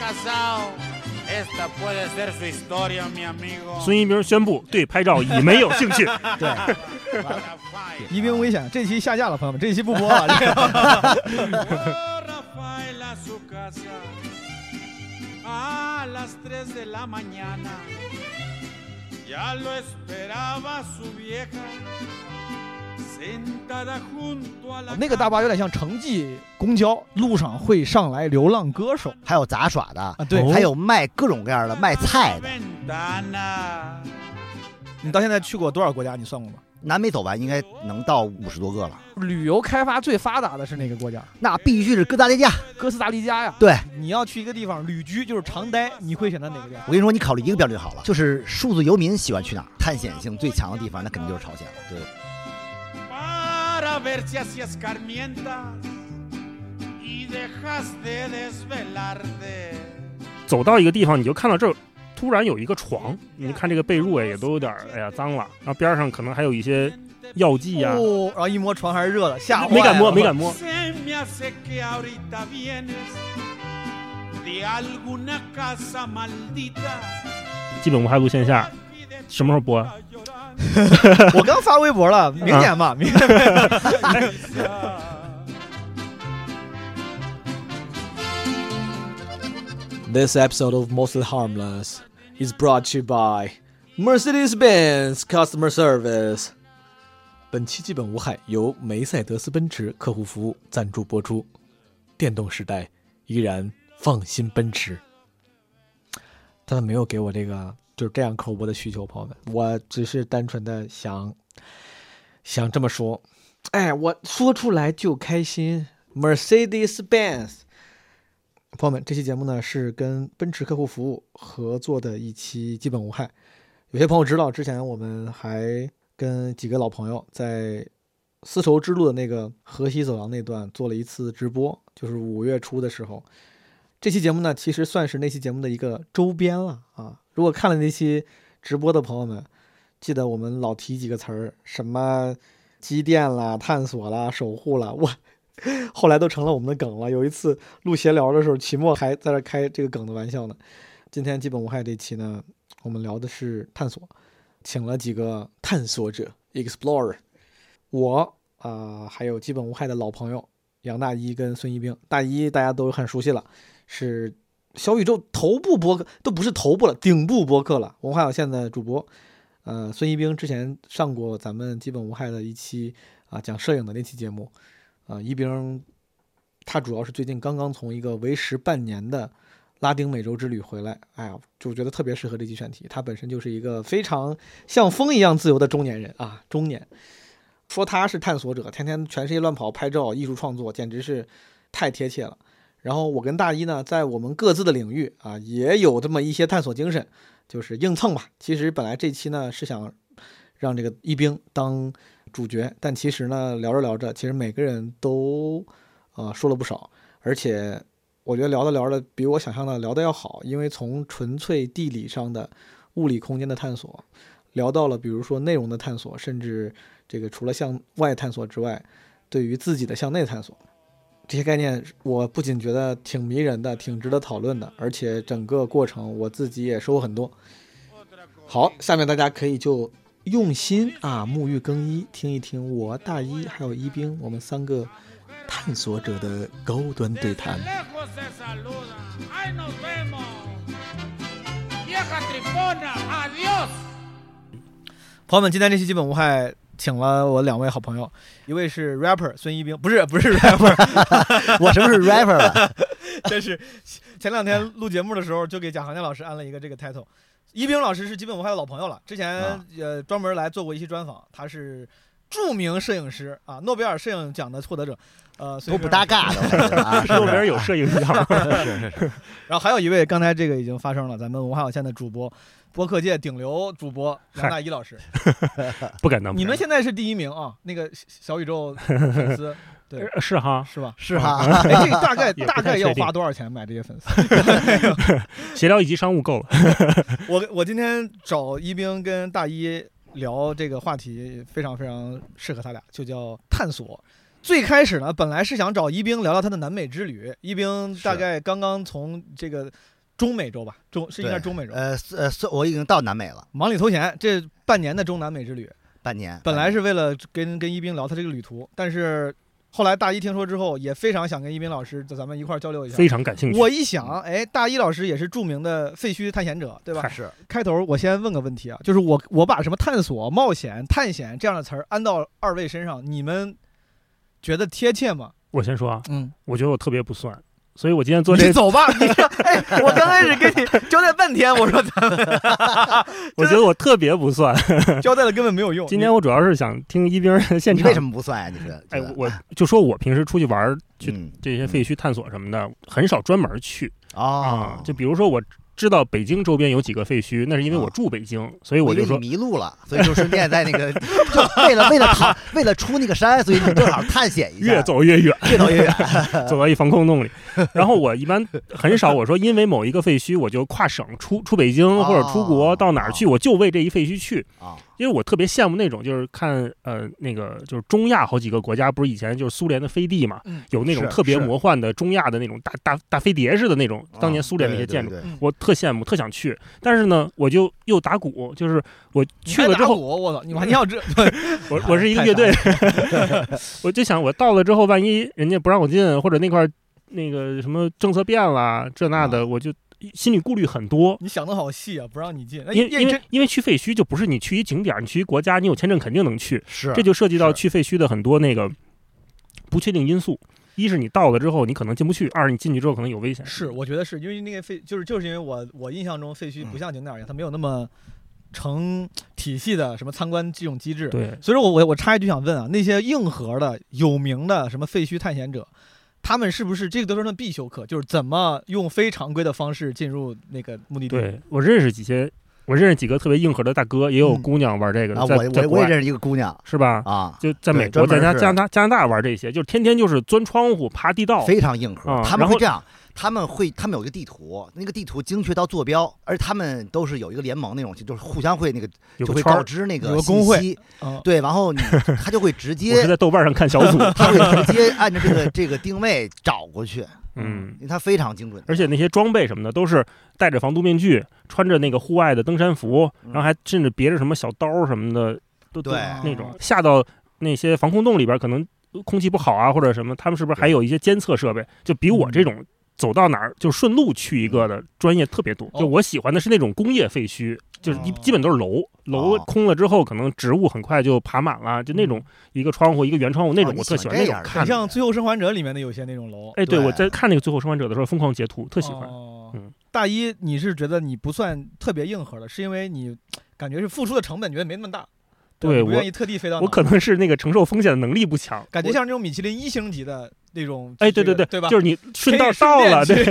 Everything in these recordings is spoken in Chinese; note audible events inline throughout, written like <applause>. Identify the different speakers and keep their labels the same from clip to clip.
Speaker 1: casado. Esta puede ser su historia, mi amigo.
Speaker 2: 孙一鸣宣布对拍照已没有兴
Speaker 3: <laughs>
Speaker 2: 趣。
Speaker 4: 对，
Speaker 1: Para Faida.
Speaker 4: 宜宾危险，这期下架了，朋友们，这期不播了。这个 <laughs>
Speaker 1: Rafael a su casa a las 3 de la mañana. Ya lo esperaba su vieja sentada junto a la
Speaker 4: 那个大巴有点像城际公交，路上会上来流浪歌手
Speaker 3: 还有杂耍
Speaker 2: 哦
Speaker 3: 的，
Speaker 4: 啊。对，
Speaker 3: 还有卖各种各样
Speaker 1: 嗯
Speaker 3: 的卖菜的。
Speaker 1: ventana.
Speaker 4: 你到现在去过多少国家？你算过吗？
Speaker 3: 南美走完应该能到五十多个了，
Speaker 4: 旅游开发最发达的是哪个国家？
Speaker 3: 那必须是哥达黎加。
Speaker 4: 哥斯达黎加呀。
Speaker 3: 对，
Speaker 4: 你要去一个地方旅居，就是长待，你会选择哪个地方？
Speaker 3: 我跟你说，你考虑一个标准就好了，就是数字游民喜欢去哪儿，探险性最强的地方，那肯定就是朝鲜了。对，
Speaker 2: <laughs>
Speaker 1: para ver si así escarmientas y dejas de desvelarte.
Speaker 2: 走到一个地方，你就看到这儿突然有一个床，你看这个被褥哎也都有点儿哎呀脏了，然后边上可能还有一些药剂呀、
Speaker 4: 哦，然后一摸床还是热的，吓坏了
Speaker 2: 没敢摸，
Speaker 4: <laughs>
Speaker 2: 没敢摸。
Speaker 1: Se me hace que ahorita vienes de alguna casa maldita.
Speaker 2: 基本无害路线下，什么时候播？啊
Speaker 4: 我刚发微博了，明年
Speaker 2: <laughs>
Speaker 4: 吧，明年。
Speaker 5: This episode of Mostly Harmless is brought to you by Mercedes-Benz Customer Service。本期基本无害由梅赛德斯奔驰客户服务赞助播出。电动时代依然放心奔驰。他们没有给我这个就是这样口播的需求，朋友们，我只是单纯的想想这么说。哎，我说出来就开心。Mercedes-Benz。朋友们，这期节目呢是跟奔驰客户服务合作的一期《基本无害》。有些朋友知道，之前我们还跟几个老朋友在丝绸之路的那个河西走廊那段做了一次直播，就是五月初的时候。这期节目呢，其实算是那期节目的一个周边了啊。如果看了那期直播的朋友们，记得我们老提几个词儿，什么机电啦、探索啦、守护啦，哇，后来都成了我们的梗了。有一次录闲聊的时候，齐墨还在这开这个梗的玩笑呢。今天基本无害这期呢，我们聊的是探索，请了几个探索者 （explorer），我啊、呃还有基本无害的老朋友杨大一跟孙一冰。大一大家都很熟悉了，是小宇宙头部播客，都不是头部了，顶部播客了，文化有限的主播。呃，孙一冰之前上过咱们基本无害的一期啊、讲摄影的那期节目，啊、一冰他主要是最近刚刚从一个为时半年的拉丁美洲之旅回来，哎呀，就觉得特别适合这期选题。他本身就是一个非常像风一样自由的中年人啊，中年。说他是探索者，天天全世界乱跑拍照、艺术创作，简直是太贴切了。然后我跟大一呢，在我们各自的领域啊，也有这么一些探索精神，就是硬蹭吧。其实本来这期呢是想让这个一冰当主角，但其实呢聊着聊着，其实每个人都啊、说了不少，而且我觉得聊着聊着比我想象的聊的要好，因为从纯粹地理上的物理空间的探索，聊到了比如说内容的探索，甚至这个除了向外探索之外，对于自己的向内探索，这些概念我不仅觉得挺迷人的，挺值得讨论的，而且整个过程我自己也收获很多。好，下面大家可以就用心啊，沐浴更衣，听一听我大一还有一冰我们三个探索者的高端对
Speaker 1: Desde
Speaker 5: 谈。
Speaker 1: lejos se saluda. ¡Ay, nos vemos! ¡Vieja tripona! ¡Adiós!
Speaker 4: 朋友们，今天这期基本无害，请了我两位好朋友，一位是 rapper 孙一冰，不是不是 rapper，
Speaker 3: 我什么是 rapper
Speaker 2: <laughs>
Speaker 3: 了？
Speaker 4: 这是前两天录节目的时候就给贾行家老师安了一个这个 title。一冰老师是基本无害的老朋友了，之前、
Speaker 3: 啊
Speaker 4: 呃专门来做过一期专访，他是著名摄影师啊，诺贝尔摄影奖的获得者，呃，所以
Speaker 3: 都不
Speaker 4: 说
Speaker 3: 搭嘎的，我感觉
Speaker 2: <laughs>
Speaker 3: 啊，是不是
Speaker 2: 周边有摄影啊奖，
Speaker 3: <laughs>
Speaker 4: 然后还有一位，刚才这个已经发生了，咱们文化有限的主播，播客界顶流主播杨大一老师，
Speaker 2: 不敢当。
Speaker 4: 你们
Speaker 2: 不
Speaker 4: 现在是第一名啊，那个小小
Speaker 2: <laughs>
Speaker 4: 宇宙粉丝
Speaker 2: 敢当呃是哈？啊 <laughs>
Speaker 4: 是吧？
Speaker 3: 是哈，呃
Speaker 4: 哎，这个大概
Speaker 2: 也不太
Speaker 4: 大概要
Speaker 2: 确定
Speaker 4: 花多少钱买这些粉丝？
Speaker 2: 闲聊以及商务够了。
Speaker 4: 我 <laughs> 我今天找一冰跟大一聊这个话题，非常非常适合他俩，就叫探索。最开始呢，本来是想找一冰聊聊他的南美之旅。一冰大概刚刚从这个中美洲吧，中是应该是中美洲。
Speaker 3: 呃呃，算我已经到南美了，
Speaker 4: 忙里偷闲，这半年的中南美之旅，
Speaker 3: 半年。哎
Speaker 4: 本来
Speaker 3: 是
Speaker 4: 是为了跟跟一冰聊他这个旅途，但是后来大一听说之后，也非常想跟一冰老师咱们一块儿交流一下。
Speaker 2: 非常感兴趣。
Speaker 4: 我一想，哎，大一老师也是著名的废墟探险者，对吧？
Speaker 2: 嗨
Speaker 3: 是
Speaker 4: 开头我先问个问题啊，就是我我把什么探索、冒险、探险这样的词儿安到二位身上，你们觉得贴切吗？
Speaker 2: 我先说啊，
Speaker 4: 嗯，
Speaker 2: 我觉得我特别不算，所以我今天做这
Speaker 4: 你，走吧。你 <laughs> 说，哎，我刚开始
Speaker 2: <laughs>
Speaker 4: 跟你交代半啊天，我说 <laughs> 咱
Speaker 2: 我觉得我特别不算。
Speaker 3: 哦
Speaker 4: 交代了根本没有用。
Speaker 2: 今天我主要是想听一冰儿现
Speaker 3: 你
Speaker 2: 场
Speaker 3: 为什。么不算呀？你觉得？
Speaker 2: 哎，
Speaker 3: 觉得
Speaker 2: 我我就说我平时出去玩儿去
Speaker 3: 嗯
Speaker 2: 这些废墟探索什么的，很少专门去啊
Speaker 3: 哦。，
Speaker 2: 就比如说我知道北京周边有几个废墟，那是因为我
Speaker 3: 啊
Speaker 2: 住北京，所以我
Speaker 3: 以为
Speaker 2: 就
Speaker 3: 你
Speaker 2: 说
Speaker 3: 迷路了，所以就顺便在那个，就为了为了逃，为了出那个山，所以你正好探险一下，
Speaker 2: 越走越
Speaker 3: <laughs>
Speaker 2: 远，
Speaker 3: 越走
Speaker 2: <laughs>
Speaker 3: 越远。
Speaker 2: 走到一防空洞里。然后我一般很少我说因为某一个废墟我就跨省出出北京或者出国
Speaker 3: 哦
Speaker 2: 到哪儿去，我就为这一废墟去。
Speaker 3: 啊
Speaker 2: 因为我特别羡慕那种，就是看呃那个就是中亚好几个国家，不是以前就是苏联的飞地嘛
Speaker 4: 嗯，
Speaker 2: 有那种
Speaker 3: 是
Speaker 2: 特别
Speaker 3: 是啊
Speaker 2: 魔幻的中亚的那种大大大飞碟似的那种，当年苏联那些建筑，
Speaker 3: 对对对
Speaker 4: 嗯
Speaker 2: 我特羡慕，特想去。但是呢，我就又打鼓，就是我去了之后，
Speaker 4: 我我操，你还你
Speaker 2: <laughs>
Speaker 4: 要这，
Speaker 2: 我我是一个乐队， <laughs> 我就想我到了之后，万一人家不让我进，或者那块儿那个什么政策变了，这那
Speaker 4: 啊
Speaker 2: 的，我就心里顾虑很多。
Speaker 4: 你想的好细啊，不让你进。那
Speaker 2: 因为因
Speaker 4: 这
Speaker 2: 为因为去废墟就不是你去一景点儿，你去一国家，你有签证肯定能去，
Speaker 3: 是
Speaker 2: 这就涉及到
Speaker 3: 是
Speaker 2: 去废墟的很多那个不确定因素。一是你到了之后你可能进不去，二是你进去之后可能有危险。
Speaker 4: 是，我觉得是因为那个废，就是就是因为我我印象中废墟不像景点儿一样，它没有那么成体系的什么参观这种机制。
Speaker 2: 对，
Speaker 4: 所以说我我我插一句想问啊，那些硬核的有名的什么废墟探险者，他们是不是这个都是他们必修课？就是怎么用非常规的方式进入那个
Speaker 3: 嗯
Speaker 4: 目的地？
Speaker 2: 对我认识几些，我认识几个特别硬核的大哥，也有
Speaker 4: 嗯
Speaker 2: 姑娘玩这个的，
Speaker 3: 啊，
Speaker 2: 在
Speaker 3: 我
Speaker 2: 在
Speaker 3: 我
Speaker 2: 国
Speaker 3: 我也
Speaker 2: 外
Speaker 3: 认识一个姑娘
Speaker 2: 是吧？
Speaker 3: 啊，
Speaker 2: 就在美
Speaker 3: 对
Speaker 2: 国，
Speaker 3: 专门
Speaker 2: 在加
Speaker 3: 是
Speaker 2: 加拿大加拿大玩这些，就是天天就是钻窗户、爬地道，
Speaker 3: 非常硬核
Speaker 2: 啊。
Speaker 3: 他
Speaker 2: 然
Speaker 3: 们
Speaker 2: 后
Speaker 3: 会这样，他们会他们有一个地图，那个地图精确到坐标，而他们都是有一个联盟那种，就是互相会那个
Speaker 2: 有
Speaker 3: 就
Speaker 2: 个
Speaker 3: 会
Speaker 2: 圈
Speaker 3: 告
Speaker 2: 儿。
Speaker 3: 知那
Speaker 4: 有
Speaker 3: 个
Speaker 4: 个工
Speaker 3: 信
Speaker 4: 会
Speaker 3: 息，
Speaker 4: 嗯，
Speaker 3: 对，然后你
Speaker 2: <laughs>
Speaker 3: 他就会直
Speaker 2: 我是
Speaker 3: 接。
Speaker 2: 在豆瓣上看小
Speaker 3: <laughs>
Speaker 2: 组，
Speaker 3: 他会直接按照这个这个定位找过去，
Speaker 2: <laughs> 嗯
Speaker 3: 因，为他非常精准。
Speaker 2: 而且那些装备什么的都是戴着防毒面具，穿着那个户外的登山服，
Speaker 3: 嗯
Speaker 2: 然后还甚至别着什么小刀什么的，都都
Speaker 3: 对
Speaker 2: 那种下到那些防空洞里边，可能空气不好啊或者什么，他们是不是还有一些监测设备？就比我这种走到哪儿就顺路去一个的专业特别多。
Speaker 4: 哦
Speaker 2: 就我喜欢的是那种工业废墟，就是一
Speaker 4: 哦
Speaker 2: 基本都是楼，楼
Speaker 3: 哦
Speaker 2: 空了之后，可能植物很快就爬满了，就那种一个窗户一个圆窗户那种，
Speaker 3: 你
Speaker 2: 我特喜
Speaker 3: 喜
Speaker 2: 欢
Speaker 3: 欢
Speaker 2: 那
Speaker 3: 这
Speaker 2: 种
Speaker 3: 样的
Speaker 2: 看
Speaker 4: 很
Speaker 2: 的。
Speaker 4: 像《最后生还者》里面的有些那种楼，
Speaker 2: 哎，对，
Speaker 3: 对
Speaker 2: 我在看那个《最后生还者》的时候疯狂截图，特喜欢。
Speaker 4: 哦
Speaker 2: 嗯
Speaker 4: 大一，你是觉得你不算特别硬核的，是因为你感觉是付出的成本觉得没那么大，吧
Speaker 2: 对
Speaker 4: 你不
Speaker 2: 我
Speaker 4: 愿意特地飞到
Speaker 2: 我
Speaker 4: 哪儿
Speaker 2: 可能是那个承受风险的能力不强，
Speaker 4: 感觉
Speaker 2: 我
Speaker 4: 像这种米其林一星级的那种，
Speaker 2: 哎，
Speaker 4: 这
Speaker 2: 对
Speaker 4: 个
Speaker 2: 对对，
Speaker 4: 对吧？
Speaker 2: 就是你顺
Speaker 4: 可
Speaker 2: 道
Speaker 4: 以顺
Speaker 2: 到
Speaker 4: 便
Speaker 2: 了， <laughs> 对
Speaker 4: 去，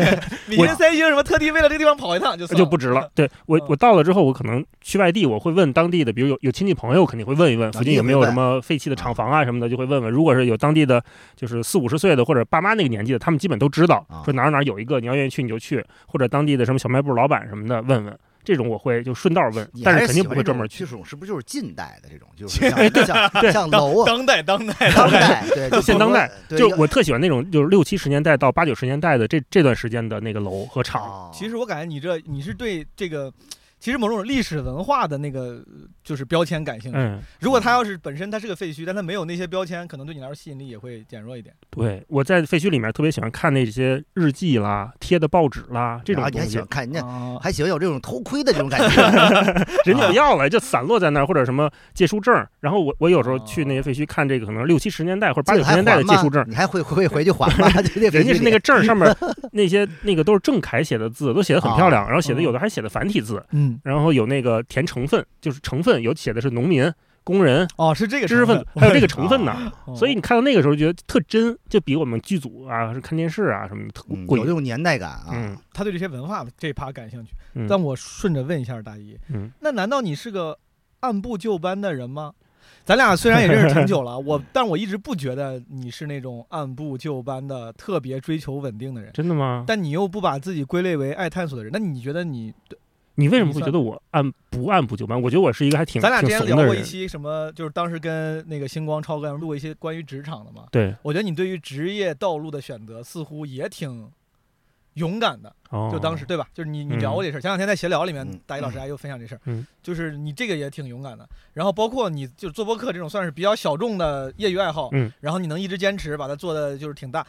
Speaker 4: 米其林三星什么特地为了这个地方跑一趟就算
Speaker 2: 就
Speaker 4: 了
Speaker 2: 不值了。对我
Speaker 4: 嗯
Speaker 2: 我到了之后，我可能去外地，我会问当地的，比如有有亲戚朋友，肯定会问一问
Speaker 3: 啊
Speaker 2: 附近有没有什么废弃的厂房啊什么的，就会问问。如果是有当地的，就是四五十岁的或者爸妈那个年纪的，他们基本都知道
Speaker 3: 啊，
Speaker 2: 说哪儿哪儿有一个，你要愿意去你就去，或者当地的什么小卖部老板什么的问问。这种我会就顺道问
Speaker 3: 你，
Speaker 2: 但
Speaker 3: 还
Speaker 2: 是肯定
Speaker 3: 喜
Speaker 2: 不
Speaker 3: 欢
Speaker 2: 会
Speaker 3: 这
Speaker 2: 专
Speaker 3: 种
Speaker 2: 门
Speaker 3: 这
Speaker 2: 去。
Speaker 3: 种是不是就是近代的这种，
Speaker 2: <laughs>
Speaker 3: 就是像像像楼啊，
Speaker 4: 当代当代
Speaker 3: 当代对，就
Speaker 2: 现当代
Speaker 3: 不是说，对
Speaker 2: 就
Speaker 3: 要
Speaker 2: 我特喜欢那种，就是六七十年代到八九十年代的这这段时间的那个楼和厂，
Speaker 3: 哦
Speaker 4: 其实我感觉你这你是对这个，其实某种历史文化的那个就是标签感兴趣。
Speaker 2: 嗯，
Speaker 4: 如果它要是本身它是个废墟，但它没有那些标签，可能对你来说吸引力也会减弱一点。
Speaker 2: 对，我在废墟里面特别喜欢看那些日记啦、贴的报纸啦这种
Speaker 3: 啊你
Speaker 2: 东
Speaker 3: 还喜
Speaker 2: 西
Speaker 3: 欢，看人家，
Speaker 2: <laughs>
Speaker 4: 啊
Speaker 3: 还喜欢有这种偷窥的这种感觉，
Speaker 2: 人家不要了就散落在那儿，或者什么借书证儿。然后我我有时候去那些废墟看这个，可能六七十年代或者八九十年代的借书证儿，
Speaker 3: 你还会会回去还吗？
Speaker 2: <laughs>
Speaker 3: 人
Speaker 2: 人家是那个证儿上面儿那些那个都是郑恺写的字，都写的很漂亮，然后写的有的还写的繁体字，
Speaker 4: 嗯，
Speaker 2: 然后有那个填成分，就是成分有写的是农民、工人、
Speaker 4: 哦，是这个
Speaker 2: 知识分子，还有这个成分呢。
Speaker 4: 哦
Speaker 2: 所以你看到那个时候觉得特真，就比我们剧组啊、是看电视啊什么的特
Speaker 3: 嗯
Speaker 2: 过
Speaker 3: 有这
Speaker 2: 瘾。
Speaker 3: 种年代感啊。
Speaker 2: 嗯
Speaker 4: 他对这些文化这一趴感兴趣。
Speaker 2: 嗯
Speaker 4: 但我顺着问一下大一，
Speaker 2: 嗯，
Speaker 4: 那难道你是个按部就班的人吗？咱俩虽然也认识挺久
Speaker 2: <laughs>
Speaker 4: 了，我但我一直不觉得你是那种按部就班的、特别追求稳定的人。
Speaker 2: 真的吗？
Speaker 4: 但你又不把自己归类为爱探索的人，那你觉得你
Speaker 2: 你为什么会
Speaker 4: 你
Speaker 2: 觉
Speaker 4: 算
Speaker 2: 得我按不按部就班？我觉得我是一个还挺
Speaker 4: 咱俩之
Speaker 2: 挺
Speaker 4: 前
Speaker 2: 怂
Speaker 4: 聊
Speaker 2: 的
Speaker 4: 过一
Speaker 2: 人。
Speaker 4: 期什么，就是当时跟那个星光超哥录过一些关于职场的嘛。
Speaker 2: 对，
Speaker 4: 我觉得你对于职业道路的选择似乎也挺勇敢的，
Speaker 2: 哦，
Speaker 4: 就当时对吧？就是你你
Speaker 2: 嗯
Speaker 4: 聊过这事儿，前两天在闲聊里面
Speaker 3: 嗯，
Speaker 4: 大一老师还又分享这事儿
Speaker 2: 嗯，
Speaker 4: 就是你这个也挺勇敢的。然后包括你就做播客这种算是比较小众的业余爱好
Speaker 2: 嗯，
Speaker 4: 然后你能一直坚持把它做的就是挺大。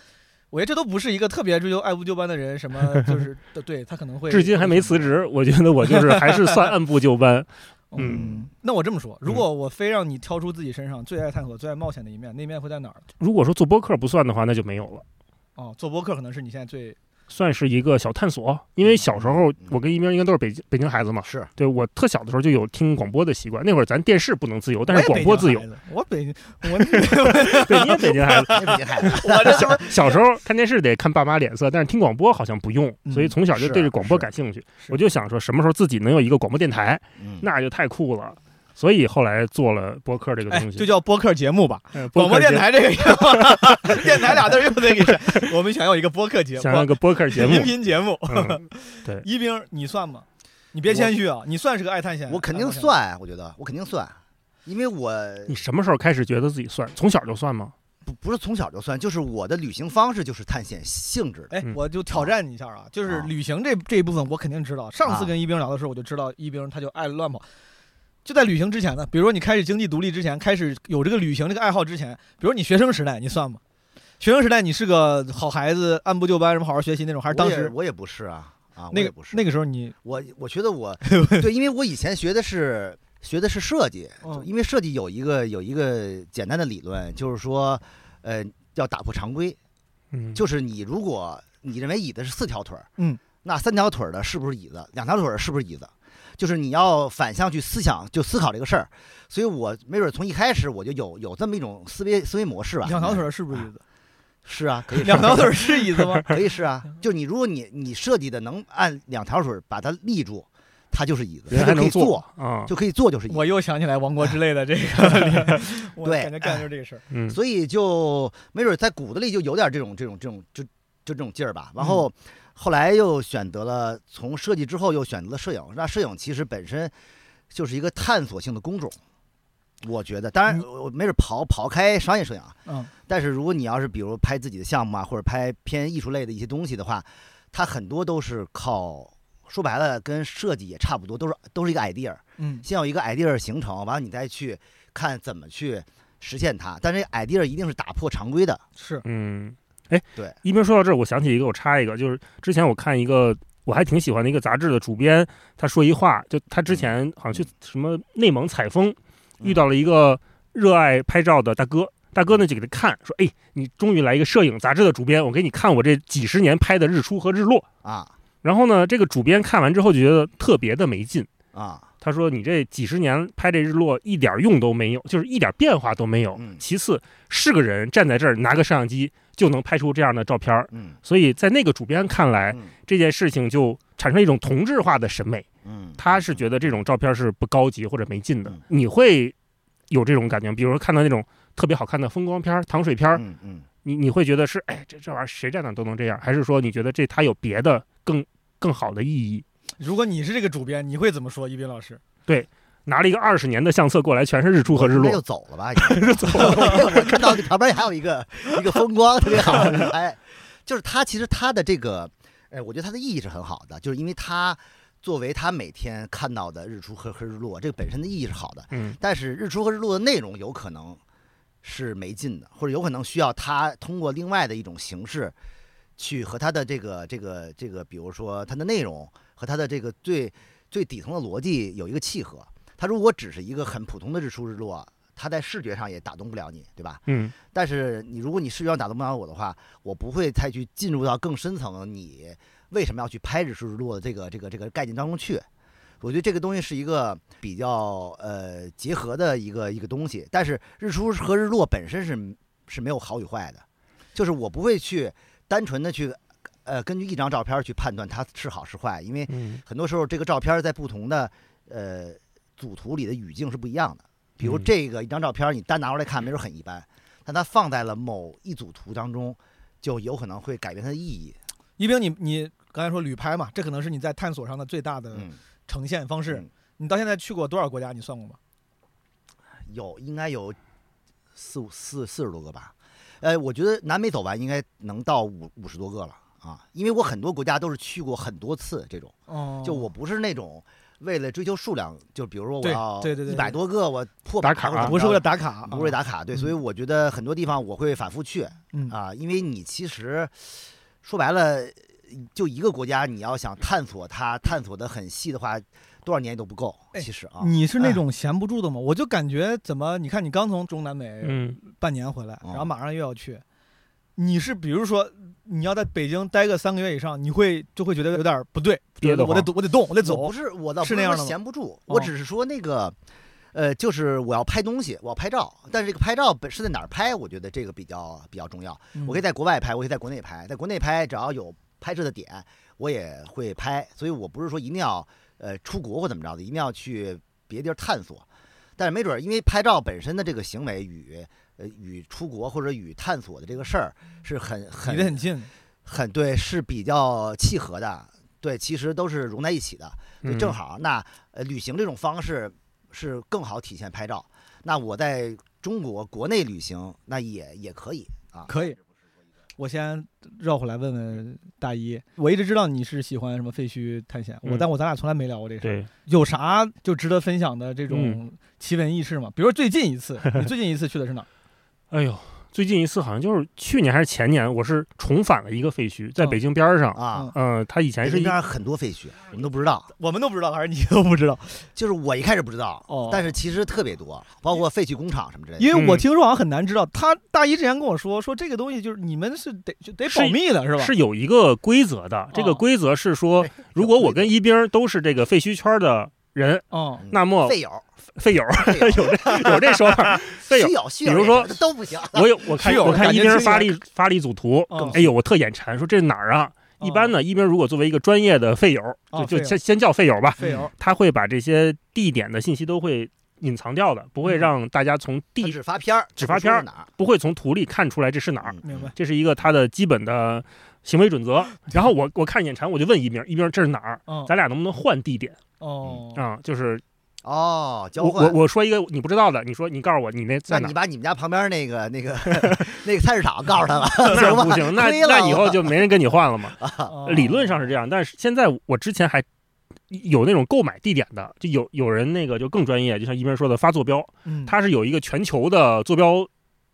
Speaker 4: 我觉得这都不是一个特别追求爱屋就班的人，什么
Speaker 2: <laughs>
Speaker 4: 就是对他可能会
Speaker 2: 至今还没辞职，我觉得我就是还是算按部就班。 <laughs>
Speaker 4: 嗯
Speaker 2: 嗯，
Speaker 4: 那我这么说，如果我非让你挑出自己身上最爱探索、最爱冒险的一面，那面会在哪儿？
Speaker 2: 如果说做播客不算的话，那就没有了，
Speaker 4: 哦，做播客可能是你现在最
Speaker 2: 算是一个小探索。因为小时候我跟一鸣应该都是北京北京孩子嘛，
Speaker 3: 是
Speaker 2: 对我特小的时候就有听广播的习惯。那会儿咱电视不能自由，但是广播自由。。
Speaker 4: 我也北京孩子，
Speaker 2: <laughs>
Speaker 4: 我北京，
Speaker 2: 对，你也北京孩子，
Speaker 3: 那
Speaker 2: <laughs>
Speaker 3: 比孩子
Speaker 4: <laughs> 我我这是不是
Speaker 2: 小时候看电视得看爸妈脸色，但是听广播好像不用，
Speaker 4: 嗯
Speaker 2: 所以从小就是对这广播
Speaker 3: 是
Speaker 2: 感兴趣。
Speaker 4: 是
Speaker 2: 我就想说，什么时候自己能有一个广播电台，
Speaker 3: 嗯
Speaker 2: 那就太酷了。所以后来做了播客这个
Speaker 4: 哎，
Speaker 2: 东西，
Speaker 4: 就叫播客节目吧。
Speaker 2: 呃
Speaker 4: 广
Speaker 2: 播客
Speaker 4: 播电台这个也有 <laughs> 电台俩字儿又得给删。我们想要一个播客节
Speaker 2: 节
Speaker 4: 目，
Speaker 2: 想要个播客节目
Speaker 4: <laughs> 音，频节目。 <laughs>
Speaker 2: 嗯
Speaker 4: 一冰，你算吗？你别谦虚啊，你算是个爱探险。
Speaker 3: 我肯定
Speaker 4: 爱冒险。
Speaker 3: 算，我觉得我肯定算，因为我
Speaker 2: 你什么时候开始觉得自己算？从小就算吗？
Speaker 3: 不不是从小就算，就是我的旅行方式就是探险性质的。
Speaker 4: 哎，
Speaker 2: 嗯
Speaker 4: 我就挑战你一下啊，就是
Speaker 3: 啊
Speaker 4: 旅行这这一部分我肯定知道。上次
Speaker 3: 啊
Speaker 4: 跟一冰聊的时候，我就知道一冰他就爱乱跑。就在旅行之前呢，比如说你开始经济独立之前，开始有这个旅行这个爱好之前，比如你学生时代，你算吗？学生时代你是个好孩子，按部就班，什么好好学习那种，还是当
Speaker 3: 我也
Speaker 4: 时
Speaker 3: 我也不是啊啊，我
Speaker 4: 那
Speaker 3: 也
Speaker 4: 个
Speaker 3: 不是
Speaker 4: 那个时候你
Speaker 3: 我我觉得我对，因为我以前学的是学的是设计，就
Speaker 4: 嗯
Speaker 3: 因为设计有一个有一个简单的理论，就是说，呃，要打破常规，
Speaker 2: 嗯，
Speaker 3: 就是你如果你认为椅子是四条腿儿，
Speaker 4: 嗯，
Speaker 3: 那三条腿儿的是不是椅子？两条腿儿的是不是椅子？就是你要反向去思想，就思考这个事儿。所以我没准从一开始我就有有这么一种思维思维模式吧。
Speaker 4: 两条腿儿是不是椅
Speaker 3: <laughs>
Speaker 4: 子？
Speaker 3: 是啊，
Speaker 4: <laughs>
Speaker 3: 可以是
Speaker 4: 两条腿儿是椅子
Speaker 3: <laughs>
Speaker 4: 吗？
Speaker 3: 可以是啊，就你如果你你设计的能按两条腿儿把它立住，它就是椅子，
Speaker 2: 人
Speaker 3: 它
Speaker 2: 还
Speaker 3: 就可
Speaker 2: 能
Speaker 3: 以
Speaker 2: 做
Speaker 3: 坐，
Speaker 2: 啊，
Speaker 3: 就可以坐就是椅子。
Speaker 4: 我又想起来《王国之泪》的这个， <laughs> 我
Speaker 3: 对
Speaker 4: 感觉干的就是这个事儿。
Speaker 2: 嗯，
Speaker 3: 所以就没准在骨子里就有点这种这种这种就就这种劲儿吧。然后后来又选择了从设计之后又选择了摄影，那摄影其实本身就是一个探索性的工种，我觉得。当然，我没准刨刨开商业摄影啊，
Speaker 4: 嗯，
Speaker 3: 但是如果你要是比如拍自己的项目啊，或者拍偏艺术类的一些东西的话，它很多都是靠。说白了，跟设计也差不多，都是都是一个 idea，
Speaker 4: 嗯
Speaker 3: 先有一个 idea 形成，完了你再去看怎么去实现它。但这 idea 一定是打破常规的，
Speaker 4: 是
Speaker 2: 嗯，哎，
Speaker 3: 对，
Speaker 2: 一边说到这儿，我想起一个，我插一个，就是之前我看一个我还挺喜欢的一个杂志的主编，他说一话，就他之前好像去什么内蒙采风，遇到了一个热爱拍照的大哥。大哥呢就给他看，说：“哎，你终于来一个摄影杂志的主编，我给你看我这几十年拍的日出和日落。
Speaker 3: 啊”
Speaker 2: 然后呢，这个主编看完之后就觉得特别的没劲，
Speaker 3: 啊，
Speaker 2: 他说：“你这几十年拍这日落一点用都没有，就是一点变化都没有。
Speaker 3: 嗯
Speaker 2: 其次，是个人站在这儿拿个摄像机就能拍出这样的照片儿，
Speaker 3: 嗯
Speaker 2: 所以在那个主编看来，
Speaker 3: 嗯
Speaker 2: 这件事情就产生一种同质化的审美。
Speaker 3: 嗯，
Speaker 2: 他是觉得这种照片是不高级或者没劲的。
Speaker 3: 嗯
Speaker 2: 你会有这种感觉，比如说看到那种特别好看的风光片儿、糖水片儿，
Speaker 3: 嗯嗯
Speaker 2: 你你会觉得是哎，这这玩意儿谁站哪儿都能这样，还是说你觉得这它有别的更更好的意义？
Speaker 4: 如果你是这个主编，你会怎么说？一斌老师，
Speaker 2: 拿了一个二十年的相册过来，全是日出和日
Speaker 3: 应
Speaker 2: 落
Speaker 3: 该，就走了吧，就走了。 <laughs> 我看到旁边还有一个一个风光特别好，哎，就是他其实他的这个，哎，我觉得他的意义是很好的，就是因为他作为他每天看到的日出和和日落，这个本身的意义是好的，
Speaker 2: 嗯。
Speaker 3: 但是日出和日落的内容有可能是没劲的，或者有可能需要他通过另外的一种形式去和他的这个这个这个，比如说它的内容和它的这个最最底层的逻辑有一个契合。他如果只是一个很普通的日出日落，他在视觉上也打动不了你，对吧？
Speaker 2: 嗯，
Speaker 3: 但是你如果你视觉上打动不了我的话，我不会再去进入到更深层你为什么要去拍日出日落的这个这个这个概念当中去。我觉得这个东西是一个比较呃结合的一个一个东西，但是日出和日落本身是是没有好与坏的，就是我不会去单纯的去呃根据一张照片去判断它是好是坏，因为
Speaker 2: 嗯
Speaker 3: 很多时候这个照片在不同的呃组图里的语境是不一样的。比如
Speaker 2: 嗯
Speaker 3: 这个一张照片，你单拿出来看，没准很一般，但它放在了某一组图当中，就有可能会改变它的意义。
Speaker 4: 一冰，你你刚才说旅拍嘛，这可能是你在探索上的最大的
Speaker 3: 嗯，
Speaker 4: 呈现方式。
Speaker 3: 嗯
Speaker 4: 你到现在去过多少国家？你算过吗？
Speaker 3: 有应该有四五四四十多个吧。呃，我觉得南美走完应该能到五五十多个了啊，因为我很多国家都是去过很多次这种，
Speaker 4: 哦，
Speaker 3: 就我不是那种为了追求数量，就比如说我
Speaker 4: 对
Speaker 3: 要
Speaker 4: 对对对
Speaker 3: 一百多个我破
Speaker 2: 打
Speaker 3: 百
Speaker 2: 卡
Speaker 3: 或者怎么
Speaker 4: 不是
Speaker 3: 着
Speaker 4: 为了打卡，啊
Speaker 3: 不是为打卡，对，所以我觉得很多地方我会反复去
Speaker 4: 嗯
Speaker 3: 啊，因为你其实说白了，就一个国家，你要想探索它，探索的很细的话，多少年都不够。
Speaker 4: 哎
Speaker 3: 其实啊，
Speaker 4: 你是那种闲不住的吗？我就感觉怎么，你看你刚从中南美
Speaker 2: 嗯，
Speaker 4: 半年回来，
Speaker 3: 哦
Speaker 4: 然后马上又要去，你是比如说你要在北京待个三个月以上，你会就会觉得有点不对，
Speaker 2: 憋得
Speaker 4: 我得
Speaker 2: 慌。
Speaker 4: 我得动，我得
Speaker 3: 我
Speaker 4: 走
Speaker 3: 不，是我倒
Speaker 4: 是
Speaker 3: 不
Speaker 4: 那
Speaker 3: 说
Speaker 4: 样的吗
Speaker 3: 闲不住，
Speaker 4: 哦
Speaker 3: 我只是说那个。呃，就是我要拍东西，我要拍照，但是这个拍照本是在哪儿拍，我觉得这个比较比较重要。我可以
Speaker 4: 在
Speaker 3: 在国外拍，我可以在国内拍，在国内拍只要有拍摄的点，我也会拍，所以我不是说一定要呃出国或怎么着的，一定要去别地儿探索。但是没准儿，因为拍照本身的这个行为与呃与出国或者与探索的这个事儿是很
Speaker 4: 离得
Speaker 3: 很
Speaker 4: 很近，
Speaker 3: 很对，是比较契合的。对，其实都是融在一起的。就
Speaker 2: 嗯
Speaker 3: 正好那呃旅行这种方式是更好体现拍照。那我在中国国内旅行，那也也可以啊。
Speaker 4: 可以。我先绕回来问问大一，我一直知道你是喜欢什么废墟探险，我
Speaker 2: 嗯
Speaker 4: 但我咱俩从来没聊过这个事儿。
Speaker 2: 对，
Speaker 4: 有啥就值得分享的这种
Speaker 2: 嗯
Speaker 4: 奇闻异事吗？比如说最近
Speaker 2: <laughs>
Speaker 4: 一次，你最近一次去的是哪儿？
Speaker 2: 哎呦，最近一次好像就是去年还是前年，我是重返了一个废墟，在
Speaker 4: 嗯
Speaker 2: 北京边儿上。
Speaker 3: 啊，
Speaker 2: 嗯，它以前是
Speaker 3: 北京
Speaker 2: 一
Speaker 3: 边儿很多废墟，我们都不知道。
Speaker 4: 我们都不知道，还是你都不 <laughs> 知道？
Speaker 3: 就是我一开始不知道，
Speaker 4: 哦
Speaker 3: 但是其实特别多，包括废弃工厂什么之类的。
Speaker 4: 因为我
Speaker 2: 嗯
Speaker 4: 听说好像很难知道。他大一之前跟我说，说这个东西就是你们是得就得
Speaker 2: 是
Speaker 4: 保密的，是吧？
Speaker 2: 是有一个规则的，这
Speaker 4: 哦
Speaker 2: 个规则是说
Speaker 3: 哎，
Speaker 2: 如果我跟一兵儿都是这个废墟圈儿的人，
Speaker 4: 哦，
Speaker 3: 嗯
Speaker 2: 那么 <laughs>
Speaker 3: 废友，
Speaker 2: 废友儿
Speaker 3: 废友，
Speaker 2: 有这有这说法儿，废友
Speaker 3: 虚。友，虚友
Speaker 2: 比如
Speaker 3: 也
Speaker 2: 说
Speaker 3: 行都不行。
Speaker 2: 我有我看
Speaker 4: 是有
Speaker 2: 我看
Speaker 4: 感
Speaker 2: 一
Speaker 4: 觉
Speaker 2: 兵儿
Speaker 4: 是有
Speaker 2: 发了一发了一组图
Speaker 4: 嗯，
Speaker 2: 哎呦，我特眼馋，说这哪儿啊？一般呢，一兵儿如果作为一个专业的废友儿，
Speaker 4: 哦
Speaker 2: 就就
Speaker 4: 废友
Speaker 2: 先先叫废友儿吧，
Speaker 4: 废油
Speaker 2: 他会把这些地点的信息都会隐藏掉的，
Speaker 3: 嗯
Speaker 2: 不会让大家从
Speaker 3: 他
Speaker 2: 地
Speaker 3: 只发片儿，嗯
Speaker 2: 只发片儿啊
Speaker 3: 不说是哪
Speaker 2: 不会从图里看出来这是哪儿
Speaker 3: 儿？，
Speaker 4: 明白
Speaker 2: 这是一个他的基本的行为准
Speaker 3: <laughs>
Speaker 2: 则。然后我我看眼馋，我就问一兵儿，一兵儿这是哪儿？
Speaker 4: 嗯
Speaker 2: 咱俩能不能换地点
Speaker 4: 哦
Speaker 2: 啊、就是
Speaker 3: 哦，交
Speaker 2: 我
Speaker 3: 换。
Speaker 2: 我我说一个你不知道的，你说你告诉我你那在
Speaker 3: 那
Speaker 2: 哪
Speaker 3: 你
Speaker 2: 儿？
Speaker 3: 把你们家旁边那个
Speaker 2: <laughs>
Speaker 3: 那个那个菜市场告诉他吧，行
Speaker 2: 那
Speaker 3: 吧
Speaker 2: 不
Speaker 3: <laughs>
Speaker 2: 行，那
Speaker 3: 亏了
Speaker 2: 那以后就没人跟你换了嘛。
Speaker 4: 哦
Speaker 2: 啊理论上是这样，但是现在我之前还有那种购买地点的，就有有人那个就更专业，就像一边说的发坐标，
Speaker 4: 嗯
Speaker 2: 它是有一个全球的坐标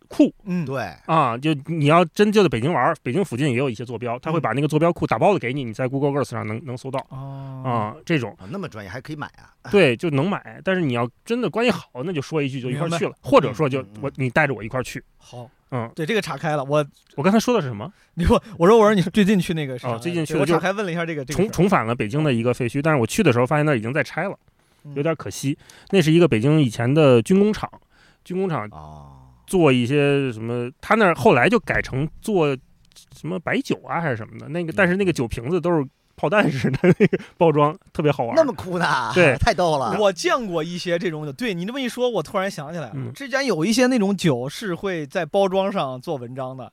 Speaker 2: 库
Speaker 4: 嗯
Speaker 3: 对，
Speaker 2: 啊，就你要真就在北京玩儿，北京附近也有一些坐标，
Speaker 4: 嗯
Speaker 2: 他会把那个坐标库打包的给你，你在 Google Earth 上能能搜到
Speaker 4: 哦
Speaker 2: 啊，这种
Speaker 3: 哦那么专业还可以买啊。
Speaker 2: 对就能买，但是你要真的关系好，那就说一句就一块儿
Speaker 4: 明白
Speaker 2: 去了，或者说就
Speaker 3: 嗯嗯
Speaker 2: 我你带着我一块儿去。
Speaker 4: 好。
Speaker 2: 嗯，
Speaker 4: 对这个岔开了，我
Speaker 2: 我刚才说的是什么？
Speaker 4: 你说我说我说你最近去那个啥
Speaker 2: 哦最近去
Speaker 4: 对我
Speaker 2: 的就
Speaker 4: 岔开问了一下这个这个
Speaker 2: 重
Speaker 4: 事儿
Speaker 2: 重返了北京的一个废墟，但是我去的时候发现那儿已经在拆了，
Speaker 4: 嗯
Speaker 2: 有点可惜。那是一个北京以前的军工厂，军工厂
Speaker 3: 哦，
Speaker 2: 做一些什么，他那儿后来就改成做什么白酒啊还是什么的，那
Speaker 3: 嗯
Speaker 2: 个但是那个酒瓶子都是炮弹似的那个包装，特别好玩。啊
Speaker 3: 那么酷呢？
Speaker 2: 对
Speaker 3: <laughs> 太逗了。
Speaker 4: 我见过一些这种酒，对你这么一说，我突然想起来了，
Speaker 2: 嗯
Speaker 4: 之前有一些那种酒是会在包装上做文章的，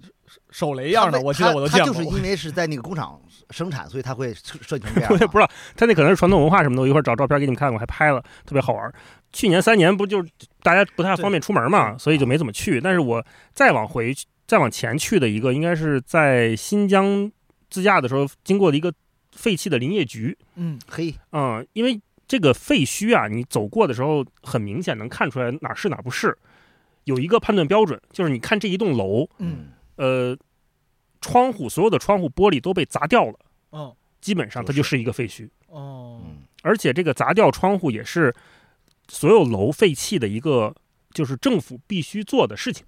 Speaker 4: 手手雷一样的，
Speaker 3: 他
Speaker 4: 我记得我都见
Speaker 3: 他
Speaker 4: 过。
Speaker 3: 就是因为是在那个工厂生产，所以他会设设计成这样
Speaker 2: <laughs> 我也
Speaker 3: 嘛。
Speaker 2: 不知道， <laughs> 他那可能是传统文化什么的，我一会儿找照片给你们看，我还拍了，特别好玩。去年三年不就是大家不太方便出门嘛，所以就没怎么去。但是我再往回去，再往前去的一个，应该是在新疆自驾的时候经过的一个废弃的林业局，
Speaker 4: 嗯，
Speaker 3: 嘿，
Speaker 2: 嗯，因为这个废墟啊，你走过的时候很明显能看出来哪儿是哪儿不是。有一个判断标准，就是你看这一栋楼，
Speaker 4: 嗯，
Speaker 2: 呃，窗户所有的窗户玻璃都被砸掉了，
Speaker 4: 哦
Speaker 2: 基本上它就是一个废墟。
Speaker 4: 哦，
Speaker 3: 嗯，
Speaker 2: 而且这个砸掉窗户也是所有楼废弃的一个，就是政府必须做的事情，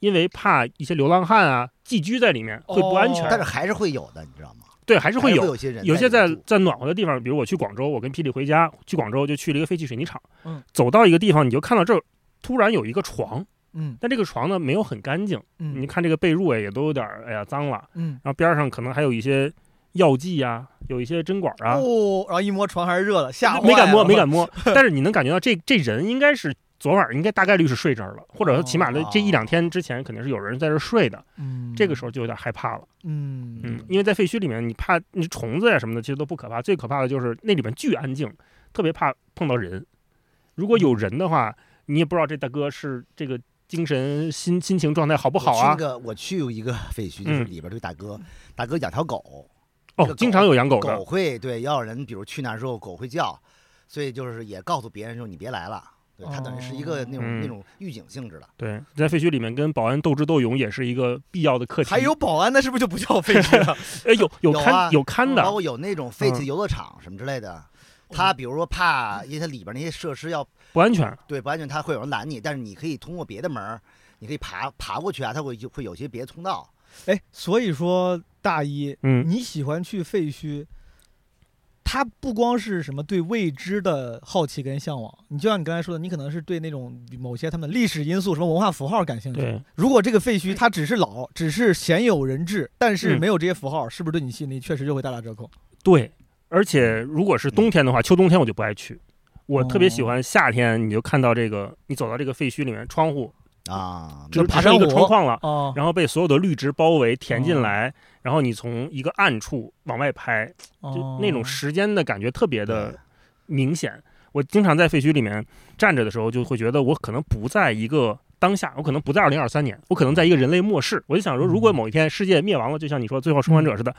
Speaker 2: 因为怕一些流浪汉啊寄居在里面会不安全。
Speaker 3: 嗯哦但是还是会有的，你知道吗？
Speaker 2: 对，还是会
Speaker 3: 还
Speaker 2: 有
Speaker 3: 有些人
Speaker 2: 有些在
Speaker 3: 在里面住
Speaker 2: 在暖和的地方，比如我去广州，我跟霹雳回家去广州就去了一个废弃水泥厂，
Speaker 4: 嗯，
Speaker 2: 走到一个地方你就看到这儿突然有一个床，
Speaker 4: 嗯
Speaker 2: 但这个床呢没有很干净，
Speaker 4: 嗯，
Speaker 2: 你看这个被褥啊也都有点儿哎呀脏了，
Speaker 4: 嗯
Speaker 2: 然后边儿上可能还有一些药剂啊，有一些针管啊，
Speaker 4: 哦，然后一摸床还是热的，吓
Speaker 2: 没敢摸，没
Speaker 4: 摸。
Speaker 2: 敢
Speaker 4: <laughs>
Speaker 2: 摸。但是你能感觉到这这人应该是昨晚应该大概率是睡这儿了，或者说起码的这一两天之前肯定是有人在这儿睡的。
Speaker 4: 哦嗯，
Speaker 2: 这个时候就有点害怕了，
Speaker 4: 嗯
Speaker 2: 嗯，因为在废墟里面，你怕你虫子呀、什么的，其实都不可怕，最可怕的就是那里面巨安静，特别怕碰到人。如果有人的话，你也不知道这大哥是这个精神心心情状态好不好
Speaker 3: 我去那
Speaker 2: 啊？
Speaker 3: 个我去有一个 <laughs> 废墟，就是
Speaker 2: 嗯
Speaker 3: 里边这个大哥，大哥养条狗，那
Speaker 2: 哦
Speaker 3: 个，
Speaker 2: 经常有养狗
Speaker 3: 狗
Speaker 2: 的，
Speaker 3: 会对，要有人比如去那儿之后狗会叫，所以就是也告诉别人说你别来了。对，他等于是一个那种、
Speaker 2: 嗯
Speaker 3: 那种预警性质的。
Speaker 2: 对，在废墟里面跟保安斗智斗勇也是一个必要的课题。
Speaker 4: 还有保安，那是不是就不叫废墟
Speaker 2: <laughs>
Speaker 4: 了？
Speaker 2: 哎，有有
Speaker 3: 有
Speaker 2: 看
Speaker 3: 啊
Speaker 2: 有看
Speaker 3: 包
Speaker 2: 的，嗯
Speaker 3: 括有那种废弃游乐场什么之类的，他比如说怕，因为它里边那些设施要
Speaker 2: 不安全。
Speaker 3: 对不安全，他会有人拦你，但是你可以通过别的门儿，你可以爬爬过去啊，他会就会有些别的通道。
Speaker 4: 哎，所以说大一
Speaker 2: 嗯，
Speaker 4: 你喜欢去废墟，它不光是什么对未知的好奇跟向往，你就像你刚才说的，你可能是对那种某些他们历史因素、什么文化符号感兴趣。
Speaker 2: 对，
Speaker 4: 如果这个废墟它只是老，只是鲜有人质，但
Speaker 2: 嗯
Speaker 4: 是没有这些符号，是不是对你吸引力确实就会大打折扣？
Speaker 2: 对，而且如果是冬天的话，秋冬天我就不爱去。我特别喜
Speaker 4: 哦
Speaker 2: 欢夏天，你就看到这个，你走到这个废墟里面，窗户
Speaker 3: 啊，
Speaker 2: 就是
Speaker 4: 爬
Speaker 2: 爬上一
Speaker 4: 山
Speaker 2: 个
Speaker 4: 虎
Speaker 2: 窗框了，
Speaker 4: 哦，
Speaker 2: 然后被所有的绿植包围填
Speaker 4: 哦
Speaker 2: 进来，然后你从一个暗处往外拍，
Speaker 3: 哦
Speaker 4: 哦
Speaker 2: 就那种时间的感觉特别的明显。我经常在废墟里面站着的时候，就会觉得我可能不在一个当下，我可能不在二零二三年，我可能在一个人类末世。我就想说，如果某一天世界灭亡了，就像你说《最后生还者》似的
Speaker 4: 嗯
Speaker 2: 嗯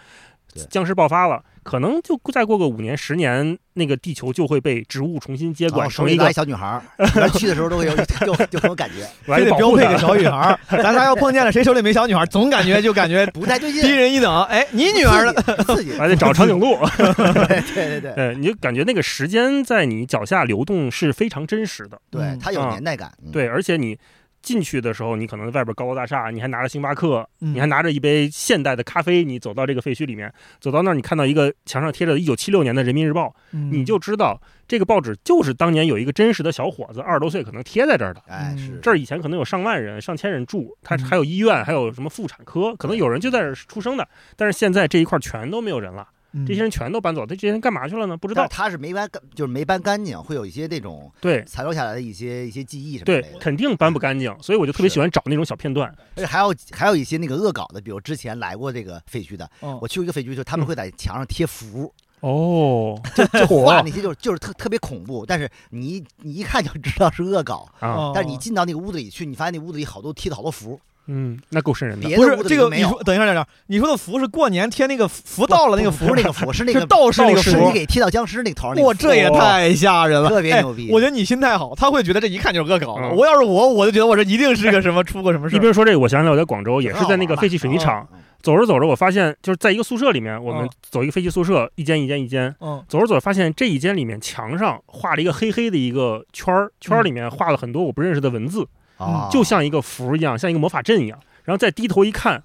Speaker 3: 对，
Speaker 2: 僵尸爆发了，可能就再过个五年、十年，那个地球就会被植物重新接
Speaker 3: 然
Speaker 2: 管，
Speaker 4: 哦
Speaker 3: 后哦手
Speaker 2: 成
Speaker 3: 里
Speaker 2: 一
Speaker 3: 拿
Speaker 2: 个
Speaker 3: 一小女孩儿，然后去的时候都会有 <laughs> 就就很有感觉，
Speaker 2: 来
Speaker 4: 非得
Speaker 2: 保
Speaker 4: 标
Speaker 2: 护
Speaker 4: 配
Speaker 2: 它
Speaker 4: 给小女孩
Speaker 2: <laughs>
Speaker 4: 儿，咱仨要碰见了谁手里没小女孩儿，总感觉就感觉
Speaker 3: 不太对劲
Speaker 4: <laughs> 低。人一等。哎，你女儿了？
Speaker 3: 了，刺激，
Speaker 4: <laughs>
Speaker 2: 还得找长颈鹿。
Speaker 3: 对对对
Speaker 2: 呃，你就感觉那个时间在你脚下流动是非常真实的。
Speaker 3: 对，它
Speaker 4: 啊
Speaker 3: 有年代感。嗯，
Speaker 2: 对，而且你进去的时候，你可能外边高楼大厦，你还拿着星巴克，你还
Speaker 4: 嗯
Speaker 2: 拿着一杯现代的咖啡，你走到这个废墟里面，走到那儿，你看到一个墙上贴着一九七六年的《人民日报》，
Speaker 4: 嗯
Speaker 2: 你就知道这个报纸就是当年有一个真实的小伙子，二十多岁可能贴在这儿的。
Speaker 3: 哎是
Speaker 2: 这儿以前可能有上万人、上千人住，他
Speaker 4: 嗯
Speaker 2: 还有医院，还有什么妇产科，可能有人就在这儿出生的。但是现在这一块全都没有人了，
Speaker 4: 嗯
Speaker 2: 这些人全都搬走，这这些人干嘛去了呢？不知
Speaker 3: 但
Speaker 2: 道
Speaker 3: 是。它是没搬干，就是没搬干净，会有一些那种
Speaker 2: 对
Speaker 3: 残留下来的一些一些记忆什么之
Speaker 2: 对嗯
Speaker 3: 类的，。
Speaker 2: 肯定搬不干净，所以我就特别
Speaker 3: 是
Speaker 2: 喜欢找那种小片段。
Speaker 3: 而且还有还有一些那个恶搞的，比如之前来过这个废墟的，
Speaker 4: 哦
Speaker 3: 我去过一个废墟，就是他们会在墙上
Speaker 4: <laughs>
Speaker 3: 贴符，
Speaker 2: 哦，
Speaker 3: 就画那些就是就是特特别恐怖，但是你一你一看就知道是恶搞。
Speaker 4: 嗯哦
Speaker 2: 啊，
Speaker 3: 但是你进到那个屋子里去，你发现那屋子里好多贴的好多符，
Speaker 2: 嗯，那够瘆人的。
Speaker 3: 别
Speaker 4: 不
Speaker 3: 的
Speaker 4: 是
Speaker 3: 屋子
Speaker 4: 这
Speaker 3: 里
Speaker 4: 个，
Speaker 3: 没
Speaker 4: 你
Speaker 3: 有
Speaker 4: 说。等一下，等一下，你说的符是过年贴那个符到了那个
Speaker 3: 不
Speaker 4: 符
Speaker 3: 不是那个符，是那
Speaker 4: <laughs> 是
Speaker 3: 个
Speaker 4: 道士那个
Speaker 2: 道士
Speaker 3: 是
Speaker 4: 符
Speaker 3: 你，给贴到僵尸那头上那个符。
Speaker 4: 哇，这也太吓人了，
Speaker 3: <laughs> 特别
Speaker 4: 哎 <laughs>
Speaker 3: 牛逼
Speaker 4: 我觉得你心态好，他会觉得这一看就是恶搞的。
Speaker 2: 嗯
Speaker 4: 我要是我，我就觉得我这一定是个什么出过什么事
Speaker 2: 一
Speaker 4: 儿。
Speaker 2: 边说这个，我想起来我在广州也是在那个废弃水泥厂，
Speaker 3: 嗯
Speaker 2: 走着走着，我发现就是在一个宿舍里面，我们
Speaker 4: 嗯
Speaker 2: 走一个废弃宿舍，一间一间一间，
Speaker 4: 嗯
Speaker 2: 走着走着发现这一间里面墙上画了一个黑黑的一个圈儿，圈儿里面画了很多我不认识的文字，
Speaker 3: 啊，
Speaker 2: 就像一个符一样，像一个魔法阵一样。然后再低头一看，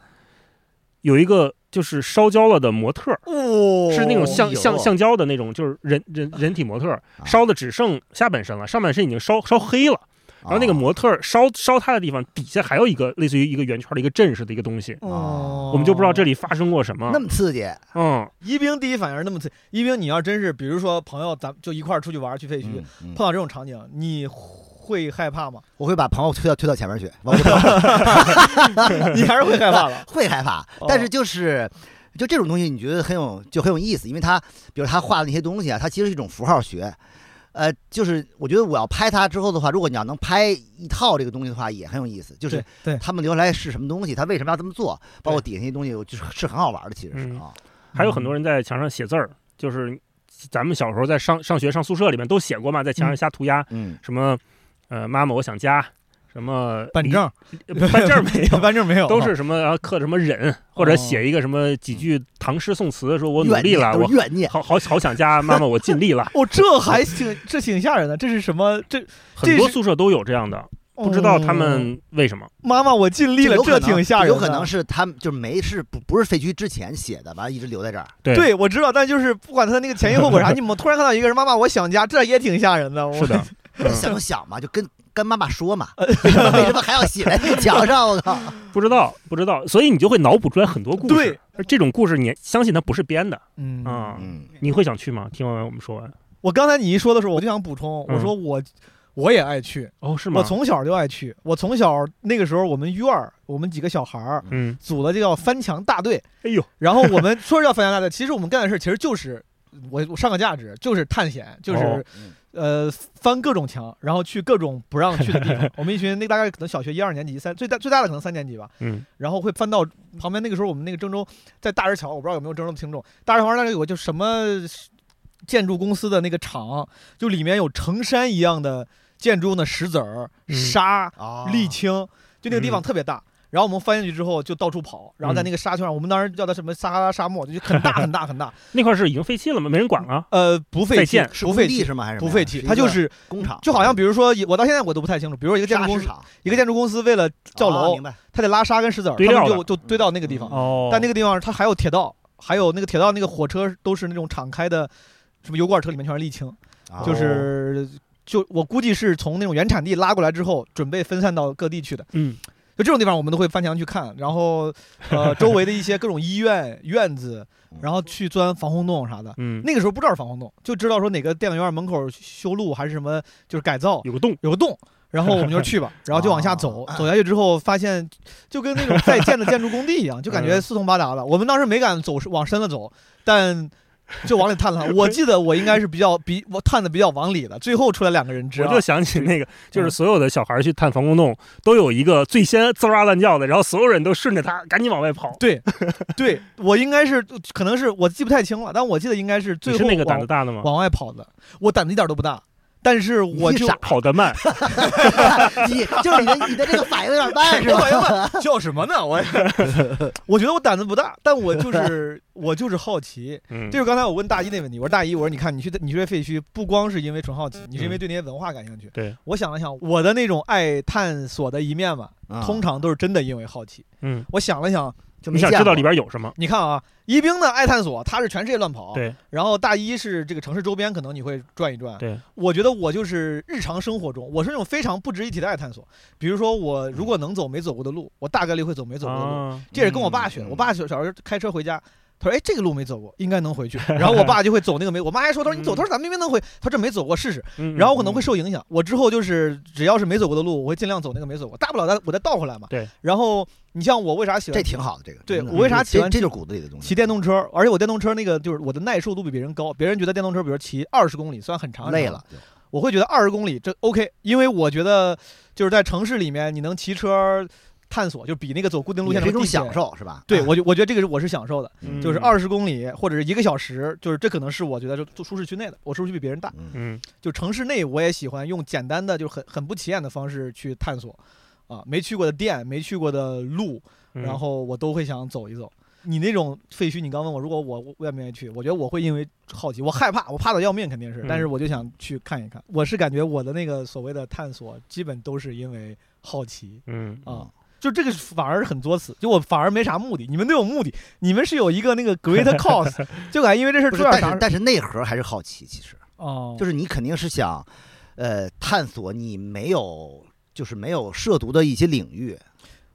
Speaker 2: 有一个就是烧焦了的模特儿，
Speaker 4: 哦，
Speaker 2: 是那种橡
Speaker 3: 有
Speaker 2: 橡橡胶的那种，就是人人人体模特儿，烧的只剩下半身了，上半身已经烧烧黑了。然后
Speaker 3: 哦
Speaker 2: 那个模特儿烧烧他的地方底下还有一个类似于一个圆圈的一个阵似的一个东西，
Speaker 4: 哦，
Speaker 2: 我们就不知道这里发生过什么
Speaker 3: 哦那。么刺激，
Speaker 2: 嗯，
Speaker 4: 宜宾第一反应是那么刺激。宜宾，你要真是比如说朋友，咱们就一块儿出去玩儿去废墟，
Speaker 3: 嗯嗯
Speaker 4: 碰到这种场景，你会害怕吗？
Speaker 3: 我会把朋友推到推到前面去，往后跑
Speaker 2: <laughs>
Speaker 4: 你还是会害怕的。
Speaker 3: 会害怕
Speaker 4: 哦，
Speaker 3: 但是就是。就这种东西，你觉得很有就很有意思，因为他，比如他画的那些东西啊，它其实是一种符号学，呃，就是我觉得我要拍它之后的话，如果你要能拍一套这个东西的话，也很有意思， <laughs> 就是
Speaker 4: 对对
Speaker 3: 他们留下来是什么东西，他为什么要这么做，包括底下那些东西，我就是是很好玩的，其实是
Speaker 2: 嗯
Speaker 3: 啊，
Speaker 2: 还有很多人在墙上写字儿，就是咱们小时候在上上学上宿舍里面都写过嘛，在墙上瞎涂鸦，
Speaker 3: 嗯，
Speaker 2: 什么呃妈妈我想家，什么
Speaker 4: 办证儿，
Speaker 2: 离办证儿没
Speaker 4: <laughs>
Speaker 2: 有。
Speaker 4: 办证儿没有，
Speaker 2: 都是什么，然后刻什么忍，或者写一个什么几句唐诗宋词，说我努
Speaker 3: 怨
Speaker 2: 力
Speaker 3: 念
Speaker 2: 了，
Speaker 3: 都
Speaker 2: 我
Speaker 3: 是怨念，
Speaker 2: 好好好想家，妈妈我尽力
Speaker 4: <laughs>
Speaker 2: 了。
Speaker 4: 哦，这还挺这挺吓人的。这是什么？这
Speaker 2: 很多宿舍都有这样的，不知道他
Speaker 4: 哦
Speaker 2: 们为什么。
Speaker 4: 妈妈，我尽力了，
Speaker 3: 有可
Speaker 4: 这
Speaker 3: 能
Speaker 4: 挺吓人的。
Speaker 3: 有可能是他们就是没是不不是废墟之前写的吧，一直留在这儿，
Speaker 2: 对
Speaker 4: <laughs> 对，我知道，但就是不管他那个前因后果啥，你们突然看到一个人，妈妈，我想家，这也挺吓人的。我
Speaker 2: 是的，嗯
Speaker 3: 想就想嘛，就跟跟妈妈
Speaker 4: <laughs>
Speaker 3: 说嘛，为什么还要写在那墙上？啊我靠！
Speaker 2: 不知道，不知道，所以你就会脑补出来很多故事。
Speaker 4: 对，
Speaker 2: 而这种故事你相信它不是编的
Speaker 4: <laughs> <laughs> 嗯
Speaker 2: 啊、
Speaker 3: <laughs> 嗯，
Speaker 2: 你会想去吗？听完我们说完，
Speaker 4: 我刚才你一说的时候，我就想补充，
Speaker 2: 嗯
Speaker 4: 我说我、我也爱去，
Speaker 2: 哦，是吗？
Speaker 4: 我从小就爱去，我从小那个时候我们院儿，我们几个小孩儿
Speaker 2: 嗯，
Speaker 4: 组了这叫翻墙大队，
Speaker 2: 哎呦，
Speaker 4: 然后我们说是叫翻墙大队，其实我们干的事儿其实就是我我上个价值就是探险，就是、
Speaker 2: 哦
Speaker 3: 嗯
Speaker 4: 呃翻各种墙，然后去各种不让去的
Speaker 2: <laughs>
Speaker 4: 地方。我们一群那大概可能小学一二年级，三最大最大的可能三年级吧，
Speaker 2: 嗯，
Speaker 4: 然后会翻到旁边那个时候我们那个郑州在大石桥，我不知道有没有郑州的听众，大石桥那里有个就什么建筑公司的那个厂，就里面有成山一样的建筑的石子儿、
Speaker 2: 嗯
Speaker 4: 沙、
Speaker 3: 啊，
Speaker 4: 沥青，就那个地方特别
Speaker 3: 嗯
Speaker 4: 大。然后我们翻进去之后就到处跑，然后在那个沙圈上，我们当时叫它什么撒哈拉沙漠，就很大很大很大。
Speaker 2: 那块儿是已经废弃了吗？没人管啊了。
Speaker 4: 呃，不废
Speaker 2: 再
Speaker 4: 弃
Speaker 2: 见，
Speaker 3: 是
Speaker 4: 不
Speaker 3: 工
Speaker 4: 废
Speaker 3: 地
Speaker 4: 弃，
Speaker 3: 是吗？还是什
Speaker 4: 不
Speaker 3: 么呀
Speaker 4: 废弃，
Speaker 3: 是一
Speaker 4: 它就
Speaker 3: 个
Speaker 4: 是
Speaker 3: 工厂，
Speaker 4: 就好像比如说，我到现在我都不太清楚，比如说一个建筑公
Speaker 3: 沙
Speaker 4: 司
Speaker 3: 石，场
Speaker 4: 一个建筑公司为了造
Speaker 3: 啊
Speaker 4: 楼
Speaker 3: 明，白？
Speaker 4: 他得拉沙跟石子儿，
Speaker 2: 堆
Speaker 4: 他们
Speaker 2: 料
Speaker 4: 就
Speaker 2: 的
Speaker 4: 就堆到那个地方。
Speaker 3: 嗯
Speaker 2: 哦，
Speaker 4: 但那个地方它还有铁道，还有那个铁道那个火车都是那种敞开的，什么油罐车里面全是沥青，
Speaker 3: 啊
Speaker 4: 就是 <laughs> 就我估计是从那种原产地拉过来之后，准备分散到各地去的。
Speaker 2: 嗯，
Speaker 4: 就这种地方我们都会翻墙去看，然后呃周围的一些各种医院院子，然后去钻防空洞啥的。
Speaker 2: 嗯，
Speaker 4: 那个时候不知道是防空洞，就知道说哪个电影院门口修路还是什么，就是改造，
Speaker 2: 有个洞，
Speaker 4: 有个洞，然后我们就去吧，然后就往下走，
Speaker 3: 啊
Speaker 4: 走下去之后发现就跟那种在建的建筑工地一样，就感觉
Speaker 2: 嗯
Speaker 4: 四通八达了。我们当时没敢走往深了走，但就往里探了探。我记得我应该是比较比我探的比较往里的，最后出来两个人知
Speaker 2: 我
Speaker 4: 道
Speaker 2: 就。想起那个，就是
Speaker 4: 嗯
Speaker 2: 所有的小孩儿去探防空洞，都有一个最先滋哇乱叫的，然后所有人都顺着他赶紧往外跑。
Speaker 4: 对， <laughs> 对我应该是可能是我记不太清了，但我记得应该是最
Speaker 2: 你
Speaker 4: 后
Speaker 2: 是那个胆
Speaker 4: 往
Speaker 2: 子大的吗？
Speaker 4: 往外跑的。我胆子一点都不大，但是我
Speaker 3: 你
Speaker 4: 就
Speaker 3: 傻
Speaker 2: 跑得慢，
Speaker 3: <laughs> 你就是你的你的这个反应有点
Speaker 4: <laughs>
Speaker 3: 慢是
Speaker 4: 我
Speaker 3: 吧？
Speaker 4: 呀
Speaker 3: <laughs>
Speaker 4: 妈，叫什么呢？我我觉得我胆子不大，但我就是 <laughs> 我就是好奇。
Speaker 2: 嗯，
Speaker 4: <laughs> 这就是刚才我问大一那问题，我说大一，我说你看你去你去这废墟，不光是因为纯好奇，你是因为对那些文化感兴趣。
Speaker 2: 嗯对，
Speaker 4: 我想了想，我的那种爱探索的一面嘛，
Speaker 3: 啊
Speaker 4: 通常都是真的因为好奇。
Speaker 2: 嗯，
Speaker 4: 我想了想，
Speaker 3: 就
Speaker 2: 你
Speaker 3: 没
Speaker 2: 想
Speaker 3: 见
Speaker 2: 知道
Speaker 3: 过
Speaker 2: 里边有什么？
Speaker 4: 你看啊，宜宾的爱探索，他是全世界乱跑，
Speaker 2: 对。
Speaker 4: 然后大一是这个城市周边，可能你会转一转。
Speaker 2: 对，
Speaker 4: 我觉得我就是日常生活中，我是那种非常不值一提的爱探索。比如说，我如果能走没走过的路，我大概率会走没走过的路。
Speaker 2: 啊，
Speaker 4: 这也跟我爸学的。
Speaker 3: 嗯
Speaker 4: 我爸小小时候开车回家，他说：“哎，这个路没走过，应该能
Speaker 2: <laughs>
Speaker 4: 回去。”然后我爸就会走那个没。我妈还说：“他说你走，
Speaker 2: 嗯
Speaker 4: 他说咱明明能回，他说这没走过试试。”
Speaker 2: 嗯
Speaker 4: 然后我可能会受影响。我之后就是只要是没走过的路，我会尽量走那个没走过，大不了再我再倒回来嘛。
Speaker 2: 对。
Speaker 4: 然后你像我为啥喜欢
Speaker 3: 这挺好的，这个
Speaker 4: 对
Speaker 3: 真的
Speaker 4: 我为啥喜
Speaker 3: 这
Speaker 4: 欢
Speaker 3: 这就是骨子里的东西。
Speaker 4: 骑电动车？而且我电动车那个就是我的耐受度比别人高。别人觉得电动车，比如骑二十公里算很长很长
Speaker 3: 累了，
Speaker 4: 我会觉得二十公里这 OK，因为我觉得就是在城市里面你能骑车探索，就比那个走固定路
Speaker 3: 也
Speaker 4: 线
Speaker 3: 是
Speaker 4: 的
Speaker 3: 一种
Speaker 4: 地铁
Speaker 3: 享。受是吧？
Speaker 4: 对，
Speaker 3: 啊
Speaker 4: 我觉我觉得这个是我是享受的。
Speaker 2: 嗯
Speaker 4: 就是，二十公里或者是一个小时，就是这可能是我觉得就做舒适区内的，我舒适区比别人大。
Speaker 3: 嗯
Speaker 2: 嗯，
Speaker 4: 就城市内，我也喜欢用简单的，就很很不起眼的方式去探索，啊，没去过的店，没去过的路，
Speaker 2: 嗯
Speaker 4: 然后我都会想走一走。你那种废墟，你刚问我，如果我我愿不愿意去，我觉得我会因为好奇，我害怕，我怕的要命，肯定是，但是
Speaker 2: 嗯
Speaker 4: 我就想去看一看。我是感觉我的那个所谓的探索，基本都是因为好奇，
Speaker 2: 嗯，
Speaker 4: 啊、就这个反而很作死，就我反而没啥目的，你们都有目的，你们是有一个那个 great
Speaker 2: <laughs>
Speaker 4: cause，就感觉因为这事儿
Speaker 3: 不
Speaker 4: 出
Speaker 3: 是，
Speaker 4: 点
Speaker 3: 但
Speaker 4: 啥
Speaker 3: 是但是内核还是好奇，其实
Speaker 4: 哦，
Speaker 3: 就是你肯定是想，呃，探索你没有就是没有涉足的一些领域，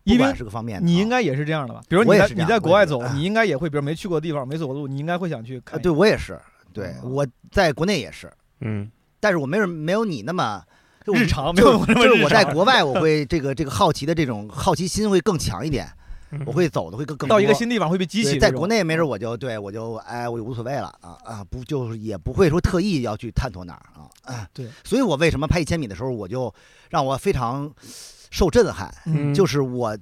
Speaker 3: 不
Speaker 4: 因为
Speaker 3: 管是个方面的啊，
Speaker 4: 你应该也是这样的吧？比如
Speaker 3: 我
Speaker 4: 你
Speaker 3: 也
Speaker 4: 在
Speaker 3: 是这
Speaker 4: 你
Speaker 3: 样
Speaker 4: 在
Speaker 3: 我
Speaker 4: 国
Speaker 3: 也
Speaker 4: 外
Speaker 3: 是
Speaker 4: 走，
Speaker 3: 啊
Speaker 4: 你应该也会，比如没去过的地方、没走过的路，你应该会想去
Speaker 3: 啊，
Speaker 4: 看一看。
Speaker 3: 对我也是，对
Speaker 4: 啊
Speaker 3: 我在国内也是，
Speaker 2: 嗯，
Speaker 3: 但是我没有没有你那么。就我
Speaker 4: 日常没
Speaker 3: 就
Speaker 4: 有我那么
Speaker 3: 就是
Speaker 4: 日
Speaker 3: 我在
Speaker 4: 常
Speaker 3: 国外，我会这个这个好奇的这种好奇心会更强一点，
Speaker 2: 嗯
Speaker 3: 我会走的会更更
Speaker 4: 到一个
Speaker 3: 多
Speaker 4: 新地方会被激
Speaker 3: 对
Speaker 4: 起。
Speaker 3: 在国，内没
Speaker 4: 嗯
Speaker 3: 准我就对我就哎我就无所谓了啊啊不就是也不会说特意要去探索哪儿啊啊
Speaker 4: 对，
Speaker 3: 所以我为什么拍一千米的时候我就让我非常受震撼，
Speaker 4: 嗯，
Speaker 3: 就是是我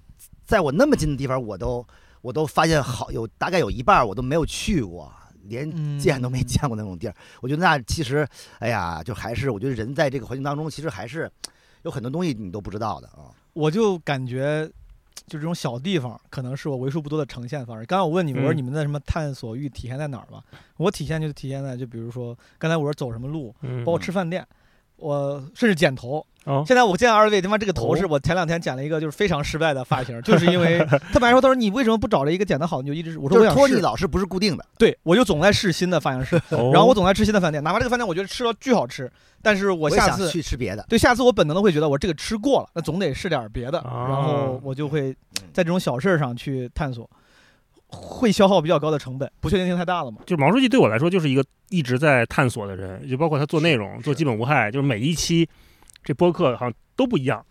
Speaker 3: 在我那么近的地方我都我都发现好有大概有一半儿我都没有去过，连
Speaker 4: 嗯
Speaker 3: 见都没见过那种地儿，我觉得那其实哎呀就还是我觉得人在这个环境当中其实还是有很多东西你都不知道的啊，
Speaker 4: 我就感觉。就这种小地方，可能是我为数不多的呈现方式。刚刚我问你们，我说
Speaker 2: 嗯
Speaker 4: 你们的什么探索欲体现在哪儿吧？我体现就体现在，就比如说刚才我说走什么路，包括
Speaker 3: 嗯
Speaker 4: 吃饭店，我甚至剪头。
Speaker 2: 哦
Speaker 4: 现在我见二位他妈这个头
Speaker 2: 哦
Speaker 4: 是我前两天剪了一个就是非常失败的发型，就是因为他们还说他说你为什么不找了一个剪得好你就一直我说我
Speaker 3: 就是
Speaker 4: 想
Speaker 3: 托尼
Speaker 4: 试，
Speaker 3: 老师不是固定的，
Speaker 4: 对我就总在试新的发型师，
Speaker 3: 哦
Speaker 2: 哦
Speaker 4: 然后我总在吃新的饭店，哪怕这个饭店我觉得吃了巨好吃，但是我
Speaker 3: 我也
Speaker 4: 下
Speaker 3: 想
Speaker 4: 次
Speaker 3: 去吃
Speaker 4: <laughs>
Speaker 3: 别的，
Speaker 4: 对下次我本能的会觉得我这个吃过了，那总得试点别的，
Speaker 2: 啊
Speaker 4: 然后我就会在这种小事儿上去探索，会消耗比较高的成本，不确定性太大了嘛。
Speaker 2: 就是毛书记对我来说就是一个一直在探索的人，就包括他做内容、做基本无害，就是每一期这播客好像都不一样，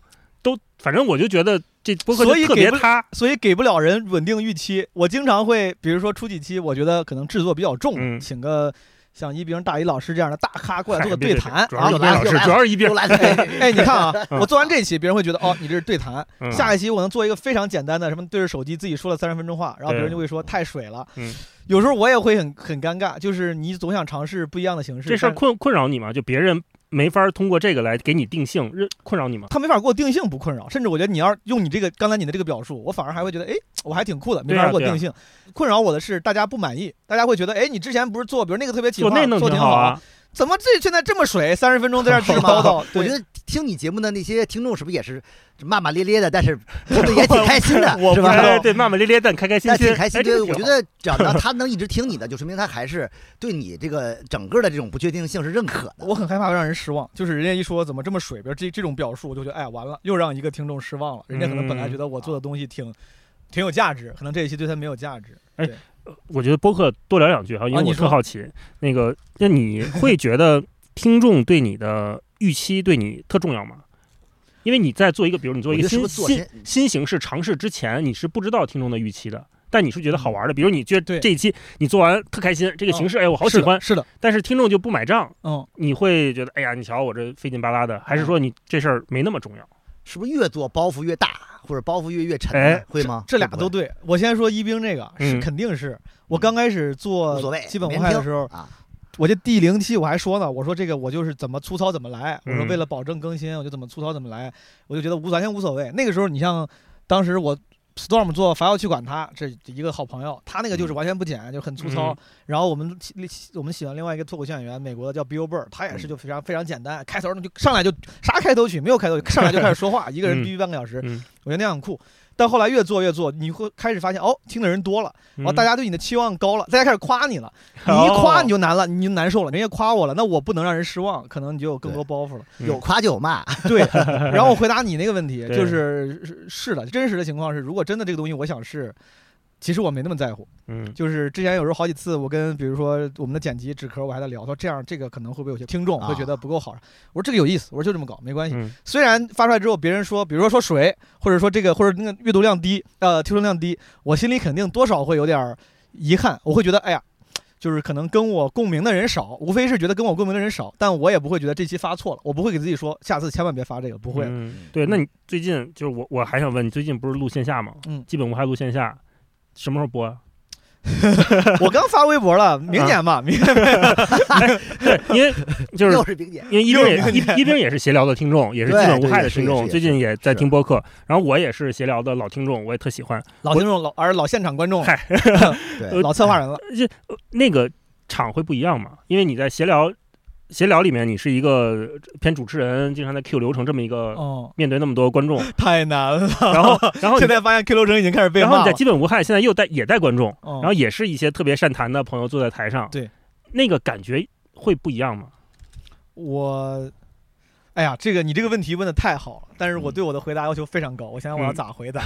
Speaker 2: 都反正我就觉得这播客
Speaker 4: 所以
Speaker 2: 就特别
Speaker 4: 给不
Speaker 2: 他，
Speaker 4: 所以给不了人稳定预期。我经常会，比如说出几期，我觉得可能制作比较重，
Speaker 2: 嗯
Speaker 4: 请个像一冰、大一老师这样的大咖过来
Speaker 2: 嗨
Speaker 4: 做个
Speaker 2: 别
Speaker 4: 对
Speaker 2: 别
Speaker 4: 谈
Speaker 2: 主要是
Speaker 4: 啊
Speaker 2: 一。边老师，主要是一边
Speaker 3: 都。来自北，
Speaker 4: 哎，你看啊，
Speaker 2: 嗯
Speaker 4: 我做完这期，别人会觉得哦，你这是对谈。
Speaker 2: 嗯
Speaker 4: 下一期我能做一个非常简单的，什么对着手机自己说了三十分钟话，然后别人就会说太水了。
Speaker 2: 嗯
Speaker 4: 有时候我也会很很尴尬，就是你总想尝试不一样的形式，
Speaker 2: 这事儿
Speaker 4: 但是
Speaker 2: 困困扰你吗？就别人没法通过这个来给你定性，认困扰你吗？
Speaker 4: 他没法给我定性不困扰，甚至我觉得你要是用你这个刚才你的这个表述，我反而还会觉得，哎，我还挺酷的，没
Speaker 2: 对啊
Speaker 4: 法给我
Speaker 2: 对啊
Speaker 4: 定性。困扰我的是大家不满意，大家会觉得，哎，你之前不是做，比如那个特别企
Speaker 2: 做
Speaker 4: 划
Speaker 2: 那弄
Speaker 4: 做
Speaker 2: 挺
Speaker 4: 好
Speaker 2: 啊，，
Speaker 4: 怎么这现在这么水？三十分钟在这儿指指叨叨
Speaker 3: 啊我觉
Speaker 4: 得
Speaker 3: 得听你节目的那些听众是不是也是骂骂咧咧
Speaker 4: <laughs>
Speaker 3: 的，但是他们也挺开心的
Speaker 2: 我
Speaker 3: 是
Speaker 2: 不
Speaker 3: 吧？
Speaker 2: 哎对，骂骂咧咧，但开开心
Speaker 3: 但
Speaker 2: 心，
Speaker 3: 挺开心
Speaker 2: 哎，
Speaker 3: 这
Speaker 2: 这
Speaker 3: 个
Speaker 2: 个
Speaker 3: 我觉
Speaker 2: 挺好
Speaker 3: 得只要
Speaker 4: <laughs>
Speaker 3: 他能一直听你的，就说明他还是对你这个整个的这种不确定性是认可的。
Speaker 4: 我很害怕让人失望，就是人家一说怎么这么水，比如这这种表述，我就觉得，哎呀，完了，又让一个听众失望了。人家可
Speaker 2: 嗯
Speaker 4: 能本来觉得我
Speaker 2: 啊
Speaker 4: 做的东西挺、挺有价值，可能这一期对他没有价值。
Speaker 2: 哎我觉得播客多聊两句哈，因
Speaker 4: 啊
Speaker 2: 为
Speaker 4: 你
Speaker 2: 我
Speaker 4: 说
Speaker 2: 特好奇，那个那你会觉得听众对你的预期对你特重要吗？因为你在做一个，比如你做一个
Speaker 3: 我觉得
Speaker 2: 新
Speaker 3: 是不是做
Speaker 2: 新
Speaker 3: 先
Speaker 2: 新形式尝试之前，你是不知道听众的预期的，但你是觉得好玩的。比如你觉
Speaker 4: 对
Speaker 2: 得这一期你做完特开心，这个形式、哎我好
Speaker 4: 是
Speaker 2: 喜
Speaker 4: 的
Speaker 2: 欢，
Speaker 4: 是的，
Speaker 2: 但是听众就不买账，
Speaker 4: 嗯，
Speaker 2: 你会觉得哎呀你瞧我这费劲巴拉的，还是说你这事儿没那么重要？
Speaker 3: 是不是越做包袱越大，或者包袱越越沉呢？
Speaker 2: 哎
Speaker 3: 会吗？
Speaker 4: 这俩
Speaker 3: 会不
Speaker 4: 都
Speaker 3: 会
Speaker 4: 对。我先说一冰这个是
Speaker 2: 嗯
Speaker 4: 肯定是、我刚开始做
Speaker 3: 无所谓
Speaker 4: 基本
Speaker 3: 没
Speaker 4: 无
Speaker 3: 人
Speaker 4: 害的
Speaker 3: 听
Speaker 4: 时候，
Speaker 3: 啊，
Speaker 4: 我这第零期我还说呢，我说这个我就是怎么粗糙怎么来，我说
Speaker 2: 嗯
Speaker 4: 为了保证更新，我就怎么粗糙怎么来，我就觉得无完全无所谓。那个时候你像当时我 Storm 做伐要去管他，这一个好朋友，他那个
Speaker 3: 嗯
Speaker 4: 就是完全不剪，就很粗糙。
Speaker 2: 嗯
Speaker 4: 然后我们我们喜欢另外一个脱口秀演员，美国的叫 Bill Burr，他也
Speaker 2: 嗯
Speaker 4: 是就非常非常简单，开头那就上来就啥开头曲没有开头曲，上来就开始说话，一个人
Speaker 2: 嗯
Speaker 4: 逼逼半个小时，
Speaker 2: 嗯
Speaker 4: 我觉得那样很酷。但后来越做越做，你会开始发现哦，
Speaker 2: 嗯
Speaker 4: 听的人多了。然后哦大
Speaker 2: 家
Speaker 4: 家对你的期望高了，大家开始夸你了，
Speaker 2: <laughs>
Speaker 4: 你
Speaker 2: 哦
Speaker 4: 一夸你就难了，你就难受了，人家夸我了，那我不能让人失望，可能你就有更多包
Speaker 2: <laughs>
Speaker 4: 袱了。
Speaker 2: 嗯
Speaker 3: 有夸就有骂，
Speaker 4: 对，然后我回答你那个问题，
Speaker 2: <laughs> 对
Speaker 4: 就是是是的，真实的情况是，如果真的这个东西我想试。其实我没那么在乎，
Speaker 2: 嗯
Speaker 4: 就是之前有时候好几次，我跟比如说我们的剪辑纸壳，我还在聊，说这样这个可能会不会有些听众会觉得不够好，啊我说这个有意思，我说就这么搞没关系，
Speaker 2: 啊嗯
Speaker 4: 虽然发出来之后，别人说，比如说说水，或者说这个或者那个阅读量低，呃，听众量低，我心里肯定多少会有点儿遗憾，我会觉得，哎呀，就是可能跟我共鸣的人少，无非是觉得跟我共鸣的人少，但我也不会觉得这期发错了，我不会给自己说下次千万别发这个，不会。
Speaker 2: 嗯对，那你最近就是我我还想问你，最近不是录线下吗？
Speaker 4: 嗯
Speaker 2: 基本无害录线下，什么时候播啊？ <laughs>
Speaker 4: 我刚发微博了，
Speaker 2: 嗯
Speaker 4: 明年吧，
Speaker 2: <laughs>
Speaker 4: 明年
Speaker 2: 对，因为就是
Speaker 3: 又是冰姐，
Speaker 2: 因为一冰也一一冰也是闲聊的听众，也是基
Speaker 3: 对
Speaker 2: 本无
Speaker 3: 对
Speaker 2: 害
Speaker 3: 也
Speaker 2: 的
Speaker 3: 是
Speaker 2: 听
Speaker 3: 也
Speaker 2: 众，
Speaker 3: 是
Speaker 2: 最
Speaker 3: 也
Speaker 2: 近也在
Speaker 3: 是
Speaker 2: 听播客。然后我也是闲聊的老听众，我也特喜欢。
Speaker 4: 老听众老而老现场观众，
Speaker 3: 对
Speaker 2: 呃
Speaker 4: 老策划人了，
Speaker 2: 那个场会不一样嘛？因为你在闲聊闲聊里面，你是一个偏主持人，经常在 Q 流程这么一个
Speaker 4: 哦，
Speaker 2: 面对那么多观众，
Speaker 4: 太难了。
Speaker 2: 然后然后你
Speaker 4: 现在发现 Q 流程已经开始被
Speaker 2: 然后
Speaker 4: 骂
Speaker 2: 你在
Speaker 4: 了，嗯
Speaker 2: 基本无害，现在又带也带观众，
Speaker 4: 然
Speaker 3: 哦
Speaker 2: 然后也是一些特别善谈的朋友坐在台上，
Speaker 4: 对，
Speaker 2: 那个感觉会不一样吗？
Speaker 4: 我，哎呀，这个你这个问题问的太好了，但是我对我的回答要求非常高，我想想我要
Speaker 2: 嗯
Speaker 4: 咋回答。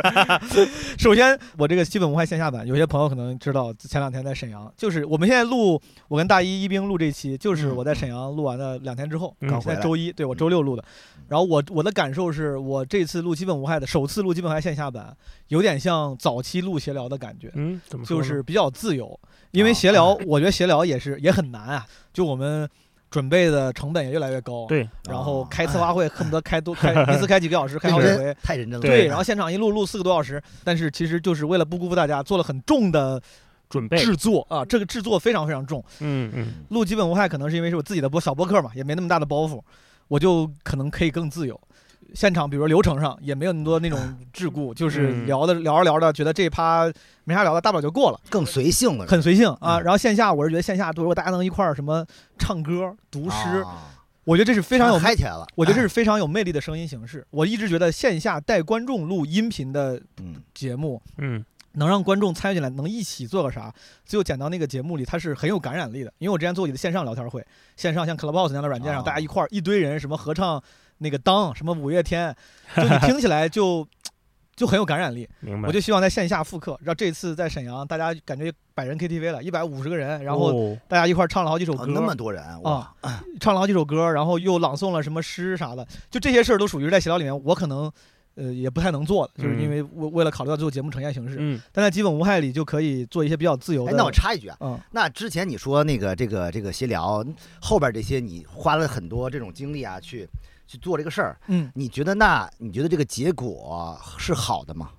Speaker 4: <laughs> 首先，我这个基本无害线下版，有些朋友可能知道，前两天在沈阳，就是我们现在录，我跟大一一兵录这期，就是
Speaker 3: 嗯
Speaker 4: 我在沈阳录完的两天之后，
Speaker 2: 嗯
Speaker 3: 刚
Speaker 4: 现在
Speaker 3: 回来
Speaker 4: 周一，对我周六录的。然后我我的感受是我这次录基本无害的首次录基本无害线下版，有点像早期录闲聊的感觉。
Speaker 2: 嗯，怎么说
Speaker 4: 就
Speaker 2: 呢
Speaker 4: 是比较自由，因为
Speaker 3: 啊
Speaker 4: 闲聊，我觉得闲聊也是也很难啊。就我们准备的成本也越来越高，，
Speaker 2: 对，啊
Speaker 4: 然后
Speaker 3: 哦
Speaker 4: 开策划会恨不得开
Speaker 2: <laughs>
Speaker 4: 多开一次开几个小时，开好
Speaker 3: 认
Speaker 4: 几
Speaker 3: 真
Speaker 4: 回，
Speaker 3: 太认真了。
Speaker 2: 对
Speaker 4: 对，然后现场一录录四个多小时，但是其实就是为了不辜负大家，做了很重的
Speaker 2: 准备，
Speaker 4: 制作啊，这个制作非常非常重。
Speaker 2: 嗯嗯。
Speaker 4: 录基本无害可能是因为是我自己的播小播客嘛，也没那么大的包袱，我就可能可以更自由。现场比如说流程上也没有那么多那种桎梏，就是
Speaker 2: 嗯
Speaker 4: 聊的聊着聊着觉得这一趴没啥聊的，大不了就过了。
Speaker 3: 更随性了，
Speaker 4: 很随性啊。
Speaker 3: 嗯
Speaker 4: 然后线下，我是觉得线下，如果大家能一块儿什么唱歌、读诗，
Speaker 3: 啊
Speaker 4: 我觉得这是非常有，
Speaker 3: 嗨哎起来了。
Speaker 4: 我觉得这是非常有魅力的声音形式。我一直觉得线下带观众录音频的
Speaker 3: 嗯，
Speaker 4: 节目，
Speaker 2: 嗯
Speaker 4: 能让观众参与进来，能一起做个啥，最后剪到那个节目里，它是很有感染力的。因为我之前做过一个线上聊天会，线上像 Clubhouse 那样的软件上，
Speaker 3: 啊
Speaker 4: 大家一块儿一堆人，什么合唱那个当，什么五月天，就你听起来就 <laughs> 就很有感染力。，
Speaker 2: 明白。
Speaker 4: 我就希望在线下复刻。然后这次在沈阳，大家感觉百人 KTV 了，一百五十个人，然后
Speaker 2: 哦
Speaker 4: 大家一块儿唱了好几首歌，啊
Speaker 3: 哦那么多人哇，
Speaker 4: 唱了好几首歌，然后又朗诵了什么诗啥的，就这些事儿都属于在闲聊里面，我可能呃，也不太能做的，就是因
Speaker 2: 嗯
Speaker 4: 为为为了考虑到最后节目呈现形式，
Speaker 2: 嗯
Speaker 4: 但在基本无害里就可以做一些比较自由的。
Speaker 3: 哎，那我插一句啊，
Speaker 4: 嗯，
Speaker 3: 那之前你说那个这个这个闲聊后边这些，你花了很多这种精力啊，去去做这个事儿，
Speaker 4: 嗯，
Speaker 3: 你觉得那你觉得这个结果是好的吗？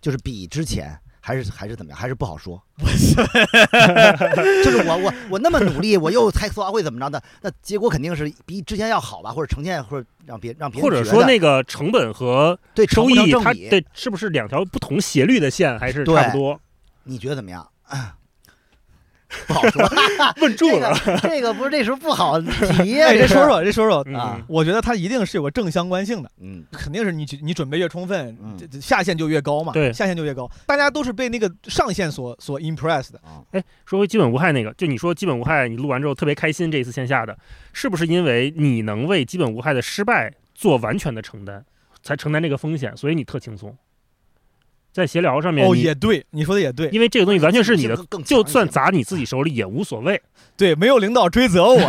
Speaker 3: 就是比之前还是还是怎么样？还是不好
Speaker 2: <laughs>
Speaker 3: 说。就是我我我那么努力，我又猜策划会怎么着的，那结果肯定是比之前要好吧，或者呈现或者让别让别人
Speaker 2: 或者
Speaker 3: 觉
Speaker 2: 说
Speaker 3: 得
Speaker 2: 那个成本和
Speaker 3: 对
Speaker 2: 收
Speaker 3: 成不成
Speaker 2: 益，
Speaker 3: 正
Speaker 2: 它
Speaker 3: 比
Speaker 2: 对是不是两条不同斜率的线，还是
Speaker 3: 对
Speaker 2: 差不多？
Speaker 3: 你觉得怎么样？ <laughs> 不好说， <laughs>
Speaker 2: 问住了，
Speaker 3: 这个这个不是这时候不好 <laughs> 提呀、
Speaker 4: 哎，这
Speaker 3: 这是
Speaker 4: 说说这说说，
Speaker 2: 嗯
Speaker 3: 啊
Speaker 4: 我觉得它一定是有个正相关性的。
Speaker 3: 嗯
Speaker 4: 肯定是你你准备越充分，
Speaker 3: 嗯
Speaker 4: 这这下限就越高嘛，
Speaker 2: 对
Speaker 4: 下限就越高。大家都是被那个上限所所 impress 的，
Speaker 3: 啊
Speaker 2: 说回基本无害那个，就你说基本无害，你录完之后特别开心，这一次线下的，是不是因为你能为基本无害的失败做完全的承担，才承担这个风险，所以你特轻松？在闲聊上面，
Speaker 4: 哦，
Speaker 2: 你
Speaker 4: 也对，你说的也对，
Speaker 2: 因为这个东西完全是你的，
Speaker 3: 更更
Speaker 2: 就
Speaker 3: 强一
Speaker 2: 算
Speaker 3: 些啊
Speaker 2: 砸你自己手里也无所谓。
Speaker 4: 对，没有领导追责我，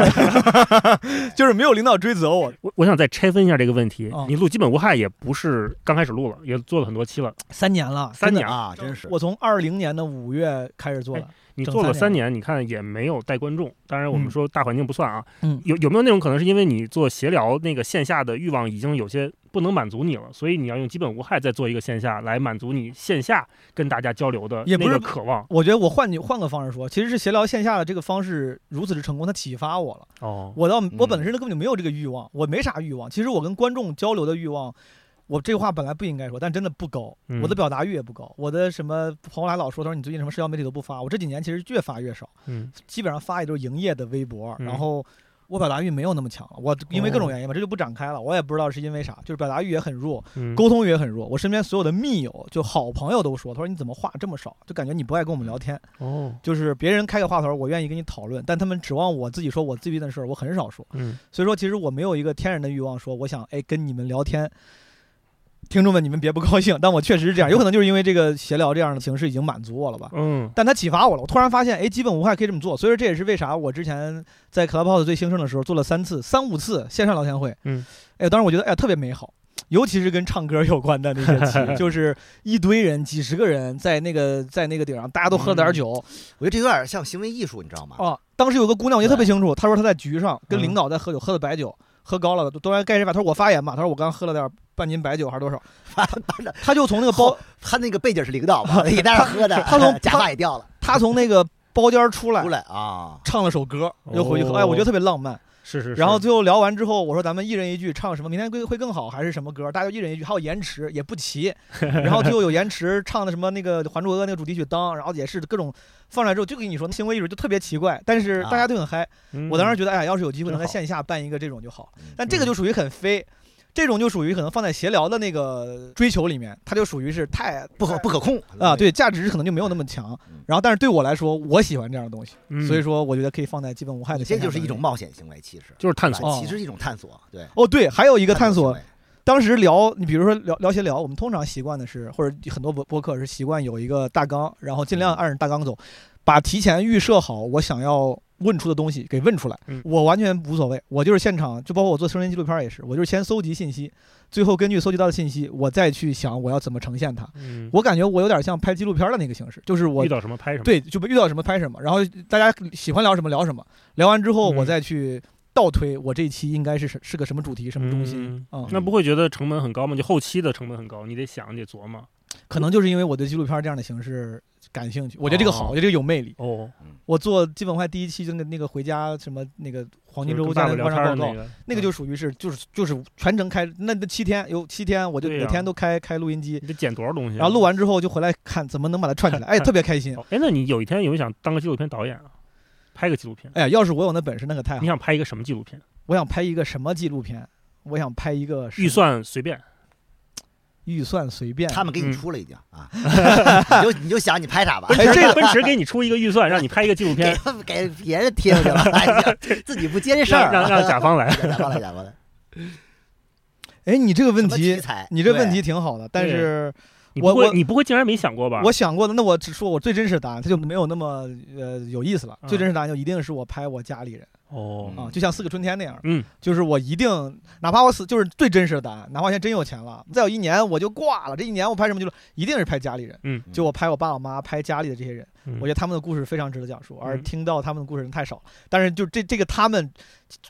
Speaker 4: <laughs> 就是没有领导追责我。
Speaker 2: 我我想再拆分一下这个问题
Speaker 4: 嗯，
Speaker 2: 你录基本无害也不是刚开始录了，也做了很多期了，
Speaker 4: 三年了，
Speaker 2: 三
Speaker 4: 真的
Speaker 2: 年哎了，
Speaker 3: 啊，真是
Speaker 4: 我从二零年的五月开始做的，
Speaker 2: 你
Speaker 4: 整
Speaker 2: 做了
Speaker 4: 三
Speaker 2: 三
Speaker 4: 年
Speaker 2: 年，你看也没有带观众。当然，我
Speaker 4: 嗯
Speaker 2: 们说大环境不算啊。
Speaker 4: 嗯
Speaker 2: 有有没有那种可能是因为你做闲聊那个线下的欲望已经有些不能满足你了，所以你要用基本无害再做一个线下来满足你线下跟大家交流的
Speaker 4: 也不
Speaker 2: 那
Speaker 4: 是
Speaker 2: 个渴望。
Speaker 4: 我觉得我换你换个方式说，其实是闲聊线下的这个方式如此之成功，它启发我了。
Speaker 2: 哦，
Speaker 4: 我倒我本身根本就没有这个欲望，我没啥欲望。其实我跟观众交流的欲望，我这话本来不应该说，但真的不高，
Speaker 2: 嗯
Speaker 4: 我的表达欲也不高。我的什么朋友来老说，他说你最近什么社交媒体都不发，我这几年其实越发越少，
Speaker 2: 嗯
Speaker 4: 基本上发也就是营业的微博，
Speaker 2: 嗯哦
Speaker 4: 然后。我表达欲没有那么强了，我因为各种原因吧，这就不展开了。我也不知道是因为啥，就是表达欲也很弱，
Speaker 2: 嗯，
Speaker 4: 沟通欲也很弱。我身边所有的密友，就好朋友都说，他说你怎么话这么少，就感觉你不爱跟我们聊天。
Speaker 2: 哦，
Speaker 4: 就是别人开个话头，我愿意跟你讨论，但他们指望我自己说我自己的事儿，我很少说。
Speaker 2: 嗯，
Speaker 4: 所以说，其实我没有一个天然的欲望，说我想哎跟你们聊天。听众们，你们别不高兴，但我确实是这样，有可能就是因为这个闲聊这样的形式已经满足我了吧。
Speaker 2: 嗯，
Speaker 4: 但它启发我了，我突然发现，哎，基本无害可以这么做。所以说，这也是为啥我之前在 Clubhouse 最兴盛的时候做了三次、三五次线上聊天会。
Speaker 2: 嗯，
Speaker 4: 哎，当时我觉得哎特别美好，尤其是跟唱歌有关的那些
Speaker 2: <laughs>
Speaker 4: 期，就是一堆人、几十个人在那个在那个顶上，大家都喝了点
Speaker 2: 嗯
Speaker 4: 儿酒，
Speaker 3: 我觉得这有点像行为艺术，你知道吗？
Speaker 4: 哦，当时有个姑娘，我记得特别清楚，她说她在局上跟
Speaker 2: 嗯
Speaker 4: 领导在喝酒，喝的白酒，喝高了，都都该谁吧？她说我发言吧，她说我刚喝了点半斤白酒还是多
Speaker 2: <laughs>
Speaker 4: 少，她她就从那个包，
Speaker 3: 他那个背景是领导
Speaker 4: <laughs>
Speaker 3: 嘛，也在那儿喝的，
Speaker 4: 他哎从
Speaker 3: <laughs> 假发也掉了，
Speaker 4: 她从那个包间儿出来
Speaker 3: 出。来啊，
Speaker 4: 唱了首歌，又回去喝，
Speaker 2: 哦
Speaker 4: 哎，我觉得特别浪漫。
Speaker 2: 是是是。
Speaker 4: 然后最后聊完之后，我说咱们一人一句，唱什么？明天会会更好，还是什么歌？大家就一人一句。还有延迟也不齐，然后最后有延迟唱的什么那个《还珠格格》那个主题曲，当，然后也是各种放出来之后，就跟你说行为艺术就特别奇怪，但是大家都很
Speaker 3: 啊
Speaker 4: 嗨。
Speaker 2: 嗯
Speaker 4: 我当时觉得，哎呀，要是有机会能在
Speaker 2: 真好
Speaker 4: 线下办一个这种就好
Speaker 3: 嗯，
Speaker 4: 但这个就属于很飞，这种就属于可能放在闲聊的那个追求里面，它就属于是太
Speaker 3: 不可不可控
Speaker 4: 啊，，对，价值可能就没有那么强
Speaker 3: 嗯。
Speaker 4: 然后，但是对我来说，我喜欢这样的东西，
Speaker 2: 嗯
Speaker 4: 所以说我觉得可以放在基本无害的
Speaker 3: 你
Speaker 4: 线
Speaker 3: 这
Speaker 4: 下
Speaker 3: 就
Speaker 4: 办理。
Speaker 3: 是一种冒险行为，其实，
Speaker 2: 就是探
Speaker 3: 对
Speaker 2: 索，
Speaker 4: 哦
Speaker 3: 其实是一种探索，对，
Speaker 4: 哦，对，还有一个探索
Speaker 3: 行，为
Speaker 4: 当时聊，你比如说聊聊闲聊，我们通常习惯的是，或者很多播播客是习惯有一个大纲，然后尽
Speaker 2: 嗯
Speaker 4: 量按着大纲走，把提前预设好我想要问出的东西给问出来。
Speaker 2: 嗯
Speaker 4: 我完全无所谓，我就是现场，就包括我做声音纪录片也是，我就是先搜集信息，最后根据搜集到的信息，我再去想我要怎么呈现它。
Speaker 2: 嗯，
Speaker 4: 我感觉我有点像拍纪录片的那个形式，就是我
Speaker 2: 遇到什么拍什么。
Speaker 4: 对，就遇到什么拍什么，然后大家喜欢聊什么聊什么，聊完之后
Speaker 2: 嗯
Speaker 4: 我再去倒推我这一期应该是是是个什么主题，什么中心
Speaker 2: 嗯
Speaker 4: 啊、
Speaker 2: 那不会觉得成本很高吗？就后期的成本很高，你得想，你得琢磨。
Speaker 4: 可能就是因为我对纪录片这样的形式感兴趣，我觉得这个好，
Speaker 2: 哦
Speaker 4: 我觉得这个有魅力。
Speaker 2: 哦，
Speaker 4: 我做基本坏第一期就那个那个回家什么那个黄金
Speaker 2: 就是
Speaker 4: 周
Speaker 2: 跟
Speaker 4: 家
Speaker 2: 爸爸
Speaker 4: 庭
Speaker 2: 聊
Speaker 4: 观
Speaker 2: 天
Speaker 4: 察
Speaker 2: 的
Speaker 4: 报告，
Speaker 2: 那个，嗯
Speaker 4: 那个就属于是就是就是全程开那那七天有七天，我就
Speaker 2: 对
Speaker 4: 每
Speaker 2: 呀
Speaker 4: 天都开开录音机，
Speaker 2: 你得剪多少东西啊，
Speaker 4: 然后录完之后就回来看怎么能把它串起
Speaker 2: <laughs>
Speaker 4: 来，哎，特别开心。
Speaker 2: 哦。哎，那你有一天有没有想当个纪录片
Speaker 4: 哎
Speaker 2: 导演啊？拍个纪录片？
Speaker 4: 哎呀，要是我有那本事，那可太好
Speaker 2: 你。想拍一个什么纪录片？
Speaker 4: 我想拍一个什么纪录片？我想拍一个什么
Speaker 2: 预算随便。
Speaker 4: 预算随便。
Speaker 3: 他们给你
Speaker 2: 嗯
Speaker 3: 出了已经
Speaker 4: <laughs>
Speaker 3: 啊，你就你就想你拍啥吧，
Speaker 4: 哎这哎
Speaker 2: 奔驰给你出一个预算，让你拍一个纪
Speaker 4: <laughs>
Speaker 2: 录片，
Speaker 3: 给给别人贴过去了，哎呀，自己不接这事
Speaker 2: 让
Speaker 3: 儿
Speaker 2: 让
Speaker 3: 啊，
Speaker 2: 让甲方来。
Speaker 3: 假过来假过来，
Speaker 4: 哎，你这个问
Speaker 3: 什么
Speaker 4: 题
Speaker 3: 题，材，
Speaker 4: 你这
Speaker 3: 对
Speaker 4: 问题挺好的，但是
Speaker 2: 你
Speaker 4: <laughs> 我
Speaker 2: 不会
Speaker 4: 我
Speaker 2: 你不会竟然没想过吧？
Speaker 4: 我想过的，那我只说我最真实的答案，它就没有那么呃有意思了。
Speaker 2: 嗯
Speaker 4: 最真实答案就一定是我拍我家里人，啊
Speaker 2: 哦
Speaker 4: 啊，就像四个春天那样，
Speaker 2: 嗯，
Speaker 4: 就是我一定，哪怕我死，就是最真实的答案，哪怕我现在真有钱了，再有一年我就挂了，这一年我拍什么去了，一定是拍家里人，
Speaker 2: 嗯
Speaker 4: 就我拍我爸我妈，拍家里的这些人，
Speaker 2: 嗯
Speaker 4: 我觉得他们的故事非常值得讲述，而
Speaker 2: 嗯
Speaker 4: 听到他们的故事人太少了，但是就这这个他们，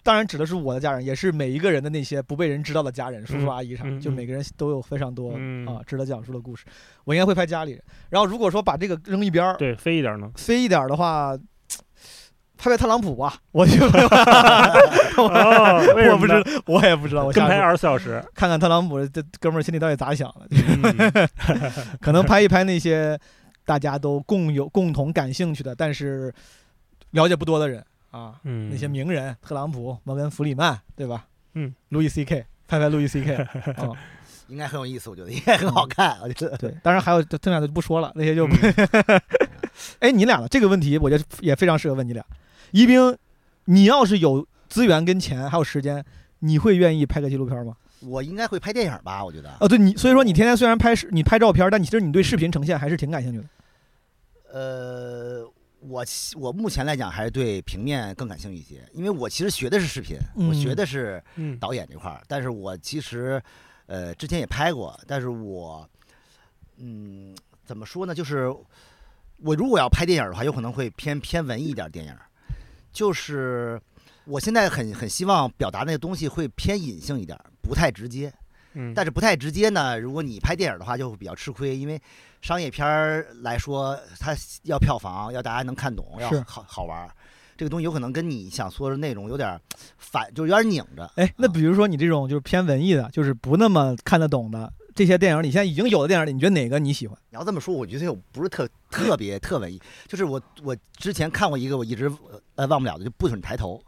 Speaker 4: 当然指的是我的家人，也是每一个人的那些不被人知道的家人，叔叔
Speaker 2: 嗯
Speaker 4: 阿姨啥，
Speaker 2: 嗯
Speaker 4: 就
Speaker 2: 嗯
Speaker 4: 每个人都有非常多、
Speaker 2: 嗯
Speaker 4: 啊值得讲述的故事，我应该会拍家里人，然后如果说把这个扔一边儿，
Speaker 2: 对，飞一
Speaker 4: <laughs>
Speaker 2: 点呢？
Speaker 4: 飞一点儿的话。拍拍特朗普吧，
Speaker 2: <laughs>
Speaker 4: 我就
Speaker 2: 哦，为什么
Speaker 4: 我不知
Speaker 2: 呢，
Speaker 4: 道，我也不知道。我
Speaker 2: 跟
Speaker 4: 下
Speaker 2: 拍
Speaker 4: 次
Speaker 2: 二十四小
Speaker 4: <laughs>
Speaker 2: 时，
Speaker 4: 看看特朗普这哥们儿心里到底咋想的， <laughs>
Speaker 2: 嗯
Speaker 4: 可能拍一拍那些大家都共有共同感兴趣的，但是了解不多的人啊，
Speaker 2: 嗯，
Speaker 4: 那些名人，特朗普、摩根·弗里曼，对吧？
Speaker 2: 嗯，
Speaker 4: 路易 C.K. 拍拍路
Speaker 2: <laughs>
Speaker 4: 易 C.K. 啊，
Speaker 3: 应该很有意思，我觉得应该很好看，我觉得。
Speaker 4: 对，当然还有剩下的就不说了，那些就
Speaker 2: 嗯
Speaker 4: <laughs> 哎，你俩呢？这个问题我觉得也非常适合问你俩。一冰，你要是有资源跟钱还有时间，你会愿意拍个纪录片吗？
Speaker 3: 我应该会拍电影吧，我觉得。
Speaker 4: 哦，对你，所以说你天天虽然拍视，你拍照片，但其实你对视频呈现还是挺感兴趣的。
Speaker 3: 呃，我其我目前来讲还是对平面更感兴趣一些，因为我其实学的是视频，我学
Speaker 4: 嗯
Speaker 3: 的是
Speaker 2: 嗯
Speaker 3: 导演这块儿，但是我其实呃之前也拍过，但是我嗯怎么说呢，就是我如果要拍电影的话，有可能会偏偏文艺一点儿电影儿，就是我现在很很希望表达那个东西会偏隐性一点儿，不太直接。
Speaker 2: 嗯，
Speaker 3: 但是不太直接呢。如果你拍电影的话，就会比较吃亏，因为商业片儿来说，它要票房，要大家能看懂，要
Speaker 4: 是
Speaker 3: 好好玩儿。这个东西有可能跟你想说的内容有点儿反，就是有点拧着。
Speaker 4: 哎，那
Speaker 3: 啊
Speaker 4: 比如说你这种就是偏文艺的，就是不那么看得懂的这些电影里，现在已经有的电影里，你觉得哪个你喜欢？
Speaker 3: 你要这么说，我觉得我不是特特别特文艺，就是我我之前看过一个我一直呃忘不了的，就不准抬头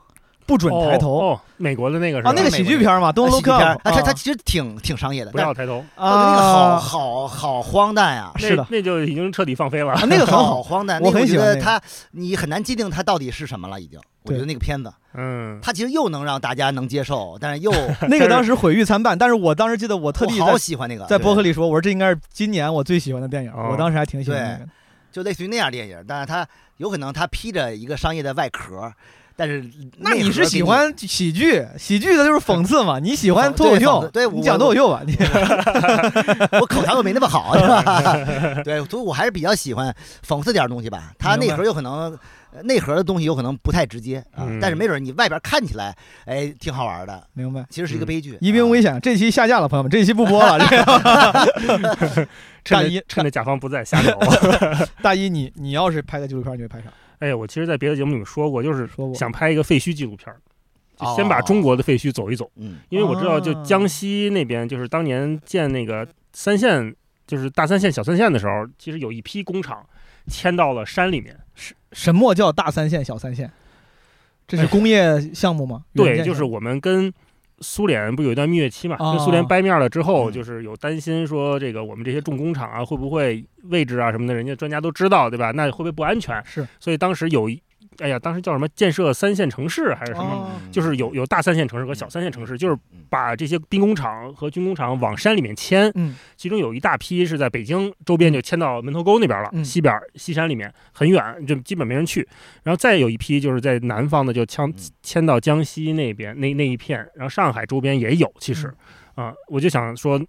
Speaker 4: 不准抬头、
Speaker 2: 哦，哦那美国的那个是吧
Speaker 4: 啊，那个喜剧片嘛，Don't
Speaker 3: 喜剧
Speaker 4: Look
Speaker 3: 片儿
Speaker 4: Up，
Speaker 3: 啊，它它
Speaker 4: 啊
Speaker 3: 其实挺挺商业的，
Speaker 2: 不
Speaker 3: 但
Speaker 2: 要
Speaker 3: 是
Speaker 2: 抬头，
Speaker 3: 那
Speaker 4: 啊
Speaker 3: 个好好好荒诞呀、
Speaker 4: 是的
Speaker 2: 那那就已经彻底放飞
Speaker 4: <laughs>
Speaker 2: 了。
Speaker 4: 啊那个很
Speaker 3: 好
Speaker 4: 好，
Speaker 3: 荒诞，
Speaker 4: 我
Speaker 3: 那个
Speaker 4: 很喜
Speaker 3: 觉
Speaker 4: 欢
Speaker 3: 得
Speaker 4: 那个
Speaker 3: 它你很难界定它到底是什么了，已经。我觉
Speaker 4: 对
Speaker 3: 得那个片子，
Speaker 2: 嗯，
Speaker 3: 它其实又能让大家能接受，但
Speaker 2: <laughs>
Speaker 3: 是又我
Speaker 4: 那个当时毁誉参半，但是我当时记得我特地在
Speaker 3: 好喜欢那个，
Speaker 4: 在博客
Speaker 3: 里，
Speaker 4: 里说，我说这应该是今年我最喜欢的电影，
Speaker 2: 哦
Speaker 4: 我当时还挺喜欢那个的。
Speaker 3: 就类似于那样电影，但是它有可能它披着一个商业的外壳，但是
Speaker 4: 那
Speaker 3: 内
Speaker 4: 你
Speaker 3: 核
Speaker 4: 是
Speaker 3: 给
Speaker 4: 喜欢喜剧？喜剧的就是讽刺嘛？你喜欢
Speaker 3: 讽
Speaker 4: 脱口
Speaker 3: 对讽
Speaker 4: 秀
Speaker 3: 刺？对
Speaker 4: 你
Speaker 3: 我
Speaker 4: 讲脱口秀吧？
Speaker 3: <laughs>
Speaker 4: 你
Speaker 3: 我口条又没那么好，
Speaker 2: <laughs>
Speaker 3: 是吧？对，所以我还是比较喜欢讽刺点儿东西吧。它内
Speaker 4: 明白
Speaker 3: 核有可能，呃内核的东西有可能不太直接啊，
Speaker 2: 嗯
Speaker 3: 但是没准你外边看起来，哎，挺好玩的，
Speaker 4: 明白。
Speaker 3: 其
Speaker 2: 嗯
Speaker 3: 实是一个悲剧。啊
Speaker 4: 一兵危险，这期下架了，朋友们，这期不播
Speaker 3: <laughs>
Speaker 4: 了。这个大
Speaker 2: 趁
Speaker 4: 一
Speaker 2: 着趁着甲方不在瞎聊。啊
Speaker 4: <laughs> 大一你，你要是拍个纪录片，你会拍啥？
Speaker 2: 哎呀，我其实，在别的节目里面说过，就是
Speaker 4: 说过
Speaker 2: 想拍一个废墟纪录片儿，就先把
Speaker 3: 哦
Speaker 2: 中国的废墟走一走，
Speaker 3: 嗯
Speaker 2: 因为我知道，就江
Speaker 4: 哦
Speaker 2: 西那边，就是当年建那个三线，就是大三线、小三线的时候，其实有一批工厂迁到了山里面。
Speaker 4: 什么叫大三线、小三线？这是工业项目吗？软
Speaker 2: 对，
Speaker 4: 件
Speaker 2: 就是
Speaker 4: 项目
Speaker 2: 我们跟苏联不有一段蜜月期嘛，跟苏
Speaker 4: 哦
Speaker 2: 联掰面了之后，
Speaker 3: 嗯
Speaker 2: 就是有担心说这个我们这些重工厂啊会不会位置啊什么的，人家专家都知道对吧？那会不会不安全？
Speaker 4: 是，
Speaker 2: 所以当时有一，哎呀，当时叫什么建设三线城市还是什么？
Speaker 4: 哦
Speaker 2: 嗯
Speaker 4: 嗯
Speaker 2: 就是有有大三线城市和小三线城市，就是
Speaker 3: 嗯
Speaker 2: 把这些兵工厂和军工厂往山里面迁，
Speaker 4: 嗯
Speaker 2: 其中有一大批是在北京周边就迁到门头沟那边了，
Speaker 4: 嗯
Speaker 2: 西边儿西山里面很远，就基本没人去。然后再有一批就是在南方的，就迁
Speaker 3: 嗯
Speaker 2: 迁到江西那边那那一片，然后上海周边也有。其
Speaker 4: 嗯
Speaker 2: 实啊、我就想说，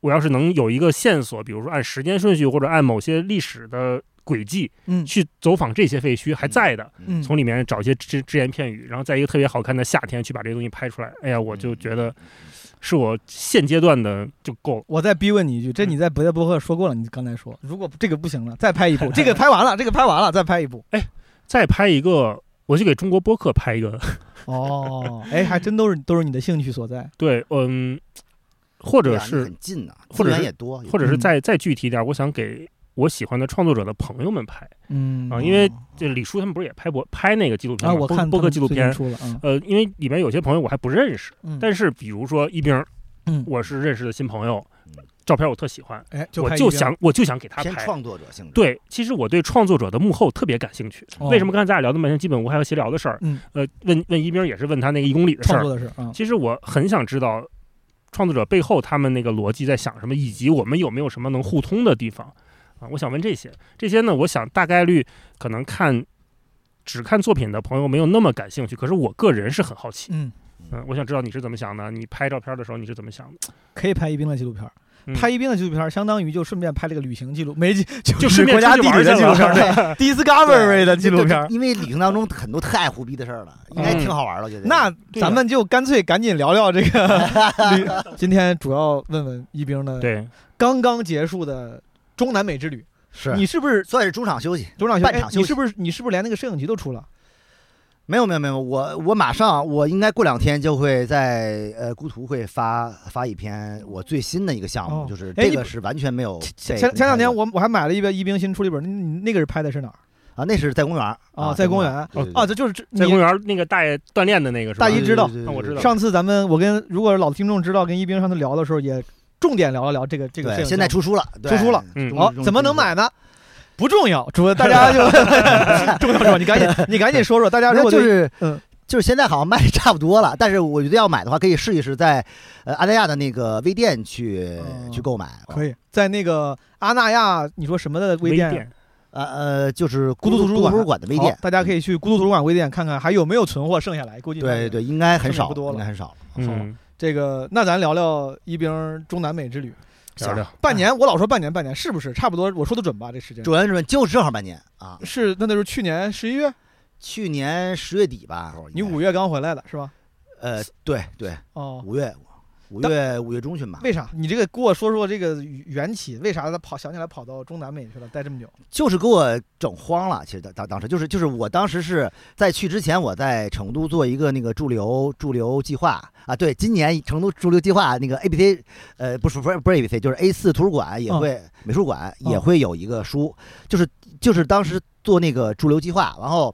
Speaker 2: 我要是能有一个线索，比如说按时间顺序或者按某些历史的轨迹
Speaker 4: 嗯
Speaker 2: 去走访这些废墟还在的，
Speaker 4: 嗯，
Speaker 2: 从里面找一些只只言片语，然后在一个特别好看的夏天去把这些东西拍出来。哎呀，我就觉
Speaker 4: 嗯
Speaker 2: 得是我现阶段的就够了。
Speaker 4: 我再逼问你一句，这你在别的博客说过了，你刚才说，嗯如果这个不行了，再拍一 <laughs> 部，这个拍完了，这个拍完了，再拍一部。
Speaker 2: 再拍一个，我就给中国播客拍一个。
Speaker 4: <laughs>
Speaker 2: <laughs>
Speaker 4: 哦，哎，还真都是都是你的兴趣所在。
Speaker 2: 对，嗯，或
Speaker 3: 对
Speaker 2: 者
Speaker 3: 啊那
Speaker 2: 是
Speaker 3: 很近呐，
Speaker 2: 或者
Speaker 3: 资源
Speaker 2: 是
Speaker 3: 也多，
Speaker 2: 或者是
Speaker 4: 嗯
Speaker 2: 再再具体一点，我想给我喜欢的创作者的朋友们拍
Speaker 4: 嗯
Speaker 2: 啊，因为这李叔他们不是也拍过拍那个纪录片
Speaker 4: 啊，
Speaker 2: 吗
Speaker 4: 我看
Speaker 2: 播
Speaker 4: 播
Speaker 2: 客纪录片。
Speaker 4: 出了啊，
Speaker 2: 呃，因为里面有些朋友我还不认识，
Speaker 4: 嗯，
Speaker 2: 但是比如说一冰，
Speaker 4: 嗯
Speaker 2: 我是认识的新朋友
Speaker 3: 嗯，
Speaker 2: 照片我特喜欢，
Speaker 4: 哎，
Speaker 2: 我
Speaker 4: 拍
Speaker 2: 就
Speaker 4: 一遍
Speaker 2: 想我就想给他
Speaker 3: 偏
Speaker 2: 拍。
Speaker 3: 创作者性质。，
Speaker 2: 对，其实我对创作者的幕后特别感兴趣。
Speaker 4: 哦
Speaker 2: 为什么刚才咱俩聊那么半天，基本无还有闲聊的事儿？
Speaker 4: 嗯
Speaker 2: 呃，问问一冰也是问他那个一公里的事
Speaker 4: 创
Speaker 2: 儿。
Speaker 4: 作的是啊，
Speaker 2: 其实我很想知道创作者背后他们那个逻辑在想什么，以及我们有没有什么能互通的地方啊？我想问这些，这些呢，我想大概率可能看只看作品的朋友没有那么感兴趣，可是我个人是很好奇。
Speaker 4: 嗯，
Speaker 2: 嗯，我想知道你是怎么想的，你拍照片的时候你是怎么想的？
Speaker 4: 可以拍宜宾的纪录片儿
Speaker 2: 嗯。
Speaker 4: 拍宜宾的纪录片儿，相当于就顺便拍了个旅行记录，没记
Speaker 2: 就
Speaker 4: 就是 <laughs>
Speaker 2: 顺便
Speaker 4: 国家
Speaker 2: 出
Speaker 4: 地
Speaker 2: 去
Speaker 4: 理
Speaker 2: 玩去
Speaker 4: 的纪录
Speaker 2: 了
Speaker 4: 片儿
Speaker 2: <laughs>
Speaker 4: 对，Discovery 的纪录片儿。嗯
Speaker 3: 因为旅行当中很多太胡逼的事儿了，应该挺好玩的，我觉得。
Speaker 4: 那
Speaker 2: 对
Speaker 4: 咱
Speaker 2: 呀
Speaker 4: 们就干脆赶紧聊聊这 <laughs> 个旅。今天主要问问一冰的
Speaker 2: 对，
Speaker 4: 刚刚结束的中南美之旅，
Speaker 3: 是
Speaker 4: 你是不是
Speaker 3: 算是中场休息。
Speaker 4: 中场休
Speaker 3: 半
Speaker 4: 哎
Speaker 3: 场休
Speaker 4: 你
Speaker 3: 息
Speaker 4: 是不是你是不是连那个摄影集都出了？
Speaker 3: 没有没有没有，我我马上我应该过两天就会在呃孤图会发发一篇我最新的一个项目，
Speaker 4: 哦
Speaker 3: 就是
Speaker 4: 哎
Speaker 3: 这
Speaker 4: 你
Speaker 3: 个是完全没有被
Speaker 4: 前前两天
Speaker 3: 公开
Speaker 4: 我
Speaker 3: 的
Speaker 4: 我还买了一本一冰新出了一本，那那个是拍的是哪儿
Speaker 3: 啊那是在公园儿
Speaker 4: 啊？
Speaker 3: 在
Speaker 4: 在公
Speaker 3: 园
Speaker 4: 园啊，
Speaker 3: 对对对
Speaker 4: 这就是这
Speaker 2: 在公
Speaker 4: 你
Speaker 2: 园那个大爷锻炼的那个是吧？
Speaker 4: 大姨知道
Speaker 3: 对对对对
Speaker 2: 那我知道
Speaker 4: 上次咱们我跟如果是老听众知道，跟一冰上次聊的时候也重点聊了聊这个这个摄
Speaker 3: 对，
Speaker 4: 影。
Speaker 3: 现在出书了，
Speaker 4: 出书了
Speaker 2: 嗯
Speaker 3: 终于
Speaker 4: 好，
Speaker 3: 终于
Speaker 4: 怎么能
Speaker 3: 出书了
Speaker 4: 买呢？不重要，主大家就 <laughs> 重要重要，你赶紧你赶紧说说，大家如
Speaker 3: 那
Speaker 4: 果
Speaker 3: 就
Speaker 4: 对
Speaker 3: 是，
Speaker 4: 嗯
Speaker 3: 就是现在好像卖的差不多了，但是我觉得要买的话，可以试一试在呃阿那亚的那个微店去、
Speaker 4: 哦
Speaker 3: 去购买。
Speaker 4: 可
Speaker 3: 以，
Speaker 4: 以在那个阿那亚，你说什么的微
Speaker 2: 微
Speaker 4: 店啊？
Speaker 2: 店，
Speaker 3: 呃呃，就是
Speaker 4: 孤独图书
Speaker 3: 孤
Speaker 4: 馆
Speaker 3: 图书馆的微
Speaker 4: 好
Speaker 3: 店，
Speaker 4: 大家可以去孤独图书馆微店看看还有没有存货剩下来，估计
Speaker 3: 对对对，应该很
Speaker 4: 剩下
Speaker 3: 少，
Speaker 4: 不多了
Speaker 3: 应该很少了。
Speaker 2: 嗯，
Speaker 4: 这个，那咱聊聊一冰中南美之旅。
Speaker 2: 聊聊
Speaker 4: 半年，我老说半年，半年是不是差不多？我说的啊准吧？这时间
Speaker 3: 主要是就正好半年啊，
Speaker 4: 是那那时候去年十一月，
Speaker 3: 去年十月底吧，
Speaker 4: 哦你
Speaker 3: 应该
Speaker 4: 五月刚回来的是吧？
Speaker 3: 呃对对，
Speaker 4: 哦，
Speaker 3: 五月五月五月中旬吧，
Speaker 4: 为啥？你这个给我说说这个缘起，为啥他跑想起来跑到中南美去了，待这么久？
Speaker 3: 就是给我整慌了。其实当当当时就是就是我当时是在去之前，我在成都做一个那个驻留驻留计划啊，对，今年成都驻留计划那个 A B C，呃，不是不是不是 A B C，就是 A 四图书馆也会、美术馆也会有一个书，就是就是当时做那个驻留计划，然后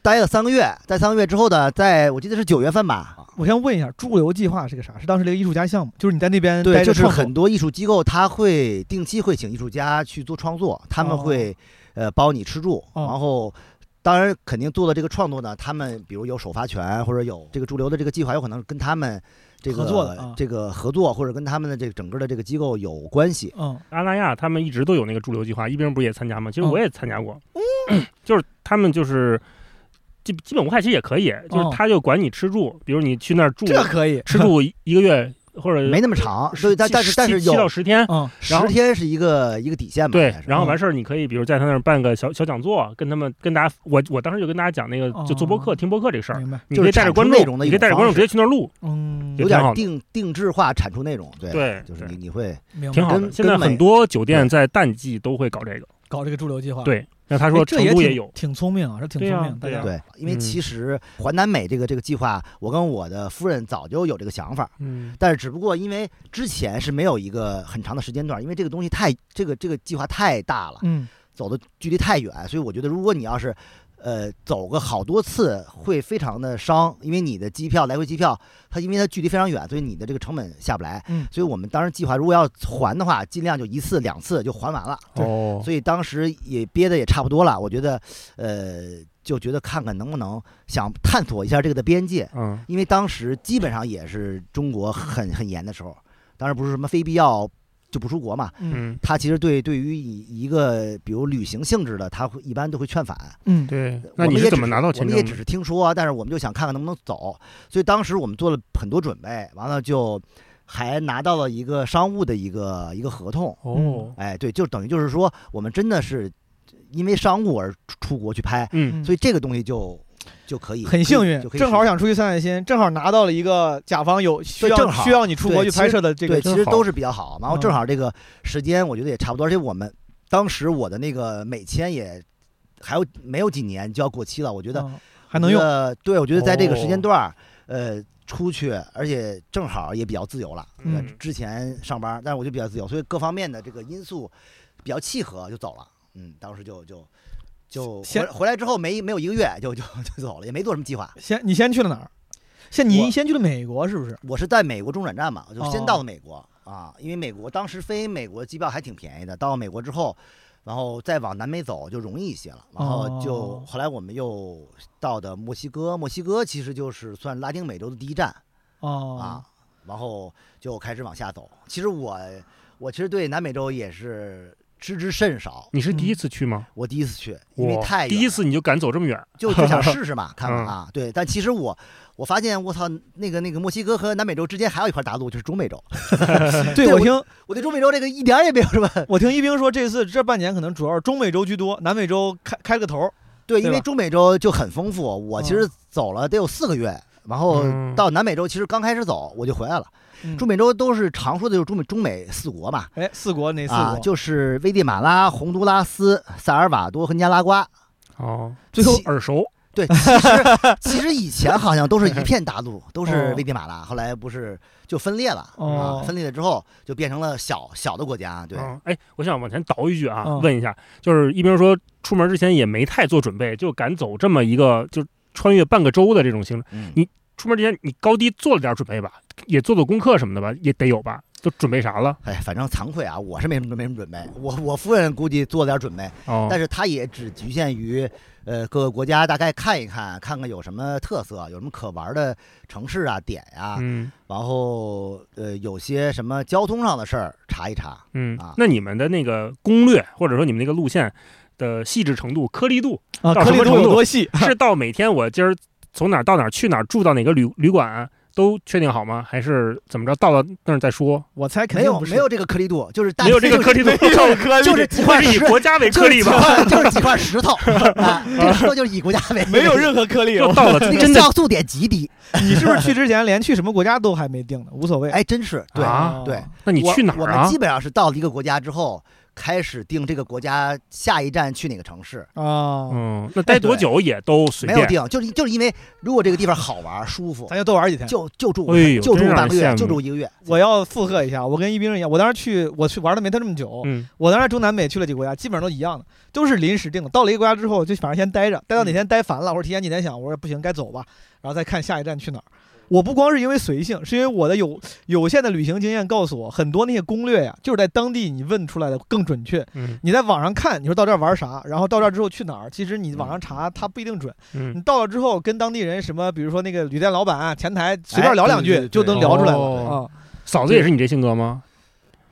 Speaker 3: 待了三个月，待三个月之后呢，在我记得是九月份吧，
Speaker 4: 我先问一下，驻留计划是个啥？是当时这个艺术家项目，就是你在那边
Speaker 3: 对，
Speaker 4: 待着
Speaker 3: 就是
Speaker 4: 创作
Speaker 3: 很多艺术机构，他会定期会请艺术家去做创作，他们
Speaker 4: 哦
Speaker 3: 会、呃包你吃住，
Speaker 4: 哦
Speaker 3: 然后。当然，肯定做的这个创作呢，他们比如有首发权，或者有这个驻留的这个计划，有可能跟他们这个
Speaker 4: 合作的啊
Speaker 3: 这个合作，或者跟他们的这个整个的这个机构有关系。
Speaker 4: 嗯
Speaker 2: 阿那亚他们一直都有那个驻留计划，一冰不是也参加吗？其实
Speaker 4: 嗯
Speaker 2: 我也参加过，嗯就是他们就是基基本无害，其实也可以，就是
Speaker 4: 哦
Speaker 2: 他就管你吃住，比如你去那儿住
Speaker 4: 这可以
Speaker 2: 吃住一一个月或者
Speaker 3: 没那么长，所以
Speaker 2: 呃
Speaker 3: 但
Speaker 2: 七
Speaker 3: 但是但是
Speaker 2: 七七到
Speaker 3: 有
Speaker 2: 十天，
Speaker 4: 嗯
Speaker 2: 然
Speaker 3: 十
Speaker 2: 后
Speaker 3: 天是一个一个底线吧？应
Speaker 2: 对
Speaker 3: 该，是
Speaker 2: 然后
Speaker 4: 嗯
Speaker 2: 完事儿，你可以比如在他那儿办个小小讲座，跟他们跟大家，我我当时就跟大家讲那个就做播客、
Speaker 4: 哦
Speaker 2: 听播客这个事儿，
Speaker 4: 明白
Speaker 2: 你
Speaker 3: 嗯就
Speaker 2: 可以
Speaker 3: 是
Speaker 2: 带着
Speaker 3: 产
Speaker 2: 观
Speaker 3: 出
Speaker 2: 众
Speaker 3: 内容，的一
Speaker 2: 你可以
Speaker 3: 种
Speaker 2: 带着观众
Speaker 3: 方
Speaker 2: 直接去那儿录，
Speaker 4: 嗯
Speaker 2: 也
Speaker 3: 有
Speaker 2: 挺好的
Speaker 3: 点定定制化产出内容，对，
Speaker 2: 对
Speaker 3: 就是
Speaker 2: 对
Speaker 3: 你你会
Speaker 4: 明白
Speaker 2: 挺好
Speaker 3: 跟
Speaker 2: 的。现在
Speaker 3: 跟美
Speaker 2: 很多酒店在淡季都会搞这个，
Speaker 4: 搞这个驻留计划
Speaker 2: 对。那他
Speaker 4: 哎
Speaker 2: 说
Speaker 4: 这
Speaker 2: 成都
Speaker 4: 挺
Speaker 2: 也有，
Speaker 4: 挺聪明啊，这挺
Speaker 2: 对
Speaker 4: 聪
Speaker 2: 呀
Speaker 4: 明，大
Speaker 2: 对
Speaker 4: 家
Speaker 2: 呀
Speaker 3: 对，因为
Speaker 2: 嗯
Speaker 3: 其实环南美这个这个计划，我跟我的夫人早就有这个想法，
Speaker 2: 嗯，
Speaker 3: 但是只不过因为之前是没有一个很长的时间段，因为这个东西太这个这个计划太大了，
Speaker 4: 嗯
Speaker 3: 走的距离太远，所以我觉得如果你要是呃走个好多次，会非常的伤，因为你的机票来回机票，它因为它距离非常远，所以你的这个成本下不来。
Speaker 4: 嗯
Speaker 3: 所以我们当时计划，如果要还的话，尽量就一次两次就还完了。
Speaker 2: 哦，
Speaker 3: 所以当时也憋的也差不多了，我觉得，呃，就觉得看看能不能想探索一下这个的边界，
Speaker 2: 嗯，
Speaker 3: 因为当时基本上也是中国很很严的时候，当时不是什么非必要就不出国嘛，
Speaker 4: 嗯
Speaker 2: 嗯，
Speaker 3: 他其实对对于一一个比如旅行性质的，他会一般都会劝返。
Speaker 4: 嗯，
Speaker 2: 对。
Speaker 3: 我
Speaker 2: 那你
Speaker 3: 们也
Speaker 2: 是怎
Speaker 3: 只
Speaker 2: 么拿到
Speaker 3: 我
Speaker 2: 哦签
Speaker 3: 们也
Speaker 2: 证
Speaker 3: 只
Speaker 2: 的？
Speaker 3: 是听说，啊但是我们就想看看能不能走，所以当时我们做了很多准备，完了就还拿到了一个商务的一个一个合同。
Speaker 2: 哦，
Speaker 3: 哎，对，就等于就是说，我们真的是因为商务而出出国去拍，
Speaker 2: 嗯，
Speaker 3: 所以这个东西就就可以
Speaker 4: 很幸运
Speaker 3: 就，可以
Speaker 4: 正好
Speaker 3: 实
Speaker 4: 想出去散散心，正好拿到了一个甲方有需
Speaker 3: 正
Speaker 4: 要
Speaker 3: 好
Speaker 4: 需要你出国
Speaker 3: 对
Speaker 4: 去
Speaker 3: 其
Speaker 4: 拍
Speaker 3: 实
Speaker 4: 摄的这个
Speaker 3: 对，
Speaker 4: 真
Speaker 3: 其实
Speaker 4: 好
Speaker 3: 都是比较好。然后正
Speaker 4: 嗯
Speaker 3: 好这个时间我觉得也差不多，而且我们当时我的那个美签也还有没有几年就要过期了，我觉得
Speaker 4: 嗯还能用。
Speaker 3: 呃，对，我觉得在这个时间
Speaker 2: 哦
Speaker 3: 段儿，呃，出去，而且正好也比较自由了。对吧
Speaker 2: 嗯
Speaker 3: 之前上班，但是我就比较自由，所以各方面的这个因素比较契合，就走了。嗯，当时就就就回
Speaker 4: 先
Speaker 3: 回来之后没没有一个月就就就走了，也没做什么计划。
Speaker 4: 先你先去了哪儿？先你
Speaker 3: 我
Speaker 4: 先去了美国是不是？
Speaker 3: 我是在美国中转站嘛，我就先
Speaker 4: 哦
Speaker 3: 到了美国、啊，因为美国当时飞美国机票还挺便宜的，到美国之后。然后再往南美走就容易一些了，然后就、
Speaker 4: 哦
Speaker 3: 后来我们又到的墨西哥，墨西哥其实就是算拉丁美洲的第一站，
Speaker 4: 哦
Speaker 3: 啊，， <laughs> 然后就开始往下走。其实我我其实对南美洲也是知之甚少。
Speaker 2: 你是第一次去吗？
Speaker 3: 我第一次去，嗯因为
Speaker 2: 我
Speaker 3: 太
Speaker 2: 第
Speaker 3: 远
Speaker 2: 一
Speaker 3: 了
Speaker 2: 次你就敢走这么远，
Speaker 3: 就就想试试嘛，看看啊。对，但其实我我发现，我操，那个那个墨西哥和南美洲之间还有一块大陆，就是中美洲。 <laughs>
Speaker 4: 对
Speaker 3: 对
Speaker 4: 我听
Speaker 3: <laughs> 我对中美洲这个一点儿也没有什么。 <laughs>
Speaker 4: 我听一冰说，这次这半年可能主要是中美洲居多，南美洲开开了个头儿。
Speaker 3: 对，
Speaker 4: 对
Speaker 3: 因为
Speaker 4: 吧
Speaker 3: 中美洲就很丰富。我其实走了得有四个月，然后
Speaker 2: 嗯
Speaker 3: 到南美洲，其实刚开始走我就回来了。
Speaker 4: 嗯
Speaker 3: 中美洲都是常说的，就是中美中美四国嘛，
Speaker 4: 哎，四国哪四国？
Speaker 3: 啊，就是危地马拉、洪都拉斯、塞尔瓦多和尼加
Speaker 2: <laughs>
Speaker 3: 拉瓜。
Speaker 2: 哦，
Speaker 3: 最后
Speaker 2: 耳熟，
Speaker 3: 对，其实其实以前好像都是一片大
Speaker 2: <laughs>
Speaker 3: 陆，都是
Speaker 4: 哦
Speaker 3: 危地马拉，后来不是就分裂了、
Speaker 4: 哦
Speaker 3: 啊？分裂了之后就变成了小小的国家，对，
Speaker 2: 嗯，哎，我想往前倒一句啊，
Speaker 4: 嗯
Speaker 2: 问一下，就是一冰说出门之前也没太做准备，就敢走这么一个就穿越半个州的这种行程。
Speaker 3: 嗯
Speaker 2: 你出门之前你高低做了点准备吧，也做做功课什么的吧，也得有吧？都准备啥了？
Speaker 3: 哎，反正惭愧啊，我是没什么没什么准备，我我夫人估计做了点准备，
Speaker 2: 哦，
Speaker 3: 但是她也只局限于呃各个国家大概看一看，看看有什么特色，有什么可玩的城市啊、点呀、
Speaker 2: 嗯
Speaker 3: 然后呃有些什么交通上的事儿查一查。
Speaker 2: 嗯
Speaker 3: 啊，
Speaker 2: 那你们的那个攻略或者说你们那个路线的细致程度、颗粒度，
Speaker 4: 啊，
Speaker 2: 到
Speaker 4: 颗
Speaker 2: 什
Speaker 4: 粒
Speaker 2: 么
Speaker 4: 度
Speaker 2: 程
Speaker 4: 有
Speaker 2: 度
Speaker 4: 多细？
Speaker 2: <laughs> 是到每天我今儿从哪儿到哪儿去哪儿住到哪个旅旅馆都确定好吗？还是怎么着？到了那儿再说？
Speaker 4: 我猜肯
Speaker 3: 没
Speaker 4: 定
Speaker 3: 有
Speaker 4: 不是
Speaker 3: 没有这个颗粒度，就是大
Speaker 2: 没有这个颗粒度，
Speaker 4: 颗粒
Speaker 3: 就是几块
Speaker 2: 是以
Speaker 3: 石，
Speaker 2: 国家为 <laughs> 颗
Speaker 3: 就是
Speaker 2: 粒
Speaker 3: 几
Speaker 2: 吧？
Speaker 3: <laughs> 块，就是几块石头
Speaker 2: <laughs>
Speaker 3: 啊，这个石头就是以国家为
Speaker 4: 没有任何颗粒。
Speaker 2: 就
Speaker 3: <laughs>
Speaker 4: 我
Speaker 2: 到了
Speaker 3: 那
Speaker 2: 真的
Speaker 3: 个像素点极低，
Speaker 4: 你是不是去之前连去什么国家都还没定呢？无所谓。
Speaker 3: 哎，真是对
Speaker 2: 啊
Speaker 3: 对。
Speaker 2: 那你去哪
Speaker 3: 我？我
Speaker 2: 儿
Speaker 3: 们
Speaker 2: 啊
Speaker 3: 基？本上是到了一个国家之后，开始定这个国家下一站去哪个城市，
Speaker 4: 啊，
Speaker 2: 嗯，那待多久也都随
Speaker 3: 没有
Speaker 2: 便。
Speaker 3: 定，就是就是因为如果这个地方好玩舒服，
Speaker 4: 咱就多玩几天。
Speaker 3: 就就住
Speaker 2: 哎呦
Speaker 3: 就
Speaker 2: 真
Speaker 3: 住
Speaker 2: 让
Speaker 3: 半个
Speaker 2: 人羡
Speaker 3: 月，
Speaker 2: 慕
Speaker 3: 就住一个月。
Speaker 4: 我要附和一下，我跟一冰一样，我当时去，我去玩的没他这么久，
Speaker 2: 嗯，
Speaker 4: 我当时中南美去了几个国家，基本上都一样的，都是临时定的。到了一个国家之后，就反正先待着，待到哪
Speaker 3: 嗯
Speaker 4: 天待烦了，或者提前几天想，我说不行该走吧，然后再看下一站去哪儿。我不光是因为随性，是因为我的有有限的旅行经验告诉我，很多那些攻略呀，就是在当地你问出来的更准确。
Speaker 2: 嗯
Speaker 4: 你在网上看，你说到这儿玩啥，然后到这儿之后去哪儿，其实你网上查它不一定准。你
Speaker 2: 嗯，
Speaker 4: 到了之后跟当地人什么，比如说那个旅店老板啊、前台随便聊两
Speaker 3: 哎
Speaker 4: 句，
Speaker 3: 对对对
Speaker 4: 就能聊出来了
Speaker 2: 哦
Speaker 4: 啊。
Speaker 2: 嫂子也是你这性格吗？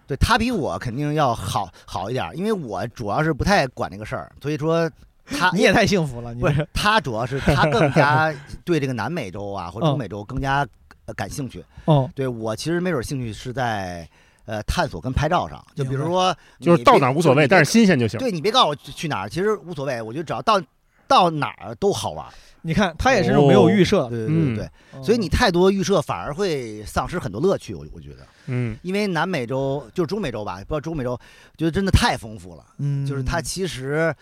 Speaker 3: 对他比我肯定要好好一点，因为我主要是不太管这个事儿，所以说他 <laughs>
Speaker 4: 你也太幸福了，你
Speaker 3: 不是他主要是他更
Speaker 2: <laughs>
Speaker 3: 加对这个南美洲啊或
Speaker 2: 哦
Speaker 3: 者中美洲更加呃感兴趣。
Speaker 4: 哦
Speaker 3: 对我其实没准儿兴趣是在呃探索跟拍照上，就比
Speaker 4: 明
Speaker 3: 如
Speaker 4: 白
Speaker 3: 说
Speaker 2: 就是
Speaker 3: 你
Speaker 2: 到
Speaker 3: 别
Speaker 2: 哪儿无所
Speaker 3: 就
Speaker 2: 谓，
Speaker 3: 你
Speaker 2: 但
Speaker 3: 别
Speaker 2: 是新鲜就行。
Speaker 3: 对你别告诉我去去哪儿，其实无所谓，我觉得只要到到哪儿都好玩儿。
Speaker 4: 你看他也是那种没有预设的，
Speaker 3: 对对对对，哦
Speaker 2: 嗯
Speaker 3: 所以你太多预设反而会丧失很多乐趣，我我觉得，
Speaker 2: 嗯，
Speaker 3: 因为南美洲就是中美洲吧，不知道中美洲，觉得真的太丰富了。
Speaker 4: 嗯
Speaker 3: 就是它其实，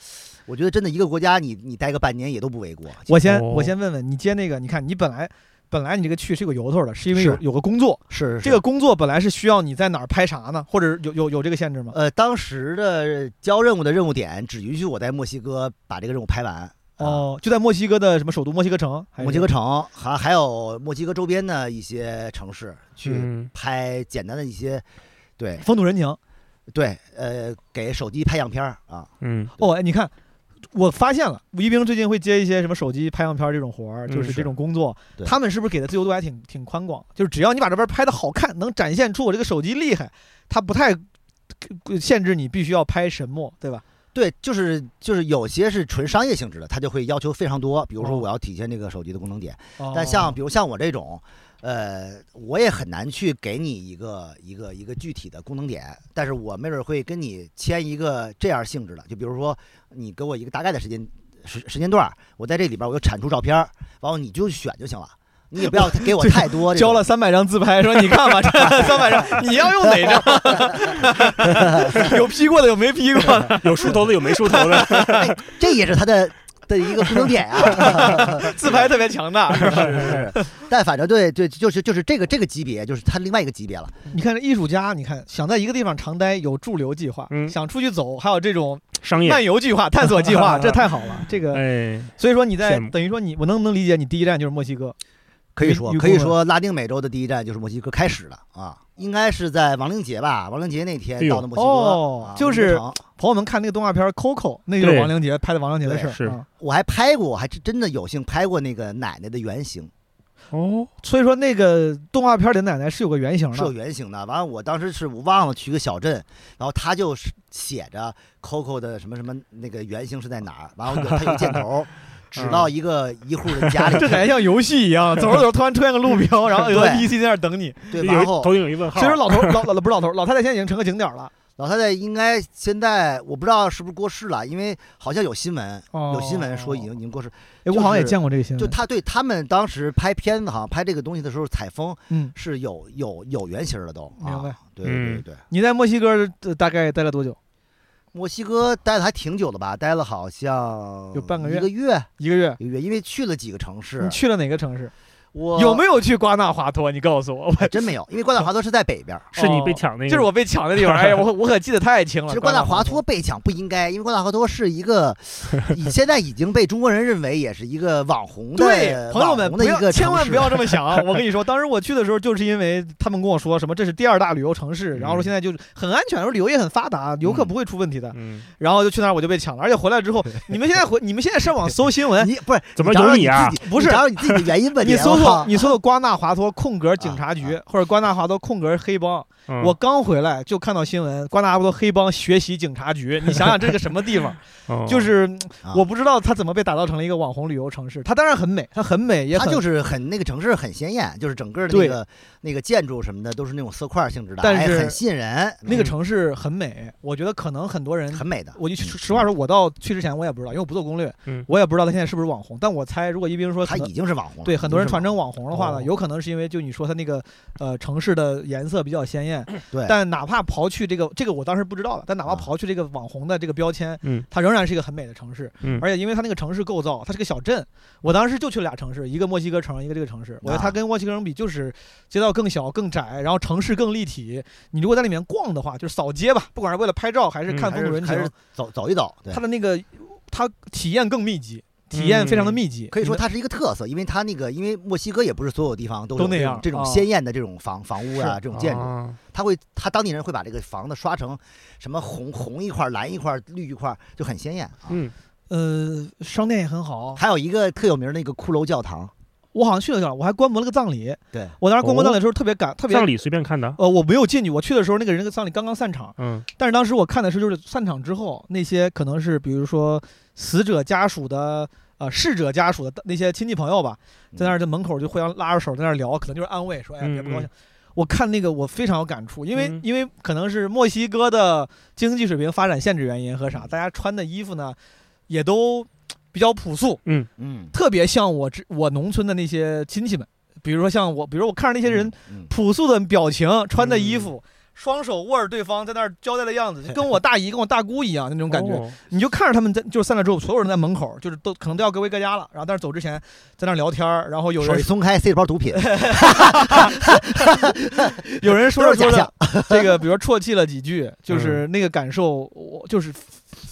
Speaker 3: 我觉得真的一个国家你你待个半年也都不为过。
Speaker 4: 我先
Speaker 2: 哦
Speaker 4: 我先问问你接那个，你看你本来本来你这个去是有由头的，是因为
Speaker 3: 是
Speaker 4: 有有个工作，
Speaker 3: 是是
Speaker 4: 这个工作本来是需要你在哪儿拍啥呢，或者有有有这个限制吗？
Speaker 3: 呃，当时的交任务的任务点只允许我在墨西哥把这个任务拍完。啊，
Speaker 4: 哦，就在墨西哥的什么首都墨西哥城，还是
Speaker 3: 墨西哥城还还有墨西哥周边的一些城市去
Speaker 2: 嗯
Speaker 3: 拍简单的一些，对
Speaker 4: 风土人情。
Speaker 3: 对，呃，给手机拍样片儿啊。
Speaker 2: 嗯，
Speaker 4: 哦，哎，你看，我发现了，吴一冰最近会接一些什么手机拍样片儿这种活儿，
Speaker 2: 嗯
Speaker 4: 就是
Speaker 2: 是
Speaker 4: 这种工作，
Speaker 3: 对
Speaker 4: 他们是不是给的自由度还挺挺宽广？就是只要你把这边拍的好看，能展现出我这个手机厉害，他不太呃限制你必须要拍什么，对吧？
Speaker 3: 对，就是就是有些是纯商业性质的，它就会要求非常多。比
Speaker 4: 哦
Speaker 3: 如说，我要体现这个手机的功能点，但像比如像我这种，呃，我也很难去给你一个一个一个具体的功能点，但是我没准会跟你签一个这样性质的，就比如说你给我一个大概的时间时时间段儿，我在这里边儿我就产出照片儿，然后你就选就行了，你也不要 <laughs> 给我太多这
Speaker 4: 交
Speaker 3: 种
Speaker 4: 了三百张自拍，说你看吧， <laughs> 这三百张你要用哪张？ <laughs> 有 P 过的，有没 P 过的，
Speaker 2: 有梳头的，有没梳头的。
Speaker 3: <laughs> 这也是它的的一个功能点啊。
Speaker 4: 自拍特别强大。
Speaker 3: <laughs> 是是是， <laughs> 但反正对对，就是就是这个这个级别，就是它另外一个级别了。
Speaker 4: <laughs> 你看这艺术家，你看想在一个地方长待，有驻留计划，
Speaker 2: 嗯
Speaker 4: 想出去走，还有这种
Speaker 2: <laughs> 商业，
Speaker 4: <laughs> 漫游计划、探索计
Speaker 3: <laughs>
Speaker 4: 划，这太好了。这个，
Speaker 2: 哎，
Speaker 4: 所以说你在
Speaker 2: 羡慕
Speaker 4: 等于说你，我能不能理解你第一站就是墨西哥？
Speaker 3: 可以
Speaker 4: 预
Speaker 3: 说
Speaker 4: 预，
Speaker 3: 可以
Speaker 4: 估
Speaker 3: 说，拉丁美洲的第一站就是墨西哥开始了啊，应该是在亡灵节吧？亡灵节那天
Speaker 2: 哎呦
Speaker 3: 到的墨西哥，
Speaker 4: 哦
Speaker 3: 啊
Speaker 4: 就
Speaker 3: 墨西哥
Speaker 4: 是
Speaker 3: 城
Speaker 4: 朋友们看那个动画片《Coco》，那就是
Speaker 2: 对
Speaker 4: 亡灵节拍的亡灵节的事儿。
Speaker 2: 对是
Speaker 4: 啊
Speaker 3: 我还拍过，我还真真的有幸拍过那个奶奶的原型，
Speaker 2: 哦，
Speaker 4: 所以说那个动画片里的奶奶是有个原型
Speaker 3: 是有
Speaker 4: 的，
Speaker 3: 原型的。完了，我当时是我忘了去一个小镇，然后他就是写着 Coco 的什么什么那个原型是在哪儿，完了有他有箭头，指到一个一户
Speaker 4: <laughs>
Speaker 3: 的家里
Speaker 4: 啊这感觉
Speaker 3: 去，
Speaker 4: 像游戏一
Speaker 3: <laughs>
Speaker 4: 样，走着走着突然出现个路标，然后有个
Speaker 3: 对
Speaker 4: NPC 在那儿等你。
Speaker 3: 对，
Speaker 2: 有
Speaker 3: 然
Speaker 2: 一
Speaker 3: 后
Speaker 2: 头顶有一问号
Speaker 4: 所以，说老头老老不是老头老太太现在已经成个景点了，
Speaker 3: 老太太应该现在我不知道是不是过世了，因为好像有新闻，
Speaker 4: 哦
Speaker 3: <laughs> 有新闻说已经已经过世。
Speaker 4: 哎，我好像也见过这个新
Speaker 3: 就
Speaker 4: 闻，
Speaker 3: 他对他们当时拍片子，好像拍这个东西的时候，采风
Speaker 4: 嗯，
Speaker 3: 是有有有原型的都。啊
Speaker 4: 明白
Speaker 3: 对对对
Speaker 2: 嗯
Speaker 3: 对，
Speaker 4: 你在墨西哥呃大概待了多久？
Speaker 3: 墨西哥待的还挺久的吧，待了好像
Speaker 4: 有半个月
Speaker 3: 一个月，
Speaker 4: 一个月？
Speaker 3: 一个月，因为去了几个城市
Speaker 4: 你，去了哪个城市？
Speaker 3: 我
Speaker 4: 有没有去瓜纳华托？你告诉我，我
Speaker 3: 还真没有，因为瓜纳华托是在北
Speaker 4: <laughs>
Speaker 3: 边儿。
Speaker 2: 是你被抢那个，
Speaker 4: 就是哦我被抢的
Speaker 2: <laughs>
Speaker 4: 地方。哎呀，我我可记得太清了。
Speaker 3: 其实瓜纳华托被抢不应该，因为瓜纳华托是
Speaker 4: <laughs>
Speaker 3: 一个以现在已经被中国人认为也是一个网红的
Speaker 4: 对，朋友们
Speaker 3: 网红
Speaker 4: 不
Speaker 3: 的一
Speaker 4: 要
Speaker 3: 个
Speaker 4: 千万
Speaker 3: 城市
Speaker 4: 不要这
Speaker 3: <laughs>
Speaker 4: 么想啊！我跟你说，当时我去的时候，就是因为他们跟我说什么这是第二大旅游城市，然后说
Speaker 2: 嗯
Speaker 4: 现在就是很安全，说旅游业很发达，游客不会出问题的。
Speaker 2: 嗯，
Speaker 4: 然后就去那儿我就被抢了，而且回来
Speaker 2: <laughs>
Speaker 4: 之后，你们现在回你们现在上网搜新闻，
Speaker 3: 你不是
Speaker 2: 怎么
Speaker 3: 找
Speaker 2: 有
Speaker 3: 找
Speaker 2: 你啊
Speaker 3: 自己
Speaker 4: 不是
Speaker 3: 你找找你啊自己的原因问
Speaker 4: <laughs>
Speaker 3: 题。
Speaker 4: 你搜索
Speaker 3: 我 <laughs> 靠
Speaker 4: 你搜索瓜纳华托空格警察局
Speaker 3: 啊
Speaker 4: 或者瓜纳华托空格黑帮，
Speaker 2: 嗯
Speaker 4: 我刚回来就看到新闻，瓜纳华托黑帮学习警察局，你想想这是个什么地方？
Speaker 2: 哦
Speaker 4: 就是
Speaker 3: 啊
Speaker 4: 我不知道它怎么被打造成了一个网红旅游城市，它当然很美，它很美也
Speaker 3: 它
Speaker 4: 很
Speaker 3: 就是很那个城市很鲜艳，就是整个的
Speaker 4: 对
Speaker 3: 那个那个建筑什么的都是那种色块性质的，
Speaker 4: 但
Speaker 3: 哎
Speaker 4: 是
Speaker 3: 很吸引人，
Speaker 4: 那个城市很美，我觉得可能很多人
Speaker 3: 嗯，很美的。
Speaker 4: 我就实实话说，我到去之前我也不知道，因为我不做攻略，
Speaker 2: 嗯
Speaker 4: 我也不知道他现在是不是网红。但我猜，如果一冰说
Speaker 3: 它
Speaker 4: 可能
Speaker 3: 已经是网红了，
Speaker 4: 对很多人
Speaker 3: 已经
Speaker 4: 传
Speaker 3: 是网
Speaker 4: 成网红的话呢，
Speaker 2: 哦
Speaker 4: 有可能是因为就你说他那个呃城市的颜色比较鲜艳，
Speaker 3: 对
Speaker 4: 但哪怕刨去这个这个我当时不知道的，但哪怕
Speaker 3: 啊
Speaker 4: 刨去这个网红的这个标签，
Speaker 2: 嗯
Speaker 4: 它仍然是一个很美的城市。
Speaker 2: 嗯
Speaker 4: 而且因为它那个城市构造，它是个小镇，我当时就去俩城市，一个墨西哥城，一个这个城市。我觉得它
Speaker 3: 啊
Speaker 4: 跟墨西哥城比，就是街道更小、更窄，然后城市更立体。你如果在里面逛的话，就是扫街吧，不管是为了拍照还是
Speaker 2: 嗯
Speaker 4: 看风土人
Speaker 3: 红还
Speaker 4: 情
Speaker 3: 是，走走一走，对
Speaker 4: 它。的那个它体验更密集，体验非常的密集，
Speaker 3: 嗯可以说
Speaker 4: 你们
Speaker 3: 它是一个特色，因为它那个，因为墨西哥也不是所有地方都
Speaker 4: 都
Speaker 3: 有
Speaker 4: 那
Speaker 3: 这
Speaker 4: 样
Speaker 3: 种这种
Speaker 4: 啊
Speaker 3: 鲜艳的这种房房屋啊，
Speaker 4: 是
Speaker 3: 这种建筑，
Speaker 2: 啊
Speaker 3: 它会，它当地人会把这个房子刷成什么红红一块儿、蓝一块儿、绿一块儿，就很鲜艳啊。
Speaker 2: 嗯，
Speaker 4: 呃商店也很好。
Speaker 3: 还有一个特有名儿那个骷髅教堂，
Speaker 4: 我好像去了一趟，我还观摩了个葬礼。
Speaker 3: 对
Speaker 4: 我当时观摩葬礼的时候特别感，特别
Speaker 2: 哦葬礼随便看的，
Speaker 4: 呃，我没有进去，我去的时候那个人的葬礼刚刚散场，
Speaker 2: 嗯
Speaker 4: 但是当时我看的是就是散场之后那些可能是比如说死者家属的。呃，逝者家属的那些亲戚朋友吧，在那儿在门口就互相拉着手在那儿聊，可能就是安慰，说哎呀别不高兴。
Speaker 2: 嗯
Speaker 4: 我看那个我非常有感触，因为、
Speaker 2: 嗯
Speaker 4: 因为可能是墨西哥的经济水平发展限制原因和啥，大家穿的衣服呢也都比较朴素，
Speaker 3: 嗯，
Speaker 4: 特别像我之我农村的那些亲戚们，比如说像我，比如我看着那些人
Speaker 3: 嗯，
Speaker 4: 朴素的表情，穿的衣服，双手握着对方在那儿交代的样子，就跟我大姨跟我大姑一样那种感觉。
Speaker 2: 哦
Speaker 4: 你就看着他们在就是散了之后，所有人在门口，就是都可能都要各回各家了，然后但是走之前在那儿聊天儿，然后有
Speaker 3: 手一
Speaker 4: 人
Speaker 3: 松开塞一包毒品，
Speaker 4: <laughs> 有人说
Speaker 3: 都
Speaker 4: 着说着
Speaker 3: 是假象
Speaker 4: 这个，比如说啜泣了几句，
Speaker 3: <laughs>
Speaker 4: 就是那个感受，我就是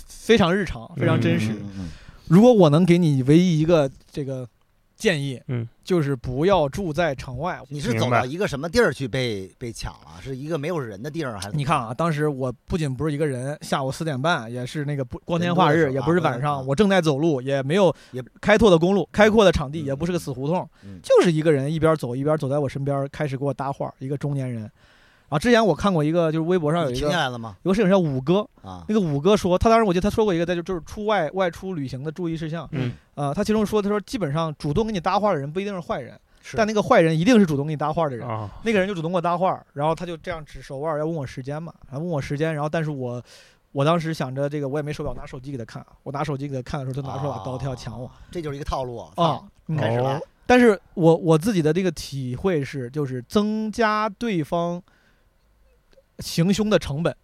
Speaker 4: 非常日常，非常 <laughs> 真实。
Speaker 3: 嗯嗯嗯
Speaker 4: 如果我能给你唯一一个这个建议，
Speaker 2: 嗯，
Speaker 4: 就是不要住在城外。
Speaker 3: 你是
Speaker 2: 明
Speaker 3: 走
Speaker 2: 白
Speaker 3: 到一个什么地儿去被被抢了？是一个没有人的地儿，还是
Speaker 4: 你看啊，当时我不仅不是一个人，下午四点半也是那个不光天化
Speaker 3: 人多
Speaker 4: 日，
Speaker 3: 的时候
Speaker 4: 也不是晚
Speaker 3: 啊
Speaker 4: 上，
Speaker 3: 嗯
Speaker 4: 我正在走路，也没有
Speaker 3: 也
Speaker 4: 开拓的公路、开阔的场地，
Speaker 3: 嗯
Speaker 4: 也不是个死胡同，
Speaker 3: 嗯
Speaker 4: 就是一个人一边走一边走在我身边，开始给我搭话，一个中年人。啊，之前我看过一个，就是微博上有
Speaker 3: 你
Speaker 4: 一
Speaker 3: 停下
Speaker 4: 个
Speaker 3: 来了吗？
Speaker 4: 有个摄影师叫五哥，
Speaker 3: 啊，
Speaker 4: 那个五哥说，他当时我记得他说过一个，在就就是出外外出旅行的注意事项。
Speaker 2: 嗯，
Speaker 4: 呃，他其中说，他说基本上主动跟你搭话的人不一定是坏人，
Speaker 3: 是
Speaker 4: 但那个坏人一定是主动跟你搭话的人。
Speaker 2: 啊，
Speaker 4: 那个人就主动给我搭话儿，然后他就这样指手腕儿要问我时间嘛，然后问我时间，然后但是我我当时想着这个我也没手表，拿手机给他看，我拿手机给他看的时候，他拿出来把刀他要抢我
Speaker 3: 啊，这就是一个套路啊
Speaker 4: 啊，嗯
Speaker 3: 开始了
Speaker 2: 哦，
Speaker 4: 但是我我自己的这个体会是，就是增加对方行凶的成本，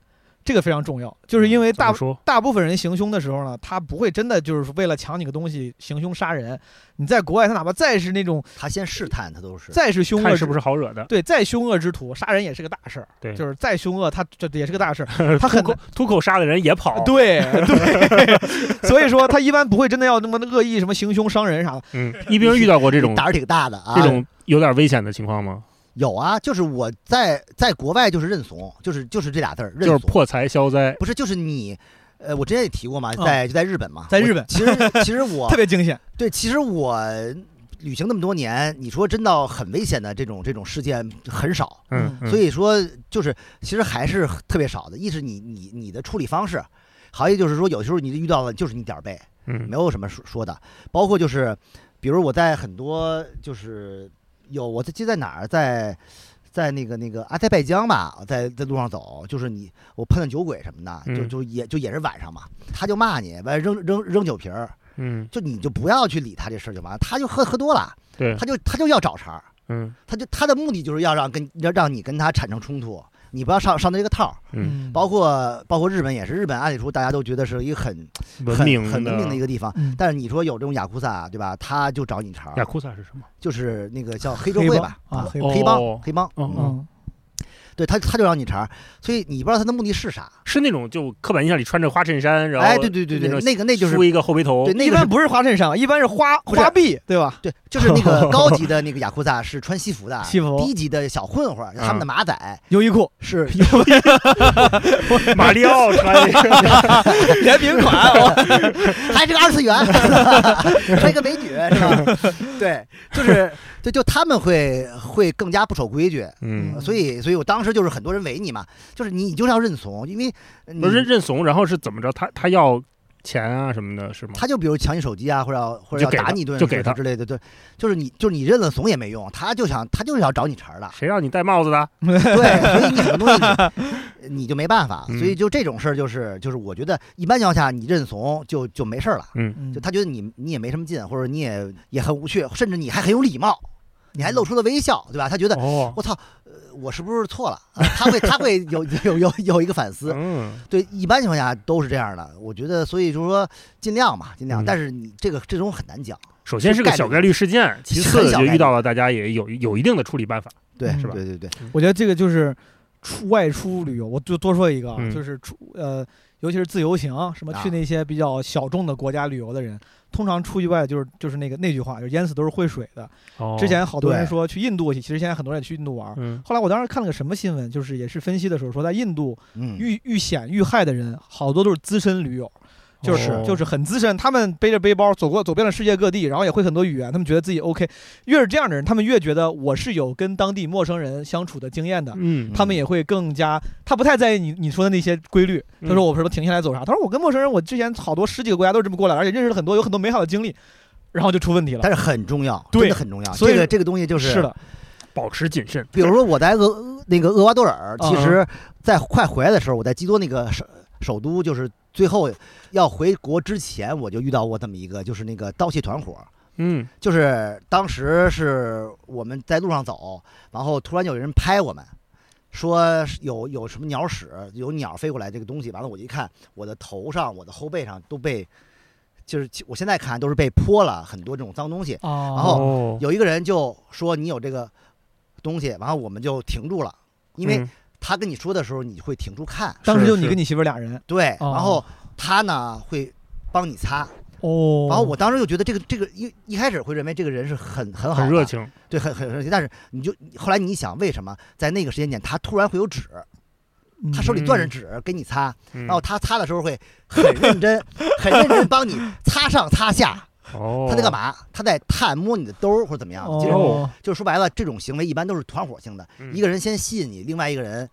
Speaker 4: 这个非常重要，就是因为
Speaker 2: 怎
Speaker 4: 大
Speaker 2: 么说？
Speaker 4: 大部分人行凶的时候呢，他不会真的就是为了抢你个东西行凶杀人。你在国外，他哪怕再是那种
Speaker 3: 他先试探，他都是
Speaker 4: 再是凶恶
Speaker 2: 看是
Speaker 4: 之
Speaker 2: 不是好惹的？
Speaker 4: 对，再凶恶之徒，杀人也是个大事儿。
Speaker 2: 对
Speaker 4: 就是再凶恶，他这也是个大事儿。他很
Speaker 2: 吐口吐口杀的人也
Speaker 3: 啊
Speaker 2: 跑，
Speaker 4: 对对， <laughs> 所以说他一般不会真的要那么恶意什么行凶伤人啥的。
Speaker 2: 嗯，一冰遇到过这种
Speaker 3: 胆儿挺大的啊。
Speaker 2: 这种有点危险的情况吗？
Speaker 3: 有啊，就是我在在国外就是认怂，就是就是这俩字儿，认
Speaker 2: 就是
Speaker 3: 怂。
Speaker 2: 破财消灾，
Speaker 3: 不是就是你，呃，我之前也提过嘛，在就在日本嘛，
Speaker 4: 嗯在日
Speaker 3: 我
Speaker 4: 本
Speaker 3: 其实其实我
Speaker 4: 特别惊险，
Speaker 3: 对，其实我旅行那么多年，你说真到很危险的这种这种事件很少，
Speaker 2: 嗯，嗯
Speaker 3: 所以说就是其实还是特别少的。一是你你你的处理方式，还有一就是说有时候你遇到了就是你点儿背，
Speaker 2: 嗯
Speaker 3: 没有什么说说的。包括就是，比如我在很多就是有我在记得在哪儿，在在那个那个阿塞拜疆吧，在在路上走，就是你我碰到酒鬼什么的，就
Speaker 2: 嗯
Speaker 3: 就也就也是晚上嘛，他就骂你，完扔扔扔酒瓶儿，
Speaker 2: 嗯
Speaker 3: 就你就不要去理他这事儿就完了，他就喝喝多了，
Speaker 2: 对
Speaker 3: 他就他就要找茬儿，
Speaker 2: 嗯
Speaker 3: 他就他的目的就是要让跟要让你跟他产生冲突，你不要上上他这个套儿。
Speaker 2: 嗯，
Speaker 3: 包括包括日本也是，日本按理说大家都觉得是一个很
Speaker 2: 嗯文明
Speaker 3: 很很文明的一
Speaker 2: 个
Speaker 3: 个地方，
Speaker 4: 嗯
Speaker 3: 但是你说有这种雅库萨，对吧？他就找你茬
Speaker 2: 雅
Speaker 3: 儿，
Speaker 2: 库萨是什么？
Speaker 3: 就是那个叫黑社会吧，
Speaker 4: 黑帮啊黑
Speaker 2: 帮
Speaker 3: 黑
Speaker 2: 哦
Speaker 3: 帮，黑帮，
Speaker 2: 哦哦，
Speaker 4: 嗯，
Speaker 3: 对他他就找你茬儿，所以你不知道他的目的是啥。
Speaker 2: 是那种就刻板印象里穿着花衬衫，然后
Speaker 3: 哎，对对对对，
Speaker 2: 那种
Speaker 3: 那个那就是
Speaker 2: 梳一个后背头
Speaker 3: 对，那
Speaker 4: 一
Speaker 3: 个是
Speaker 4: 般不是花衬衫，一般是花
Speaker 3: 不是
Speaker 4: 花臂，对吧？
Speaker 3: 对，就是那
Speaker 2: <laughs>
Speaker 3: 个高级的那个雅库萨是穿西服的，
Speaker 4: 西服
Speaker 3: 低级的小混
Speaker 2: 嗯
Speaker 3: 混儿，他们的马仔
Speaker 4: 优衣库
Speaker 3: 是
Speaker 2: 马里奥穿那
Speaker 3: <laughs>
Speaker 2: 个
Speaker 4: 联名款，
Speaker 3: 还是个二
Speaker 4: <laughs>
Speaker 3: 次元，还个美女是吧？对，就是对，就他们会会更加不守规矩，
Speaker 2: 嗯
Speaker 4: 嗯
Speaker 3: 所以所以我当时就是很多人围你嘛，就是你你就是要认怂，因为嗯你
Speaker 2: 不是认认怂，然后是怎么着？他他要钱啊什么的，是吗？
Speaker 3: 他就比如抢你手机啊，或者要或
Speaker 2: 就
Speaker 3: 者要
Speaker 2: 给他
Speaker 3: 打你一顿
Speaker 2: 就给他，
Speaker 3: 之类的，对，就是你就是你认了怂也没用，他就想他就是要找你茬儿的
Speaker 2: 谁让你戴帽子的？
Speaker 3: 对，所以你很多东
Speaker 2: <laughs>
Speaker 3: 西你你就没办法，所以
Speaker 2: 嗯
Speaker 3: 就这种事儿就是就是我觉得一般情况下你认怂就就没事儿了。
Speaker 2: 嗯
Speaker 3: 就他觉得你你也没什么劲，或者你也也很无趣，甚至你还很有礼貌，你还
Speaker 4: 嗯
Speaker 3: 露出了微笑，对吧？他觉得
Speaker 2: 哦，
Speaker 3: 我操，呃我是不是错了？啊他会他会有 <laughs> 有有有一个反思。
Speaker 2: 嗯
Speaker 3: 对，一般情况下都是这样的。我觉得，所以就是说尽量嘛，尽量。
Speaker 2: 嗯
Speaker 3: 但是你这个这种很难讲，
Speaker 2: 首先是个小概率事件，其次就遇到了大家也有有一定的处理办法。
Speaker 3: 对，
Speaker 4: 嗯是吧
Speaker 3: 对对对，
Speaker 4: 我觉得这个就是出外出旅游，我就多说一个啊，
Speaker 2: 嗯
Speaker 4: 就是出呃，尤其是自由行，什么
Speaker 3: 啊
Speaker 4: 去那些比较小众的国家旅游的人，通常出意外就是就是那个那句话，就是淹死都是会水的。
Speaker 2: 哦
Speaker 4: 之前好多人
Speaker 3: 对
Speaker 4: 说去印度，其实现在很多人也去印度玩。
Speaker 2: 嗯
Speaker 4: 后来我当时看了个什么新闻，就是也是分析的时候说，在印度
Speaker 3: 嗯，
Speaker 4: 遇遇险遇害的人，好多都是资深驴友，就是、
Speaker 2: 哦
Speaker 4: 就是很资深，他们背着背包走过走遍了世界各地，然后也会很多语言，他们觉得自己 OK。越是这样的人，他们越觉得我是有跟当地陌生人相处的经验的，
Speaker 2: 嗯
Speaker 4: 他们也会更加，他不太在意你你说的那些规律。他说
Speaker 2: 嗯
Speaker 4: 我什么停下来走啥，他说我跟陌生人，我之前好多十几个国家都是这么过来，而且认识了很多，有很多美好的经历，然后就出问题了。
Speaker 3: 但是很重要，
Speaker 4: 对
Speaker 3: 真的很重要。
Speaker 4: 所以
Speaker 3: 这个这个东西就是
Speaker 4: 的，
Speaker 2: 保持谨慎。
Speaker 3: 比如说我在厄那个厄瓜多尔，其实，在快回来的时候，我在基多那个首首都，就是最后要回国之前，我就遇到过这么一个，就是那个盗窃团伙。
Speaker 2: 嗯
Speaker 3: 就是当时是我们在路上走，然后突然有人拍我们，说是有有什么鸟屎，有鸟飞过来这个东西。完了我一看，我的头上、我的后背上都被，就是我现在看都是被泼了很多这种脏东西。
Speaker 4: 然
Speaker 3: 然后哦
Speaker 2: 哦
Speaker 3: 有一个人就说你有这个东西，然后我们就停住了，因为
Speaker 2: 嗯
Speaker 3: 他跟你说的时候，你会停住看，
Speaker 4: 当时
Speaker 2: 是
Speaker 4: 就你
Speaker 2: 是
Speaker 4: 跟你媳妇儿俩人
Speaker 3: 对，
Speaker 4: 哦
Speaker 3: 然后他呢会帮你擦，
Speaker 4: 哦，
Speaker 3: 然后我当时就觉得这个这个一一开始会认为这个人是很很好的
Speaker 2: 很热，情，
Speaker 3: 对，很很热情，但是你就后来你一想，为什么在那个时间点他突然会有纸，
Speaker 4: 嗯
Speaker 2: 嗯
Speaker 3: 他手里攥着纸给你擦，
Speaker 2: 然
Speaker 3: 然后他擦的时候会很认真，很认真帮你擦上擦下，
Speaker 2: 哦
Speaker 3: 他在干？嘛？他在探摸你的兜儿或者怎么样，
Speaker 4: 哦
Speaker 3: 这种
Speaker 2: 哦
Speaker 3: 就是说白了，这种行为一般都是团伙性的，
Speaker 2: 嗯
Speaker 3: 一个人先吸引你，另外一个人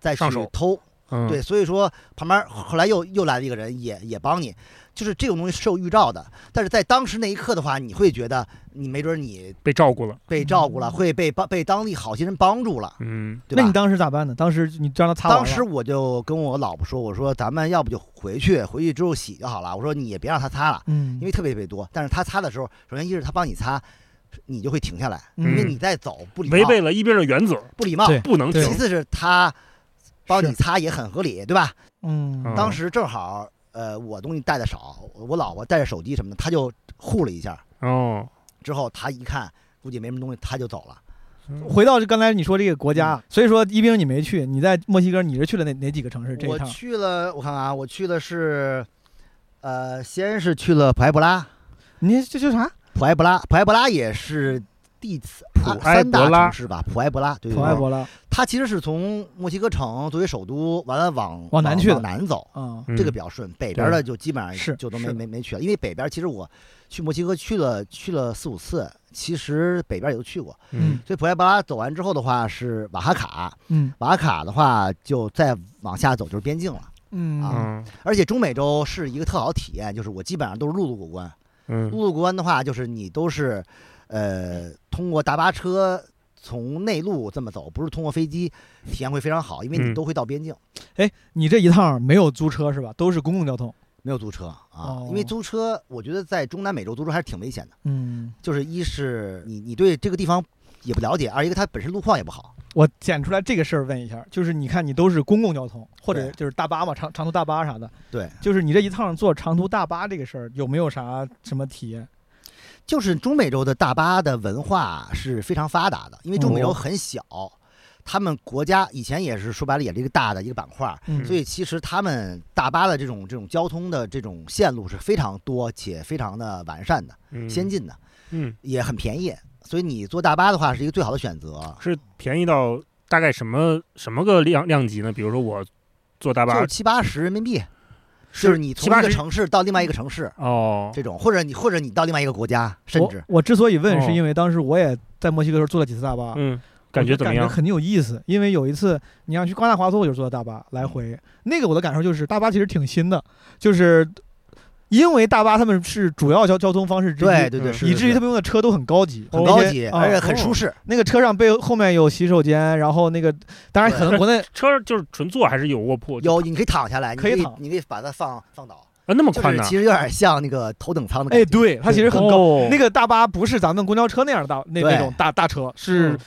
Speaker 3: 再
Speaker 2: 上
Speaker 3: 去
Speaker 2: 手
Speaker 3: 偷。
Speaker 2: 嗯
Speaker 3: 对，所以说旁边后来又又来了一个人也也帮你，就是这种东西是有预兆的。但是在当时那一刻的话，你会觉得你没准你
Speaker 2: 被照顾了。
Speaker 3: 被照顾了，会被帮被当地好心人帮助了，
Speaker 2: 嗯
Speaker 3: 对
Speaker 4: 那
Speaker 3: 吧
Speaker 4: 你？当时咋办呢？当时你让他擦完了
Speaker 3: 当时我就跟我老婆说，我说咱们要不就回去，回去之后洗就好了。我说你也别让他擦了，
Speaker 4: 嗯，
Speaker 3: 因为特别特别多。但是他擦的时候，首先一是他帮你擦，你就会停下来，因为
Speaker 2: 嗯
Speaker 3: 你在走不礼
Speaker 2: 违
Speaker 3: 貌，
Speaker 2: 背了一边的原则，
Speaker 3: 不礼貌。
Speaker 4: 对
Speaker 2: 不能停
Speaker 4: 对。
Speaker 3: 其次是他帮你
Speaker 4: 是
Speaker 3: 擦也很合理，对吧？
Speaker 4: 嗯，
Speaker 2: 嗯
Speaker 3: 当时正好，呃，我东西带的少，我老婆带着手机什么的，他就护了一下。
Speaker 2: 哦，
Speaker 3: 之后他一看，估计没什么东西，他就走了。
Speaker 4: 回到这刚才你说这个国
Speaker 3: 嗯
Speaker 4: 家，所以说一冰你没去，你在墨西哥你是去了哪哪几个城市？这一
Speaker 3: 我
Speaker 4: 趟
Speaker 3: 去了，我看看啊，我去的是，呃，先是去了普埃布拉，
Speaker 4: 你这这啥？
Speaker 3: 普埃布拉，普埃布拉也是第次
Speaker 2: 普
Speaker 3: 啊
Speaker 2: 埃
Speaker 3: 三大
Speaker 2: 博拉
Speaker 3: 城市吧，普埃布拉，对对
Speaker 4: 普埃
Speaker 3: 对，
Speaker 4: 博拉，
Speaker 3: 它其实是从墨西哥城作为首都，完了往
Speaker 4: 往南去的
Speaker 3: 往南走，
Speaker 4: 啊，
Speaker 2: 嗯
Speaker 3: 这个比较顺。北边的就基本
Speaker 4: 是
Speaker 3: 上就都
Speaker 4: 是
Speaker 3: 没没没去了，因为北边其实我去墨西哥去了去了四五次，其实北边也都去过。
Speaker 2: 嗯
Speaker 3: 所以普埃巴拉走完之后的话是瓦哈卡，
Speaker 4: 嗯
Speaker 3: 瓦哈卡的话就再往下走就是边境了。
Speaker 4: 嗯
Speaker 3: 啊
Speaker 2: 嗯
Speaker 3: 而且中美洲是一个特好的体验，就是我基本上都是陆路过关。
Speaker 2: 嗯
Speaker 3: 陆路过关的话，就是你都是，呃，通过大巴车从内陆这么走，不是通过飞机，体验会非常好，因为
Speaker 2: 嗯
Speaker 3: 你都会到边境，
Speaker 4: 你这一趟没有租车是吧？都是公共交通。
Speaker 3: 没有租车啊。
Speaker 4: 哦
Speaker 3: 因为租车，我觉得在中南美洲租车还是挺危险的，
Speaker 4: 嗯，
Speaker 3: 就是一是你你对这个地方也不了解，二一个它本身路况也不好。
Speaker 4: 我捡出来这个事儿问一下，就是你看你都是公共交通，或者
Speaker 3: 对
Speaker 4: 就是大巴嘛，长长途大巴啥的。
Speaker 3: 对，
Speaker 4: 就是你这一趟坐长途大巴这个事儿，有没有啥什么体验？
Speaker 3: 就是中美洲的大巴的文化是非常发达的，因为中美
Speaker 2: 哦
Speaker 3: 洲很小，他们国家以前也是说白了也是一个大的一个板块，
Speaker 4: 嗯
Speaker 3: 所以其实他们大巴的这种这种交通的这种线路是非常多且非常的完善的、
Speaker 2: 嗯，
Speaker 3: 先进的，
Speaker 2: 嗯
Speaker 3: 也很便宜。所以你坐大巴的话是一个最好的选择，
Speaker 2: 是便宜到大概什么什么个量量级呢？比如说我坐大
Speaker 3: 就
Speaker 2: 巴
Speaker 3: 是七八十人民币，就是你
Speaker 2: 七
Speaker 3: 从
Speaker 2: 八
Speaker 3: 一个
Speaker 2: 十
Speaker 3: 城市到另外一个城市
Speaker 2: 哦，
Speaker 3: 这种，或者你或者你到另外一个国家，甚至
Speaker 4: 我我之所以问，
Speaker 2: 哦
Speaker 4: 是因为当时我也在墨西哥时候坐了几次大巴，
Speaker 2: 嗯，
Speaker 4: 我
Speaker 2: 感
Speaker 4: 就
Speaker 2: 觉怎么样
Speaker 4: 感觉？很有意思。因为有一次你要去瓜纳华托，我就坐的大巴
Speaker 2: 嗯
Speaker 4: 来回，那个我的感受就是大巴其实挺新的，就是因为大巴他们是主要交交通方式之一，
Speaker 3: 对对对，
Speaker 2: 嗯
Speaker 3: 是
Speaker 4: 以至于
Speaker 3: 是
Speaker 4: 他们用的车都很高级，
Speaker 3: 很高
Speaker 4: 那些
Speaker 3: 级，
Speaker 4: 啊
Speaker 3: 而且很舒适。
Speaker 4: 那个车上背后面有洗手间，然后那个当然可能
Speaker 2: 对
Speaker 4: 国内
Speaker 2: 车就是纯坐还是有卧铺？
Speaker 3: 有，你可以躺下来，你
Speaker 4: 可以
Speaker 3: 以
Speaker 4: 躺
Speaker 3: 你可以把它放放倒，
Speaker 2: 啊，那么
Speaker 3: 就
Speaker 2: 宽
Speaker 3: 是
Speaker 2: 呢？
Speaker 3: 其实有点像那个头等舱的感
Speaker 4: 哎，
Speaker 3: 觉。
Speaker 4: 对，它其实很高。
Speaker 2: 高
Speaker 4: 那个大巴不是咱们公交车那样的大那
Speaker 3: 对嗯
Speaker 4: 那种大大车，是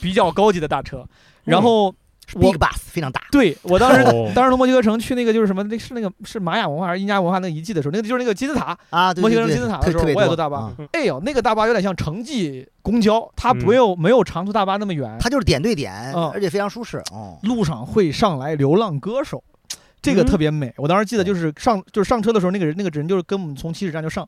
Speaker 4: 比较高级的大车。然后
Speaker 3: 是
Speaker 4: 我
Speaker 3: ，big bus 非常大。
Speaker 4: 对我当时
Speaker 2: 哦
Speaker 4: 当时从墨西哥城去那个就是什么，那是那个是玛雅文化还是印加文化那个遗迹的时候，那个就是那个金字塔。
Speaker 3: 啊，对
Speaker 4: 墨西
Speaker 3: 对
Speaker 4: 哥人
Speaker 3: 对
Speaker 4: 金字塔的
Speaker 3: 特
Speaker 4: 时候
Speaker 3: 特别
Speaker 4: 我也坐
Speaker 3: 多
Speaker 4: 大巴
Speaker 3: 啊
Speaker 4: 哎呦，那个大巴有点像城际公交，它
Speaker 2: 嗯
Speaker 4: 没有、没有长途大巴那么远，
Speaker 3: 它就是点对点，
Speaker 4: 嗯
Speaker 3: 而且非常舒适。哦，
Speaker 4: 路上会上来流浪歌手。这个
Speaker 2: 嗯
Speaker 4: 特别美，我当时记得就是上就是上车的时候，那个人那个人就是跟我们从起始站就上，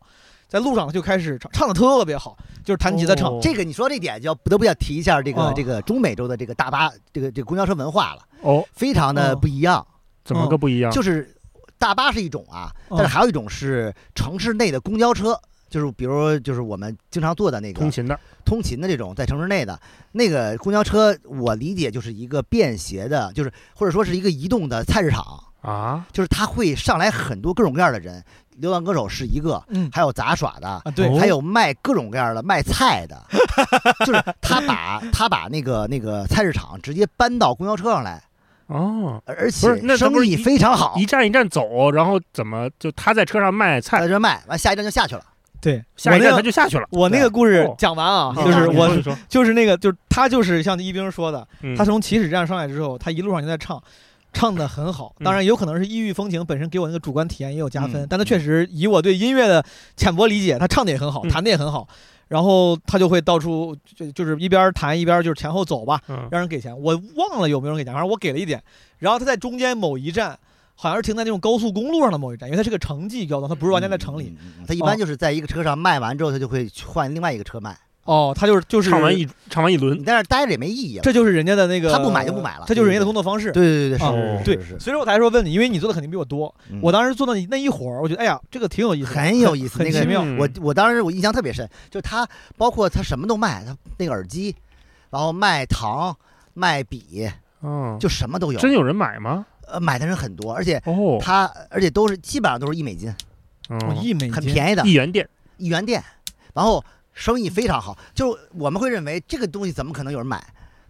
Speaker 4: 在路上就开始唱，唱的特别好，就是弹吉他唱，
Speaker 2: 哦
Speaker 3: 这个你说这点就要不得不要提一下这个、
Speaker 4: 哦
Speaker 3: 这个中美洲的这个大巴这个这个公交车文化了，
Speaker 2: 哦，
Speaker 3: 非常的
Speaker 4: 哦
Speaker 3: 不一样。
Speaker 2: 怎么个
Speaker 4: 嗯
Speaker 2: 不一样？
Speaker 3: 就是大巴是一种啊，
Speaker 4: 哦
Speaker 3: 但是还有一种是城市内的公交车。就是比如，就是我们经常坐的那个
Speaker 2: 通勤的
Speaker 3: 通勤的这种，在城市内的那个公交车，我理解就是一个便携的，就是或者说是一个移动的菜市场，
Speaker 2: 啊，
Speaker 3: 就是它会上来很多各种各样的人，流浪歌手是一个，
Speaker 4: 嗯
Speaker 3: 还有杂耍的，
Speaker 4: 啊，对，
Speaker 2: 哦
Speaker 3: 还有卖各种各样的卖
Speaker 2: <laughs>
Speaker 3: 菜的，就是他把他把那个那个菜市场直接搬到公交车上来，
Speaker 2: 哦，
Speaker 3: 而而
Speaker 2: 不是那
Speaker 3: 且
Speaker 2: 他
Speaker 3: 生
Speaker 2: 不是
Speaker 3: 意
Speaker 2: 一
Speaker 3: 非常好
Speaker 2: 一，站一站走，然后怎么就他在车上卖菜，
Speaker 3: 在这卖完下一站就下去了。
Speaker 4: 对
Speaker 2: 下一
Speaker 4: 呃我那
Speaker 2: 站
Speaker 4: 个
Speaker 2: 他就下去了。
Speaker 4: 我那个故事
Speaker 2: 哦
Speaker 4: 讲完啊，
Speaker 3: 嗯
Speaker 4: 就是
Speaker 3: 嗯
Speaker 4: 我
Speaker 2: 你说
Speaker 4: 就是那个就是他就是像一冰说的，
Speaker 2: 嗯
Speaker 4: 他从起始站上来之后，他一路上就在唱，唱的很好。当然，有可能是异域风情本身给我那个主观体验也有加分，
Speaker 3: 嗯
Speaker 4: 但他确实以我对音乐的浅薄理解，他唱的也很好，
Speaker 2: 嗯
Speaker 4: 弹的也很好。然后他就会到处就就是一边弹一边就是前后走吧，
Speaker 2: 嗯
Speaker 4: 让人给钱。我忘了有没有人给钱，反正我给了一点。然后他在中间某一站，好像是停在那种高速公路上的某一站，因为它是个城际交通，它不是完全在城里。
Speaker 3: 嗯，嗯嗯他一
Speaker 2: 哦
Speaker 3: 般就是在一个车上卖完之后，他就会去换另外一个车卖。
Speaker 4: 哦，他就是就是
Speaker 2: 唱完一唱完一轮
Speaker 3: 你，在那儿待着也没意义了。
Speaker 4: 这就是人家的那个，
Speaker 3: 他不买就不买了
Speaker 4: 这就是人家的工作方式。
Speaker 3: 对对对对，
Speaker 4: 哦
Speaker 3: 是
Speaker 4: 对
Speaker 3: 是是是，
Speaker 4: 所以说我才说问你，因为你做的肯定比我多。
Speaker 3: 嗯
Speaker 4: 我当时做到那一会儿，我觉得哎呀，这个挺有意思的，
Speaker 3: 很有意思
Speaker 4: 很
Speaker 3: 那个
Speaker 4: 奇妙。
Speaker 2: 嗯
Speaker 3: 我我当时我印象特别深，就是他包括他什么都卖，他那个耳机，然后卖糖、卖笔，
Speaker 2: 嗯，
Speaker 3: 就什么都有。
Speaker 2: 真有人买吗？
Speaker 3: 呃，买的人很多，而且
Speaker 2: 哦，
Speaker 3: 它而且都是基本上都是一美金，
Speaker 4: 哦
Speaker 2: 嗯
Speaker 4: 一美金
Speaker 3: 很便宜的
Speaker 2: 一元店，
Speaker 3: 一元店，然后生意非常好。就是我们会认为这个东西怎么可能有人买，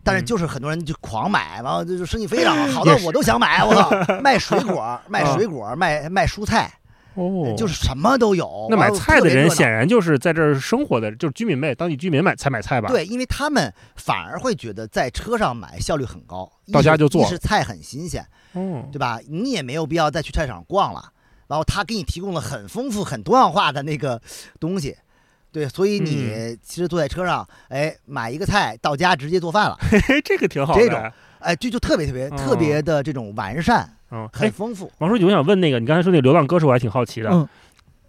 Speaker 3: 但是
Speaker 2: 嗯
Speaker 3: 就是很多人就狂买，然后就就生意非常好，好到我都想买。
Speaker 2: <laughs>
Speaker 3: 我操，卖水果，卖水果，卖卖蔬菜，
Speaker 2: 嗯
Speaker 4: 呃
Speaker 2: 哦，
Speaker 3: 就是什么都有。
Speaker 2: 那买
Speaker 3: 然后
Speaker 2: 菜
Speaker 3: 特
Speaker 2: 的
Speaker 3: 别热
Speaker 2: 人
Speaker 3: 闹
Speaker 2: 显然就是在这儿生活的，就是居民呗，当地居民买才买菜吧？，
Speaker 3: 对，因为他们反而会觉得在车上买效率很高，一
Speaker 2: 到家
Speaker 3: 是
Speaker 2: 就做
Speaker 3: 一是菜很新鲜，
Speaker 2: 哦，
Speaker 3: 对吧？你也没有必要再去菜市场逛了。然后他给你提供了很丰富、很多样化的那个东西，对，所以你其实坐在车上，哎，买一个菜到家直接做饭了，
Speaker 2: 嘿 <laughs> 嘿，这个挺好的。
Speaker 3: 这种哎，这就特别特别、特别的这种完善，
Speaker 2: 嗯，
Speaker 3: 很
Speaker 2: 哎，
Speaker 3: 丰富。
Speaker 2: 王书记，我想问那个，你刚才说那流浪歌手，我还挺好奇的，
Speaker 4: 嗯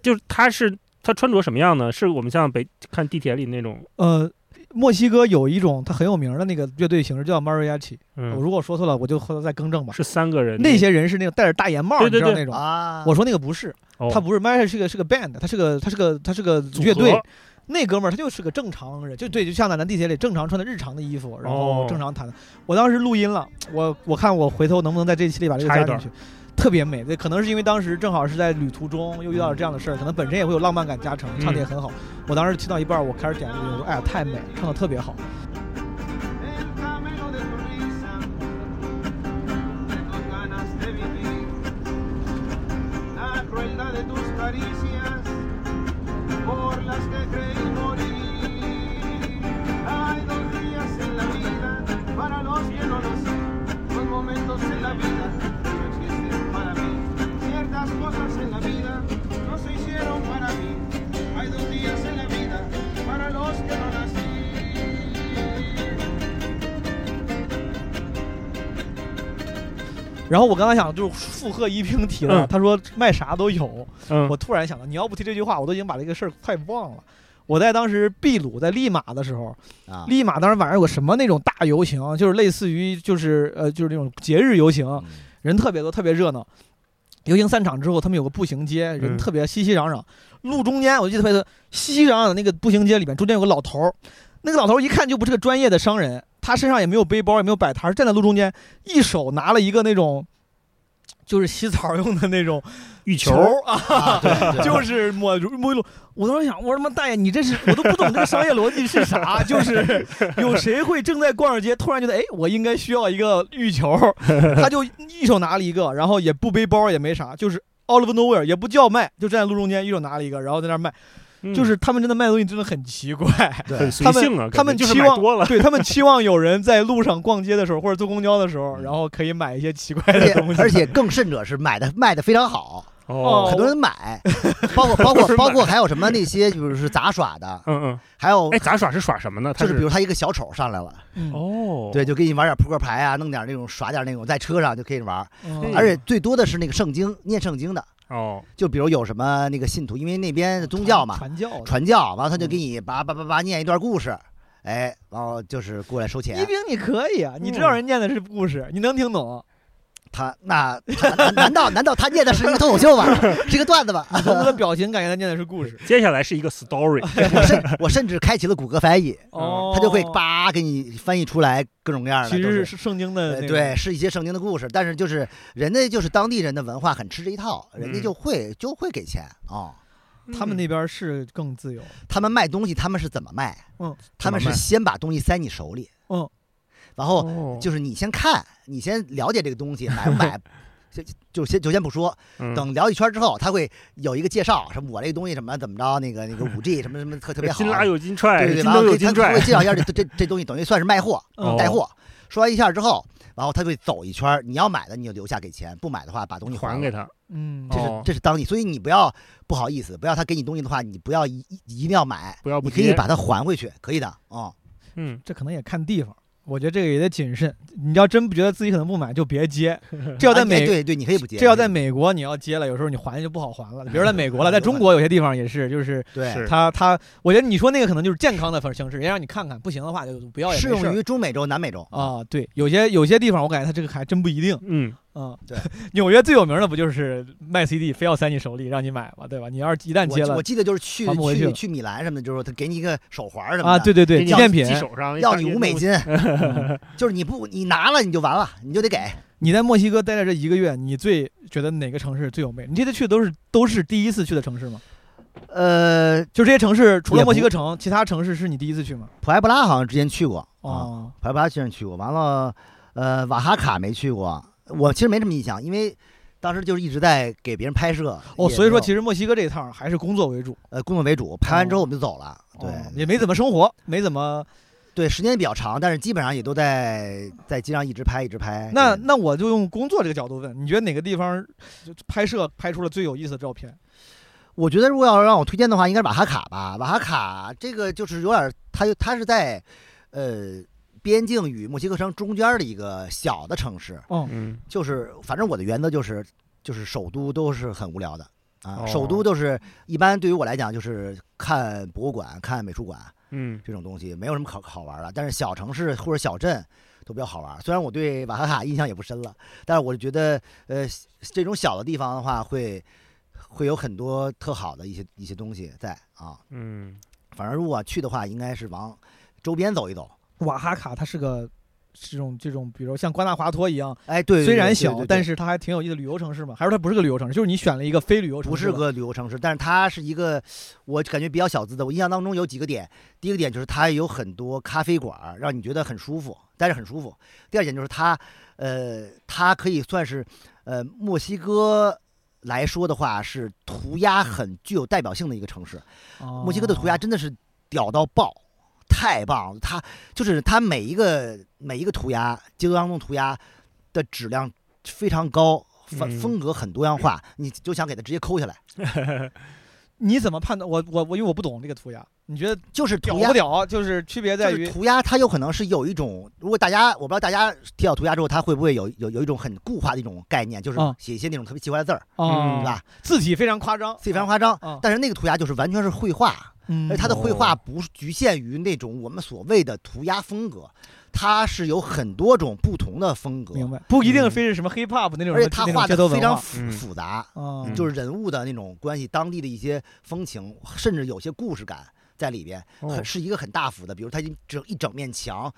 Speaker 2: 就是他是他穿着什么样呢？是我们像北看地铁里那种
Speaker 4: 呃，墨西哥有一种它很有名的那个乐队形式叫 mariachi，、我
Speaker 2: 嗯，
Speaker 4: 如果说错了，我就后头再更正吧。
Speaker 2: 是三个人
Speaker 4: 那些人是那种戴着大檐帽，
Speaker 2: 对对
Speaker 4: 你知道
Speaker 2: 对
Speaker 4: 那种。
Speaker 3: 啊，
Speaker 4: 我说那个不是，
Speaker 2: 哦
Speaker 4: 他不是 mariachi 是个是个 band，他是个他是个他是个
Speaker 2: 组
Speaker 4: 乐队
Speaker 2: 合。
Speaker 4: 那哥们儿他就是个正常人，就对，就像咱咱地铁里正常穿的日常的衣服，然后
Speaker 2: 哦
Speaker 4: 正常弹的。我当时录音了，我我看我回头能不能在这一期里把这个
Speaker 2: 插一
Speaker 4: 加进
Speaker 2: 段
Speaker 4: 去，特别美。对，可能是因为当时正好是在旅途中又遇到了这样的事儿，可能本身也会有浪漫感加成，
Speaker 2: 嗯
Speaker 4: 唱的也很好。我当时听到一半儿，我开始点录音，我说哎呀太美，了，唱的特别好。
Speaker 6: El camino de tu risa, de tus ganas de vivir, la crueldad de tus caricias, por las que creí morir. Hay dos días en la vida para los que no lo sé, dos momentos en la vida que no existen para mí. Ciertas cosas en la vida no se hicieron para mí. Hay dos días en la vida para los que no nací.
Speaker 4: 然后我刚才想就是附和一平提了，
Speaker 2: 嗯
Speaker 4: 他说卖啥都有，
Speaker 2: 嗯
Speaker 4: 我突然想到，你要不提这句话，我都已经把这个事儿快忘了。我在当时秘鲁在利马的时候，
Speaker 3: 啊，
Speaker 4: 利马当时晚上有个什么那种大游行，就是类似于就是呃就是那种节日游行，
Speaker 3: 嗯
Speaker 4: 人特别多，特别热闹。游行散场之后，他们有个步行街，人
Speaker 2: 嗯
Speaker 4: 特别熙熙攘攘。路中间，我记得特别多熙熙攘攘的那个步行街里面，中间有个老头儿，那个老头儿一看就不是个专业的商人，他身上也没有背包，也没有摆摊儿，站在路中间，一手拿了一个那种就是洗澡用的那种
Speaker 2: 玉球
Speaker 4: 球儿啊，
Speaker 3: 啊对
Speaker 2: <laughs>
Speaker 4: <laughs>
Speaker 3: 对
Speaker 4: 就是抹如沐浴露。我当时想，我他妈大爷，你这是我都不懂这个商业逻辑
Speaker 2: <laughs>
Speaker 4: 是啥？就是有谁会正在逛着街，突然觉得哎，我应该需要一个浴球，他就一手拿了一个，然后也不背包，也没啥，就是 out of nowhere，也不叫卖，就站在路中间一手拿了一个，然后在那儿卖。
Speaker 2: 嗯
Speaker 4: 就是他们真的卖东西真的很奇怪，
Speaker 2: 很
Speaker 3: 对，
Speaker 2: 随
Speaker 4: 他
Speaker 2: 性
Speaker 4: 们
Speaker 2: 啊，
Speaker 4: 他们
Speaker 2: 感觉就是
Speaker 4: 期
Speaker 2: 买
Speaker 4: 望
Speaker 2: 多
Speaker 4: <laughs>
Speaker 2: 了，
Speaker 4: 对
Speaker 2: <laughs>
Speaker 4: 他们期望有人在路上逛街的时候或者坐公交的时候，
Speaker 3: 嗯
Speaker 4: 然后可以买一些奇怪
Speaker 3: 而
Speaker 4: 的
Speaker 3: 且
Speaker 4: 东西。
Speaker 3: 而且更甚者是买的卖的非常好，
Speaker 4: 哦
Speaker 3: 很多人买，包括
Speaker 2: 很多
Speaker 3: 包括
Speaker 2: 人
Speaker 3: 包
Speaker 2: 买
Speaker 3: 括还有什么那些就是杂耍的，
Speaker 2: 嗯嗯，
Speaker 3: 还有
Speaker 2: 哎，杂耍是耍什么呢？它
Speaker 3: 就是比如他一个小丑上来了，
Speaker 4: 嗯
Speaker 2: 哦，
Speaker 3: 对，就给你玩点扑克牌啊，弄点那种耍点那种，在车上就可以玩，
Speaker 4: 嗯
Speaker 3: 而且最多的是那个圣经念圣经的，
Speaker 2: 哦，
Speaker 3: 就比如有什么那个信徒，因为那边的宗教嘛，
Speaker 4: 传嗯教的
Speaker 3: 传教，完了他就给你叭叭叭叭念一段故事，哎，然后就是过来收
Speaker 4: 一
Speaker 3: 钱，
Speaker 4: 冰，你可以啊，你知道人念的是故 <laughs> 事，你能听懂，
Speaker 3: 他那他难难道难道他念的是一个脱口秀吧， <laughs> 是一个段子吧？
Speaker 4: 你从他的表情感觉他念的是故 <laughs> 事。
Speaker 2: 接下来是一个 story，
Speaker 3: 我甚我甚至开启了谷歌翻译，
Speaker 4: 哦，
Speaker 3: 他就会叭给你翻译出来各种各样的，
Speaker 4: 其
Speaker 3: 都
Speaker 4: 实
Speaker 3: 是
Speaker 4: 是圣经的
Speaker 3: 呃
Speaker 4: 那个
Speaker 3: 对，是一些圣经的故事，但是就是人家就是当地人的文化很吃这一套，人家
Speaker 2: 嗯
Speaker 3: 就会、就会给钱啊、哦
Speaker 4: 他们那边是更自由。
Speaker 3: 他们卖东西，他们是怎么卖？
Speaker 4: 嗯，
Speaker 3: 他们
Speaker 2: 怎么
Speaker 3: 是
Speaker 2: 卖
Speaker 3: 先把东西塞你手里，
Speaker 4: 嗯，
Speaker 3: 然后
Speaker 2: 哦，
Speaker 3: 就是你先看，你先了解这个东西买不
Speaker 2: <laughs>
Speaker 3: 买。就就先就先不说，
Speaker 2: 嗯
Speaker 3: 等聊一圈之后，他会有一个介绍，什么我这个东西什么怎么着，那个那个五 G 什么什么特特别好，
Speaker 2: 金拉有金踹，
Speaker 3: 对对对，
Speaker 2: 金
Speaker 3: 完
Speaker 2: 兜
Speaker 3: 了
Speaker 2: 有
Speaker 3: 给他
Speaker 2: 金
Speaker 3: 他
Speaker 2: 踹
Speaker 3: 会，介绍一下这这这这东西，等于算是卖货、
Speaker 4: 嗯
Speaker 3: 带
Speaker 2: 哦
Speaker 3: 货。说完一下之后，然后他就走一圈儿，你要买的你就留下给钱，不买的话把东西
Speaker 2: 还
Speaker 3: 了
Speaker 2: 给。他，
Speaker 4: 嗯，
Speaker 3: 这是
Speaker 2: 哦
Speaker 3: 这是当地，所以你不要不好意思，不要他给你东西的话，你不要一一一定要买，
Speaker 2: 不要不
Speaker 3: 你可以
Speaker 2: 接
Speaker 3: 把它还回去，可以的啊。
Speaker 2: 嗯，
Speaker 4: 这可能也看地方。我觉得这个也得谨慎。你要真觉得自己可能不买，就别 <laughs> 接。这要
Speaker 3: 要
Speaker 4: 在美，
Speaker 3: 哎对对，你可以不接，
Speaker 4: 哎这要在
Speaker 3: 你
Speaker 4: 美国，你要接了，有时候你还就不好还了。比如在美国 <laughs> 了，在中国有些地方也是，就是
Speaker 3: 可以对
Speaker 2: 是
Speaker 4: 他他，我觉得你说那个可能就是健康的方形式，人家让你看看，不行的话就不要也
Speaker 3: 适
Speaker 4: 没事
Speaker 3: 用
Speaker 4: 儿
Speaker 3: 于中美洲、南美洲。嗯
Speaker 4: 啊。对，有些有些地方我感觉他这个还真不一定。
Speaker 2: 嗯，
Speaker 4: 嗯，
Speaker 3: 对，
Speaker 4: <laughs> 纽约最有名的不就是卖 CD，非要塞你手里让你买嘛，对吧？你要是一旦接
Speaker 3: 我
Speaker 4: 了
Speaker 3: 我记得就是去
Speaker 4: 还不回去了
Speaker 3: 去去米兰什么的，就是说他给你一个手环什么的
Speaker 4: 啊，对对
Speaker 2: 给
Speaker 4: 对，
Speaker 2: 你
Speaker 4: 纪念品
Speaker 2: 系，手上，
Speaker 3: 要
Speaker 2: 当
Speaker 3: 你
Speaker 2: 年
Speaker 3: 五美
Speaker 2: 弄
Speaker 4: <laughs>
Speaker 3: 金，
Speaker 4: 嗯
Speaker 3: 就是你不你拿了你就完了，你就得给。
Speaker 4: 你在墨西哥待在这一个月，你最觉得哪个城市最有魅力？你这次去都是都是第一次去的城市吗？
Speaker 3: 呃，
Speaker 4: 就这些城市，除了
Speaker 3: 也不
Speaker 4: 墨西哥城，其他城市是你第一次去吗？
Speaker 3: 普埃布拉好像之前去过啊，
Speaker 4: 哦，
Speaker 3: 普埃布拉之前去过，完了，呃，瓦哈卡没去过，我其实没什么印象，因为当时就是一直在给别人拍摄。
Speaker 4: 哦，所以说其
Speaker 3: 实
Speaker 4: 实墨西哥这一趟还是工作为主，
Speaker 3: 呃工作为主，拍完之后我们就走了。对、
Speaker 4: 哦也没怎么生活，没怎么。
Speaker 3: 对，时间比较长，但是基本上也都在在街上一直拍一直拍。
Speaker 4: 那
Speaker 3: 对
Speaker 4: 那我就用工作这个角度问，你觉得哪个地方就拍摄拍出了最有意思的照片？
Speaker 3: 我觉得如果要让我推荐的话，应该是瓦哈卡吧。瓦哈卡这个就是有点儿，它有它是在呃边境与墨西哥城中间的一个小的城市。
Speaker 2: 嗯，
Speaker 3: 就是反正我的原则就是，就是首都都是很无聊的啊，
Speaker 2: 哦
Speaker 3: 首都都是一般对于我来讲就是看博物馆、看美术馆，
Speaker 2: 嗯
Speaker 3: 这种东西没有什么可好玩儿的。但是小城市或者小镇都比较好玩儿。虽然我对瓦哈哈印象也不深了，但是我就觉得，呃，这种小的地方的话会，会有很多特好的一些一些东西在啊。
Speaker 2: 嗯
Speaker 3: 反正如果去的话，应该是往周边走一走。
Speaker 4: 瓦哈卡它是个这种这种，比如像瓜纳华托一样，
Speaker 3: 哎，对，对
Speaker 4: 虽
Speaker 3: 对
Speaker 4: 然
Speaker 3: 对
Speaker 4: 小
Speaker 3: 对，对
Speaker 4: 但是它还挺有意思的旅游城市嘛。还是它不是个旅游城市，就是你选了一个非旅游城
Speaker 3: 不
Speaker 4: 市
Speaker 3: 是
Speaker 4: 吧，
Speaker 3: 个旅游城市，但是它是一个我感觉比较小资的。我印象当中有几个点，第一个点就是它有很多咖啡馆儿，让你觉得很舒服，待着很舒服。第二点就是它，呃，它可以算是，呃，墨西哥。来说的话，是涂鸦很具有代表性的一个城市。
Speaker 4: 哦
Speaker 3: 墨西哥的涂鸦真的是屌到爆，太棒了！它就是它每一个每一个涂鸦，街头当中涂鸦的质量非常高，风
Speaker 2: 嗯
Speaker 3: 风格很多样
Speaker 4: <clears throat>
Speaker 3: 化，你就想给它直接抠下来。
Speaker 4: 你怎么判断？我我我，因为我不懂这个涂鸦，你觉得
Speaker 3: 就是
Speaker 4: 屌
Speaker 3: 涂鸦
Speaker 4: 不，屌？就是区别在
Speaker 3: 就
Speaker 4: 于
Speaker 3: 是涂鸦，它有可能是有一种，如果大家我不知道大家提到涂鸦之后，它会不会有有有一种很固化的一种概念，就是
Speaker 4: 啊
Speaker 3: 写一些那种特别奇怪的字儿，
Speaker 4: 啊
Speaker 3: 对
Speaker 2: 嗯
Speaker 3: 吧？
Speaker 4: 字体非常夸张，
Speaker 3: 非常夸张
Speaker 4: 啊。
Speaker 3: 但是那个涂鸦就是完全是绘画，
Speaker 4: 嗯
Speaker 3: 而它的绘画不是局限于那种我们所谓的涂鸦风格，它是有很多种不同的风格，
Speaker 4: 明白，不一定非是什么 hip hop 那种，
Speaker 3: 嗯而且它
Speaker 4: 那种
Speaker 3: 画
Speaker 4: 街头
Speaker 3: 的
Speaker 4: 文
Speaker 3: 非常
Speaker 4: 化
Speaker 3: 复
Speaker 2: 嗯
Speaker 3: 复杂，
Speaker 4: 啊，
Speaker 2: 嗯
Speaker 3: 就是人物的那种关系，当地的一些风情，甚至有些故事感在里边，
Speaker 2: 哦
Speaker 3: 很是一个很大幅的，比如它一整一整面墙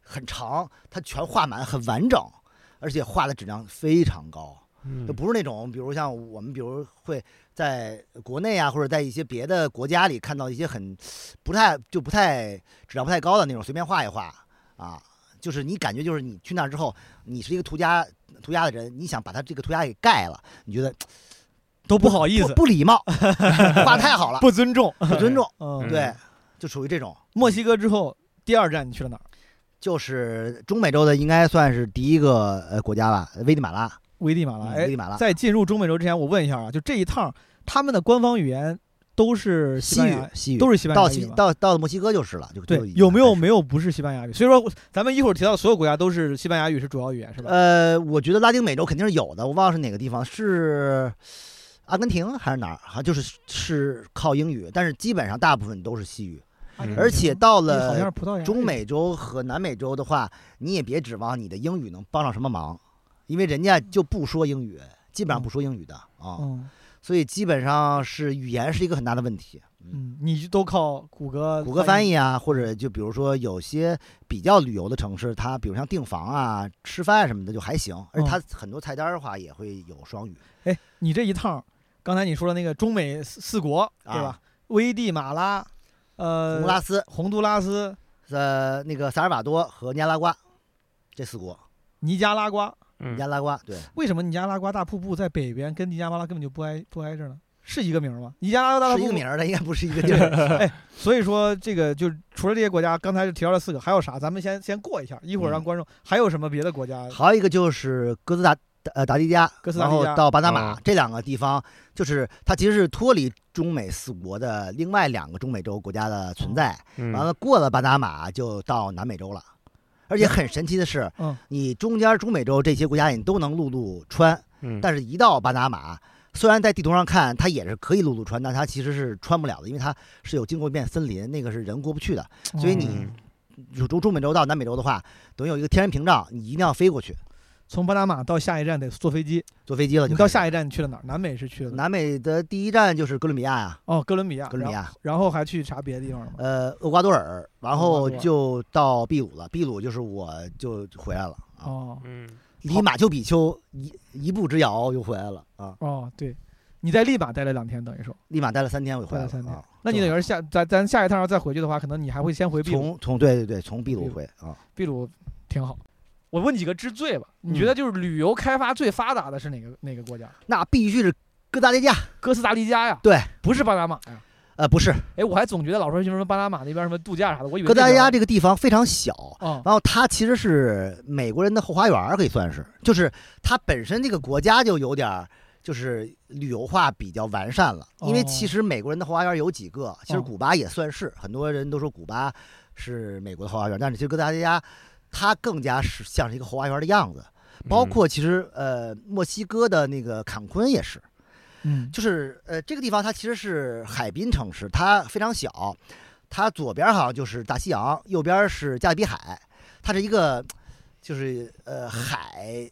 Speaker 3: 很长，它全画满，很完整，而且画的质量非常高，
Speaker 2: 嗯
Speaker 3: 就不是那种，比如像我们，比如会在国内啊，或者在一些别的国家里看到一些很不太就不太质量不太高的那种，随便画一画啊，就是你感觉就是你去那儿之后，你是一个涂鸦涂鸦的人，你想把它这个涂鸦给盖了，你觉得
Speaker 4: 都不好意
Speaker 3: 不
Speaker 4: 思，
Speaker 3: 不礼貌， <laughs> 画太好了，
Speaker 4: 不尊重。
Speaker 3: 不尊重，
Speaker 4: 嗯
Speaker 2: 嗯，
Speaker 3: 对，就属于这种。
Speaker 4: 墨西哥之后第二站你去了哪儿？
Speaker 3: 就是中美洲的，应该算是第一个呃国家吧，危地马拉，
Speaker 4: 危地马拉。
Speaker 3: 嗯
Speaker 4: 哎
Speaker 3: 危地马拉
Speaker 4: 在进入中美洲之前，我问一下啊，就这一趟他们的官方语言都是西
Speaker 3: 西
Speaker 4: 班
Speaker 3: 语
Speaker 4: 牙，，
Speaker 3: 西语
Speaker 4: 都是西班牙
Speaker 3: 到
Speaker 4: 语
Speaker 3: 西
Speaker 4: 吧
Speaker 3: 到到墨西哥就是了，就就
Speaker 4: 对
Speaker 3: 已，经
Speaker 4: 有没
Speaker 3: 开
Speaker 4: 有
Speaker 3: 始
Speaker 4: 没有不是西班牙语？所以说咱们一会儿提到所有国家都是西班牙语是主要语言是吧？
Speaker 3: 呃，我觉得拉丁美洲肯定是有的，我忘了是哪个地方，是阿根廷还是哪儿？好，就是是靠英语，但是基本上大部分都是西语。
Speaker 2: 嗯
Speaker 3: 呃而且到
Speaker 4: 哎好像
Speaker 3: 了
Speaker 4: 是葡萄牙语
Speaker 3: 中美洲和南美洲的话，你也别指望你的英语能帮上什么忙，因为人家就不说英语，基本上不说英语的啊，
Speaker 4: 嗯
Speaker 3: 所以基本上是语言是一个很大的问题。
Speaker 4: 嗯，你就都靠谷歌
Speaker 3: 谷歌翻译啊，或者就比如说有些比较旅游的城市，它比如像订房啊、吃饭什么的就还行，而且
Speaker 4: 哦
Speaker 3: 它很多菜单儿的话也会有双语。
Speaker 4: 哎，你这一趟，刚才你说的那个中美四四国，对吧
Speaker 3: 啊？
Speaker 4: 危地马拉，呃，
Speaker 3: 洪都拉斯、
Speaker 4: 洪都拉斯、
Speaker 3: 呃那个萨尔瓦多和尼加拉瓜这四国，
Speaker 4: 尼加拉瓜。
Speaker 3: 尼
Speaker 2: 嗯
Speaker 3: 加拉瓜对，
Speaker 4: 为什么尼加拉瓜大瀑布在北边，跟尼加拉瓜根本就不挨不挨着呢？是一个名儿吗？尼加拉瓜大
Speaker 3: 是
Speaker 4: 瀑
Speaker 3: 一个
Speaker 4: 布
Speaker 3: 名。儿的，应该不是一个地
Speaker 4: <laughs>
Speaker 3: 儿。
Speaker 4: 所以说，这个就是除了这些国家，刚才就提到了四个，还有啥？咱们先先过一下，一会儿让
Speaker 3: 嗯
Speaker 4: 观众还有什么别的国家？
Speaker 3: 还有一个就是哥斯达呃达黎加，
Speaker 4: 哥斯达
Speaker 3: 然
Speaker 4: 黎加
Speaker 3: 后到巴拿马、
Speaker 2: 哦
Speaker 3: 这两个地方，就是它其实是脱离中美四国的另外两个中美洲国家的
Speaker 4: 哦
Speaker 3: 存在。
Speaker 2: 嗯
Speaker 3: 完了，过了巴拿马就到南美洲了。而且很神奇的是，
Speaker 4: <laughs> 嗯
Speaker 3: 你中间中美洲这些国家你都能陆路穿，
Speaker 2: 嗯
Speaker 3: 但是一到巴拿马，虽然在地图上看它也是可以陆路穿，但它其实是穿不了的，因为它是有经过一片森林，那个是人过不去的。所以你
Speaker 2: 嗯
Speaker 3: 有中中美洲到南美洲的话，等于有一个天然屏障，你一定要飞过去，
Speaker 4: 从巴拿马到下一站得坐飞机，
Speaker 3: 坐飞机了就
Speaker 4: 你到
Speaker 3: 开始
Speaker 4: 下一站你去了哪儿？南美是去了哪儿
Speaker 3: 南美的第一站就是哥伦比亚呀、
Speaker 4: 哦，哥伦比亚，
Speaker 3: 哥伦比
Speaker 4: 然后，
Speaker 3: 亚，
Speaker 4: 然后还去啥别的地方了吗？
Speaker 3: 呃，厄瓜多尔，然
Speaker 4: 厄瓜
Speaker 3: 后
Speaker 4: 多尔
Speaker 3: 就到秘鲁了，秘鲁就是我就回来了啊。
Speaker 4: 哦
Speaker 2: 嗯
Speaker 3: 离马丘比丘一一步之遥就回来了啊！
Speaker 4: 哦，对，你在利马待了两天，等于说，
Speaker 3: 立马待了三天，我就回来了。
Speaker 4: 待了三天
Speaker 3: 啊、
Speaker 4: 那你
Speaker 3: 就
Speaker 4: 等于是下咱咱下一趟要再回去的话，可能你还会先回秘鲁，
Speaker 3: 从从对对对，从秘鲁
Speaker 4: 秘鲁
Speaker 3: 回啊。
Speaker 4: 秘鲁挺好。我问几个之最吧，你
Speaker 3: 嗯
Speaker 4: 觉得就是旅游开发最发达的是哪个哪个国家？
Speaker 3: 那必须是哥斯达黎加，
Speaker 4: 哥斯达黎加呀，
Speaker 3: 对，
Speaker 4: 不是巴拿马呀。
Speaker 3: 呃，不是
Speaker 4: 哎，我还总觉得老说什么巴拿马那边什么度假啥的，我以为
Speaker 3: 哥斯达黎加
Speaker 4: 这
Speaker 3: 这个地方非常小，
Speaker 4: 边啊，
Speaker 3: 然后它其实是美国人的后花园儿，可以算是，就是它本身这个国家就有点儿。就是旅游化比较完善了，因为
Speaker 4: 哦
Speaker 3: 其实美国人的后花园有几个，其实
Speaker 4: 哦
Speaker 3: 古巴也算是，很多人都说古巴是美国的后花园，但是其实哥斯达黎加它更加是像是一个后花园的样子，
Speaker 4: 嗯
Speaker 3: 包括其实呃墨西哥的那个坎昆也是，
Speaker 4: 嗯
Speaker 3: 就是呃这个地方它其实是海滨城市，它非常小，它左边好像就是大西洋，右边是加勒比海，它是一个就是呃海，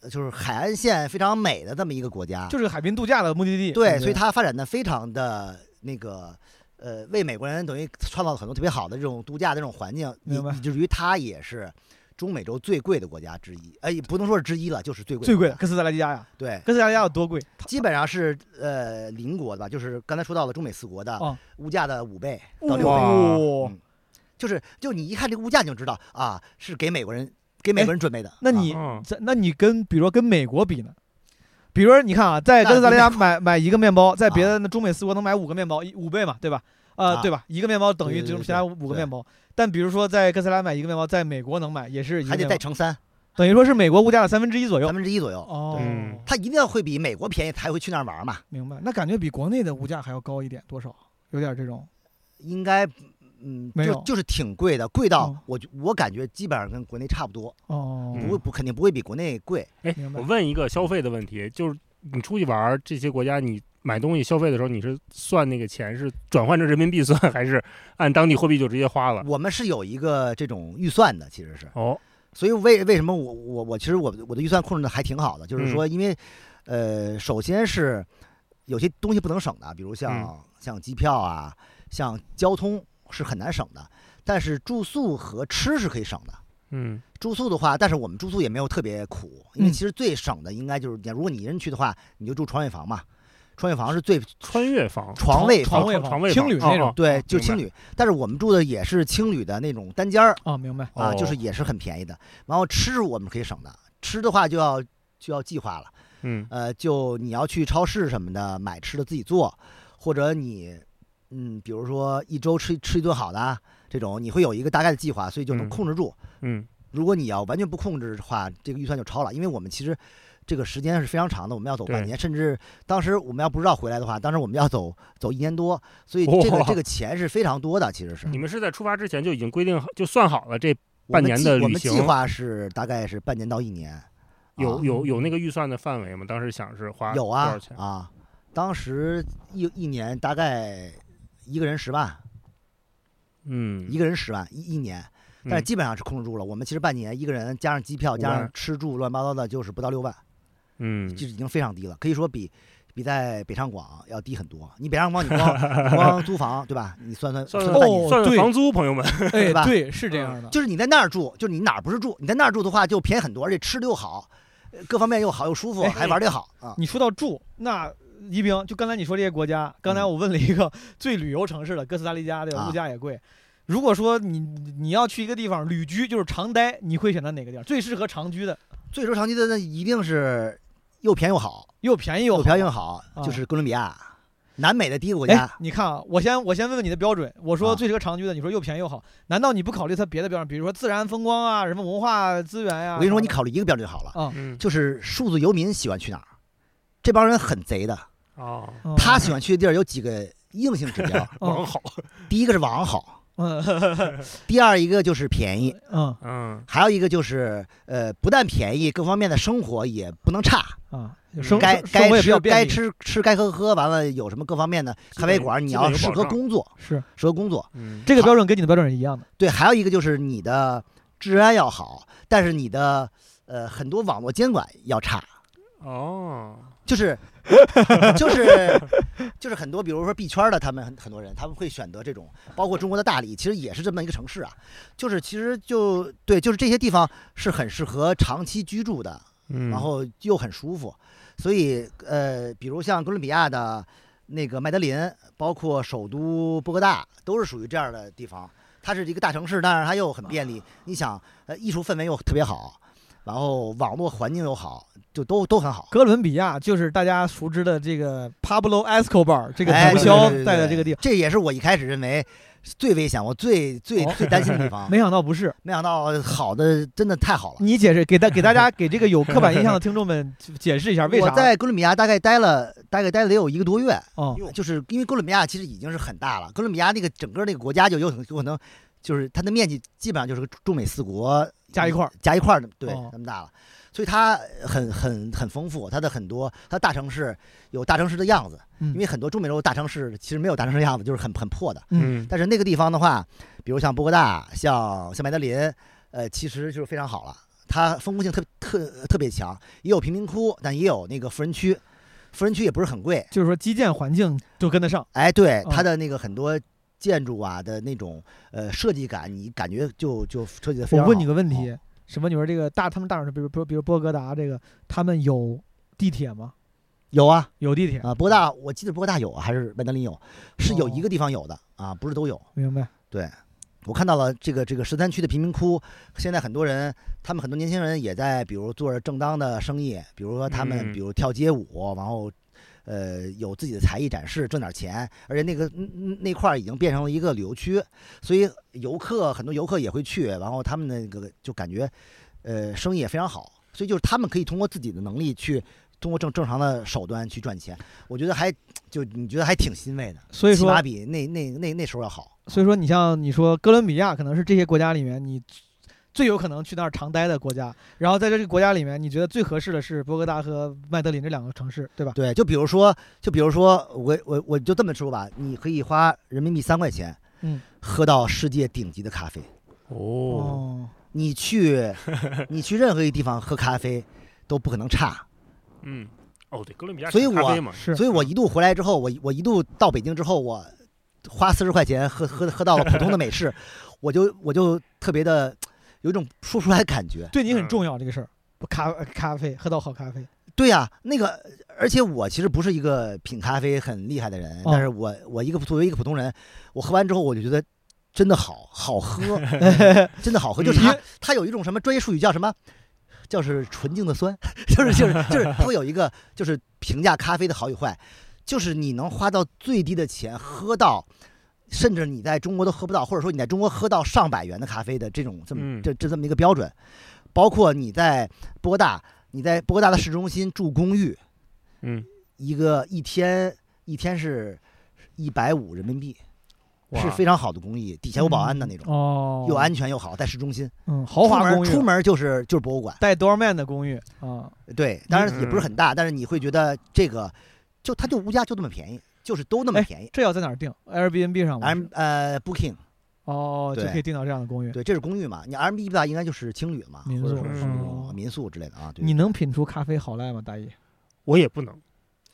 Speaker 3: 呃就是海岸线非常美的这么一个国家。
Speaker 4: 就是海滨度假的目的地。
Speaker 3: 对，所以它发展的非常的那个，呃，为美国人等于创造了很多特别好的这种度假的这种环境，以
Speaker 4: 明白
Speaker 3: 以至于它也是中美洲最贵的国家之一，哎，也不能说是之一了，就是最贵
Speaker 4: 最
Speaker 3: 国
Speaker 4: 贵的
Speaker 3: 家
Speaker 4: 哥斯达黎加呀，
Speaker 3: 对，
Speaker 4: 哥斯达黎加有多贵？
Speaker 3: 基本上是呃邻国的吧，就是刚才说到了中美四国的
Speaker 4: 哦
Speaker 3: 物价的五倍到六倍，
Speaker 2: 啊
Speaker 4: 哇
Speaker 3: 嗯就是就你一看这个物价你就知道啊，是给美国人给美国人准备的。
Speaker 4: 哎那
Speaker 3: 啊
Speaker 4: 你
Speaker 2: 嗯
Speaker 4: 在那你跟比如说跟美国比呢？比如说你看啊，在
Speaker 3: 那
Speaker 4: 哥斯达黎加
Speaker 3: 跟
Speaker 4: 买买一个面包，在别
Speaker 3: 啊
Speaker 4: 的那中美四国能买五个面包，一五倍嘛，对吧？呃，
Speaker 3: 啊
Speaker 4: 对吧？一个面包等于
Speaker 3: 对
Speaker 4: 就
Speaker 3: 对
Speaker 4: 是
Speaker 3: 对
Speaker 4: 其他
Speaker 3: 对
Speaker 4: 五个
Speaker 3: 对
Speaker 4: 面包。但比如说在哥斯达黎加买一个面包，在美国能买也是一个
Speaker 3: 还得
Speaker 4: 面
Speaker 3: 再
Speaker 4: 包，
Speaker 3: 乘三
Speaker 4: 等于说是美国物价的三分之一左右
Speaker 3: 三。分之一左右，
Speaker 4: 哦
Speaker 2: 嗯，
Speaker 3: 它一定要会比美国便宜才会去那儿玩嘛。
Speaker 4: 明白。那感觉比国内的物价还要高一点，多少有点这种。
Speaker 3: 应该，嗯，
Speaker 4: 没
Speaker 3: 就
Speaker 4: 有
Speaker 3: 就是挺贵的，贵到
Speaker 4: 哦
Speaker 3: 我觉我感觉基本上跟国内差不多，
Speaker 4: 哦，
Speaker 3: 不会不肯定不会比国内贵。
Speaker 2: 哎
Speaker 4: 明，白
Speaker 2: 我问一个消费的问题，就是你出去玩儿这些国家，你买东西消费的时候，你是算那个钱是转换成人民币算， <laughs> 还是按当地货币就直接花了？
Speaker 3: 我们是有一个这种预算的，其实是，
Speaker 2: 哦，
Speaker 3: 所以为为什么我我我其实我我的预算控制的还挺好的，就是说因为，呃，首先是有些东西不能省的，比如像、像机票啊，像交通是很难省的，但是住宿和吃是可以省的。
Speaker 2: 嗯
Speaker 3: 住宿的话，但是我们住宿也没有特别苦，因为
Speaker 4: 嗯
Speaker 3: 其实最省的应该就是，你如果你一人去的话，你就住床位房嘛，床位房是最
Speaker 2: 穿越房、
Speaker 3: 床位
Speaker 4: 床
Speaker 3: 房，
Speaker 4: 位
Speaker 2: 床
Speaker 4: 房
Speaker 2: 位
Speaker 4: 青旅那
Speaker 2: 哦
Speaker 4: 种
Speaker 2: 哦
Speaker 3: 对，就
Speaker 2: 明白
Speaker 3: 青旅，但是我们住的也是青旅的那种单间儿
Speaker 4: 啊，明白。
Speaker 3: 啊，
Speaker 2: 哦
Speaker 3: 就是也是很便宜的。然后吃我们可以省的，吃的话就要就要计划了，
Speaker 2: 嗯
Speaker 3: 呃，就你要去超市什么的买吃的自己做，或者你嗯，比如说一周吃吃一顿好的啊这种，你会有一个大概的计划，所以就能
Speaker 2: 嗯
Speaker 3: 控制住。
Speaker 2: 嗯
Speaker 3: 如果你要完全不控制的话，这个预算就超了，因为我们其实这个时间是非常长的，我们要走半
Speaker 2: 对
Speaker 3: 年，甚至当时我们要不知道回来的话，当时我们要走走一年多，所以这个、
Speaker 2: 哇 <laughs>
Speaker 3: 这个钱是非常多的，其实是
Speaker 2: 你们是在出发之前就已经规定好，就算好了这
Speaker 3: 我们
Speaker 2: 半年
Speaker 3: 计
Speaker 2: 的
Speaker 3: 我
Speaker 2: 旅
Speaker 3: 们计
Speaker 2: 行
Speaker 3: 划是大概是半年到一年，
Speaker 2: 有、
Speaker 3: 啊
Speaker 2: 有有那个预算的范围吗？当时想是花
Speaker 3: 有
Speaker 2: 多
Speaker 3: 啊
Speaker 2: 少钱？
Speaker 3: 啊，当时一一年大概一个人十万，
Speaker 2: 嗯，
Speaker 3: 一个人十万一一年。但是基本上是控制住了。我们其实半年一个人加上机票
Speaker 2: 五
Speaker 3: 加上
Speaker 2: 万
Speaker 3: 吃住乱七八糟的，就是不到六万。
Speaker 2: 嗯
Speaker 3: 就已经非常低了，可以说比比在北上广要低很多。你北上广
Speaker 2: <laughs>
Speaker 3: 你光你光租房对吧？你算算
Speaker 2: 算
Speaker 3: 半年，
Speaker 4: 哦
Speaker 2: 算算
Speaker 4: 对
Speaker 2: 房租，朋友们，
Speaker 4: 哎，
Speaker 3: 吧嗯
Speaker 4: 对，是这样的。
Speaker 3: 就是你在那儿住，就是你哪儿不是住？你在那儿住的话就便宜很多，而且吃的又好，呃各方面又好又舒服，
Speaker 4: 哎
Speaker 3: 还玩的又好啊。
Speaker 4: 你说到住，那宜宾就刚才你说这些国家，刚才我问了一个 <laughs> 最旅游城市的哥斯达黎加，对吧？
Speaker 3: 嗯啊
Speaker 4: 物价也贵。如果说你你要去一个地方旅居，就是长待，你会选择哪个地儿？最适合长居的，
Speaker 3: 最说长期的那一定是又便宜又好，
Speaker 4: 又便宜又
Speaker 3: 又
Speaker 4: 好。
Speaker 3: 便宜又好，
Speaker 4: 啊
Speaker 3: 就是哥伦比亚，南美的第一个国
Speaker 4: 哎
Speaker 3: 家。，
Speaker 4: 你看啊，我先我先问问你的标准。我说
Speaker 3: 啊
Speaker 4: 最适合长居的，你说又便宜又好，难道你不考虑它别的标准，比如说自然风光啊，什么文化资源呀、
Speaker 3: 我跟你说，你
Speaker 4: 什么
Speaker 3: 考虑一个标准就好
Speaker 4: 啊
Speaker 3: 了，
Speaker 2: 嗯
Speaker 3: 就是数字游民喜欢去哪儿。这帮人很贼的，
Speaker 2: 哦，
Speaker 4: 的嗯
Speaker 3: 他喜欢去的地儿有几个硬性指
Speaker 4: 哎
Speaker 3: 标，
Speaker 2: 网好，
Speaker 3: 第一个是网好，
Speaker 4: 嗯
Speaker 3: 第二一个就是便宜，
Speaker 4: 嗯
Speaker 2: 嗯
Speaker 3: 还有一个就是，呃，不但便宜，各方面的生活也不能差，
Speaker 4: 啊，生
Speaker 3: 嗯该
Speaker 4: 生生活
Speaker 3: 该
Speaker 4: 也比较
Speaker 3: 吃
Speaker 4: 便
Speaker 3: 该
Speaker 4: 利
Speaker 3: 吃吃该喝喝，完了有什么各方面的
Speaker 2: 基
Speaker 3: 咖
Speaker 2: 本
Speaker 3: 啡馆，你
Speaker 2: 基
Speaker 3: 要
Speaker 2: 本有
Speaker 3: 适
Speaker 2: 保
Speaker 3: 合
Speaker 2: 障
Speaker 3: 工作，
Speaker 4: 是
Speaker 3: 适合工作。
Speaker 2: 嗯，
Speaker 4: 这个标准跟你的标准是一样的。
Speaker 3: 对，还有一个就是你的治安要好，但是你的呃很多网络监管要差，
Speaker 2: 哦，
Speaker 3: 就是 <laughs> 就是就是很多，比如说币圈的，他们很很多人他们会选择这种，包括中国的大理，其实也是这么一个城市啊，就是其实就对，就是这些地方是很适合长期居住的。
Speaker 2: 嗯，
Speaker 3: 然后又很舒服，所以呃，比如像哥伦比亚的那个麦德林，包括首都波哥大，都是属于这样的地方。它是一个大城市，但是它又很便利。你想，呃，艺术氛围又特别好，然后网络环境又好，就都都很好。
Speaker 4: 哥伦比亚就是大家熟知的这个 Pablo Escobar 这个
Speaker 3: 哎
Speaker 4: 毒
Speaker 3: 对对
Speaker 4: 枭
Speaker 3: 对
Speaker 4: 带的
Speaker 3: 对
Speaker 4: 这个地方，
Speaker 3: 这也是我一开始认为最危险、我最最
Speaker 4: 哦
Speaker 3: 最担心的地方。
Speaker 4: 没想嗯到不是。
Speaker 3: 没想到好的真的太好了。
Speaker 4: 你解释给大给大家给这个有刻板印象的听众们解释一下为啥？
Speaker 3: 我在哥伦比亚大概待了大概待了得有一个多月，
Speaker 4: 哦
Speaker 3: 就是因为哥伦比亚其实已经是很大了，哥伦比亚那个整个那个国家就有可能有可能就是它的面积基本上就是个中美四国嗯
Speaker 4: 加一块儿，
Speaker 3: 加一块儿的，对
Speaker 4: 哦，
Speaker 3: 那么大了。所以它很很很丰富，它的很多它大城市有大城市的样子，
Speaker 4: 因
Speaker 3: 因为很多中美洲大城市其实没有大城市的样子，就是很很破的。
Speaker 2: 嗯
Speaker 3: 但是那个地方的话，比如像波哥大，像像麦德林，呃，其实就是非常好了。它丰富性特特特别强，也有贫民窟，但也有那个富人区，富人区也不是很贵。
Speaker 4: 就是说基建环境都跟得上，
Speaker 3: 哎，对
Speaker 4: 嗯
Speaker 3: 它的那个很多建筑啊的那种呃设计感，你感觉就就设计的非
Speaker 4: 我
Speaker 3: 常好。
Speaker 4: 问你个问
Speaker 3: 哦
Speaker 4: 题，什么？你说这个大他们大城市，比如比如比如波哥达这个，他们有地铁吗？
Speaker 3: 有啊
Speaker 4: 有地铁，
Speaker 3: 啊，波哥大我记得波哥大有啊还是麦德林有，是有
Speaker 4: 哦
Speaker 3: 一个地方有的啊，不是都有。
Speaker 4: 明白？
Speaker 3: 我看到了这个这个十三区的贫民窟，现在很多人，他们很多年轻人也在，比如做着正当的生意，比如说他们
Speaker 2: 嗯
Speaker 3: 比如跳街舞，然后呃有自己的才艺展示，挣点钱，而且那个嗯嗯那块儿已经变成了一个旅游区，所以游客很多游客也会去，然后他们那个就感觉呃生意也非常好，所以就是他们可以通过自己的能力去。通过正正常的手段去赚钱，我觉得还就你觉得还挺欣慰的，
Speaker 4: 所以
Speaker 3: 起码
Speaker 4: 说，
Speaker 3: 比那那那那时候要好。
Speaker 4: 所以说你像你说哥伦比亚，可能是这些国家里面你最有可能去那儿常待的国家。然后在这个国家里面，你觉得最合适的是波哥大和麦德林这两个城市，对吧？
Speaker 3: 对，就比如说，就比如说，我我我就这么说吧，你可以花人民币三块钱，
Speaker 4: 嗯，
Speaker 3: 喝到世界顶级的咖啡。
Speaker 2: 哦，
Speaker 4: 哦，
Speaker 3: 你去，
Speaker 4: <laughs>
Speaker 3: 你去任何一个地方喝咖啡都不可能差。
Speaker 2: 嗯，哦，对，哥伦比亚
Speaker 3: 所以
Speaker 2: 产咖
Speaker 3: 我
Speaker 2: 啡嘛，
Speaker 4: 是，
Speaker 3: 所以我一度回来之后，我我一度到北京之后，我花四十块钱喝喝喝到了普通的美式，
Speaker 4: <laughs>
Speaker 3: 我就我就特别的有一种说不出来的感觉。
Speaker 4: 对你很
Speaker 2: 嗯
Speaker 4: 重要这个事儿。不咖咖啡，喝到好咖啡，
Speaker 3: 对呀、那个，而且我其实不是一个品咖啡很厉害的人，
Speaker 4: 哦
Speaker 3: 但是我我一个作为一个普通人，我喝完之后我就觉得真的好好喝，真的好喝，就是它它有一种什么专业术语叫什么？就是纯净的酸， <laughs> 就是就是就是，它会有一个就是评价咖啡的好与坏，就是你能花到最低的钱喝到，甚至你在中国都喝不到，或者说你在中国喝到上百元的咖啡的这种这么
Speaker 2: 嗯
Speaker 3: 这这这么一个标准，包括你在波哥大，你在波哥大的市中心住公寓，
Speaker 2: 嗯，
Speaker 3: 一个一天一天是一百五人民币，
Speaker 2: 哇
Speaker 3: 是非常好的公寓，底下有保安的那种，
Speaker 4: 嗯哦，
Speaker 3: 又安全又好，在市中心。
Speaker 4: 嗯，豪
Speaker 3: 出
Speaker 4: 华
Speaker 3: 门
Speaker 4: 公
Speaker 3: 出
Speaker 4: 寓，
Speaker 3: 门就是就是博物馆，
Speaker 4: 带 doorman 的公寓啊，
Speaker 3: 对，当然也不
Speaker 2: 嗯
Speaker 3: 是很大，但是你会觉得这个就它就物价就那么便宜，就是都那么
Speaker 4: 哎
Speaker 3: 便宜。
Speaker 4: 这要在哪儿订？Airbnb 上吗？
Speaker 3: M 呃，Booking
Speaker 4: 哦，就
Speaker 3: 对
Speaker 4: 可以订到这样的公寓。
Speaker 3: 对，这是公寓嘛？你 R&B 吧，应该就是青旅嘛，
Speaker 4: 民
Speaker 3: 或者
Speaker 4: 宿
Speaker 3: 说是那
Speaker 4: 哦
Speaker 3: 种民宿之类的啊。对
Speaker 4: 你能品出咖啡好赖吗，大爷？
Speaker 2: 我也不能，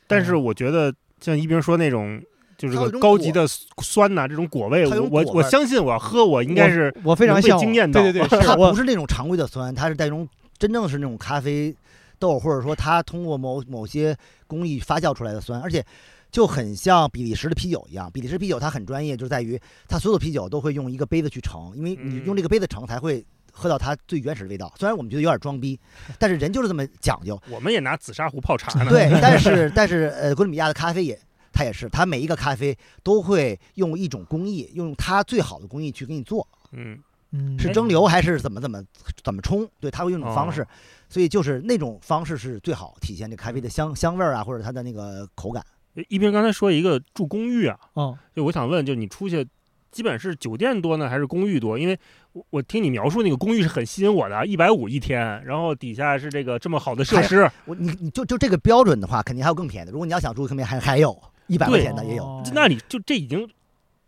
Speaker 2: 但是我觉得像一冰说那种。就是
Speaker 3: 它有一
Speaker 2: 个
Speaker 3: 种
Speaker 2: 高级
Speaker 3: 果
Speaker 2: 的酸呐、这种果味，
Speaker 3: 它有
Speaker 2: 我
Speaker 3: 种
Speaker 2: 我
Speaker 3: 果
Speaker 2: 我
Speaker 3: 味儿
Speaker 2: 相信我要喝，我应该
Speaker 4: 我
Speaker 2: 是
Speaker 4: 我非常
Speaker 2: 能被
Speaker 4: 向往
Speaker 2: 惊艳到
Speaker 4: 对对
Speaker 3: <laughs>
Speaker 4: 对，
Speaker 3: 它
Speaker 4: 是
Speaker 3: 不
Speaker 4: 我
Speaker 3: 是那种常规的酸，它是带一种真正是那种咖啡豆，或者说它通过某某些工艺发酵出来的酸，而且就很像比利时的啤酒一样。比利时啤酒它很专业，就在于它所有的啤酒都会用一个杯子去盛，因为你
Speaker 2: 嗯
Speaker 3: 用这个杯子盛才会。喝到它最原始的味道，虽然我们觉得有点装逼，但是人就是这么讲究。
Speaker 2: 我们也拿紫砂壶泡茶呢。
Speaker 3: 对，但是但是呃，哥伦比亚的咖啡也，它也是，它每一个咖啡都会用一种工艺，用它最好的工艺去给你做，
Speaker 2: 嗯，
Speaker 4: 嗯
Speaker 3: 是蒸馏还是怎么怎么怎么冲？对，它会用这种方式，
Speaker 2: 哦
Speaker 3: 所以就是那种方式是最好体现这咖啡的香香味儿啊，或者它的那个口感。
Speaker 2: 一冰刚才说一个住公寓啊，
Speaker 4: 哦，
Speaker 2: 就我想问，就你出去基本是酒店多呢，还是公寓多？因为我我听你描述那个公寓是很吸引我的，啊一百五一天，然后底下是这个这么好的设施，
Speaker 3: 我你你就就这个标准的话，肯定还有更便宜的。如果你要想住更便宜，还还有一百块
Speaker 2: 对
Speaker 3: 钱的也有。
Speaker 4: 哦
Speaker 2: 那你就这已经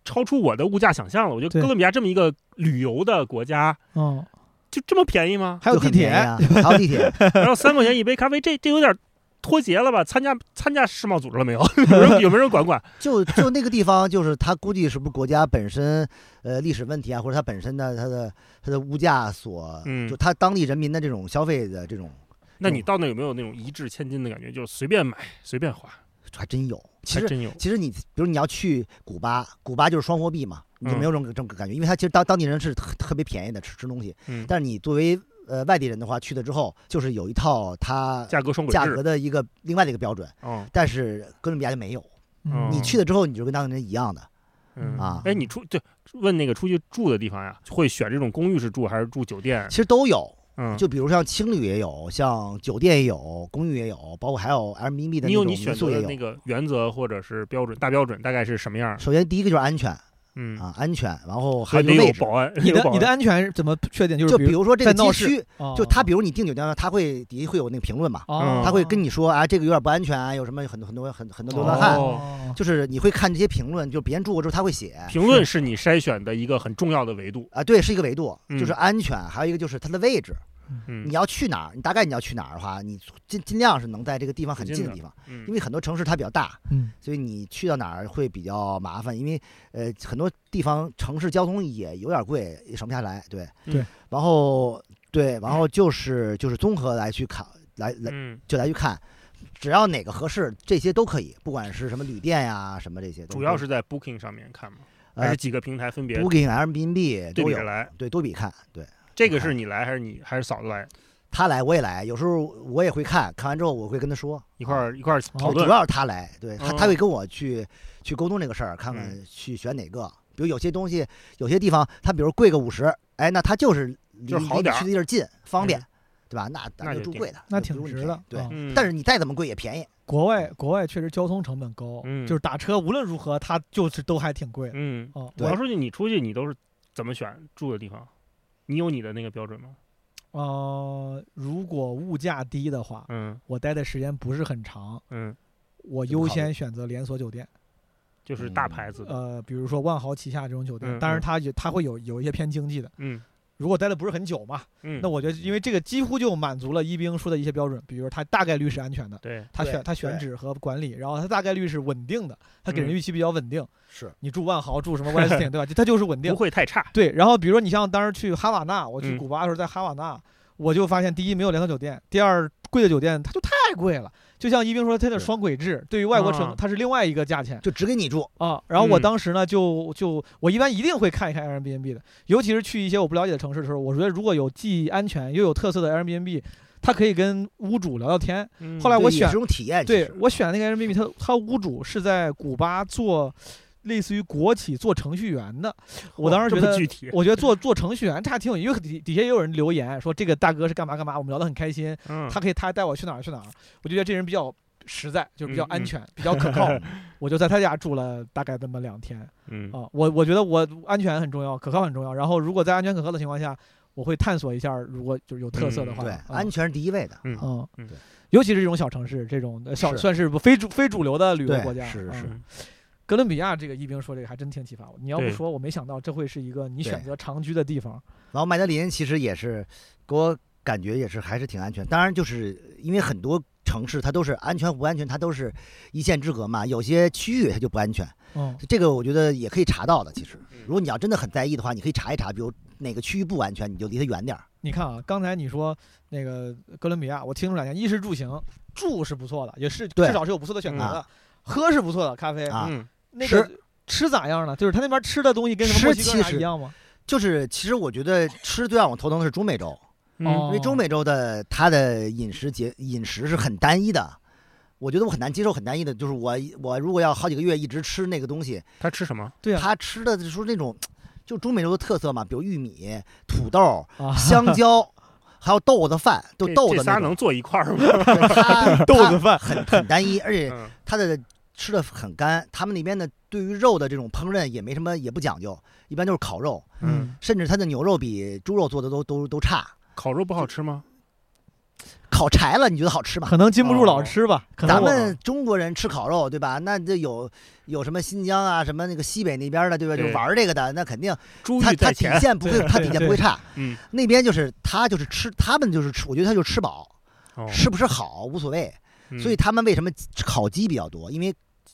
Speaker 2: 超出我的物价想象了。我觉
Speaker 4: 对
Speaker 2: 得哥伦比亚这么一个旅游的国家，
Speaker 4: 哦，
Speaker 2: 就这么便宜吗？
Speaker 4: 还有
Speaker 3: 就
Speaker 4: 地
Speaker 3: 很
Speaker 4: 铁
Speaker 3: 便宜，啊，还有地铁，
Speaker 2: 然后三块钱一杯咖啡，这这有点脱节了吧？参加参加世贸组织了没有？ <laughs> 有没有人有没有人管管？
Speaker 3: 就就那个地方，就是它估计是不是国家本身呃历史问题啊，或者它本身的它的它的物价所，
Speaker 2: 嗯
Speaker 3: 就它当地人民的这种消费的这种，
Speaker 2: 那你到那有没有那种一掷千金的感觉？就是随便买随便花，
Speaker 3: 还真有。其
Speaker 2: 还
Speaker 3: 实
Speaker 2: 真有。
Speaker 3: 其实你比如你要去古巴，古巴就是双货币嘛，你就
Speaker 2: 嗯
Speaker 3: 没有这种这种感觉，因为它其实当当地人是特特别便宜的吃吃东西，
Speaker 2: 嗯，
Speaker 3: 但是你作为呃外地人的话，去了之后就是有一套它
Speaker 2: 价格双轨
Speaker 3: 价
Speaker 2: 制
Speaker 3: 格，的一个另外的一个标准，
Speaker 2: 嗯
Speaker 3: 但是哥伦比亚就没有，
Speaker 4: 嗯
Speaker 3: 你去了之后你就跟当地人一样的
Speaker 2: 嗯 <laughs>
Speaker 3: 啊。
Speaker 2: 哎，你出就问那个出去住的地方呀，会选这种公寓式住还是住酒店
Speaker 3: 其？实都有，
Speaker 2: 哎嗯，
Speaker 3: 就比如像青旅也有，像酒店也有，公寓也有，包括还有 Airbnb 的
Speaker 2: 你
Speaker 3: 那种
Speaker 2: 你
Speaker 3: 民
Speaker 2: 选
Speaker 3: 宿
Speaker 2: 择的啊
Speaker 3: 也有。
Speaker 2: 那个原则或者是标准大标准大概是什么样儿？
Speaker 3: 首先第一个就是安全，
Speaker 2: 嗯，
Speaker 3: 啊，安全，然后还
Speaker 2: 还
Speaker 3: 有
Speaker 2: 得
Speaker 3: 位
Speaker 2: 有
Speaker 3: 置。
Speaker 2: 保安，
Speaker 4: 你
Speaker 2: <laughs> 有
Speaker 4: 的
Speaker 2: 保
Speaker 4: 你的
Speaker 2: 安
Speaker 4: 安全是怎么确定？就是
Speaker 3: 就
Speaker 4: 比
Speaker 3: 比如说这
Speaker 4: 在
Speaker 3: 个
Speaker 4: 闹
Speaker 3: 街
Speaker 4: 市
Speaker 3: 区，
Speaker 4: 哦
Speaker 3: 就他比如你订酒店，他会底下会有那个评论嘛，
Speaker 4: 哦
Speaker 2: 嗯
Speaker 3: 他会跟你说啊，这个有点不安全啊，有什么很多很多很很多流浪汉，
Speaker 4: 哦
Speaker 3: 就是你会看这些评论，就别人住过之后他会写
Speaker 2: 评论是你筛选的一个很重要的维度。
Speaker 3: 啊，对，是一个维度，
Speaker 2: 嗯
Speaker 3: 就是安全，还有一个就是它的位置，
Speaker 2: 嗯
Speaker 3: 你，要去哪儿，你大概你要去哪儿的话，你尽尽量是能在这个地方很
Speaker 2: 近
Speaker 3: 近的
Speaker 2: 的
Speaker 3: 地方，
Speaker 2: 嗯
Speaker 3: 因为很多城市它比较大，
Speaker 4: 嗯
Speaker 3: 所以你去到哪儿会比较麻烦，因为呃很多地方城市交通也有点贵，也省不下来，对
Speaker 2: 对
Speaker 4: 嗯
Speaker 3: 然后对，然后就是就是综合来去看，来来
Speaker 2: 嗯，
Speaker 3: 就来去看，只要哪个合适，这些都可以，不管是什么旅店呀、什么这些都可以，
Speaker 2: 主要是在 Booking 上面看嘛，
Speaker 3: 呃
Speaker 2: 还是几个平台分别
Speaker 3: Booking、
Speaker 2: 对
Speaker 3: Airbnb 都
Speaker 2: 比
Speaker 3: 有啊
Speaker 2: 着，来？
Speaker 3: 对，都比看，对
Speaker 2: 这个是你来还是你还是嫂子来
Speaker 3: 他来我也来，有时候我也会看看完之后我会跟他说
Speaker 2: 一块儿一块儿讨
Speaker 3: 哦主
Speaker 2: 论？
Speaker 3: 要是他来，对他他
Speaker 2: 嗯
Speaker 3: 会跟我去去沟通这个事儿，看看
Speaker 2: 嗯
Speaker 3: 去选哪个。比如有些东西，有些地方他比如贵个五十，哎，那他就是离
Speaker 2: 就是好
Speaker 3: 离你
Speaker 2: 点儿
Speaker 3: 去的地儿近，方便
Speaker 2: 嗯，
Speaker 3: 对吧？那咱
Speaker 2: 那
Speaker 3: 就
Speaker 2: 就
Speaker 3: 住
Speaker 2: 定
Speaker 3: 贵的，
Speaker 4: 那
Speaker 3: 就
Speaker 4: 挺
Speaker 3: 不如你
Speaker 4: 值
Speaker 3: 便宜
Speaker 4: 的。
Speaker 3: 对
Speaker 4: 啊，
Speaker 2: 嗯，
Speaker 3: 但是你再怎么贵也便宜，
Speaker 4: 国外国外确实交通成本高，
Speaker 2: 嗯
Speaker 4: 就是打车无论如何它就是都还挺贵的。
Speaker 2: 嗯，
Speaker 4: 哦
Speaker 2: 我要说句，你出去你都是怎么选住的地方？你有你的那个标准吗？
Speaker 4: 呃，如果物价低的话，
Speaker 2: 嗯
Speaker 4: 我待的时间不是很长，
Speaker 2: 嗯，
Speaker 4: 我
Speaker 3: 怎么
Speaker 4: 优
Speaker 3: 考
Speaker 4: 先
Speaker 3: 虑
Speaker 4: 选择连锁酒店，
Speaker 2: 就是大牌子的，
Speaker 4: 呃，比如说万豪旗下这种酒店，
Speaker 2: 嗯
Speaker 4: 当
Speaker 2: 嗯
Speaker 4: 然它也它会有有一些偏经济的。
Speaker 2: 嗯
Speaker 4: 如果待的不是很久嘛，
Speaker 2: 嗯， <laughs>
Speaker 4: 那我觉得因为这个几乎就满足了一冰说的一些标准，比如它大概率是安全的，
Speaker 2: 对，
Speaker 4: 它选
Speaker 3: 对
Speaker 4: 它选
Speaker 3: 对
Speaker 4: 址和管理，然后它大概率是稳定的，它给人
Speaker 2: 嗯
Speaker 4: 预期比较稳定。
Speaker 3: 是
Speaker 4: 你住万豪住什
Speaker 2: <laughs>
Speaker 4: 么 Westin 对吧？就它就是稳定
Speaker 2: 不。会太差。
Speaker 4: 对，然后比如说你像当时去哈瓦那，我去
Speaker 2: 嗯
Speaker 4: 古巴的时候在哈瓦那，我就发现第一没有连锁酒店，第二贵的酒店它就太贵了，就像一冰说它的
Speaker 3: 对
Speaker 4: 双轨制，对于外国城
Speaker 2: 啊
Speaker 4: 它是另外一个价钱
Speaker 3: 就只给你住，
Speaker 4: 啊。然后我
Speaker 2: 嗯
Speaker 4: 当时呢就就我一般一定会看一看 Airbnb 的，尤其是去一些我不了解的城市的时候，我觉得如果有既安全又有特色的 Airbnb，它可以跟屋主聊聊天。
Speaker 2: 嗯
Speaker 4: 后来我
Speaker 3: 对也
Speaker 4: 选
Speaker 3: 是种体
Speaker 2: 哎
Speaker 3: 验。
Speaker 4: 对
Speaker 3: 其实
Speaker 4: 我选那个 Airbnb，它它屋主是在古巴做类似于国企做程序员的，我当时
Speaker 2: 这
Speaker 4: 觉
Speaker 2: 么
Speaker 4: 得
Speaker 2: 具体，
Speaker 4: 我觉得做做程序员这还挺有意思，因为底底下也有人留言说这个大哥是干嘛干嘛，我们聊得很开心，
Speaker 2: 嗯，
Speaker 4: 他可以他带我去哪儿去哪儿，我就觉得这人比较实在，就是比较
Speaker 2: 嗯
Speaker 4: 安
Speaker 2: 嗯
Speaker 4: 全，比较可
Speaker 2: <laughs>
Speaker 4: 靠，我就在他家住了大概那么两天
Speaker 2: 嗯
Speaker 4: 啊。我我觉得我安全很重要，可靠很重要，然后如果在安全可靠的情况下，我会探索一下，如果就是有特色的
Speaker 2: 嗯
Speaker 4: 话，
Speaker 3: 对
Speaker 4: 啊
Speaker 3: 安全是第一位的，
Speaker 2: 嗯
Speaker 4: 嗯
Speaker 2: 嗯，
Speaker 4: 尤其是这种小城市，这种呃小
Speaker 3: 是
Speaker 4: 算是不非主非主流的旅游
Speaker 3: 对
Speaker 4: 国家，
Speaker 3: 是
Speaker 4: 嗯
Speaker 3: 是
Speaker 2: 嗯
Speaker 4: 哥伦比亚这个一冰说这个还真挺启发我。你要不
Speaker 2: 对
Speaker 4: 说，我没想到这会是一个你
Speaker 3: 对
Speaker 4: 选择长居的地方。
Speaker 3: 然后麦德林其实也是给我感觉也是还是挺安全，当然就是因为很多城市它都是安全不安全，它都是一线之隔嘛，有些区域它就不安全，
Speaker 4: 嗯，
Speaker 3: 这个我觉得也可以查到的。其实
Speaker 2: 嗯，
Speaker 3: 如果你要真的很在意的话，你可以查一查，比如哪个区域不安全，你就离它远点儿。
Speaker 4: 你看啊，刚才你说那个哥伦比亚，我听出两件：衣食住行，住是不错的，也是
Speaker 3: 对
Speaker 4: 至少是有不错的选择
Speaker 3: 嗯
Speaker 4: 的；喝是不错的，咖啡。
Speaker 3: 啊
Speaker 2: 嗯
Speaker 4: 那个吃咋样呢？就是他那边吃的东西跟什么
Speaker 3: 吃
Speaker 4: 墨西哥
Speaker 3: 其
Speaker 4: 啥
Speaker 3: 实
Speaker 4: 一样吗？
Speaker 3: 就是其实我觉得吃最让我头疼的是中美洲，
Speaker 2: 嗯
Speaker 3: 因为中美洲的它的饮食节饮食是很单一的。我觉得我很难接受很单一的，就是我我如果要好几个月一直吃那个东西，
Speaker 2: 他吃什么？
Speaker 4: 对啊，
Speaker 3: 它吃的就是那种，就中美洲的特色嘛，比如玉米、土豆、
Speaker 4: 啊
Speaker 3: 香蕉，还有豆子饭，就
Speaker 2: 这
Speaker 3: 豆
Speaker 2: 这
Speaker 3: 子
Speaker 2: 仨
Speaker 3: 那
Speaker 2: 能
Speaker 3: 种，
Speaker 2: 坐一块儿吗？
Speaker 3: 对它
Speaker 4: 豆子饭
Speaker 3: 它很很单一，而且
Speaker 2: 嗯
Speaker 3: 它的吃的很干，他们那边的对于肉的这种烹饪也没什么，也不讲究，一般就是烤肉，
Speaker 2: 嗯，
Speaker 3: 甚至它的牛肉比猪肉做的都都都差。
Speaker 2: 烤肉不好吃吗？
Speaker 3: 烤柴了，你觉得好吃吗
Speaker 4: 可？能禁不住老
Speaker 2: 哦
Speaker 4: 吃吧。可能
Speaker 3: 咱
Speaker 4: 我
Speaker 3: 们中国人吃烤肉，对吧？那这有有什么新疆啊，什么那个西北那边的，对吧？就
Speaker 2: 对
Speaker 3: 玩这个的，那肯定
Speaker 2: 猪
Speaker 3: 他
Speaker 2: 欲
Speaker 3: 他
Speaker 2: 在
Speaker 3: 底
Speaker 2: 前，
Speaker 3: 线不会，他底线不会差。
Speaker 2: 嗯，
Speaker 3: 那边就是他就是吃，他们就是吃，我觉得他就吃饱，
Speaker 2: 哦
Speaker 3: 吃不吃好无所谓。
Speaker 2: 嗯
Speaker 3: 所以他们为什么烤鸡比较多？因为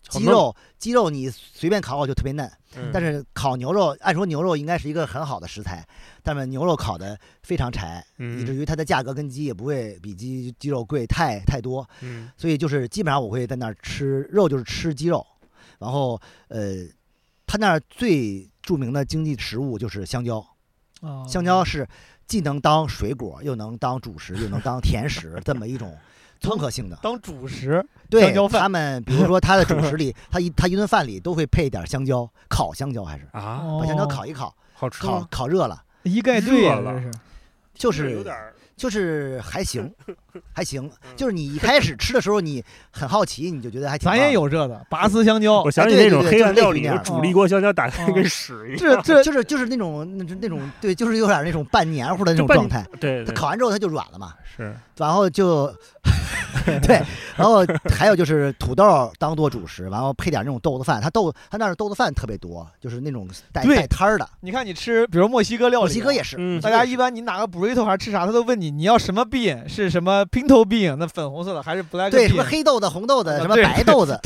Speaker 2: 好
Speaker 3: 鸡
Speaker 2: 弄
Speaker 3: 肉鸡肉你随便烤烤就特别嫩，
Speaker 2: 嗯
Speaker 3: 但是烤牛肉，按说牛肉应该是一个很好的食材，但是牛肉烤的非常柴，以至
Speaker 2: 嗯
Speaker 3: 于它的价格跟鸡也不会比鸡鸡肉贵太太多。
Speaker 2: 嗯
Speaker 3: 所以就是基本上我会在那儿吃肉，就是吃鸡肉，然后呃，他那儿最著名的经济食物就是香蕉，
Speaker 4: 啊
Speaker 3: 香蕉是既能当水果，又能当主食，又能当甜食这么
Speaker 4: <laughs>
Speaker 3: 一种。综合性的，
Speaker 4: 当主食，
Speaker 3: 对
Speaker 4: 香蕉饭
Speaker 3: 他们，比如说他的主食里，他一他一顿饭里都会配一点香蕉，烤香蕉还是
Speaker 2: 啊，
Speaker 3: 把香蕉
Speaker 4: <laughs> 哦
Speaker 3: 烤一烤，
Speaker 2: 好吃
Speaker 3: 烤
Speaker 2: 吗？
Speaker 3: 烤热了，
Speaker 4: 一概对呀
Speaker 2: 热了
Speaker 4: 这是
Speaker 3: 就
Speaker 2: 这
Speaker 3: 是
Speaker 2: 有点儿嗯
Speaker 3: 就是
Speaker 2: <laughs>
Speaker 3: 还行，还行。就是你一开始吃的时候，你很好奇，你就觉得还挺。
Speaker 4: 咱也，有这的，拔丝香蕉
Speaker 2: 我，想起那
Speaker 3: 对对
Speaker 2: 种
Speaker 3: 对
Speaker 2: 黑
Speaker 3: 就
Speaker 2: 暗
Speaker 3: 类
Speaker 2: 料
Speaker 3: 似
Speaker 2: 理，
Speaker 3: 那
Speaker 2: 就
Speaker 3: 样
Speaker 2: 煮了一锅香蕉，打开
Speaker 4: 哦
Speaker 2: 跟屎一样。
Speaker 4: 这这
Speaker 3: 就是就是那种那那种对，就是有点那种半黏糊的那种
Speaker 2: 就半
Speaker 3: 状态。
Speaker 2: 对
Speaker 3: 它
Speaker 2: 对
Speaker 3: 烤完之后它就软了嘛，
Speaker 2: 是，
Speaker 3: 然后就 <laughs> 对，然后还有就是土豆当做主食，然后配点那种豆子饭。它豆它那儿豆子饭特别多，就是那种带
Speaker 4: 对
Speaker 3: 带摊儿的。
Speaker 4: 你看你吃，比如墨西哥料理，啊
Speaker 3: 墨西哥也是，
Speaker 2: 嗯
Speaker 4: 大家一般你哪个 burrito 还是吃啥，他都问你你要什么 bean，是什么 pinto bean，那粉红色的还是 black
Speaker 3: 对什么
Speaker 4: bean，
Speaker 3: 黑豆子、红豆子、
Speaker 4: 啊
Speaker 3: 什么
Speaker 4: 对
Speaker 3: 白豆
Speaker 2: <laughs>
Speaker 3: 子，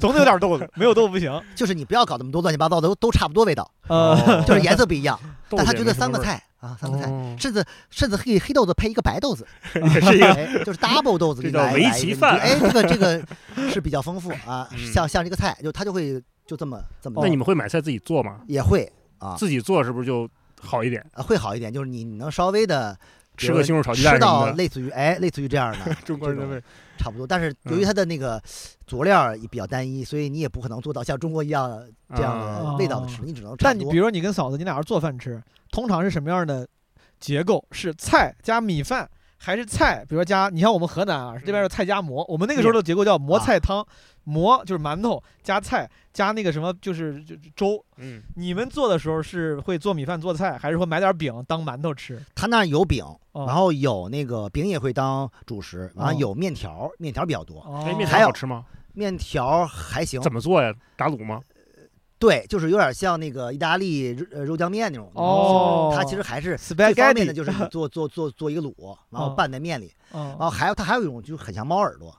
Speaker 4: 总得有点豆子，没有豆腐不
Speaker 2: 哦
Speaker 4: 行。
Speaker 3: 就是你不要搞那么多乱七八糟的，都都差不多味道，
Speaker 4: 呃，
Speaker 3: 就是颜色不一样。
Speaker 2: <laughs> 豆
Speaker 3: 但他
Speaker 2: 子
Speaker 3: 觉
Speaker 2: 也
Speaker 3: 得
Speaker 2: 没什
Speaker 3: 三
Speaker 2: 么
Speaker 3: 个
Speaker 2: 味儿，
Speaker 3: 菜啊，三个菜，
Speaker 2: 哦
Speaker 3: 甚至甚至黑黑豆子配一个白豆子，
Speaker 2: 也是一个
Speaker 3: 哎， <laughs> 就是 double 豆子
Speaker 2: 这
Speaker 3: 给你
Speaker 2: 叫
Speaker 3: 来
Speaker 2: 围
Speaker 3: 来
Speaker 2: 棋
Speaker 3: 一个
Speaker 2: 饭
Speaker 3: 你就哎，这个这个
Speaker 2: <laughs>
Speaker 3: 是比较丰富啊
Speaker 2: 嗯，
Speaker 3: 像像这个菜，就他就会就这么这么
Speaker 2: 那
Speaker 3: 弄，
Speaker 2: 你们会买菜自己做吗？
Speaker 3: 也会啊
Speaker 2: 自己做是不是就好一点？
Speaker 3: 啊会好一点，就是你你能稍微的比
Speaker 2: 吃
Speaker 3: 如
Speaker 2: 个西红柿炒鸡蛋
Speaker 3: 吃
Speaker 2: 什么
Speaker 3: 到
Speaker 2: 的，
Speaker 3: 类似于哎类似于这样
Speaker 2: <laughs>
Speaker 3: 的
Speaker 2: 中国人的
Speaker 3: 这种
Speaker 2: 味。
Speaker 3: 差不多，但是由
Speaker 2: 嗯
Speaker 3: 于它的那个佐料也比较单一，所以你也不可能做到像中国一样
Speaker 2: 嗯
Speaker 3: 这样的
Speaker 2: 哦
Speaker 4: 啊
Speaker 3: 味道的食物，你只能差
Speaker 4: 但
Speaker 3: 不
Speaker 4: 你
Speaker 3: 多
Speaker 4: 比如说你跟嫂子，你俩要是做饭吃，通常是什么样的结构？是菜加米饭，还是菜？比如说加，你像我们河南啊，
Speaker 3: 嗯
Speaker 4: 这边是菜加馍，我们那个时候的结构叫
Speaker 3: 啊
Speaker 4: 馍菜汤，馍就是馒头加菜加那个什么就是就就粥。
Speaker 2: 嗯，
Speaker 4: 你们做的时候是会做米饭做菜，还是会买点饼当馒头吃？
Speaker 3: 他那儿有饼，
Speaker 4: 哦
Speaker 3: 然后有那个饼也会当主食，然后
Speaker 4: 哦
Speaker 3: 有面条，面条比较多，
Speaker 4: 哦
Speaker 2: 哎，面
Speaker 3: 还
Speaker 2: 条好
Speaker 3: 有
Speaker 2: 吃吗？
Speaker 3: 面条还行。
Speaker 2: 怎么做呀？打卤吗？
Speaker 3: 对，就是有点像那个意大利肉呃肉酱面那种。
Speaker 4: 哦，
Speaker 3: 它其实还是最方便的
Speaker 4: spaghetti
Speaker 3: 就是你做做做做一个卤，然后
Speaker 4: 哦
Speaker 3: 拌在面里，
Speaker 4: 哦
Speaker 3: 然后还有它还有一种就是很像猫耳朵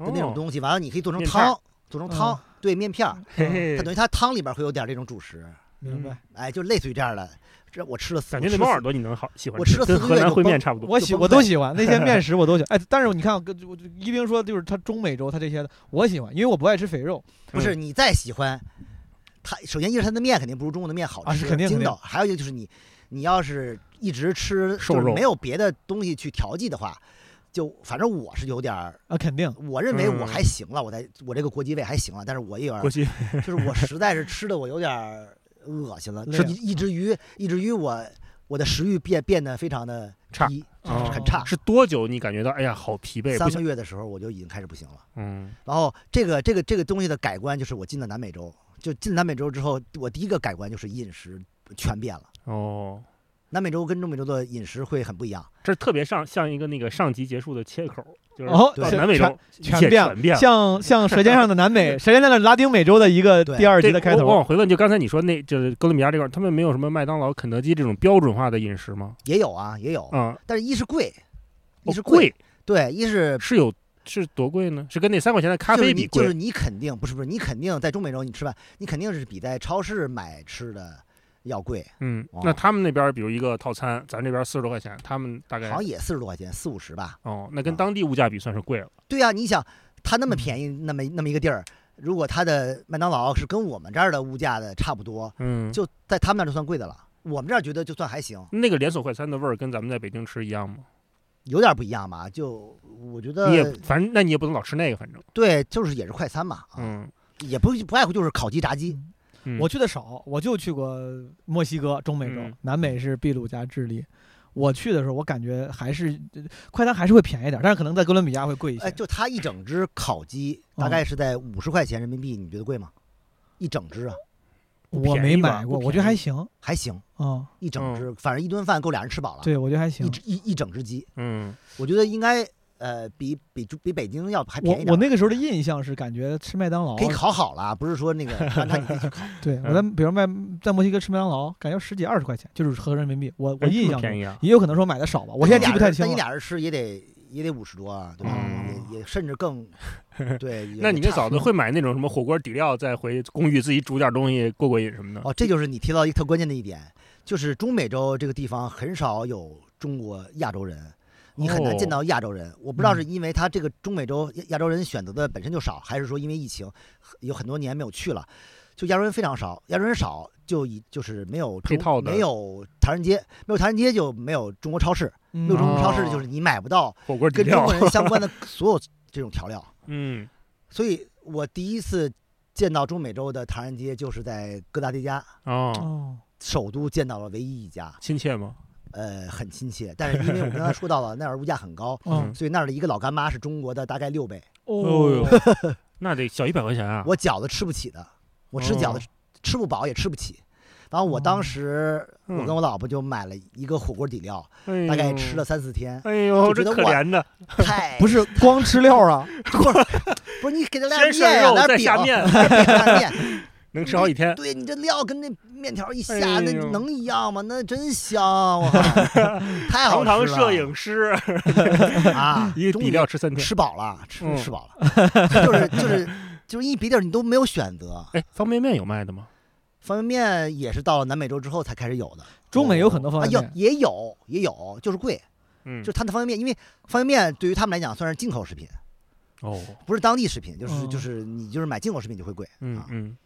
Speaker 3: 的那种
Speaker 2: 西，
Speaker 3: 东西，完了你可以做成
Speaker 2: 哦面片儿哦
Speaker 3: 汤，做成汤
Speaker 4: 嗯，
Speaker 3: 对面片儿，
Speaker 2: <laughs> 嘿嘿
Speaker 3: 它等于它汤里边会有点这种主食，
Speaker 4: 明白。
Speaker 3: 哎，就类似于这样的。这我吃了四，
Speaker 2: 感
Speaker 3: 我
Speaker 2: 觉
Speaker 3: 吃
Speaker 2: 那
Speaker 3: 了
Speaker 2: 猫
Speaker 3: 四
Speaker 2: 耳朵你能好喜欢
Speaker 3: 我
Speaker 2: 吃
Speaker 3: 吃了
Speaker 2: 跟
Speaker 3: 四个
Speaker 2: 河
Speaker 3: 月
Speaker 2: 南烩
Speaker 3: 就
Speaker 2: 面
Speaker 3: 崩
Speaker 2: 差不多。
Speaker 4: 我喜
Speaker 3: 就
Speaker 4: 我
Speaker 3: 崩
Speaker 4: 都
Speaker 3: 溃
Speaker 4: 喜欢那
Speaker 3: <laughs>
Speaker 4: 些面食，我都喜欢。哎，但是我你看，跟我就一冰说就是他中美洲他这些的，我喜欢，因为我不爱吃肥肉。
Speaker 3: 不
Speaker 2: 嗯
Speaker 3: 是你再喜欢，它首先一是它的面肯定不如中国的面好吃，
Speaker 4: 啊是肯定
Speaker 3: 筋
Speaker 4: 肯定
Speaker 3: 道；还有一个就是你，你要是一直吃
Speaker 2: 瘦
Speaker 3: 就是
Speaker 2: 肉
Speaker 3: 没有别的东西去调剂的话，就反正我是有点儿，
Speaker 4: 啊，肯定。
Speaker 3: 我认为我
Speaker 2: 嗯
Speaker 3: 还行了，我在我这个国际胃还行了，但是我也有点
Speaker 2: 过
Speaker 3: 儿，
Speaker 2: 去 <laughs>
Speaker 3: 就是我实在是吃的我有点儿恶心了，
Speaker 4: 累了
Speaker 3: 以以至于以至于我我的食欲变变得非常的
Speaker 2: 差
Speaker 3: 低，
Speaker 2: 哦
Speaker 3: 很差。
Speaker 2: 是多久你感觉到哎呀好疲惫，不
Speaker 3: 啊三
Speaker 2: 想
Speaker 3: 个月的时候我就已经开始不行了。
Speaker 2: 嗯
Speaker 3: 然后这个这个这个东西的改观就是我进了南美洲，就进南美洲之后，我第一个改观就是饮食全变了。
Speaker 2: 哦。
Speaker 3: 南美洲跟中美洲的饮食会很不一样，
Speaker 2: 这特别上像一个那个上集结束的切口，就是
Speaker 4: 哦，
Speaker 3: 对
Speaker 2: 到
Speaker 4: 全
Speaker 2: 南美洲一
Speaker 4: 全
Speaker 2: 切
Speaker 4: 变
Speaker 2: 全变了。
Speaker 4: 像像《舌尖上的南美》，《舌尖上的拉丁美洲》的一个
Speaker 3: 对
Speaker 4: 第二集
Speaker 2: 这
Speaker 4: 的开
Speaker 2: 我我
Speaker 4: 头。
Speaker 2: 往回问，就刚才你说那，就是哥伦比亚这块儿，他们没有什么麦当劳、肯德基这种标准化的饮食吗？
Speaker 3: 也有啊，也有，
Speaker 2: 啊、
Speaker 3: 但是一是贵，一
Speaker 2: 哦
Speaker 3: 是
Speaker 2: 贵，
Speaker 3: 对，一是
Speaker 2: 是有是多贵呢？是跟那三块钱的咖
Speaker 3: 就是
Speaker 2: 啡
Speaker 3: 你
Speaker 2: 比
Speaker 3: 就
Speaker 2: 贵？
Speaker 3: 是你肯定不是不是你肯定在中美洲你吃饭，你肯定是比在超市买吃的要贵，
Speaker 2: 嗯
Speaker 3: 哦，
Speaker 2: 那他们那边儿比如一个套餐，咱这边四十多块钱，他们大
Speaker 3: 好嗯
Speaker 2: 概
Speaker 3: 像也四十多块钱，四五十吧。
Speaker 2: 哦，那跟当地物价比算是贵了。
Speaker 3: 对啊，你想它那么便宜，
Speaker 2: 嗯
Speaker 3: 那么那么一个地儿，如果它的麦当劳是跟我们这儿的物价的差不多，
Speaker 2: 嗯，
Speaker 3: 就在他们那儿就算贵的了。我们这儿觉得就算还行，
Speaker 2: 那个连锁快餐的味儿跟咱们在北京吃一样吗？
Speaker 3: 有点不一样吧？就我觉
Speaker 2: 你也
Speaker 3: 得
Speaker 2: 反正那你也不能老吃那个，反正
Speaker 3: 对，就是也是快餐嘛，啊，
Speaker 2: 嗯，
Speaker 3: 也不不外乎就是烤鸡、炸鸡。
Speaker 2: 嗯
Speaker 4: 我去的少，我就去过墨西哥、中美洲
Speaker 2: 嗯，
Speaker 4: 南美是秘鲁加智利。我去的时候，我感觉还是呃快餐还是会便宜点，但是可能在哥伦比亚会贵一
Speaker 3: 哎，
Speaker 4: 些。
Speaker 3: 就它一整只烤鸡大概是在
Speaker 2: 嗯
Speaker 3: 五十块钱人民币，你觉得贵吗？一整只啊，
Speaker 4: 我
Speaker 2: 便
Speaker 4: 没
Speaker 2: 宜吧
Speaker 4: 买过，
Speaker 2: 不
Speaker 4: 我觉得
Speaker 2: 便
Speaker 4: 还
Speaker 2: 宜
Speaker 4: 行
Speaker 3: 还行，
Speaker 4: 啊。
Speaker 3: 一整
Speaker 2: 嗯
Speaker 3: 只，反正一顿饭够俩人吃饱
Speaker 2: 啊
Speaker 3: 了。
Speaker 4: 对，我觉得还行
Speaker 3: 一。只一一整只鸡，
Speaker 2: 嗯，
Speaker 3: 我觉得应该呃比比比北京要还
Speaker 4: 我
Speaker 3: 便宜
Speaker 4: 我
Speaker 3: 点吧。
Speaker 4: 那个时候的印象是，感觉吃麦当劳
Speaker 3: 可以烤好了，不是说
Speaker 4: <laughs>
Speaker 3: 那个让他你自己烤。
Speaker 4: 对，我
Speaker 2: 嗯
Speaker 4: 在比如卖在墨西哥吃麦当劳，感觉十几二十块钱，就是合人民币。我我
Speaker 2: 哎这
Speaker 4: 印
Speaker 2: 么
Speaker 4: 象
Speaker 2: 便
Speaker 4: 中，
Speaker 2: 宜嗯啊，
Speaker 4: 也有可能说买的少吧，我现在记不太清
Speaker 3: 那你
Speaker 4: 了。哦
Speaker 3: 俩人吃也得也得五十多啊，对吧？
Speaker 2: 嗯
Speaker 3: 也也甚至更
Speaker 4: <laughs>
Speaker 3: 对。也
Speaker 2: 那你
Speaker 3: 也
Speaker 2: 那
Speaker 3: 差嗯
Speaker 2: 嫂子会买那种什么火锅底料，再回公寓自己煮点东西过过瘾什么的？
Speaker 3: 哦，这就是你提到一个特关键的一点，就是中美洲这个地方很少有中国亚洲人，你很难见
Speaker 2: 哦嗯
Speaker 3: 到亚洲人。我不知道是因为他这个中美洲亚亚洲人选择的本身就少，还是说因为疫情有很多年没有去了，就亚洲人非常少，亚洲人少就以就是没有
Speaker 2: 配
Speaker 3: 中
Speaker 2: 套的
Speaker 3: 没有唐人街，没有唐人街就没有中国超市，没有
Speaker 4: 嗯
Speaker 3: 中
Speaker 4: 哦
Speaker 3: 国超
Speaker 2: 嗯
Speaker 3: 市就是你买不到
Speaker 2: 火锅底
Speaker 3: 跟中
Speaker 2: 哦料 <laughs>
Speaker 3: 国，人相关的所有这种调料。
Speaker 2: 嗯，
Speaker 3: 所以我第一次见到中美洲的唐人街就是在哥大迪加。
Speaker 2: 哦，
Speaker 4: 哦，
Speaker 3: 首都见到了唯一一家，
Speaker 2: 亲切吗？
Speaker 3: 呃很亲切，但是因为我们刚才说到了那儿物价很高，
Speaker 4: 嗯，
Speaker 3: 所以那儿的一个老干妈是中国的大概六倍，
Speaker 2: 哦
Speaker 4: 哦，
Speaker 2: 那得小一百块钱啊！哦
Speaker 3: 我饺子吃不起的，我吃饺子吃不饱也吃不起。然后我当时，我
Speaker 2: 嗯
Speaker 3: 跟我老婆就买了一个火锅底料，
Speaker 2: 哎
Speaker 3: 大概
Speaker 2: 呦，
Speaker 3: 吃了，三四
Speaker 2: <laughs>
Speaker 3: 天
Speaker 2: 哎呦，
Speaker 3: 就
Speaker 2: 这
Speaker 3: 觉得
Speaker 2: 可
Speaker 3: 我
Speaker 2: 怜的，
Speaker 3: 太
Speaker 2: <laughs>
Speaker 4: 不是光吃料啊，
Speaker 3: 不是你给他
Speaker 2: 先
Speaker 3: 来点
Speaker 2: 涮
Speaker 3: 面
Speaker 2: 肉
Speaker 3: 啊，来
Speaker 2: 再
Speaker 3: 点饼
Speaker 2: 下，
Speaker 3: <laughs>
Speaker 2: 面，
Speaker 3: 来
Speaker 2: <laughs>
Speaker 3: 面，
Speaker 2: 能吃好几天。
Speaker 3: 对你这料跟那面条一下，
Speaker 2: 哎
Speaker 3: 那
Speaker 2: 呦
Speaker 3: 能一样吗？那真香，我靠
Speaker 2: <laughs>
Speaker 3: 太好
Speaker 2: 堂
Speaker 3: 吃了。
Speaker 2: 堂摄影师，
Speaker 3: 啊，
Speaker 2: <laughs> 一个
Speaker 3: 终
Speaker 2: 底
Speaker 3: 于
Speaker 2: 料吃三天。
Speaker 3: 吃饱了，吃
Speaker 2: 嗯
Speaker 3: 吃饱了，
Speaker 4: <laughs>
Speaker 3: 就是就是就是一比点你都没有选择。
Speaker 2: 哎，方便面有卖的吗？
Speaker 3: 方便面也是到了南美洲之后才开始有的，
Speaker 4: <laughs> 中美有很多方
Speaker 3: 啊，有
Speaker 4: 便面，
Speaker 3: 也有也有，就是贵，
Speaker 2: 嗯，
Speaker 3: 就是它的方便面，因为方便面对于他们来讲算是进口食品，
Speaker 2: 哦，
Speaker 3: 不是当地食品，就是
Speaker 4: 嗯
Speaker 3: 就是你就是买进口食品就会贵。
Speaker 2: 嗯
Speaker 3: 啊
Speaker 2: 嗯，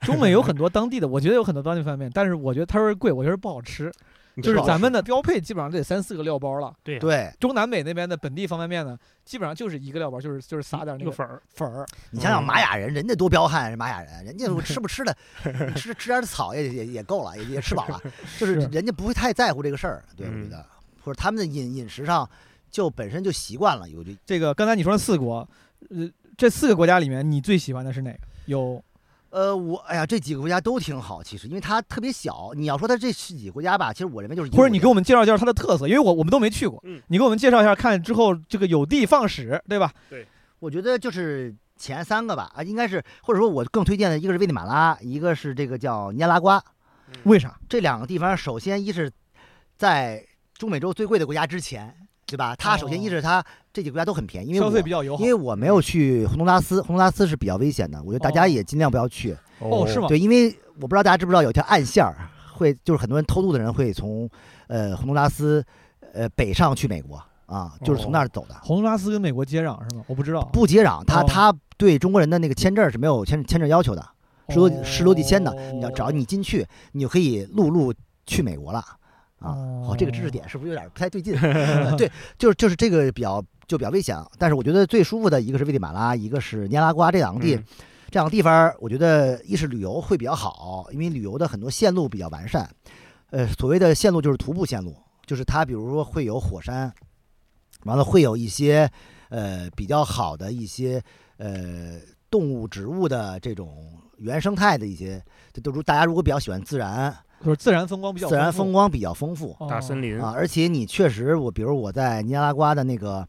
Speaker 4: 中美有很多当地的，我觉得有很多当地方便面，但是我觉得它说是贵，我觉得不好吃，
Speaker 2: 你
Speaker 4: 就是
Speaker 2: 知道
Speaker 4: 咱们的标配基本上得三四个料包了。
Speaker 2: 对呀
Speaker 3: 对
Speaker 4: 中南美那边的本地方便面呢，基本上就是一个料包，就是就是撒点那
Speaker 2: 一个
Speaker 4: 个
Speaker 2: 粉儿，
Speaker 4: 粉儿，
Speaker 3: 你想想
Speaker 4: 哦
Speaker 2: 嗯
Speaker 3: 玛雅人，人家多彪悍，玛雅人，人家我吃不吃的，吃吃点草也也也够了，也也吃
Speaker 4: <laughs>
Speaker 3: 饱了，就是人家不会太在乎这个事儿，对，我觉
Speaker 2: 嗯
Speaker 3: 得，或者他们的饮饮食上就本身就习惯了，有就
Speaker 4: 这个刚才你说的四国，呃，这四个国家里面你最喜欢的是哪个？有
Speaker 3: 呃，我哎呀，这几个国家都挺好，其实因为它特别小。你要说它这十几个国家吧，其实我认为就是一个
Speaker 4: 或者你给
Speaker 3: 国
Speaker 4: 我们介绍一下它的特色，因为我我们都没去过
Speaker 2: 嗯，
Speaker 4: 你给我们介绍一下，看之后这个有的放矢，对吧？
Speaker 3: 家，我觉得就是前三个吧，啊，应该是或者说我更推荐的一个是危地马拉，一个是这个叫尼亚拉瓜，
Speaker 4: 为啥？
Speaker 3: 这两个地方，首先一是在中美洲最贵的国家之前，对吧？它首先一
Speaker 4: 哦
Speaker 3: 是它这几个国家都很便宜，因为
Speaker 4: 消
Speaker 3: 我
Speaker 4: 费比较友好
Speaker 3: 因为。我没有去洪都拉斯，洪都拉斯是比较危险的，我觉得大
Speaker 4: 哦
Speaker 3: 家也尽量不要去。
Speaker 2: <laughs>
Speaker 4: 哦，是吗？
Speaker 3: 对，因为我不知道大家知不知道有一条暗线儿，会就是很多人偷渡的人会从呃洪都拉斯呃北上去美国啊，就是从那儿走的，
Speaker 4: 洪都拉斯跟美国接壤是吗？我不知道啊，
Speaker 3: 不接壤。他
Speaker 4: 哦
Speaker 3: 他对中国人的那个签证是没有签签证要求的，是多
Speaker 4: 哦
Speaker 3: 是多地签的。你要只
Speaker 4: 找
Speaker 3: 要你进去，你就可以陆路去美国了啊。哦，这个知识
Speaker 4: 哦
Speaker 3: 点是不是有点不太对劲？呃 <laughs> 对，就是就是这个比较就比较危险啊。但是我觉得最舒服的一个是危地马拉，一个是尼亚拉瓜这两个地
Speaker 2: 嗯
Speaker 3: 这两个地方儿，我觉得一是旅游会比较好，因为旅游的很多线路比较完善。呃，所谓的线路就是徒步线路，就是它比如说会有火山，完了会有一些呃比较好的一些呃动物、植物的这种原生态的一些，这都如大家如果比较喜欢自然，
Speaker 4: 就是自然风光比较
Speaker 3: 自然
Speaker 4: 丰
Speaker 3: 风光比较丰富
Speaker 4: 富哦
Speaker 2: 大
Speaker 4: <laughs>
Speaker 2: 森林
Speaker 3: 啊，而且你确实我比如我在尼加拉瓜的那个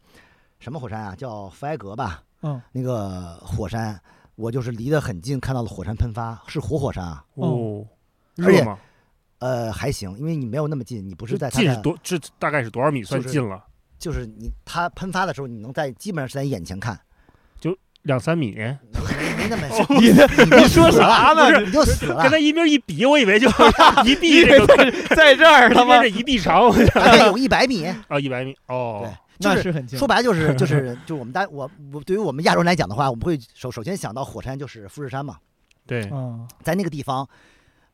Speaker 3: 什么火山啊，叫弗埃格吧，
Speaker 4: 嗯，
Speaker 3: 那个火山，我就是离得很近，看到了火山喷发，是活火山啊。
Speaker 2: 哦，
Speaker 3: 而且
Speaker 2: 热吗？
Speaker 3: 呃，还行，因为你没有那么近，你不是在它
Speaker 2: 近是
Speaker 3: 的，
Speaker 2: 多，这大概是多少米算
Speaker 3: 就是
Speaker 2: 近了？
Speaker 3: 就是你它喷发的时候，你能在基本上是在眼前看，
Speaker 2: 两三米，
Speaker 3: 啊没那么
Speaker 4: 你
Speaker 3: 你
Speaker 4: 说
Speaker 3: 死
Speaker 4: 啥呢
Speaker 3: 了，你就死了
Speaker 2: 跟，他一边一比，我以为就 <laughs> 一
Speaker 4: 你
Speaker 2: 臂这个，
Speaker 4: 在这儿他
Speaker 2: 他
Speaker 4: 妈
Speaker 2: 妈这一臂
Speaker 3: <laughs>
Speaker 2: 长
Speaker 3: 大概有一百米，
Speaker 2: 啊，一百米哦，
Speaker 3: 就
Speaker 4: 那
Speaker 3: 是。
Speaker 4: 是很近
Speaker 3: 说。白了就是就是就是我们大我我对于我们亚洲人来讲的话，我们会首首先想到火山就是富士山嘛，
Speaker 2: 对，
Speaker 3: 哦
Speaker 4: 嗯，
Speaker 3: 在那个地方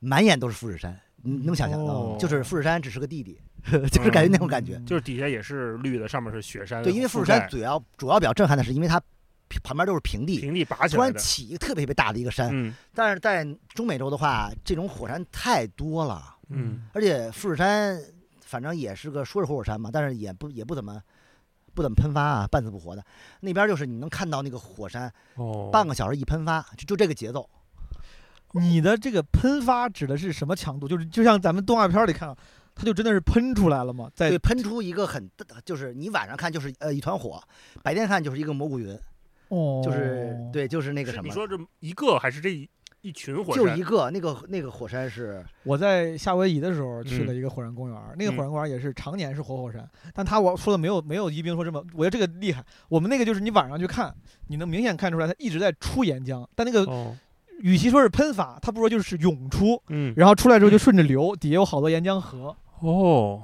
Speaker 3: 满眼都是富士山，你能想象到吗？
Speaker 2: 哦
Speaker 3: 就是富士山只是个弟弟， <laughs> 就是感觉那种感
Speaker 4: 嗯
Speaker 3: 觉。
Speaker 2: 就是底下也是绿的，上面是雪山覆盖，
Speaker 3: 对，因为富士山主要主要比较震撼的是，因为它平旁边都是平地，
Speaker 2: 平地拔起
Speaker 3: 突
Speaker 2: 来
Speaker 3: 然
Speaker 2: 的，
Speaker 3: 起一个特别特别大的一个山。
Speaker 2: 嗯
Speaker 3: 但是在中美洲的话，这种火山太多了，
Speaker 2: 嗯，
Speaker 3: 而且富士山反正也是个说是活火山嘛，但是也不也不怎么。不怎么喷发啊，半死不活的。那边就是你能看到那个火山，
Speaker 2: 哦，
Speaker 3: 半个小时一喷发，就就这个节奏。
Speaker 2: 嗯
Speaker 4: 你的这个喷发指的是什么强度？就是就像咱们动画片里看到，它就真的是喷出来了吗？在
Speaker 3: 对，喷出一个很大，就是你晚上看就是呃一团火，白天看就是一个蘑菇云，
Speaker 4: 哦，
Speaker 3: 就是对，就是那
Speaker 2: 那
Speaker 3: 个什
Speaker 2: 你
Speaker 3: 么，
Speaker 2: 说这一个还是这一一群火
Speaker 3: 就
Speaker 2: 山
Speaker 3: 一？个那个那个火山是
Speaker 4: 我在夏威夷的时
Speaker 2: 嗯
Speaker 4: 候去了一个火山公园，那个火山公园也是常年是活火山，但它我说的没有没有宜宾说这么，我觉得这个厉害。我们那个就是你晚上去看，你能明显看出来它一直在出岩浆，但那个
Speaker 2: 哦，
Speaker 4: 与其说是喷发，它不如说就是涌出，
Speaker 2: 嗯，
Speaker 4: 然后出来之后就顺着流，底下有好多岩浆河，
Speaker 2: 哦，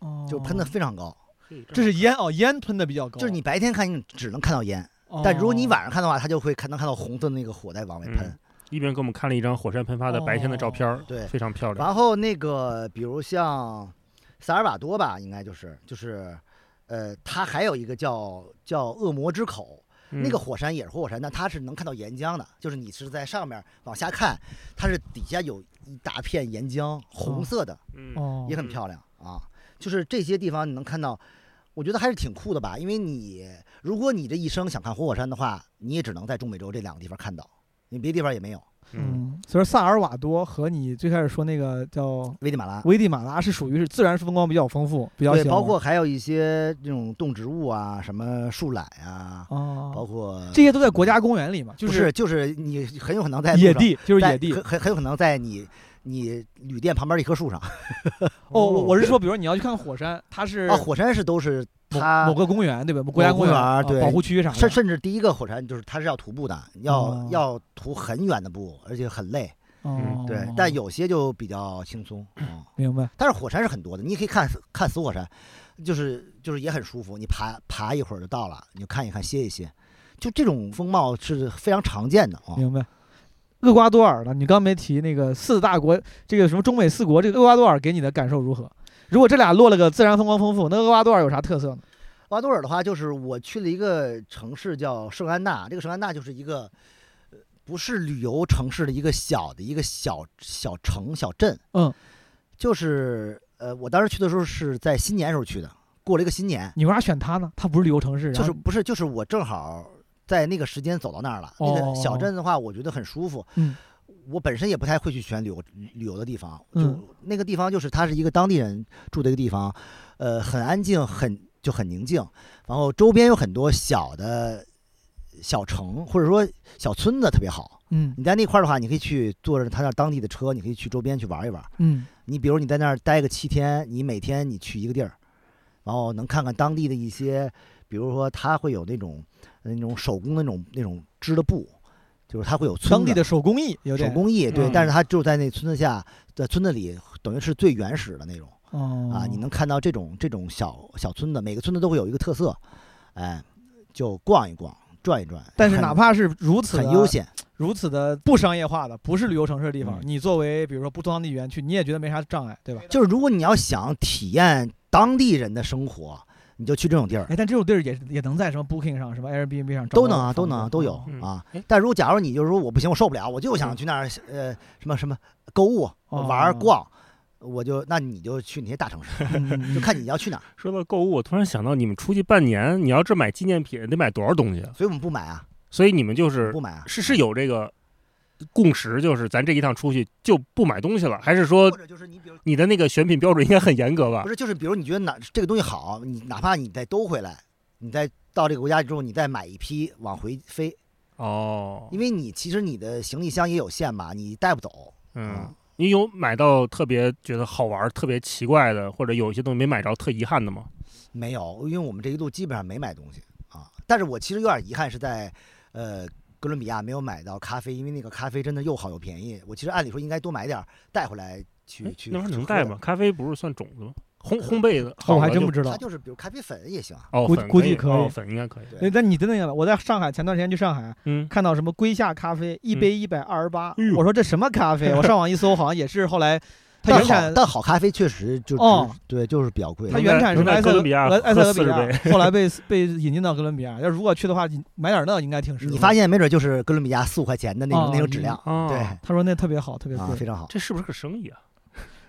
Speaker 4: 哦
Speaker 3: 就喷的非常高，
Speaker 2: 嘿
Speaker 4: 这是烟哦，烟喷的比较高，
Speaker 3: 就是你白天看你只能看到烟，
Speaker 4: 哦，
Speaker 3: 但如果你晚上看的话，它就会看能看到红色的那个火在往外喷。
Speaker 2: 嗯一边给我们看了一张火山喷发的白天的照片儿，
Speaker 3: 对
Speaker 2: 非常漂亮。
Speaker 3: 然后那个比如像萨尔瓦多吧，应该就是就是呃，它还有一个叫叫恶魔之口，
Speaker 2: 嗯
Speaker 3: 那个火山也是活火山，但它是能看到岩浆的，就是你是在上面往下看，它是底下有一大片岩浆，红色的，
Speaker 2: 嗯
Speaker 4: 哦
Speaker 3: 也很漂亮。啊，就是这些地方你能看到，我觉得还是挺酷的吧。因为你如果你这一生想看活火山的话，你也只能在中美洲这两个地方看到，你别的地方也没有。
Speaker 2: 嗯，
Speaker 4: 所以说萨尔瓦多和你最开始说那个叫
Speaker 3: 危地马拉，
Speaker 4: 危地马拉是属于是自然风光比较丰富，比较
Speaker 3: 对，
Speaker 4: 喜欢
Speaker 3: 包括还有一些这种动植物啊，什么树懒啊，包
Speaker 4: 哦，
Speaker 3: 括
Speaker 4: 这些都在国家公园里嘛，就
Speaker 3: 不是就是你很有可能在路
Speaker 4: 野
Speaker 3: 上
Speaker 4: 地，就是
Speaker 3: 在
Speaker 4: 野地。
Speaker 3: 很很很有可能在你你旅店旁边的一棵
Speaker 4: <laughs>
Speaker 3: 树上
Speaker 4: 哦，我我是说，比如你要去看火山，它是
Speaker 3: 啊，火山是都是
Speaker 4: 某
Speaker 3: 它
Speaker 4: 某个公园对吧？国家
Speaker 3: 某公
Speaker 4: 园
Speaker 3: 园
Speaker 4: 啊
Speaker 3: 对
Speaker 4: 保护区啥
Speaker 3: 甚
Speaker 4: 的。
Speaker 3: 甚至第一个火山就是它是要徒步的，要、
Speaker 4: 哦
Speaker 3: 要徒很远的步，而且很累。
Speaker 4: 哦，
Speaker 3: 对，但有些就比较轻松。嗯，
Speaker 4: 明白
Speaker 3: 但是火山是很多的，你也可以看看死火山，就是就是也很舒服，你爬爬一会儿就到了，你就看一看歇一歇，就这种风貌是非常常见的啊。
Speaker 4: 明白。厄瓜多尔呢？你刚没提那个四大国，这个什么中美四国，这个厄瓜多尔给你的感受如何？如果这俩落了个自然风光丰富，那厄瓜多尔有啥特色呢？
Speaker 3: 瓦多尔的话，就是我去了一个城市叫圣安娜，这个圣安娜就是一个。呃不是旅游城市的一个小的一个小小城小镇，
Speaker 4: 嗯，
Speaker 3: 就是呃，我当时去的时候是在新年时候去的，过了一个新年，
Speaker 4: 你为啥选它呢？它不是旅游城市，
Speaker 3: 就是
Speaker 4: 然后
Speaker 3: 不是就是我正好在那个时间走到那儿了。那
Speaker 4: 哦
Speaker 3: 个小镇的话，我觉得很舒服。
Speaker 4: 嗯，
Speaker 3: 我本身也不太会去选旅游旅游的地方，
Speaker 4: 嗯
Speaker 3: 就那个地方就是它是一个当地人住的一个地方，呃，很安静，很就很宁静。然后周边有很多小的小城或者说小村子特别好。
Speaker 4: 嗯
Speaker 3: 你在那块儿的话，你可以去坐着他那儿当地的车，你可以去周边去玩一玩。
Speaker 4: 嗯
Speaker 3: 你比如你在那儿待个七天，你每天你去一个地儿，然后能看看当地的一些，比如说他会有那种那种手工的那种那种织的布，就是他会有村
Speaker 4: 当地
Speaker 3: 子
Speaker 4: 的手工艺有
Speaker 3: 手
Speaker 4: 点
Speaker 3: 工艺，对，
Speaker 2: 嗯
Speaker 3: 但是他就在那村子下，在村子里等于是最原始的那种
Speaker 4: 哦
Speaker 3: 啊，你能看到这种这种小小村子，每个村子都会有一个特色，哎，就逛一逛，转一转，
Speaker 4: 但是
Speaker 3: 很
Speaker 4: 哪怕是如此
Speaker 3: 很
Speaker 4: 的
Speaker 3: 悠闲，
Speaker 4: 如此的不商业化的、不是旅游城市的地方，
Speaker 3: 嗯
Speaker 4: 你作为比如说不当地园区，你也觉得没啥障碍，对
Speaker 3: <laughs>
Speaker 4: 吧？
Speaker 3: 就是如果你要想体验当地人的生活，你就去这种地儿。
Speaker 4: 哎，但这种地儿也也能在什么 Booking 上、什么 Airbnb 上找
Speaker 3: 都
Speaker 4: 到
Speaker 3: 能啊，都
Speaker 4: 房
Speaker 3: 能啊，
Speaker 4: 子
Speaker 3: 都有
Speaker 2: 嗯
Speaker 3: 啊
Speaker 2: 哎。
Speaker 3: 但如果假如你就是说我不行，我受不了，我就想去那儿呃什么什么购物、
Speaker 4: 嗯哦
Speaker 3: 玩儿逛，我就那你就去那些大城市，
Speaker 4: 嗯
Speaker 3: <laughs> 就看你要去哪儿。
Speaker 2: 说到购物，我突然想到，你们出去半年，你要这买纪念品得买多少东西啊？
Speaker 3: 所以我们不买啊，
Speaker 2: 所以你们就
Speaker 3: 我
Speaker 2: 是
Speaker 3: 们不买啊。
Speaker 2: 是是有这个共识，就是咱这一趟出去就不买东西了，还是说
Speaker 3: 或者就是你比如
Speaker 2: 你的那个选品标准应该很严格吧
Speaker 3: 不？是就是比如你觉得哪这个东西好，你哪怕你再兜回来，你再到这个国家之后，你再买一批往回飞，
Speaker 2: 哦，
Speaker 3: 因为你其实你的行李箱也有限嘛，你带不走。啊
Speaker 2: 嗯，你有买到特别觉得好玩、特别奇怪的，或者有一些东西没买着特遗憾的吗？
Speaker 3: 没有，因为我们这一路基本上没买东西啊。但是我其实有点遗憾是在，呃，哥伦比亚没有买到咖啡，因为那个咖啡真的又好又便宜。我其实按理说应该多买点儿带回来去
Speaker 2: 哎
Speaker 3: 去。
Speaker 2: 那玩意儿
Speaker 3: 去
Speaker 2: 能
Speaker 3: 喝
Speaker 2: 带
Speaker 3: 的
Speaker 2: 吗？？咖啡不是算种子吗？烘烘焙的，好
Speaker 4: 哦我还
Speaker 2: 了
Speaker 4: 真
Speaker 2: 就
Speaker 4: 不知道
Speaker 3: 它。就是比如咖啡粉也行啊。
Speaker 2: 哦，
Speaker 4: 估
Speaker 2: 粉
Speaker 4: 估计可
Speaker 2: 哦
Speaker 4: 以
Speaker 2: 粉应该可以。
Speaker 4: 那
Speaker 3: 对，
Speaker 4: 那你真的要，我在上海前段时间去上海，
Speaker 2: 嗯，
Speaker 4: 看到什么龟下咖啡一
Speaker 3: 嗯
Speaker 4: 杯一百二十八
Speaker 2: 哎，呦
Speaker 4: 我说这什么咖啡？我上网一搜，好像也是后
Speaker 3: <laughs>
Speaker 4: 来它
Speaker 3: 但
Speaker 4: 原
Speaker 3: 好
Speaker 4: 产
Speaker 3: 但好咖啡确实就
Speaker 4: 哦
Speaker 3: 只对，就是比较贵
Speaker 4: 它。
Speaker 2: 能
Speaker 4: 原
Speaker 2: 在
Speaker 4: 产是
Speaker 2: 能在
Speaker 4: 埃塞
Speaker 2: 哥伦比亚
Speaker 4: 俄呃埃塞
Speaker 2: 喝
Speaker 4: 俄比
Speaker 2: 40
Speaker 4: 亚，后来被被引进到哥伦比亚。要如果去的话，你买点那应该挺实惠。
Speaker 3: 你发现没准就是哥伦比亚四五块钱的那种、
Speaker 4: 哦
Speaker 3: 那种质量，
Speaker 2: 哦，
Speaker 3: 对，
Speaker 4: 他说那特别好，特别
Speaker 3: 啊，非
Speaker 4: 贵，
Speaker 3: 常好。
Speaker 2: 这是不是个生意啊？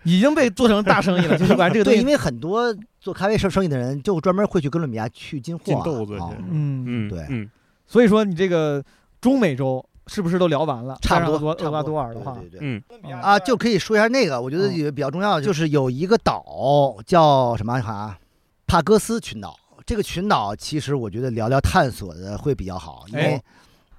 Speaker 4: 已经被做成大生意了。就是玩这个东
Speaker 3: 对，因
Speaker 4: 西，嗯
Speaker 3: 为很多做咖啡生生意的人就专门会去哥伦比亚去进货、啊，
Speaker 2: 进豆子去
Speaker 3: 啊
Speaker 4: 嗯，
Speaker 2: 嗯，
Speaker 3: 对
Speaker 2: 嗯，
Speaker 4: 所以说你这个中美洲是不是都聊完了？
Speaker 3: 差
Speaker 4: 再
Speaker 3: 不
Speaker 4: 让
Speaker 3: 多，
Speaker 4: 厄厄瓜多尔的话
Speaker 3: 对，对对。
Speaker 2: 嗯
Speaker 4: 嗯
Speaker 3: 啊，就可以说一下那个，我觉得
Speaker 4: 嗯
Speaker 3: 也比较重要，就是有一个岛叫什么啥，帕戈斯群岛。这个群岛其实我觉得聊聊探索的会比较好，因为
Speaker 4: 哎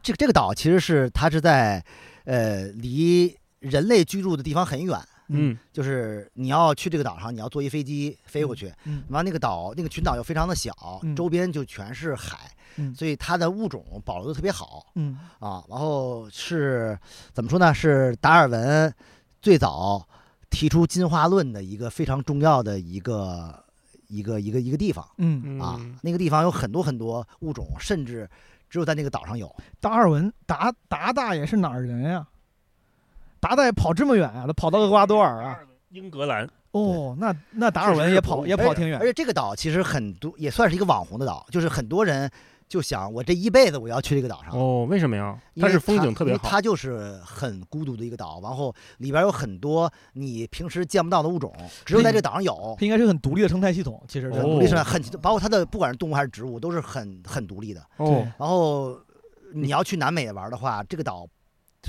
Speaker 3: 这个这个岛其实是它是在呃离人类居住的地方很远，
Speaker 2: 嗯
Speaker 3: 就是你要去这个岛上，你要坐一飞机飞过去。
Speaker 4: 嗯
Speaker 3: 完那个岛那个群岛又非常的小
Speaker 4: 嗯，
Speaker 3: 周边就全是海，
Speaker 4: 嗯
Speaker 3: 所以它的物种保留的特别好。
Speaker 4: 嗯
Speaker 3: 啊，然后是怎么说呢？是达尔文最早提出进化论的一个非常重要的一个一个一个一个地方
Speaker 4: 嗯，
Speaker 2: 嗯
Speaker 3: 啊。那个地方有很多很多物种，甚至只有在那个岛上有。
Speaker 4: 达尔文达达大爷是哪儿人呀？达大爷跑这么远啊，他跑到厄瓜多尔啊。，
Speaker 2: 英格兰，
Speaker 4: 哦，那那达尔文也跑也
Speaker 3: 而
Speaker 4: 跑挺
Speaker 3: 而
Speaker 4: 远，
Speaker 3: 且这个岛其实很多也算是一个网红的岛，就是很多人就想我这一辈子我要去这个岛上。
Speaker 2: 哦，为什么呀？
Speaker 3: 啊因
Speaker 2: 它
Speaker 3: 为
Speaker 2: 是风景特别
Speaker 3: 因为
Speaker 2: 好
Speaker 3: 它就是很孤独的一个岛，然后里边有很多你平时见不到的物种，只有在这个岛上有。
Speaker 4: 它应该是很独立的生态系统，其实是
Speaker 3: 很
Speaker 2: 哦
Speaker 3: 独立生态，很包括它的不管是动物还是植物，都是很很独立的。
Speaker 2: 哦。
Speaker 3: 然后你要去南美玩的话，这个岛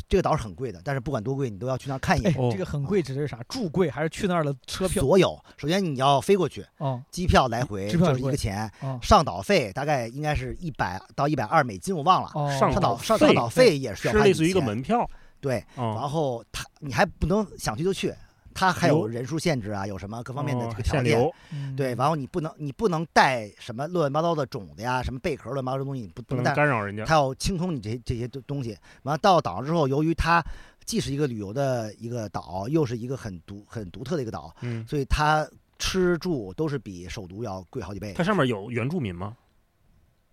Speaker 3: 这个岛是很贵的，但是不管多贵，你都要去那儿看一
Speaker 4: 哎
Speaker 3: 眼。
Speaker 2: 哦，
Speaker 4: 这个很贵指的是啥？住贵还是去那儿的车票？
Speaker 3: 所有，首先你要飞过去，
Speaker 4: 啊
Speaker 3: 机票来回
Speaker 4: 机票
Speaker 3: 就
Speaker 4: 也
Speaker 3: 是一
Speaker 4: 贵
Speaker 3: 个钱，
Speaker 4: 啊
Speaker 3: 上岛费大概应该是一百到一百二美金，我忘了。
Speaker 4: 哦，
Speaker 2: 上
Speaker 3: 啊上
Speaker 2: 岛
Speaker 3: 岛上
Speaker 2: 费哎
Speaker 3: 上岛费也是
Speaker 2: 是
Speaker 3: 要花
Speaker 2: 类似于一个
Speaker 3: 笔钱
Speaker 2: 门票
Speaker 3: 对，
Speaker 2: 啊，
Speaker 3: 然后它你还不能想去就去，它还有人数限制啊，有什么各
Speaker 2: 各
Speaker 3: 方面的这个
Speaker 2: 哦
Speaker 3: 条
Speaker 2: 限
Speaker 3: 件。
Speaker 2: 流
Speaker 4: 嗯
Speaker 3: 对，然后你不能你不能带什么乱七八糟的种子呀，什么贝壳乱七八糟的东西，你不
Speaker 2: 不
Speaker 3: 不
Speaker 2: 能
Speaker 3: 能带，
Speaker 2: 干扰人家。
Speaker 3: 它要清空你这些这些东东西。完了到岛上之后，由于它既是一个旅游的一个岛，又是一个很独很独特的一个岛，
Speaker 2: 嗯，
Speaker 3: 所以它吃住都是比首都要贵好几倍
Speaker 2: 它。上面有原住民吗？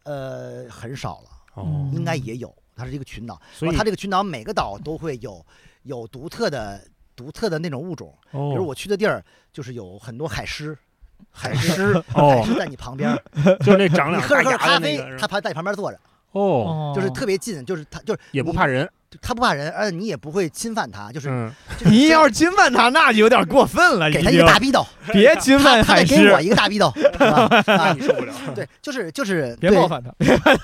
Speaker 3: 呃，很少了，
Speaker 2: 哦，
Speaker 3: 应该也有，它是一个群岛。
Speaker 2: 所以
Speaker 3: 嗯哦它这个群岛每个岛都会有有独特的独特的那种物种，比
Speaker 2: 比
Speaker 3: 如我去的地儿就是有很多海狮，海狮。
Speaker 2: 狮
Speaker 3: 海 <laughs>
Speaker 2: 哦，
Speaker 3: 狮在你旁边儿，
Speaker 2: 就是那长
Speaker 3: 你
Speaker 2: 两
Speaker 3: 喝
Speaker 2: 大
Speaker 3: 着喝着
Speaker 2: 牙
Speaker 3: 咖
Speaker 2: 的那
Speaker 3: 啡
Speaker 2: 个，是
Speaker 3: 它
Speaker 2: 吧，
Speaker 3: 旁在你旁边坐着，
Speaker 2: 哦，
Speaker 4: 哦，
Speaker 3: 就是特别近，就是它就是
Speaker 2: 也不怕人，
Speaker 3: 它不怕人，而且你也不会侵犯它，就是
Speaker 2: 嗯，
Speaker 3: 就是
Speaker 4: 你要是侵犯他，那就有点过分了，已
Speaker 3: 给
Speaker 4: 经
Speaker 3: 它一个大逼斗，
Speaker 4: 别侵
Speaker 3: 它
Speaker 4: 犯
Speaker 3: 它
Speaker 4: 海
Speaker 3: 得给
Speaker 4: 狮
Speaker 3: 我，一个大逼斗，是吧？啊，
Speaker 2: 你受不了。
Speaker 3: <laughs> 对，就是就是
Speaker 4: 别
Speaker 3: 对
Speaker 4: 冒
Speaker 3: <laughs>
Speaker 4: 犯他。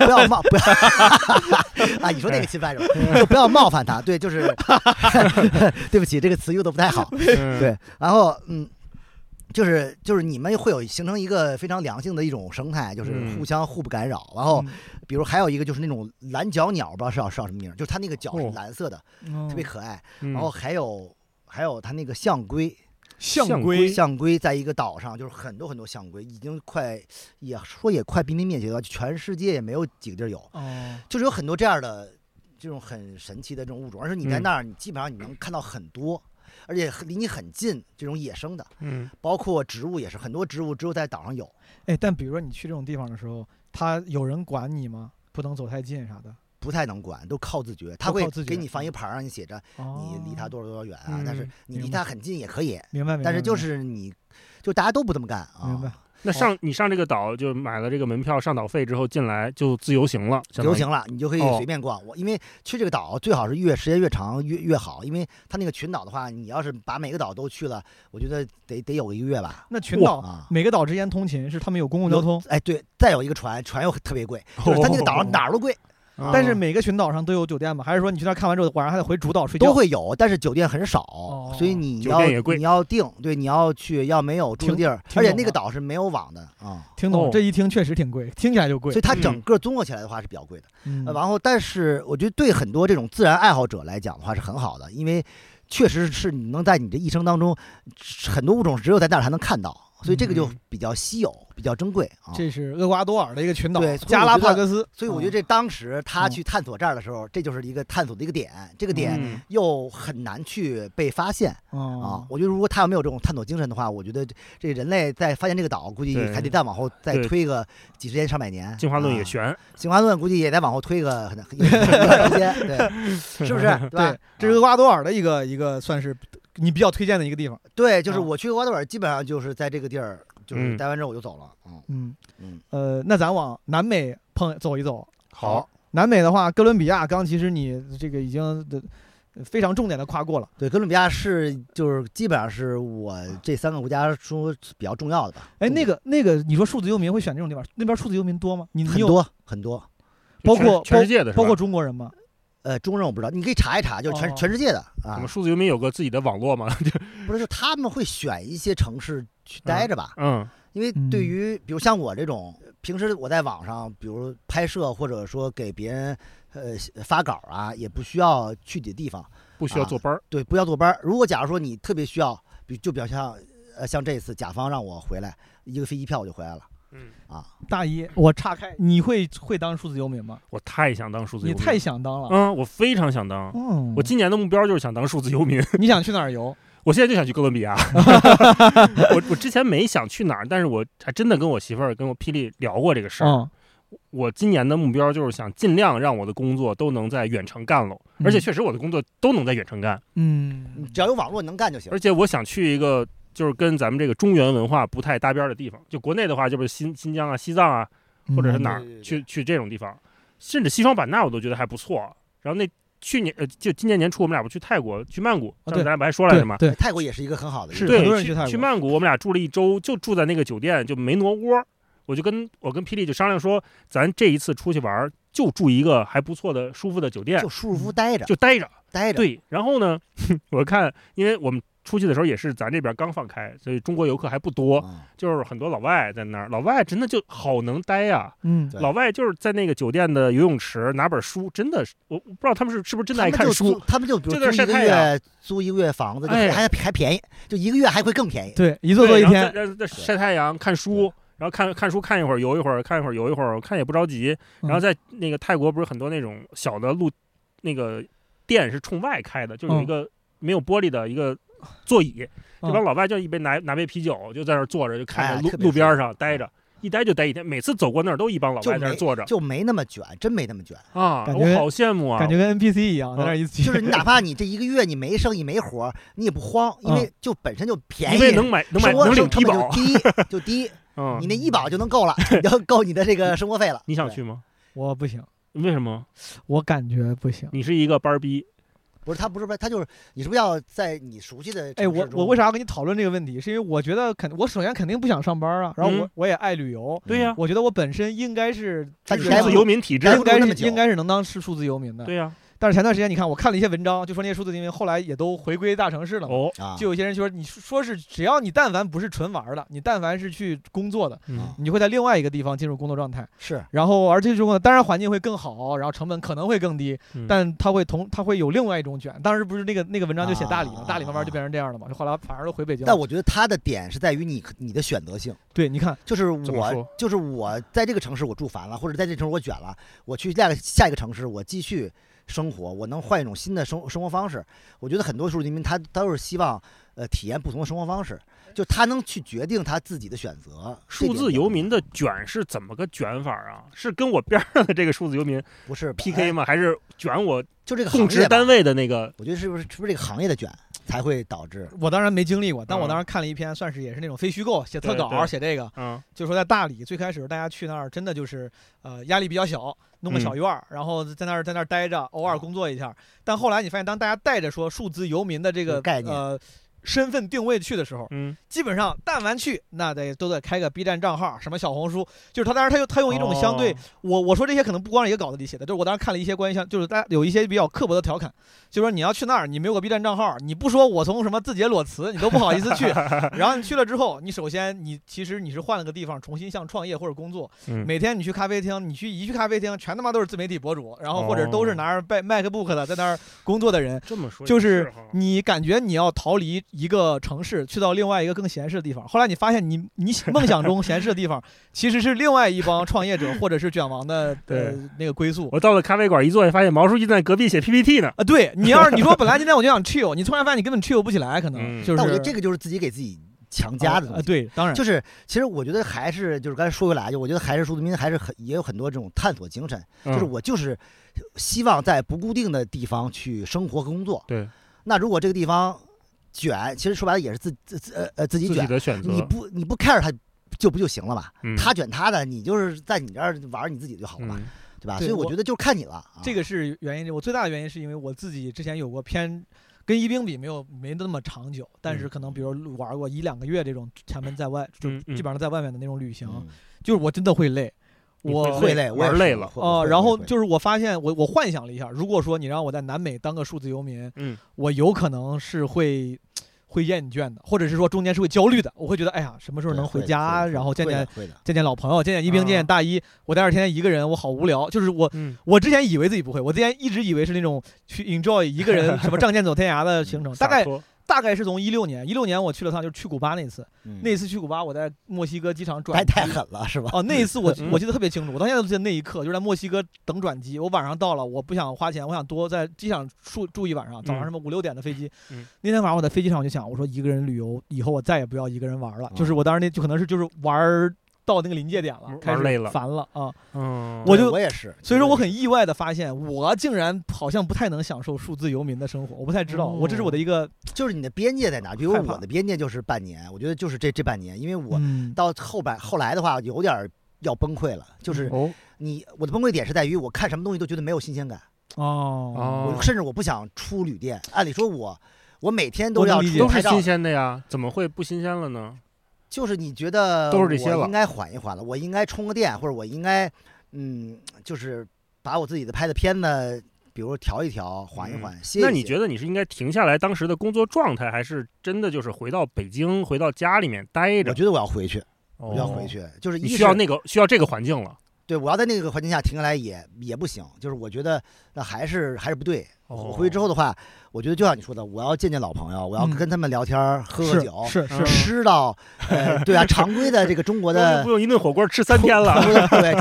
Speaker 3: 不要冒，不要啊！你说那个侵犯什么？就不要冒犯他。对，就是 <laughs> 对不起，这个词用的不太好。
Speaker 2: 对，
Speaker 3: <laughs> 对，然后嗯，就是就是你们会有形成一个非常良性的一种生态，就是
Speaker 2: 嗯
Speaker 3: 互相互不干扰。然后比如还有一个就是那种蓝角鸟，不知道是叫是叫什么名儿，就是它那个角是
Speaker 2: 哦
Speaker 3: 蓝色的，
Speaker 4: 嗯
Speaker 3: 特别可爱。
Speaker 2: 嗯
Speaker 3: 然后还有还有它那个象龟，
Speaker 4: 象
Speaker 2: 象
Speaker 4: 龟
Speaker 3: 象龟在一个岛上，就是很多很多象龟，已经快也说也快濒临灭绝了，全世界也没有几个地儿有。
Speaker 4: 哦，
Speaker 3: 就是有很多这样的这种很神奇的这种物种，而且
Speaker 2: 嗯
Speaker 3: 你在那儿，你基本上你能看到很多，而且离你很近这种野生的，
Speaker 2: 嗯，
Speaker 3: 包括植物也是，很多植物只有在岛上有。
Speaker 4: 哎，但比如说你去这种地方的时候，他有人管你吗？不能走太近啥的。
Speaker 3: 不太能管，都靠自觉。他
Speaker 4: 都
Speaker 3: 会
Speaker 4: 靠自觉嗯
Speaker 3: 给你放一牌儿，让你写着
Speaker 4: 哦
Speaker 3: 你离他多少多少远啊
Speaker 2: 嗯，
Speaker 3: 但是你离
Speaker 4: 明白
Speaker 3: 他很近也可以，
Speaker 4: 明白，明白
Speaker 3: 但是就
Speaker 4: 明白
Speaker 3: 是你，就大家都不这么干
Speaker 4: 明白
Speaker 3: 啊，
Speaker 2: 那上你上这个岛就买了这个门票上岛费之后进来就自由行了，
Speaker 3: 自
Speaker 2: 相当
Speaker 3: 由
Speaker 2: 于
Speaker 3: 行了，你就可以
Speaker 2: 哦
Speaker 3: 随便逛。我因为去这个岛最好是越时间越长越越好，因为它那个群岛的话，你要是把每个岛都去了，我觉得得得有一个月吧
Speaker 4: 那群岛
Speaker 3: 啊。
Speaker 4: 每个岛之间通勤是他们有哦公共交通，
Speaker 3: 哎，对，再有一个船，船又特别贵，就是它那个岛
Speaker 4: <laughs>
Speaker 3: 上哪儿都贵，
Speaker 2: 哦，
Speaker 4: 但是
Speaker 3: 嗯
Speaker 4: 每个群岛上都有酒店吗？还是说你去那儿看完之后晚上还得回主岛睡觉？
Speaker 3: 都会有，但是酒店很少，所以你
Speaker 2: 酒
Speaker 3: 要
Speaker 2: 店也贵
Speaker 3: 你要订，对，你要去，要没有住的地儿，
Speaker 4: 挺
Speaker 3: 而且
Speaker 4: 懂
Speaker 3: 那
Speaker 4: 了
Speaker 3: 个岛是没有网的啊，
Speaker 4: 听懂
Speaker 2: 哦
Speaker 4: 这一听确实挺贵，听起来就贵
Speaker 3: 所以。它
Speaker 2: 嗯
Speaker 3: 整个综合起来的话是比较贵的。
Speaker 4: 嗯
Speaker 3: 呃然后，但是我觉得对很多这种自然爱好者来讲的话是很好的，因为确实是你能在你这一生当中，很多物种只有在那儿才能看到，所以这个就
Speaker 2: 嗯
Speaker 3: 比较稀有，比较珍贵啊。
Speaker 4: 这是厄瓜多尔的一个群岛
Speaker 3: 对，所以
Speaker 4: 加
Speaker 3: 我
Speaker 4: 拉
Speaker 3: 觉得
Speaker 4: 帕戈斯。
Speaker 3: 所以我觉得这当时他去探索这儿的时候，这就是一个探索的一个点，这个点
Speaker 2: 嗯
Speaker 3: 又很难去被发现
Speaker 4: 这
Speaker 3: 啊
Speaker 4: 啊。，
Speaker 3: 我觉得如果他要没有这种探索精神的话，我觉得这这人类在发现这个岛，估计
Speaker 2: 对
Speaker 3: 还得再往后再
Speaker 2: 对
Speaker 3: 推个几十年、上百年。
Speaker 2: 进化论也
Speaker 3: 啊，
Speaker 2: 悬，
Speaker 3: 进化论估计也得往后推个很很有一段时间，对，是不是？对啊吧
Speaker 4: 对？，这是厄瓜多尔的一个一个算是你比较推荐的一个地方。
Speaker 3: 对，就是
Speaker 4: 啊
Speaker 3: 我去厄瓜多尔，基本上就是在这个地儿，就是
Speaker 2: 嗯
Speaker 3: 待完之后我就走了。嗯
Speaker 4: 嗯
Speaker 3: 嗯，
Speaker 4: 呃，那咱往南美碰走一走。
Speaker 2: 好，
Speaker 4: 南美的话，哥伦比亚刚其实你这个已经的呃非常重点的跨过了。
Speaker 3: 对，哥伦比亚是就是基本上是我这三个国家中比较重要的吧。
Speaker 4: 哎，
Speaker 3: 重
Speaker 4: 那个那个，你说数字游民会选这种地方？那边数字游民多吗？你你
Speaker 3: 很
Speaker 4: 有
Speaker 3: 多很多，
Speaker 2: 就
Speaker 4: 包
Speaker 2: 全
Speaker 4: 括
Speaker 2: 全世界的是吧，
Speaker 4: 包括中国人吗？
Speaker 3: 呃，中人我不知道，你可以查一查，就是全、
Speaker 4: 哦
Speaker 3: 全世界的
Speaker 2: 我
Speaker 3: 啊
Speaker 2: 们，数字游民有个自己的网络嘛，就
Speaker 3: 不是，就他们会选一些城市去待着吧，
Speaker 2: 嗯
Speaker 3: 因为
Speaker 4: 嗯
Speaker 3: 对于比如像我这种，平时我在网上，比如拍摄或者说给别人呃发稿啊，也不需要具体的地方，
Speaker 2: <laughs> 不需要
Speaker 3: 啊
Speaker 2: 坐班儿，
Speaker 3: 对，不要坐班儿。如果假如说你特别需要，比就比较像呃像这次甲方让我回来，一个飞机票我就回来了
Speaker 2: 嗯，
Speaker 3: 啊，
Speaker 4: 大一，我岔开，你会会当数字游民吗？
Speaker 2: 我太想当数字游
Speaker 4: 你
Speaker 2: 民，
Speaker 4: 太想当了。
Speaker 2: 嗯，我非常想当。
Speaker 4: 嗯，
Speaker 2: 我今年的目标就是想当数字游民，
Speaker 4: 你想去哪儿游？
Speaker 2: 我现在就想去哥伦比
Speaker 4: <laughs>
Speaker 2: 亚。我我之前没想去哪儿，但是我还真的跟我媳妇儿、跟我霹雳聊过这个事儿。
Speaker 4: 嗯，
Speaker 2: 我今年的目标就是想尽量让我的工作都能在远程干了，而且确实我的工作都能在远程干，
Speaker 3: 你
Speaker 4: 嗯，
Speaker 3: 只要有网络你能干就行
Speaker 2: 而。且我想去一个就是跟咱们这个中原文化不太搭边儿的地方，就国内的话，就是新新疆啊、西藏啊，或
Speaker 4: 嗯
Speaker 2: 者是哪儿
Speaker 3: 对对对
Speaker 2: 去去这种地方，甚至西双版纳我都觉得还不错。然后那去年呃就今年年初我们俩不去泰国去曼谷，
Speaker 4: 啊
Speaker 2: 上
Speaker 4: 对
Speaker 2: 次咱俩不还说来
Speaker 4: 对
Speaker 2: 着吗？
Speaker 4: 对，
Speaker 3: 泰国也是一个很好的一
Speaker 4: 是
Speaker 3: 个，
Speaker 4: 很多
Speaker 2: 对，
Speaker 4: 人去泰国
Speaker 2: 去曼谷，我们俩住了一周，就住在那个酒店，就没挪窝。我就跟我跟霹雳就商量说，咱这一次出去玩儿就住一个还不错的、舒服的酒店
Speaker 3: 就，舒舒服服待着，
Speaker 2: 啊嗯就待着。
Speaker 3: 待着。
Speaker 2: 对，然后呢， <laughs> 我看，因为我们出去的时候也是咱这边刚放开，所以中国游客还不
Speaker 4: 啊
Speaker 2: 多，
Speaker 3: 嗯，
Speaker 2: 就是很多老外在那儿。老外真的就好能待啊呀、
Speaker 4: 嗯
Speaker 3: 对
Speaker 2: 老外就是在那个酒店的游泳池拿本书，真的是我我不知道他们是是不是真的
Speaker 3: 他
Speaker 2: 爱
Speaker 3: 们
Speaker 2: 看
Speaker 3: 就
Speaker 2: 书
Speaker 3: 租，，他们就比如
Speaker 2: 就在那
Speaker 3: 租一
Speaker 2: 晒
Speaker 3: 个
Speaker 2: 太阳
Speaker 3: 月，租一个月房子，就
Speaker 2: 哎
Speaker 3: 还还便宜，就一个月还会更便宜。
Speaker 4: 对，一
Speaker 2: 一
Speaker 4: 坐坐一天，
Speaker 2: 晒太阳、看书，然后看看书看一会儿，游一会儿，看一会儿游一会儿，我看也不着急。然后
Speaker 4: 嗯
Speaker 2: 在那个泰国不是很多那种小的路，那个店是冲外开的，就有一
Speaker 4: 嗯
Speaker 2: 个没有玻璃的一个座椅，这帮
Speaker 4: 嗯
Speaker 2: 老外就一杯拿拿杯啤酒，就在那儿坐着，就看
Speaker 3: 哎
Speaker 2: 着路
Speaker 3: 特别
Speaker 2: 路边
Speaker 3: 舒
Speaker 2: 儿上待着，一待就待一天。每次走过那儿都一帮老
Speaker 3: 就
Speaker 2: 外在那儿
Speaker 3: 没
Speaker 2: 坐着
Speaker 3: 就没那么卷，真没那么卷。
Speaker 2: 啊，
Speaker 4: 感
Speaker 2: 我
Speaker 4: 觉
Speaker 2: 好羡慕啊！
Speaker 4: 感觉跟 NPC 一样，在那儿一 <laughs> 起
Speaker 3: 就是你哪怕你这一个月你没生意没活儿，你也不慌，因为就本身就便宜，
Speaker 2: 因为能买能买
Speaker 3: 生活
Speaker 2: 能领
Speaker 3: 成
Speaker 2: 低
Speaker 3: 本
Speaker 2: 保
Speaker 3: 就，低
Speaker 2: <laughs>
Speaker 3: 就低，
Speaker 2: 嗯
Speaker 3: 你，那医保就能够了， <laughs> 你就够你的这个生活费了。
Speaker 2: 你想
Speaker 3: 对
Speaker 2: 去？吗？
Speaker 4: 我不行，
Speaker 2: 为什么？
Speaker 4: 我感觉不行。
Speaker 2: 你是一个班儿逼，
Speaker 3: 不是他不是不是他就是你是不是要在你熟悉的
Speaker 4: 哎，
Speaker 3: 城市
Speaker 4: 我
Speaker 3: 中
Speaker 4: 我为啥要跟你讨论这个问题？是因为我觉得肯，我首先肯定不想上班啊，然后我、
Speaker 2: 嗯
Speaker 4: 我也爱旅游，
Speaker 2: 对呀，
Speaker 4: 我觉得我本身应该是
Speaker 3: 但
Speaker 2: 数
Speaker 3: 你该
Speaker 2: 字
Speaker 3: 嗯不
Speaker 2: 游民体制
Speaker 3: 该，
Speaker 4: 应该
Speaker 3: 那么
Speaker 4: 是
Speaker 3: 久
Speaker 4: 应该是能当是数字游民的。
Speaker 2: 对呀，
Speaker 4: 但是前段时间你看，我看了一些文章，就说那些数字游民后来也都回归大城市了嘛。
Speaker 2: 哦，
Speaker 3: 啊
Speaker 4: 就有些人说，你说是只要你但凡不是纯玩儿的，你但凡是去工作的，
Speaker 2: 嗯
Speaker 3: 啊
Speaker 4: 你会在另外一个地方进入工作状态，
Speaker 3: 是
Speaker 4: 然后而这种呢，当然环境会更好，然后成本可能会更低，
Speaker 2: 嗯
Speaker 4: 但它会同它会有另外一种卷。当时不是那个那个文章就写大理嘛，
Speaker 3: 啊
Speaker 4: 大理慢慢就变成这样了嘛，就后来反而都回北京了。
Speaker 3: 但我觉得他的点是在于你你的选择性，
Speaker 4: 对，你看，
Speaker 3: 就是
Speaker 2: 怎么
Speaker 3: 我
Speaker 2: 说
Speaker 3: 就是我在这个城市我住烦了，或者在这城市我卷了，我去下个下一个城市我继续生活，我能换一种新的生生活方式。我觉得很多数字移民他他都是希望呃体验不同的生活方式，就他能去决定他自己的选择。这
Speaker 2: 数
Speaker 3: 点
Speaker 2: 字
Speaker 3: 比较
Speaker 2: 游民的卷是怎么个卷法啊？是跟我边儿上的这个数字游民
Speaker 3: 不是
Speaker 2: PK
Speaker 3: 哎
Speaker 2: 吗？还是卷我
Speaker 3: 就这个
Speaker 2: 供
Speaker 3: 行
Speaker 2: 职
Speaker 3: 业吧
Speaker 2: 单位的那个？
Speaker 3: 我觉得是不是是不是这个行业的卷才会导致？
Speaker 4: 我当然没经历过，但我
Speaker 2: 嗯
Speaker 4: 当时看了一篇，算是也是那种非虚构，写特
Speaker 2: 对
Speaker 4: 稿，
Speaker 2: 对
Speaker 4: 写这个，
Speaker 2: 嗯，
Speaker 4: 就说在大理最开始大家去那儿真的就是，呃，压力比较小，弄个
Speaker 2: 嗯
Speaker 4: 小院儿，然后在那儿在那儿待着，偶
Speaker 3: 哦
Speaker 4: 尔工作一下。但后来你发现，当大家带着说数字游民的这
Speaker 3: 这
Speaker 4: 个
Speaker 3: 个概念
Speaker 4: 呃身份定位去的时候，
Speaker 2: 嗯，
Speaker 4: 基本上但凡去，那得都得开个 B 站账号，什么小红书，就是他当然他用他用一种相对、
Speaker 2: 哦
Speaker 4: 我我说这些可能不光是一个稿子里写的，就是我当时看了一些关于像，就是大家有一些比较刻薄的调侃，就说你要去那儿，你没有个 B 站账号，你不说我从什么字节裸辞，你都不好意思
Speaker 2: <laughs>
Speaker 4: 去。然后你去了之后，你首先你其实你是换了个地方，重新像创业或者工作，
Speaker 2: 嗯
Speaker 4: 每天你去咖啡厅，你去一去咖啡厅，全他妈都是自媒体博主，然后或者
Speaker 2: 哦
Speaker 4: 都是拿着 Mac MacBook 的在那儿工作的人，
Speaker 2: 这么说也
Speaker 4: 就是
Speaker 2: 哈
Speaker 3: 嗯
Speaker 4: 你感觉你要逃离一个城市，去到另外一个更闲适的地方。后来你发现你，你梦想中闲适的地方，其实是另外一帮创业者或者是卷
Speaker 2: <laughs>
Speaker 4: 王的呃
Speaker 2: 对
Speaker 4: 那个归宿
Speaker 2: 我到了咖啡馆一坐，发现毛书记在隔壁写 PPT 呢。
Speaker 4: 啊。对你要是你说本来今天我就想 chill，你突然发现你根本 chill 不起来，可能
Speaker 2: 嗯
Speaker 4: 就是。
Speaker 3: 但我觉得这个就是自己给自己强加的
Speaker 4: 啊
Speaker 3: 东
Speaker 4: 啊，
Speaker 2: 哦
Speaker 3: 西。
Speaker 4: 对，当然
Speaker 3: 就是其实我觉得还是就是刚才说回来，就我觉得还是数字民还是很也有很多这种探索精神，就是
Speaker 2: 嗯
Speaker 3: 我就是希望在不固定的地方去生活和工作。
Speaker 2: 对
Speaker 3: 那如果这个地方卷，其实说白了也是自自自呃呃自己
Speaker 2: 自己
Speaker 3: 卷，
Speaker 2: 的选
Speaker 3: 你
Speaker 2: 择，
Speaker 3: 不你不 care 他就不就行了嘛？
Speaker 2: 嗯
Speaker 3: 他卷他的，你就是在你这儿玩你自己就好了嘛，
Speaker 2: 嗯
Speaker 3: 对吧？
Speaker 4: 对
Speaker 3: 所以我
Speaker 4: 我
Speaker 3: 觉得就是看你了。啊
Speaker 4: 这个是原因，我最大的原因是因为我自己之前有过偏，跟一兵比没有没那么长久，但是可能比如玩过一两个月这种前门在外，就
Speaker 2: 嗯嗯
Speaker 4: 基本上在外面的那种旅行，
Speaker 3: 嗯
Speaker 4: 就是我真的会累，
Speaker 2: 你
Speaker 4: 我
Speaker 2: 会
Speaker 3: 会累，我也
Speaker 2: 玩
Speaker 3: 是
Speaker 2: 累了
Speaker 3: 会
Speaker 4: 哦，
Speaker 3: 会
Speaker 4: 然
Speaker 3: 会
Speaker 4: 后
Speaker 3: 会
Speaker 4: 就是我发现我我幻想了一下，如果说你让我在南美当个数字游民，
Speaker 2: 嗯，
Speaker 4: 我有可能是会会厌倦的，或者是说中间是会焦虑的，我会觉得哎呀，什么时候
Speaker 3: 对
Speaker 4: 能
Speaker 3: 会
Speaker 4: 回
Speaker 3: 的
Speaker 4: 家，
Speaker 3: 会的
Speaker 4: 然后见
Speaker 3: 会的
Speaker 4: 见
Speaker 3: 会的。
Speaker 4: 见见老朋友，见见一冰，见
Speaker 2: 啊
Speaker 4: 见大一，我在这儿天天一个人，我好无聊。就是我
Speaker 2: 嗯
Speaker 4: 我之前以为自己不会，我之前一直以为是那种去 enjoy 一个人什么仗剑走天涯的行
Speaker 3: <laughs>
Speaker 4: 程，
Speaker 2: 洒
Speaker 4: 大概
Speaker 2: 脱
Speaker 4: 大概是从一六年，一六年我去了趟，就是去古巴那次，
Speaker 3: 嗯嗯
Speaker 4: 那次去古巴我在墨西哥机场转
Speaker 3: 太太狠了是吧？
Speaker 4: <laughs> 哦，那一次我
Speaker 2: 嗯
Speaker 4: 我记得特别清楚，我到现在都记得那一刻，就是在墨西哥等转机，我晚上到了，我不想花钱，我想多在机场住住一晚上，早
Speaker 2: 嗯
Speaker 4: 上什么五六点的飞机。
Speaker 2: 嗯
Speaker 4: 那天晚上我在飞机上我就想，我说一个人旅游以后我再也不要一个人玩了，
Speaker 3: 嗯
Speaker 4: 就是我当时那就可能是就是玩儿到那个临界点了
Speaker 2: 啊玩，
Speaker 4: 开始
Speaker 2: 累了
Speaker 4: 烦了啊。
Speaker 2: 嗯，
Speaker 4: 我
Speaker 3: 对
Speaker 4: 就
Speaker 3: 我也是，
Speaker 4: 所以说我
Speaker 3: 就是
Speaker 4: 很意外的发现，我竟然好像不太能享受数字游民的生活，我不太知道，我这是我
Speaker 2: 哦
Speaker 4: 的一个
Speaker 3: 就是你的边界在哪？比如
Speaker 4: 害怕
Speaker 3: 我的边界就是半年，我觉得就是这这半年，因为我
Speaker 4: 嗯
Speaker 3: 到后半后来的话，有点儿要崩溃了，就是
Speaker 2: 哦
Speaker 3: 你我的崩溃点是在于我看什么东西都觉得没有新鲜感，
Speaker 4: 哦
Speaker 2: 哦
Speaker 3: 我，甚至我不想出旅店。按理说我我每天都
Speaker 4: 我能
Speaker 3: 要
Speaker 4: 理
Speaker 3: 出
Speaker 4: 解
Speaker 3: 去
Speaker 2: 都是
Speaker 3: 拍照
Speaker 2: 新，鲜的呀，怎么会不新鲜了呢？
Speaker 3: 就是你觉得
Speaker 2: 都是这些
Speaker 3: 我
Speaker 2: 了
Speaker 3: 应该缓一缓了，我应该充个电，或者我应该嗯，就是把我自己的拍的片子，比如调一调，缓一
Speaker 2: 嗯
Speaker 3: 缓，歇一歇。
Speaker 2: 那你觉得你是应该停下来当时的工作状态，还是真的就是回到北京，回到家里面待着？
Speaker 3: 我觉得我要回去，
Speaker 2: 我
Speaker 3: 我要回，去，就是
Speaker 2: 哦你
Speaker 3: 一
Speaker 2: 需要
Speaker 3: 是
Speaker 2: 那个需要这个环境了。
Speaker 3: 对我要在那个环境下停下来也也不行，就是我觉得那还是还是不对。
Speaker 4: 哦
Speaker 3: 我哦回去之
Speaker 2: 后，
Speaker 3: 后的话，我觉得就像你说的，我要见见老朋友，我要
Speaker 4: 嗯
Speaker 3: 跟他们聊天儿、喝喝
Speaker 4: 是
Speaker 3: 酒，
Speaker 4: 是是
Speaker 2: 嗯
Speaker 3: 吃到呃，对啊，常规的这个中国
Speaker 4: <laughs>
Speaker 2: 那就
Speaker 3: 的
Speaker 2: 不用一顿火锅吃三天了。
Speaker 3: 对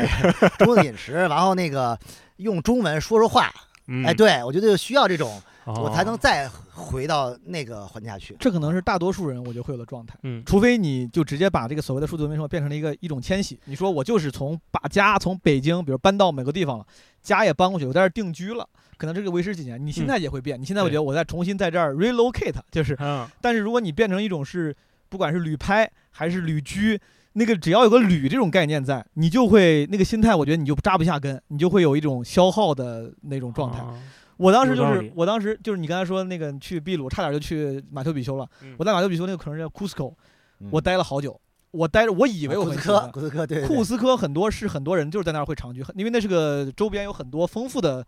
Speaker 3: 对中国的饮食，然后那个用中文说说话，
Speaker 2: 嗯哦
Speaker 3: 哎，，对我觉得需要这种，
Speaker 2: 我
Speaker 3: 我
Speaker 4: 哦
Speaker 3: 才能再回到那个环境下去。
Speaker 4: 这可能是大多数人我觉得会有的状态。
Speaker 2: 嗯
Speaker 4: 除非你就直接把这个所谓的数字文明生活变成了一个一种迁徙，你说我就是从把家从北京，比如搬到某个地方了，家也搬过去，我在这儿定居了，可能这个维持几年，你心态也会变，你现在会觉得我再重新在这儿 relocate，就是，
Speaker 2: 嗯
Speaker 4: 但是如果你变成一种是不管是旅拍还是旅居，那个只要有个旅这种概念在，你就会那个心态，我觉得你就扎不下根，你就会有一种消耗的那种 <laughs> 状态。
Speaker 2: 哦
Speaker 4: 我当时
Speaker 2: 有
Speaker 4: 就
Speaker 2: 道
Speaker 4: 是
Speaker 2: 理，
Speaker 4: 我当时就是你刚才说那个去秘鲁，差点就去马丘比丘了。
Speaker 2: 嗯
Speaker 4: 我在马丘比丘那个可能叫 Cusco，
Speaker 3: 嗯
Speaker 4: 我待了好久。我待着，我以为我
Speaker 3: 啊库
Speaker 4: 很
Speaker 3: 斯
Speaker 4: 喜
Speaker 3: 科，
Speaker 4: 欢
Speaker 3: 库斯科，对对对
Speaker 4: 库斯科很多是很多人就是在那儿会长居，很因为那是个周边有很多丰富的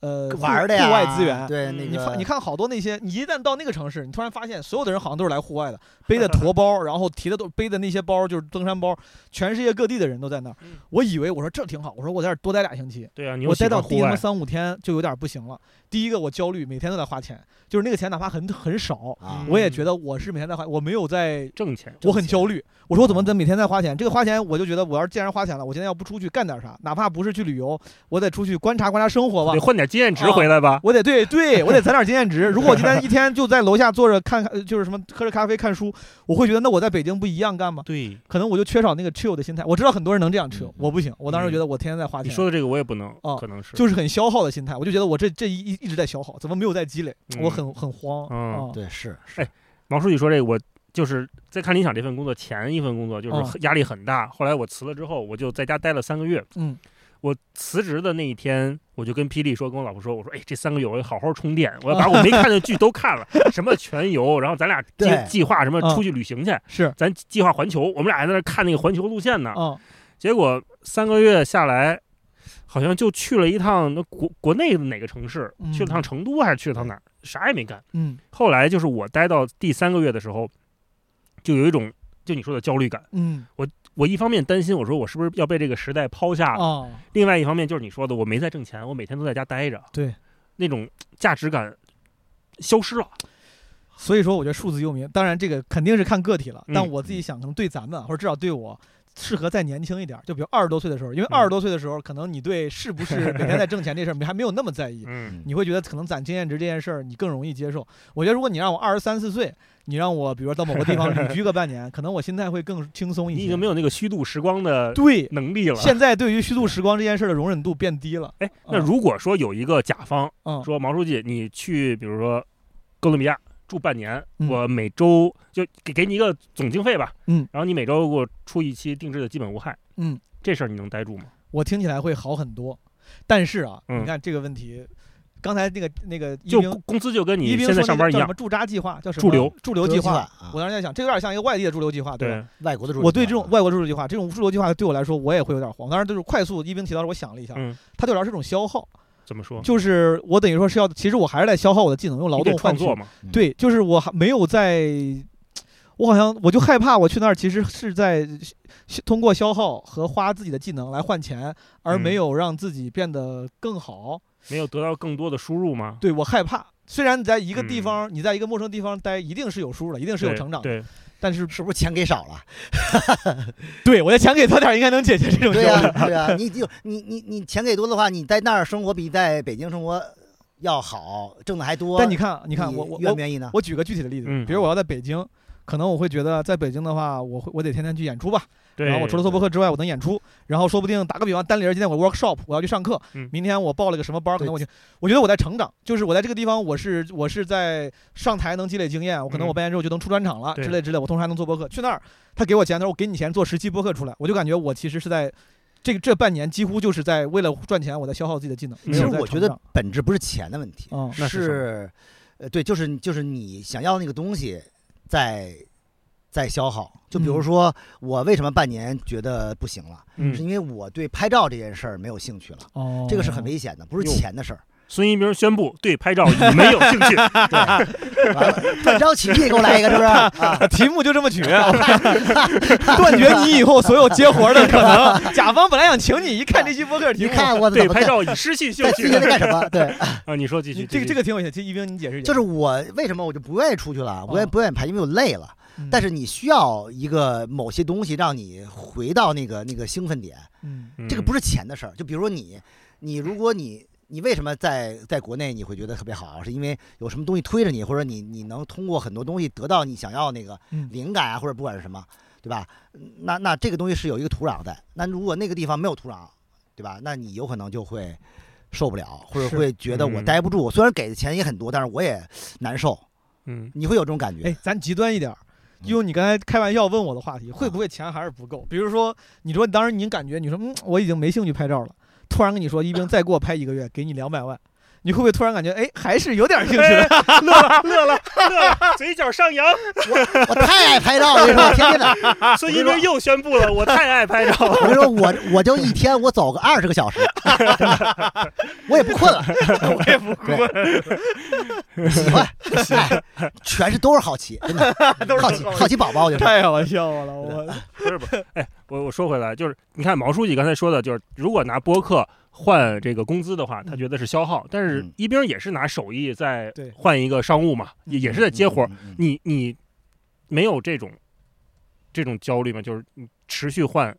Speaker 4: 呃
Speaker 3: 玩儿的
Speaker 4: 户
Speaker 3: 呀，
Speaker 4: 户外资源。
Speaker 3: 对
Speaker 2: 嗯
Speaker 3: 那
Speaker 4: 你发
Speaker 3: 个
Speaker 4: 你看好多那些，你一旦到那个城市，你突然发现所有的人好像都是来户外的，背的驮包，然后提的都背的那些包就是登山包，全世界各地的人都在那儿
Speaker 2: 嗯。
Speaker 4: 我以为我说这挺好，我说我在这儿多待俩星期，
Speaker 2: 对啊，你又
Speaker 4: 我
Speaker 2: 喜
Speaker 4: 待到
Speaker 2: 欢户
Speaker 4: 第他妈
Speaker 2: 外
Speaker 4: 三五天就有点不行了。第一个我焦虑，每天都在花钱，就是那个钱哪怕很很少，
Speaker 3: 啊，
Speaker 4: 我也觉得我是每天在花，我没有在，
Speaker 2: 嗯挣钱，嗯
Speaker 4: 我很焦虑。我说我怎么
Speaker 3: 哦
Speaker 4: 在每天在花钱？这个花钱我就觉得我要是既然花钱了，我今天要不出去干点啥，哪怕不是去旅游，我得出去观察观察生活吧
Speaker 2: 得。换点经验值回来吧。
Speaker 4: 我得对对，我得攒点经验值。如果我今天一天就在楼下坐着看，呃就是什么喝着咖啡看书，我会觉得那我在北京不一样干吗？
Speaker 2: 对，
Speaker 4: 可能我就缺少那个 chill 的心态。我知道很多人能这样 chill，
Speaker 3: 嗯
Speaker 4: 我不行。我当时觉得我天天在花
Speaker 2: 你
Speaker 4: 钱，
Speaker 2: 说的这个我也不能
Speaker 4: 哦，
Speaker 2: 可能是
Speaker 4: 就是很消耗的心态。我就觉得我这这一一一直在消耗，怎么没有在积累？
Speaker 2: 嗯
Speaker 4: 我很很慌。
Speaker 2: 嗯
Speaker 4: 啊，
Speaker 3: 对是是
Speaker 2: 哎毛书记说这个，我就是在看理想这份工作前一份工作就是
Speaker 4: 嗯
Speaker 2: 很压力很大，后来我辞了之后，我就在家待了三个月。
Speaker 4: 嗯，
Speaker 2: 我辞职的那一天，我就跟霹雳说，跟我老婆说，我说，哎，这三个月我要好好充电，我要把我没看的剧都看
Speaker 4: <laughs>
Speaker 2: 了，什么全游，然后咱俩计
Speaker 3: 对
Speaker 2: 计划什么
Speaker 4: 嗯
Speaker 2: 出去旅行去，
Speaker 4: 是
Speaker 2: 咱计划环球，我们俩还在那看那个环球路线呢。
Speaker 4: 啊，
Speaker 2: 结果三个月下来，好像就去了一趟那国国内的哪个城市，
Speaker 4: 嗯
Speaker 2: 去了趟成都还是去了趟哪儿，啥也没干。
Speaker 4: 嗯
Speaker 2: 后来就是我待到第三个月的时候，就有一种就你说的焦虑感。
Speaker 4: 嗯
Speaker 2: 我一方面担心，我说我是不是要被这个时代抛下了；
Speaker 4: 啊，
Speaker 2: 另外一方面就是你说的，我没在挣钱，我每天都在家待着，
Speaker 4: 对，
Speaker 2: 那种价值感消失了。
Speaker 4: 所以说我觉得数字游民，当然这个肯定是看个体了，
Speaker 2: 嗯
Speaker 4: 但我自己想，可能对咱们啊或者至少对我。适合再年轻一点儿，就比如二十多岁的时候，因为
Speaker 2: 嗯
Speaker 4: 二十多岁的时候，可能你对是不
Speaker 2: <laughs>
Speaker 4: 是每天在挣钱这事儿，你还没有那么在意，
Speaker 2: 嗯，
Speaker 4: 你会觉得可能攒经验值这件事儿你更容易接受。我觉得如果你让我二十三四岁，你让我比如说到某个地方旅居个半年，可 <laughs> 能我心态会更轻松一些。
Speaker 2: 你已经没有那个虚度时光的
Speaker 4: 对，
Speaker 2: 能力了。
Speaker 4: 现在对于虚度时光这件事儿的容忍度变低了。
Speaker 2: 哎，那如果说有一个甲方
Speaker 4: 嗯
Speaker 2: 说毛书记，你去比如说哥伦比亚住半年，
Speaker 4: 嗯
Speaker 2: 我每周就给给你一个总经费吧，
Speaker 4: 嗯，
Speaker 2: 然后你每周给我出一期定制的基本无害，
Speaker 4: 嗯，
Speaker 2: 这事儿你能待住吗？
Speaker 4: 我听起来会好很多，但是啊，
Speaker 2: 嗯
Speaker 4: 你看这个问题，刚才那个那个一
Speaker 2: 就
Speaker 4: 冰
Speaker 2: 工工资就跟
Speaker 4: 一
Speaker 2: 你
Speaker 4: 冰
Speaker 2: 现在
Speaker 4: 说那
Speaker 2: 上
Speaker 4: 个
Speaker 2: 班一
Speaker 4: 叫什
Speaker 2: 样
Speaker 4: 么，驻扎计划叫什么
Speaker 2: 驻留
Speaker 4: 驻留
Speaker 3: 自
Speaker 4: 计
Speaker 3: 由计划
Speaker 4: 划。
Speaker 3: 啊
Speaker 4: 我，当时在想，这有点像一个外地的驻留计划，吧？
Speaker 2: 对，
Speaker 3: 外国的主
Speaker 4: 我对这种
Speaker 3: 管啊
Speaker 4: 外国驻留计划，这种驻留计划对我来说，我也会有点慌。当然，就是快速一冰提到的时候，我想了一下，
Speaker 2: 嗯，
Speaker 4: 它对我来说是一种消耗，
Speaker 2: 怎么说？
Speaker 4: 就是我等于说是要，其实我还是在消耗我的技能，用劳
Speaker 2: 你
Speaker 4: 动
Speaker 2: 得
Speaker 4: 换
Speaker 2: 创
Speaker 4: 取
Speaker 2: 作嘛，
Speaker 4: 对，就是我还没有在，我好像我就害怕我去那儿，其实是在消通过消耗和花自己的技能来换钱，而
Speaker 2: 嗯
Speaker 4: 没有让自己变得更好。
Speaker 2: 没有得到更多的输入吗？
Speaker 4: 对我害怕，虽然你在一个地
Speaker 2: 嗯
Speaker 4: 方，你在一个陌生地方待，一定是有输入的，一 <laughs> 定是有
Speaker 2: 对
Speaker 4: 成长的，
Speaker 2: 对，
Speaker 4: 但是
Speaker 3: 是不是钱给少了？
Speaker 4: 对我的钱给他点儿，应该能解决这 <laughs> 种
Speaker 3: 对
Speaker 4: 焦
Speaker 3: 呀、
Speaker 4: 虑。
Speaker 3: 对呀、你就你你你钱给多的话，你在那儿生活比在北京生活要好，挣的还多。
Speaker 4: 但你看，你看我我
Speaker 3: 愿
Speaker 4: 我
Speaker 3: 不愿意呢？
Speaker 4: 我举个具体的例子，
Speaker 2: 嗯
Speaker 4: 比如我要在北京，可能我会觉得在北京的话，我会我得天天去演出吧。
Speaker 2: 对，
Speaker 4: 然后我除了做播客之外，我能演出，然后说不定打个比方，单立人今天我 workshop，我要去上课，
Speaker 2: 嗯
Speaker 4: 明天我报了个什么班，可能我就我觉得我在成长，就是我在这个地方，我是我是在上台能积累经验，我可能
Speaker 2: 嗯
Speaker 4: 我半年之后就能出专场了、
Speaker 2: 对
Speaker 4: 之类之类，我同时还能做播客。去那儿他给我钱，他说我给你钱做十期播客出来，我就感觉我其实是在。这个这半年几乎就是在为了赚钱，我在消耗自己的技能。
Speaker 2: 其
Speaker 3: 其实
Speaker 4: 没有在
Speaker 3: 我觉
Speaker 4: 成
Speaker 3: 得
Speaker 4: 长，
Speaker 3: 本质不是钱的问题，
Speaker 4: 嗯，
Speaker 2: 嗯那是什么
Speaker 3: 是，呃，对，就是就是你想要那个东西在在消耗。就比如
Speaker 4: 嗯
Speaker 3: 说，我为什么半年觉得不行了，
Speaker 2: 嗯
Speaker 3: 是因为我对拍照这件事儿没有兴趣了。
Speaker 4: 哦
Speaker 3: 这个是很危险的，不是
Speaker 2: 哟
Speaker 3: 钱的事儿。
Speaker 2: 孙一鸣宣布对拍照已没有兴
Speaker 4: <laughs>
Speaker 2: 趣。
Speaker 3: 完 <laughs> 了，断章取义，给我来一个，是不是？啊，
Speaker 4: 题目就这么取，啊
Speaker 3: <laughs>
Speaker 4: 断绝你以后所有接活的可能。 <laughs> 甲方本来想请你，一看这期播客题
Speaker 3: 你
Speaker 4: 目，
Speaker 3: 看我怎
Speaker 2: 对
Speaker 3: 么
Speaker 2: 拍
Speaker 3: 在
Speaker 2: 照已失去兴
Speaker 3: 在
Speaker 2: 趣
Speaker 3: 自己在干什么？对，
Speaker 2: 啊！你说继续，
Speaker 4: 嗯这个
Speaker 2: 继
Speaker 4: 这
Speaker 2: 续
Speaker 4: 个挺有意思，这一冰你解释一下。
Speaker 3: 就是我为什么我就不愿意出去了，我也
Speaker 4: 哦
Speaker 3: 不愿意拍，因为我累了。
Speaker 4: 嗯，
Speaker 3: 但是你需要一个某些东西让你回到那个那个兴奋点，
Speaker 4: 嗯，
Speaker 3: 这个
Speaker 2: 嗯
Speaker 3: 不是钱的事儿。就比如说你，你如果你你为什么在在国内你会觉得特别好，是因为有什么东西推着你，或者你你能通过很多东西得到你想要那个
Speaker 4: 嗯
Speaker 3: 灵感啊，或者不管是什么，对吧？嗯那那这个东西是有一个土壤在，那如果那个地方没有土壤，对吧？那你有可能就会受不了，或
Speaker 4: 是
Speaker 3: 者会觉得我
Speaker 2: 嗯
Speaker 3: 待不住。我虽然给的钱也很多，但是我也难受，
Speaker 4: <laughs>
Speaker 2: 嗯，
Speaker 3: 你会有这种感觉。
Speaker 4: 哎，咱极端一点儿。用你刚才开玩笑问我的话题，会不会钱还是不够？比如说，你说当时你感觉你说嗯，我已经没兴趣拍照了，突然跟你说一冰再给我拍一个月，给你两百万，你会不会突然感觉哎，还是有点兴趣的？
Speaker 2: <laughs> 哎乐
Speaker 4: <laughs>
Speaker 2: 了乐了，嘴角上扬。
Speaker 3: 我太爱拍照了，我跟你说，天天的。
Speaker 4: 啊
Speaker 2: 孙一鸣又宣布了，我太爱拍照了。
Speaker 3: 我跟你说，我我就一天我走个二十个小时，我也不困了，我也不困，喜欢，哎全是都是好奇，真的好奇好奇宝宝，我就是
Speaker 4: 太好笑了，我
Speaker 2: 不是不是，哎，我我说回来，就是你看毛书记刚才说的，就是如果拿播客换这个工资的话，他觉得是消耗，但是
Speaker 3: 嗯
Speaker 2: 一兵也是拿手艺在
Speaker 4: 对
Speaker 2: 换一个商务嘛，也也是在接活儿。
Speaker 3: 嗯。嗯嗯
Speaker 2: 你你没有这种这种焦虑吗？就是你持续换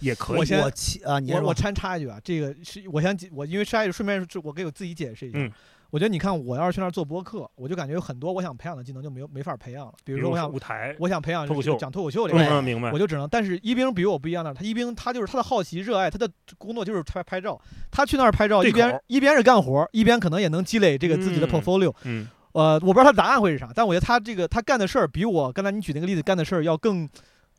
Speaker 2: 也可以。
Speaker 4: 我先
Speaker 3: 我期啊，你先
Speaker 4: 我我
Speaker 3: 说
Speaker 4: 掺插一句啊，这个是我想解我因为插一句，顺便是我给我自己解释一下。
Speaker 2: 嗯
Speaker 4: 我觉得你看，我要是去那儿做播客，我就感觉有很多我想培养的技能就没有没法培养了。
Speaker 2: 比
Speaker 4: 比如说，我想
Speaker 2: 舞台，
Speaker 4: 我想培养
Speaker 2: 脱口秀
Speaker 4: 讲脱口秀这个，
Speaker 2: 嗯，明白
Speaker 4: 我。就只能。但是一冰比我不一样的，他一冰他就是他的好奇、热爱，他的工作就是拍拍照。他去那儿拍照，
Speaker 2: 对
Speaker 4: 一边
Speaker 2: 口
Speaker 4: 一边是干活，一边可能也能积累这个自己的
Speaker 2: 嗯
Speaker 4: portfolio。
Speaker 2: 嗯，
Speaker 4: 呃，我不知道他答案会是啥，但我觉得他这个他干的事儿比我刚才你举那个例子干的事儿要更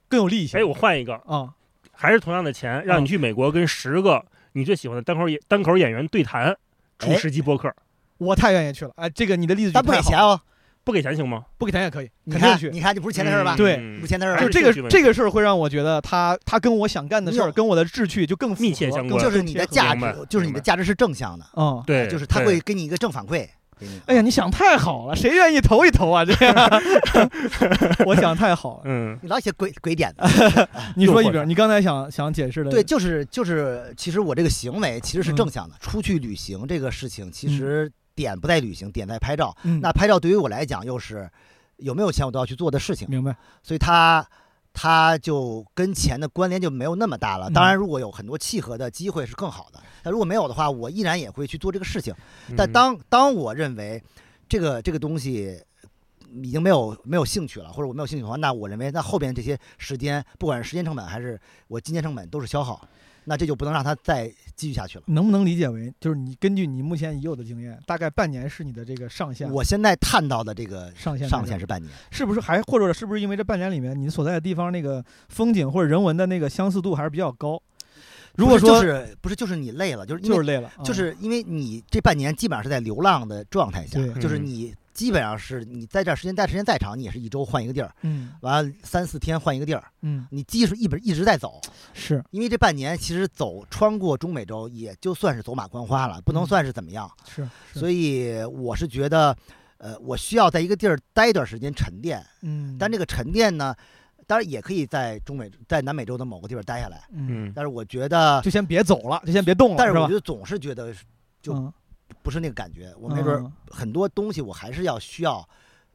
Speaker 4: 更有利一些。
Speaker 2: 哎，我换一个，
Speaker 4: 啊，
Speaker 2: 还是同样的钱，
Speaker 3: 嗯
Speaker 2: 让你去美国跟十个你最喜欢的单口演单口演员对谈，出
Speaker 3: 哎
Speaker 2: 十集播客，
Speaker 4: 我太愿意去了。哎，这个你的例子举
Speaker 3: 咱不给
Speaker 4: 太好
Speaker 3: 钱
Speaker 4: 了
Speaker 3: 哦，
Speaker 2: 不给钱行吗？
Speaker 4: 不给钱也可以，
Speaker 3: 你
Speaker 4: 肯定
Speaker 3: 看
Speaker 4: 去。
Speaker 3: 你看，这不是钱的事儿
Speaker 2: 嗯
Speaker 3: 吧？
Speaker 4: 对
Speaker 3: 不是钱的事儿
Speaker 2: 还
Speaker 4: 就是
Speaker 2: 兴
Speaker 4: 这
Speaker 3: 吧，
Speaker 2: 趣
Speaker 4: 个
Speaker 2: 问
Speaker 4: 这个事儿会让我觉得他他跟我想干的事
Speaker 3: 没
Speaker 4: 儿，
Speaker 3: 有
Speaker 4: 跟我的志趣就更符
Speaker 2: 密
Speaker 4: 合
Speaker 2: 切相
Speaker 4: 更
Speaker 2: 关
Speaker 3: 就
Speaker 4: 贴
Speaker 3: 是你的
Speaker 4: 合
Speaker 3: 价
Speaker 2: 明白
Speaker 3: 值，就是你
Speaker 2: 明
Speaker 3: 的
Speaker 2: 白
Speaker 3: 价值是正向的，
Speaker 4: 嗯，
Speaker 2: 对，
Speaker 3: 就是他会给你一个正反馈。给你
Speaker 4: 哎呀，，你想太好了，谁愿意投一投啊？这样， <laughs> 我想太好了。
Speaker 2: 嗯，
Speaker 3: 你老写鬼鬼点子，
Speaker 4: 你说一
Speaker 2: 诱惑
Speaker 4: 遍，你刚才想想解释的，
Speaker 3: 对，就是就是，其实我这个行为其实是
Speaker 4: 嗯
Speaker 3: 正向的。出去旅行这个事情，其
Speaker 4: 嗯
Speaker 3: 实点不在旅行，点在拍照。
Speaker 4: 嗯，
Speaker 3: 那拍照对于我来讲，又是有没有钱我都要去做的事情，
Speaker 4: 明白，
Speaker 3: 所以它它就跟钱的关联就没有那么大了。
Speaker 4: 嗯
Speaker 3: 当然，如果有很多契合的机会是更好的，那如果没有的话，我依然也会去做这个事情。但
Speaker 2: 嗯
Speaker 3: 当当我认为这个这个东西已经没有没有兴趣了，或者我没有兴趣的话，那我认为那后边这些时间，不管是时间成本还是我金钱成本，都是消耗，那这就不能让它再继续下去了。
Speaker 4: 能不能理解为就是你根据你目前已有的经验，大概半年是你的这个上限，
Speaker 3: 我现在看到的这个
Speaker 4: 上限
Speaker 3: 上
Speaker 4: 是
Speaker 3: 限是半年，
Speaker 4: 是不是还或者是不是因为这半年里面你所在的地方那个风景或者人文的那个相似度还是比较高？如果
Speaker 3: 不是就
Speaker 4: 说
Speaker 3: 是不是就是你累了，就是因为
Speaker 4: 就是累了，啊
Speaker 3: 就是因为你这半年基本上是在流浪的状态下
Speaker 4: 对，
Speaker 3: 就是
Speaker 2: 嗯
Speaker 3: 你基本上是你在这儿时间待时间再长，你也是一周换一个地儿，
Speaker 4: 嗯
Speaker 3: 完了三四天换一个地儿，
Speaker 4: 嗯
Speaker 3: 你技术一本一直在走。
Speaker 4: 是
Speaker 3: 因为这半年其实走穿过中美洲，也就算是走马观花了，不能
Speaker 4: 嗯
Speaker 3: 算是怎么样。
Speaker 4: 是，以
Speaker 3: 所以我是觉得，呃，我需要在一个地儿待一段时间沉淀，
Speaker 4: 嗯，
Speaker 3: 但这
Speaker 4: 个
Speaker 3: 个沉淀呢，当然也可以在中美在南美洲的某个地方待下来，
Speaker 4: 嗯，
Speaker 2: 嗯，
Speaker 3: 但是我觉得，
Speaker 4: 就先别走了，就先别动了，
Speaker 3: 但是我
Speaker 4: 吧
Speaker 3: 觉？得总是觉得就
Speaker 4: 嗯
Speaker 3: 不是那个感觉，我没准儿
Speaker 4: 嗯
Speaker 3: 很多东西我还是要需要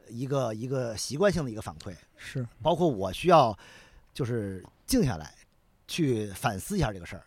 Speaker 3: 一个一个习惯性的一个反馈，
Speaker 4: 是
Speaker 3: 包括我需要就是静下来去反思一下这个事儿。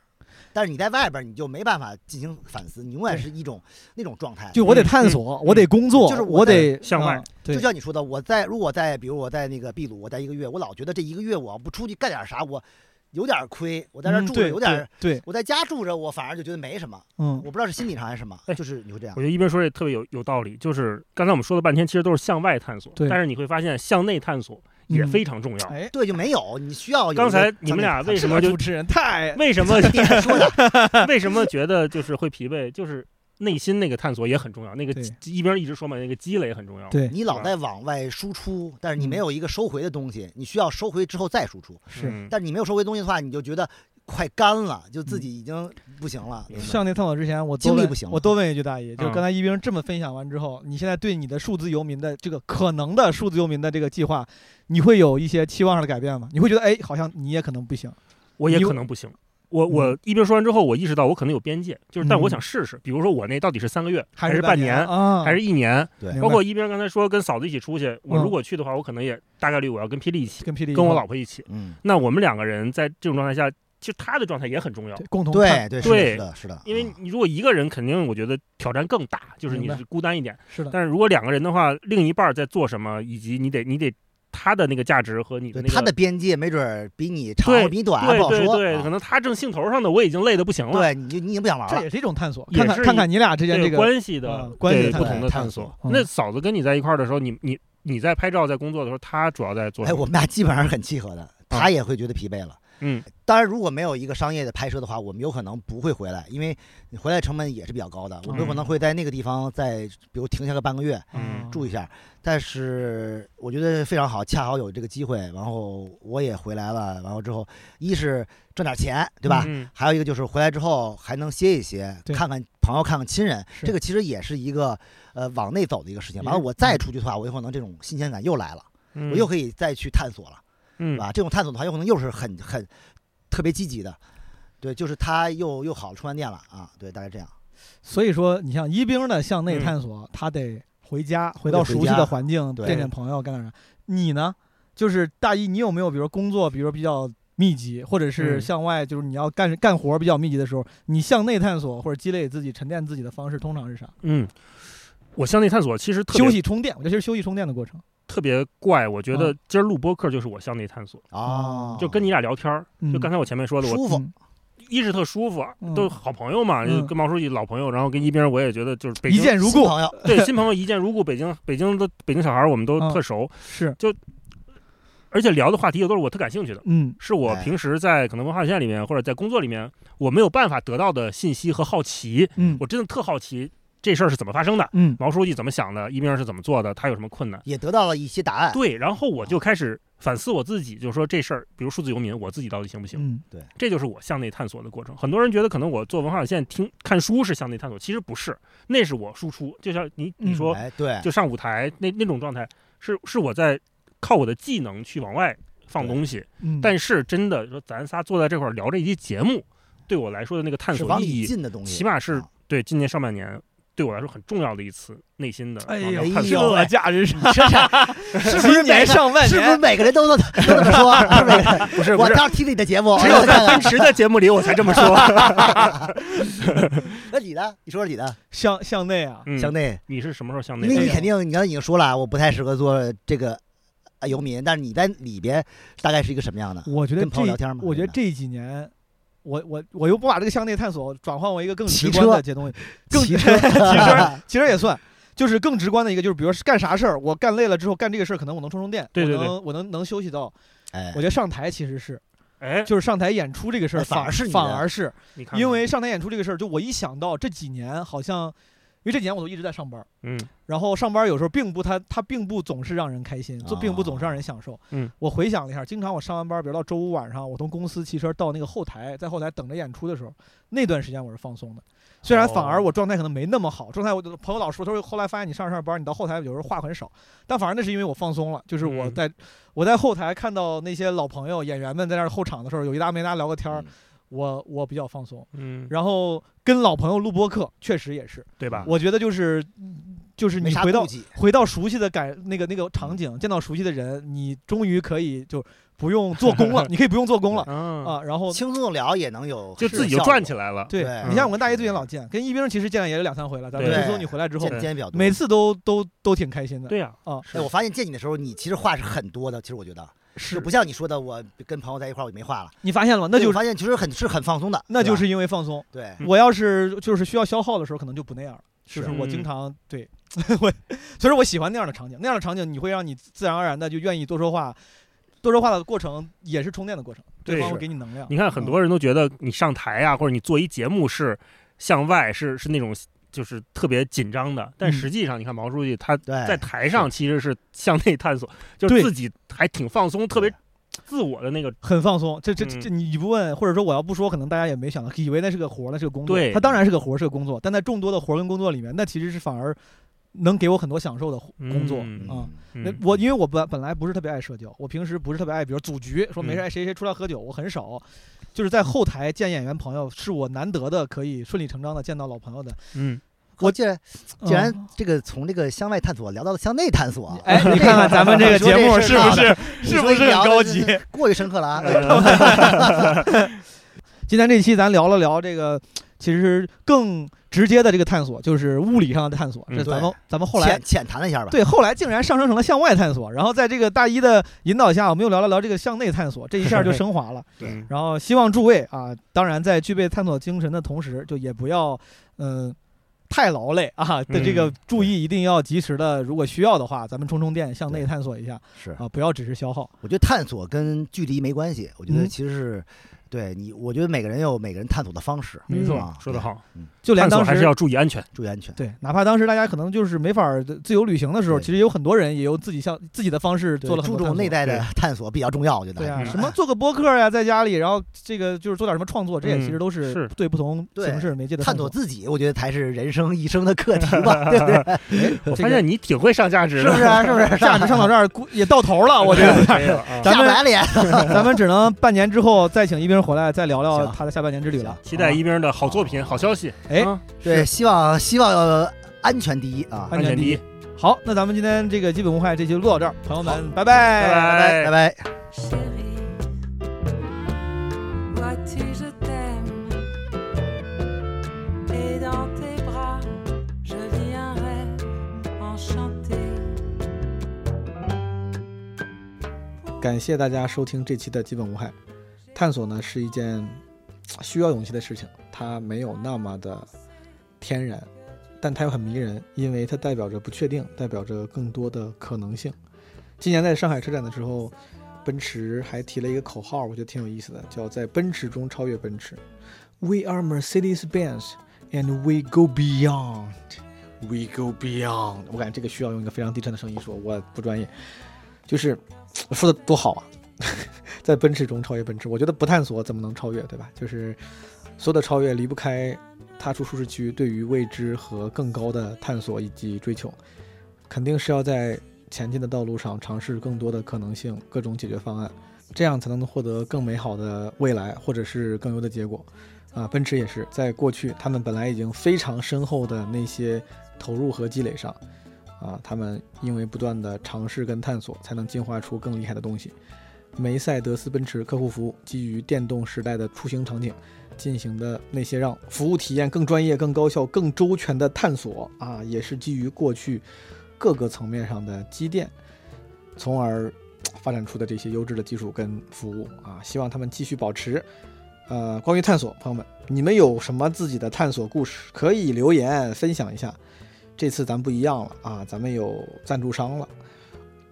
Speaker 3: 但是你在外边儿你就没办法进行反思，你永远是一种那种状态。
Speaker 4: 就
Speaker 2: 嗯
Speaker 4: 我得探索，我得工作，
Speaker 3: 就是我
Speaker 4: 我得
Speaker 2: 向外
Speaker 4: 啊对
Speaker 3: 就，像你说的，我在如果在比如我在那个秘鲁，我待一个月，我老觉得这一个月我不出去干点啥，我有点亏。我在这儿
Speaker 4: 嗯
Speaker 3: 住着
Speaker 4: 对
Speaker 3: 有点儿，
Speaker 4: 对，对
Speaker 3: 我在家住着，我反而就觉得没什么。
Speaker 4: 嗯
Speaker 3: 我不知道是心理上还是什么
Speaker 2: 哎，
Speaker 3: 就是你会这样
Speaker 2: 我。觉得一边说这特别有有道理，就是刚才我们说了半天，其实都是向外探索，
Speaker 4: 对
Speaker 2: 但是你会发现向内探索也
Speaker 4: 嗯
Speaker 2: 非常重要。
Speaker 4: 哎，
Speaker 3: 对，就没有你需要有一个
Speaker 2: 刚才
Speaker 3: 层
Speaker 2: 你们
Speaker 3: 面
Speaker 2: 俩为什
Speaker 4: 这
Speaker 2: 么就
Speaker 4: 主持人太
Speaker 2: 为什么
Speaker 3: 你也
Speaker 2: <laughs>
Speaker 3: 说的
Speaker 2: 为什么觉得就是会疲惫，就是内心那个探索也很重要，那个
Speaker 4: 对
Speaker 2: 积一边一直说嘛，那个积累很重要。
Speaker 4: 对
Speaker 3: 你老在往外输出，但是你没有一个收回的东西，你需要收回之后再输出。
Speaker 4: 是
Speaker 2: 嗯
Speaker 3: 但是你没有收回东西的话，你就觉得快干了，就自己已经不行了。嗯
Speaker 2: 明白
Speaker 4: 上那探索之前，我多
Speaker 3: 精力
Speaker 4: 问
Speaker 3: 不行了
Speaker 4: 我多问一句，大爷，就是
Speaker 2: 嗯
Speaker 4: 刚才一冰这么分享完之后，你现在对你的数字游民的这个可能的数字游民的这个计划，你会有一些期望上的改变吗？你会觉得，哎，好像你也可能不行。
Speaker 2: 我也
Speaker 4: 你嗯
Speaker 2: 可能不行。我我一边说完之后，我意识到我可能有边界，就是但我想试试，比如说我那到底是三个月
Speaker 4: 还
Speaker 2: 是
Speaker 4: 半
Speaker 2: 半年，
Speaker 4: 啊，
Speaker 2: 还是一年，
Speaker 3: 对
Speaker 4: 明白
Speaker 2: 包括一边刚才说跟嫂子一起出去，我
Speaker 4: 嗯
Speaker 2: 如果去的话，我可能也大概率我要跟霹雳一起，
Speaker 4: 跟霹雳
Speaker 2: 跟我
Speaker 4: 一块
Speaker 2: 老婆一起。
Speaker 3: 嗯，
Speaker 2: 那我们两个人在这种状态下，其实她的状态也很重要
Speaker 4: 对，共同
Speaker 3: 对
Speaker 4: 看
Speaker 3: 对
Speaker 2: 对
Speaker 3: 是的，是的，
Speaker 2: 因为
Speaker 3: 嗯
Speaker 2: 你如果一个人，肯定我觉得挑战更大，就是你
Speaker 4: 明白
Speaker 2: 是孤单一
Speaker 3: 嗯
Speaker 2: 点。
Speaker 4: 是的，
Speaker 2: 但是如果两个人的话，另一半儿在做什么，以及你得你得他的那个价值和你的
Speaker 3: 对
Speaker 2: 那个
Speaker 3: 他的边界没准儿比你长
Speaker 2: 对
Speaker 3: 比你短，不
Speaker 2: 对
Speaker 3: 好
Speaker 2: 对
Speaker 3: 说。
Speaker 2: 对，
Speaker 3: 啊
Speaker 2: 可能他正兴头上的，我已经累得不行了。
Speaker 3: 对，你就你已经不想玩
Speaker 4: 这
Speaker 3: 了。
Speaker 4: 也是一种探索，
Speaker 2: 也
Speaker 4: 看看
Speaker 2: 是一
Speaker 4: 看看你俩之间这
Speaker 2: 对
Speaker 4: 个
Speaker 2: 关系
Speaker 4: 啊
Speaker 2: 的
Speaker 4: 关系的
Speaker 2: 对
Speaker 4: 探
Speaker 2: 不
Speaker 4: 索
Speaker 2: 同的
Speaker 3: 探
Speaker 2: 探
Speaker 3: 索
Speaker 2: 索。
Speaker 4: 嗯
Speaker 2: 那嫂子跟你在一块儿的时候，你你你在拍照在工作的时候，他主要在做
Speaker 3: 哎，
Speaker 2: 什么？
Speaker 3: 我们俩基本上是很契合的，他也会觉得疲惫了。
Speaker 2: 嗯，
Speaker 3: 当然，如果没有一个商业的拍摄的话，我们有可能不会回来，因为你回来成本也是比较高的。我们有可能会在那个地方再，比如停下个半个月
Speaker 2: 嗯
Speaker 3: 住一下。但是我觉得非常好，恰好有这个机会，然后我也回来了，然后之后一是挣点钱，对吧？
Speaker 2: 嗯
Speaker 3: 还有一个就是回来之后还能歇一歇，
Speaker 4: 对
Speaker 3: 看看朋友，看看亲人，
Speaker 4: 是
Speaker 3: 这个其实也是一个呃往内走的一个事情。完了，
Speaker 4: 嗯
Speaker 3: 我再出去的话，我有可能这种新鲜感又来了，
Speaker 2: 嗯
Speaker 3: 我又可以再去探索了。
Speaker 2: 嗯
Speaker 3: 对吧？这种探索的话，有可能又是很很特别积极的，对，就是它又又好了，充完电了啊，对，大概这样。
Speaker 4: 所以说，你像一冰呢，向内
Speaker 2: 嗯
Speaker 4: 探索，他得回家，回
Speaker 3: 得
Speaker 4: 到
Speaker 3: 回
Speaker 4: 熟悉
Speaker 3: 家
Speaker 4: 的环境，
Speaker 3: 对
Speaker 4: 见见朋友，干点啥。你呢，就是大一，你有没有比如工作，比如说比较密集，或者是
Speaker 2: 嗯
Speaker 4: 向外，就是你要干干活比较密集的时候，你向内探索或者积累自己、沉淀自己的方式，通常是啥？
Speaker 2: 嗯，我向内探索其实特
Speaker 4: 休
Speaker 2: 别
Speaker 4: 息充电，我觉得其实休息充电的过程。
Speaker 2: 特别怪。我觉得
Speaker 4: 嗯
Speaker 2: 今儿录播客就是我向内探索，
Speaker 3: 哦，
Speaker 2: 就跟你俩聊天儿，
Speaker 4: 嗯
Speaker 2: 就刚才我前面说的，我
Speaker 3: 舒服，
Speaker 4: 嗯
Speaker 2: 一是特舒服啊
Speaker 4: 嗯，
Speaker 2: 都是好朋友嘛，
Speaker 4: 嗯
Speaker 2: 就跟毛书记老朋友，然后跟一冰儿我也觉得就是北
Speaker 4: 一
Speaker 2: 京
Speaker 4: 见如
Speaker 3: 新
Speaker 4: 故，
Speaker 3: 朋友，
Speaker 2: 对新朋友一见如故，北京北京的北京小孩儿我们都
Speaker 4: 嗯
Speaker 2: 特熟，
Speaker 4: 是，
Speaker 2: 而且聊的话题又都是我特感兴趣的，
Speaker 4: 嗯，
Speaker 2: 是我
Speaker 3: 哎
Speaker 2: 平时在可能文化线里面或者在工作里面我没有办法得到的信息和好奇，
Speaker 4: 嗯
Speaker 2: 我真的特好奇这事儿是怎么发生的，
Speaker 4: 嗯，
Speaker 2: 毛书记怎么想的，一冰儿是怎么做的，他有什么困难？
Speaker 3: 也得到了一些答案。
Speaker 2: 对，然后我就开始反思我自己，就是说这事儿，比如数字游民，我自己到底行不行？
Speaker 4: 嗯，
Speaker 2: 这就是我向内探索的过程。很多人觉得可能我做文化有限听看书是向内探索，其实不是，那是我输出。就像你
Speaker 4: 嗯
Speaker 2: 你说，
Speaker 3: 哎，对，
Speaker 2: 就上舞台那那种状态，是是我在靠我的技能去往外放东西。
Speaker 4: 嗯，
Speaker 2: 但是真的说，咱仨坐在这块儿聊这一期节目，对我来说的那个探
Speaker 3: 是
Speaker 2: 索
Speaker 3: 往
Speaker 2: 意
Speaker 3: 里
Speaker 2: 义，
Speaker 3: 进的东西，
Speaker 2: 起码是
Speaker 3: 啊
Speaker 2: 对今年上半年对我来说很重要的一次内心的
Speaker 4: 哎
Speaker 2: 往
Speaker 4: 呦
Speaker 2: 外探
Speaker 3: 哎
Speaker 2: 索。
Speaker 3: 呦
Speaker 4: 这价值是
Speaker 3: 你这是 <laughs> 是不是每个
Speaker 4: 上半
Speaker 3: 是不是每个人都都都这么说？啊是不是
Speaker 2: <laughs> 不是
Speaker 3: 我当时听你的节目，
Speaker 2: 只有在
Speaker 3: <laughs>
Speaker 2: 奔驰的节目里我才这么说。
Speaker 3: 那你呢？你说说你的，
Speaker 4: 向向内啊，
Speaker 2: 嗯
Speaker 3: 向内，
Speaker 2: 你是什么时候向内
Speaker 3: 因
Speaker 2: 的？
Speaker 3: 为你
Speaker 4: 个
Speaker 3: 肯定你刚才已经说了，我不太适合做这个呃游民，但是你在里边大概是一个什么样的？
Speaker 4: 我觉得
Speaker 3: 跟朋友
Speaker 4: 这
Speaker 3: 聊天嘛
Speaker 4: 我觉得
Speaker 3: 对吧
Speaker 4: 这几年，我我我又不把这个向内探索转换为一个更直
Speaker 3: 骑
Speaker 4: 观
Speaker 3: 车
Speaker 4: 的这
Speaker 3: <laughs>
Speaker 4: 东西，更 <laughs>
Speaker 3: 骑
Speaker 4: 车，骑
Speaker 3: <laughs>
Speaker 4: 车，骑车也算。就是更直观的一个，就是比如说干啥事儿，我干累了之后干这个事儿，可能我能充充电，
Speaker 2: 对对
Speaker 4: 我
Speaker 2: 对
Speaker 4: 能我能能休息到。
Speaker 3: 哎
Speaker 4: 我，觉得上台其实是，
Speaker 2: 哎，
Speaker 4: 就是上台演出这个事儿
Speaker 3: 哎反
Speaker 4: 反
Speaker 3: 而是你的
Speaker 4: 反而是
Speaker 2: 你看看，
Speaker 4: 因为上台演出这个事儿，就我一想到这几年好像，因为这几年我都一直在上班，
Speaker 2: 嗯
Speaker 4: 然后上班有时候并不它它并不总是让人开心，
Speaker 3: 啊
Speaker 4: 就并不总是让人享受。
Speaker 2: 嗯，
Speaker 4: 我回想了一下，经常我上完班，比如到周五晚上，我从公司骑车到那个后台，在后台等着演出的时候，那段时间我是放
Speaker 3: 哦
Speaker 4: 松的。虽然反而我状态可能没那么好，状态我朋友老说，他说后来发现你上着上着班，你到后台有时候话很少，但反而那是因为我放松了，就是我
Speaker 2: 嗯
Speaker 4: 在、我在后台看到那些老朋友演员们在那儿后场的时候，有一搭没一搭聊个天儿，
Speaker 3: 嗯
Speaker 4: 我我比较放松。
Speaker 2: 嗯，
Speaker 4: 然后跟老朋友录播课，确实也是，
Speaker 2: 对吧？
Speaker 4: 我觉得就是就是
Speaker 3: 啊没
Speaker 4: 你
Speaker 3: 啥
Speaker 4: 回到
Speaker 3: 顾忌
Speaker 4: 回到熟悉的感那个那个场景，见到熟悉的人，你终于可以就不用做工了，你可以不用做工了
Speaker 2: 啊，
Speaker 4: 啊。然后
Speaker 3: 轻松的聊也能有
Speaker 2: 就自己就赚起来了。
Speaker 4: 对
Speaker 3: 对
Speaker 4: 你像我跟大一最近老见，跟一冰其实见了也有两三回了，咱们
Speaker 2: 嗯对
Speaker 4: 自从你回来之
Speaker 3: 之
Speaker 4: 后
Speaker 3: 后，见见比较多。
Speaker 4: 每次都都都挺开心的。
Speaker 2: 对呀，
Speaker 4: 啊，
Speaker 3: 哎，我发现见你的时候，你其实话是很多的。其实我觉得，
Speaker 4: 是
Speaker 3: 就不像你说的，我跟朋友在一块儿我就没话了。
Speaker 4: 你发现了吗？那
Speaker 3: 对
Speaker 4: 就
Speaker 3: 我
Speaker 4: 是
Speaker 3: 发现其实很是很放松的，
Speaker 4: 那就
Speaker 3: 对吧
Speaker 4: 是因为放松。
Speaker 3: 对
Speaker 2: 嗯
Speaker 4: 我要是就是需要消耗的时候，可能就不那样了。就是我经
Speaker 2: 嗯
Speaker 4: 常对 <laughs> 我，所以说我喜欢那样的场景。那样的场景，你会让你自然而然的就愿意多说话，多说话的过程也是充电的过程，对
Speaker 2: 对
Speaker 4: 方会
Speaker 2: 是
Speaker 4: 给你能量。
Speaker 2: 你看，很多人都觉得你上台啊，或者你做一节目是向外，是是那种就是特别紧张的。但
Speaker 4: 嗯哎
Speaker 2: 实际上，你看毛书记他
Speaker 3: 对，
Speaker 2: 在台上其实是向内探索，就
Speaker 4: 对
Speaker 2: 是自己还挺放松，特别
Speaker 3: 对
Speaker 2: 自我的那个。
Speaker 4: 很放松，这这这
Speaker 2: 嗯
Speaker 4: 这你不问，或者说我要不说，可能大家也没想到，以为那是个活儿，那是个工作。
Speaker 2: 对
Speaker 4: 它当然是个活儿，是个工作，但在众多的活儿跟工作里面，那其实是反而能给我很多享受的工作。
Speaker 2: 嗯
Speaker 4: 啊
Speaker 3: 嗯，
Speaker 4: 那
Speaker 2: 嗯
Speaker 4: 我因为我本本来不是特别爱社交，我平时不是特别爱，比如组局，说没事
Speaker 2: 嗯
Speaker 4: 哎谁谁出来喝酒，我很少。就是在后台见演员朋友，是我难得的可以顺理成章的见到老朋友的。 <laughs>
Speaker 2: 嗯，
Speaker 3: 我既然既然
Speaker 4: 嗯
Speaker 3: 这个从这个向外探索聊到了向内探索
Speaker 4: <laughs>
Speaker 3: 啊，
Speaker 4: 哎，你看看咱们这个节目是不是
Speaker 3: 你
Speaker 4: 是
Speaker 3: 说
Speaker 4: 不是
Speaker 3: 聊
Speaker 4: 很
Speaker 3: 的
Speaker 4: 高
Speaker 3: 真
Speaker 4: 级？呃
Speaker 3: 是过于深刻了啊！
Speaker 4: 今天这期咱聊了聊这个，其实更直接的这个探索，就是物理上的探索。
Speaker 2: 嗯
Speaker 4: 这咱们咱们后来
Speaker 3: 浅浅谈了一下吧。
Speaker 4: 对后来竟然上升成了向外探索，然后在这个大一的引导下，我们又聊了聊这个向内探索，这一
Speaker 2: <laughs>
Speaker 4: 下就升华了。
Speaker 3: 对
Speaker 2: 嗯
Speaker 4: 然后希望诸位啊，当然在具备探索精神的同时，就也不要嗯、太劳累啊的这个
Speaker 2: 嗯
Speaker 4: 注意，一定要及时的，如果需要的话，咱们充充电，向内探索一下
Speaker 3: 是，
Speaker 4: 啊，不要只是消耗。
Speaker 3: 我觉得探索跟距离没关系，我觉得
Speaker 4: 嗯
Speaker 3: 其实是对你，我觉得每个人有每个人探索的方式。
Speaker 4: 没错
Speaker 3: 啊
Speaker 2: 说得，好，
Speaker 4: 就连
Speaker 2: 探索
Speaker 4: 当
Speaker 2: 还是
Speaker 4: 时
Speaker 2: 要注意安全。
Speaker 3: 注意安全。
Speaker 4: 对，哪怕当时大家可能就是没法儿自由旅行的时候，
Speaker 3: 对
Speaker 4: 其实有很多人也有自己向自己的方式
Speaker 3: 对
Speaker 4: 做了很
Speaker 3: 注
Speaker 4: 多
Speaker 3: 重
Speaker 4: 探索
Speaker 3: 内。在的探索比较重要，我觉得。
Speaker 4: 对啊，
Speaker 2: 嗯
Speaker 4: 什么做个播客呀，在家里，然后这个就是做点什么创作，这也
Speaker 2: 嗯
Speaker 4: 其实都
Speaker 2: 是
Speaker 4: 对不同
Speaker 3: 对
Speaker 4: 形式媒介的
Speaker 3: 探索
Speaker 4: 索。
Speaker 3: 自己，我觉得才是人生一生的课题
Speaker 4: <laughs>
Speaker 3: 吧，对不对？
Speaker 2: 我
Speaker 4: 哎这
Speaker 2: 发
Speaker 4: 个啊
Speaker 2: 现你挺会上价值
Speaker 3: 是
Speaker 2: 的
Speaker 3: 不，是？啊是不是？
Speaker 4: 价值上到这儿估也到头了，我觉
Speaker 2: <laughs>
Speaker 4: 得。
Speaker 2: 没有啊
Speaker 4: 咱
Speaker 3: 下
Speaker 4: 们
Speaker 3: 白脸，
Speaker 4: 咱们只能半年之后再请一冰回来，再聊聊
Speaker 3: 行
Speaker 4: 他的下半年之旅了。
Speaker 2: 期待一鸣的好作品、好消息。
Speaker 4: 哎
Speaker 2: 啊
Speaker 3: 对，希望希望呃安全第一啊！
Speaker 4: 安
Speaker 2: 安
Speaker 4: 全
Speaker 2: 全
Speaker 4: 第
Speaker 2: 第
Speaker 4: 一
Speaker 2: 一，
Speaker 4: 好，那咱们今天这个基本无害这期就录到这儿，朋友们，拜
Speaker 2: 拜
Speaker 4: 哎拜。
Speaker 3: 拜拜
Speaker 2: 拜。
Speaker 3: 拜。
Speaker 7: Chérie, vois-tu, je t'aime. Et dans tes bras, je vis un rêve enchanté.
Speaker 5: 感谢大家收听这期的基本无害。探索呢是一件嘖需要勇气的事情，它没有那么的天然，但它又很迷人，因为它代表着不确定，代表着更多的可能性。今年在上海车展的时候，奔驰还提了一个口号，我觉得挺有意思的，叫在奔驰中超越奔驰。We are Mercedes-Benz and we go beyond. We go beyond。我感觉这个需要用一个非常低沉的声音说，我不专业，就是。我说的多好啊， <laughs> 在奔驰中超越奔驰，我觉得不探索怎么能超越，对吧？就是所有的超越离不开踏出舒适区，对于未知和更高的探索以及追求，肯定是要在前进的道路上尝试更多的可能性、各种解决方案，这样才能获得更美好的未来，或者是更优的结果。啊，奔驰也是，在过去他们本来已经非常深厚的那些投入和积累上，啊，他们因为不断的尝试跟探索，才能进化出更厉害的东西。梅赛德斯奔驰客户服务基于电动时代的出行场景进行的那些让服务体验更专业、更高效、更周全的探索啊，也是基于过去各个层面上的积淀，从而发展出的这些优质的技术跟服务啊，希望他们继续保持。呃，关于探索，朋友们，你们有什么自己的探索故事，可以留言分享一下。这次咱不一样了啊，咱们有赞助商了，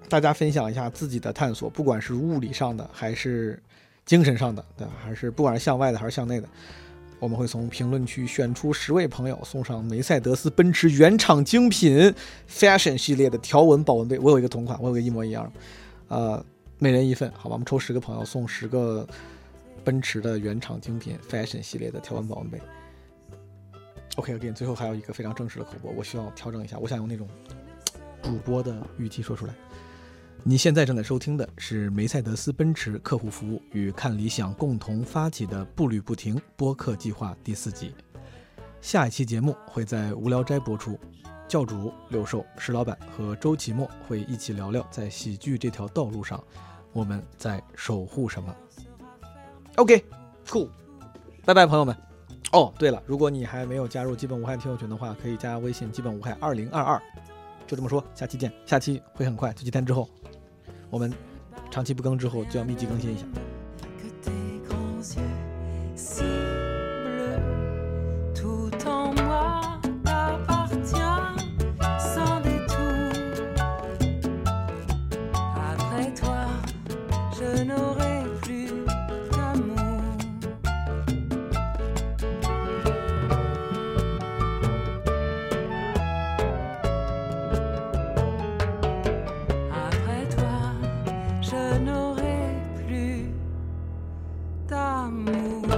Speaker 5: 大家分享一下自己的探索，不管是物理上的还是精神上的，对吧？还是不管是向外的还是向内的，我们会从评论区选出十位朋友，送上梅赛德斯奔驰原厂精品 Fashion 系列的条纹保温杯，我有一个同款，我有一个一模一样的，呃，每人一份，好吧？我们抽十个朋友送十个奔驰的原厂精品 Fashion 系列的条纹保温杯。OK，again，、最后还有一个非常正式的口播，我需要调整一下，我想用那种主播的语气说出来。你现在正在收听的是梅赛德斯奔驰客户服务与看理想共同发起的“步履不停”播客计划第四集。下一期节目会在无聊斋播出，教主六兽、石老板和周奇墨会一起聊聊在喜剧这条道路上，我们在守护什么。OK，cool，、拜拜，朋友们。哦，对了，如果你还没有加入基本无害听友群的话，可以加微信“基本无害二零二二”。就这么说，下期见。下期会很快，就几天之后，我们长期不更之后就要密集更新一下。
Speaker 7: que tes grands yeux si bleus, tout en moi t'appartient sans détour. Après toi, je n'aurai plus d'amour. Après toi, je n'aurai plus d'amour.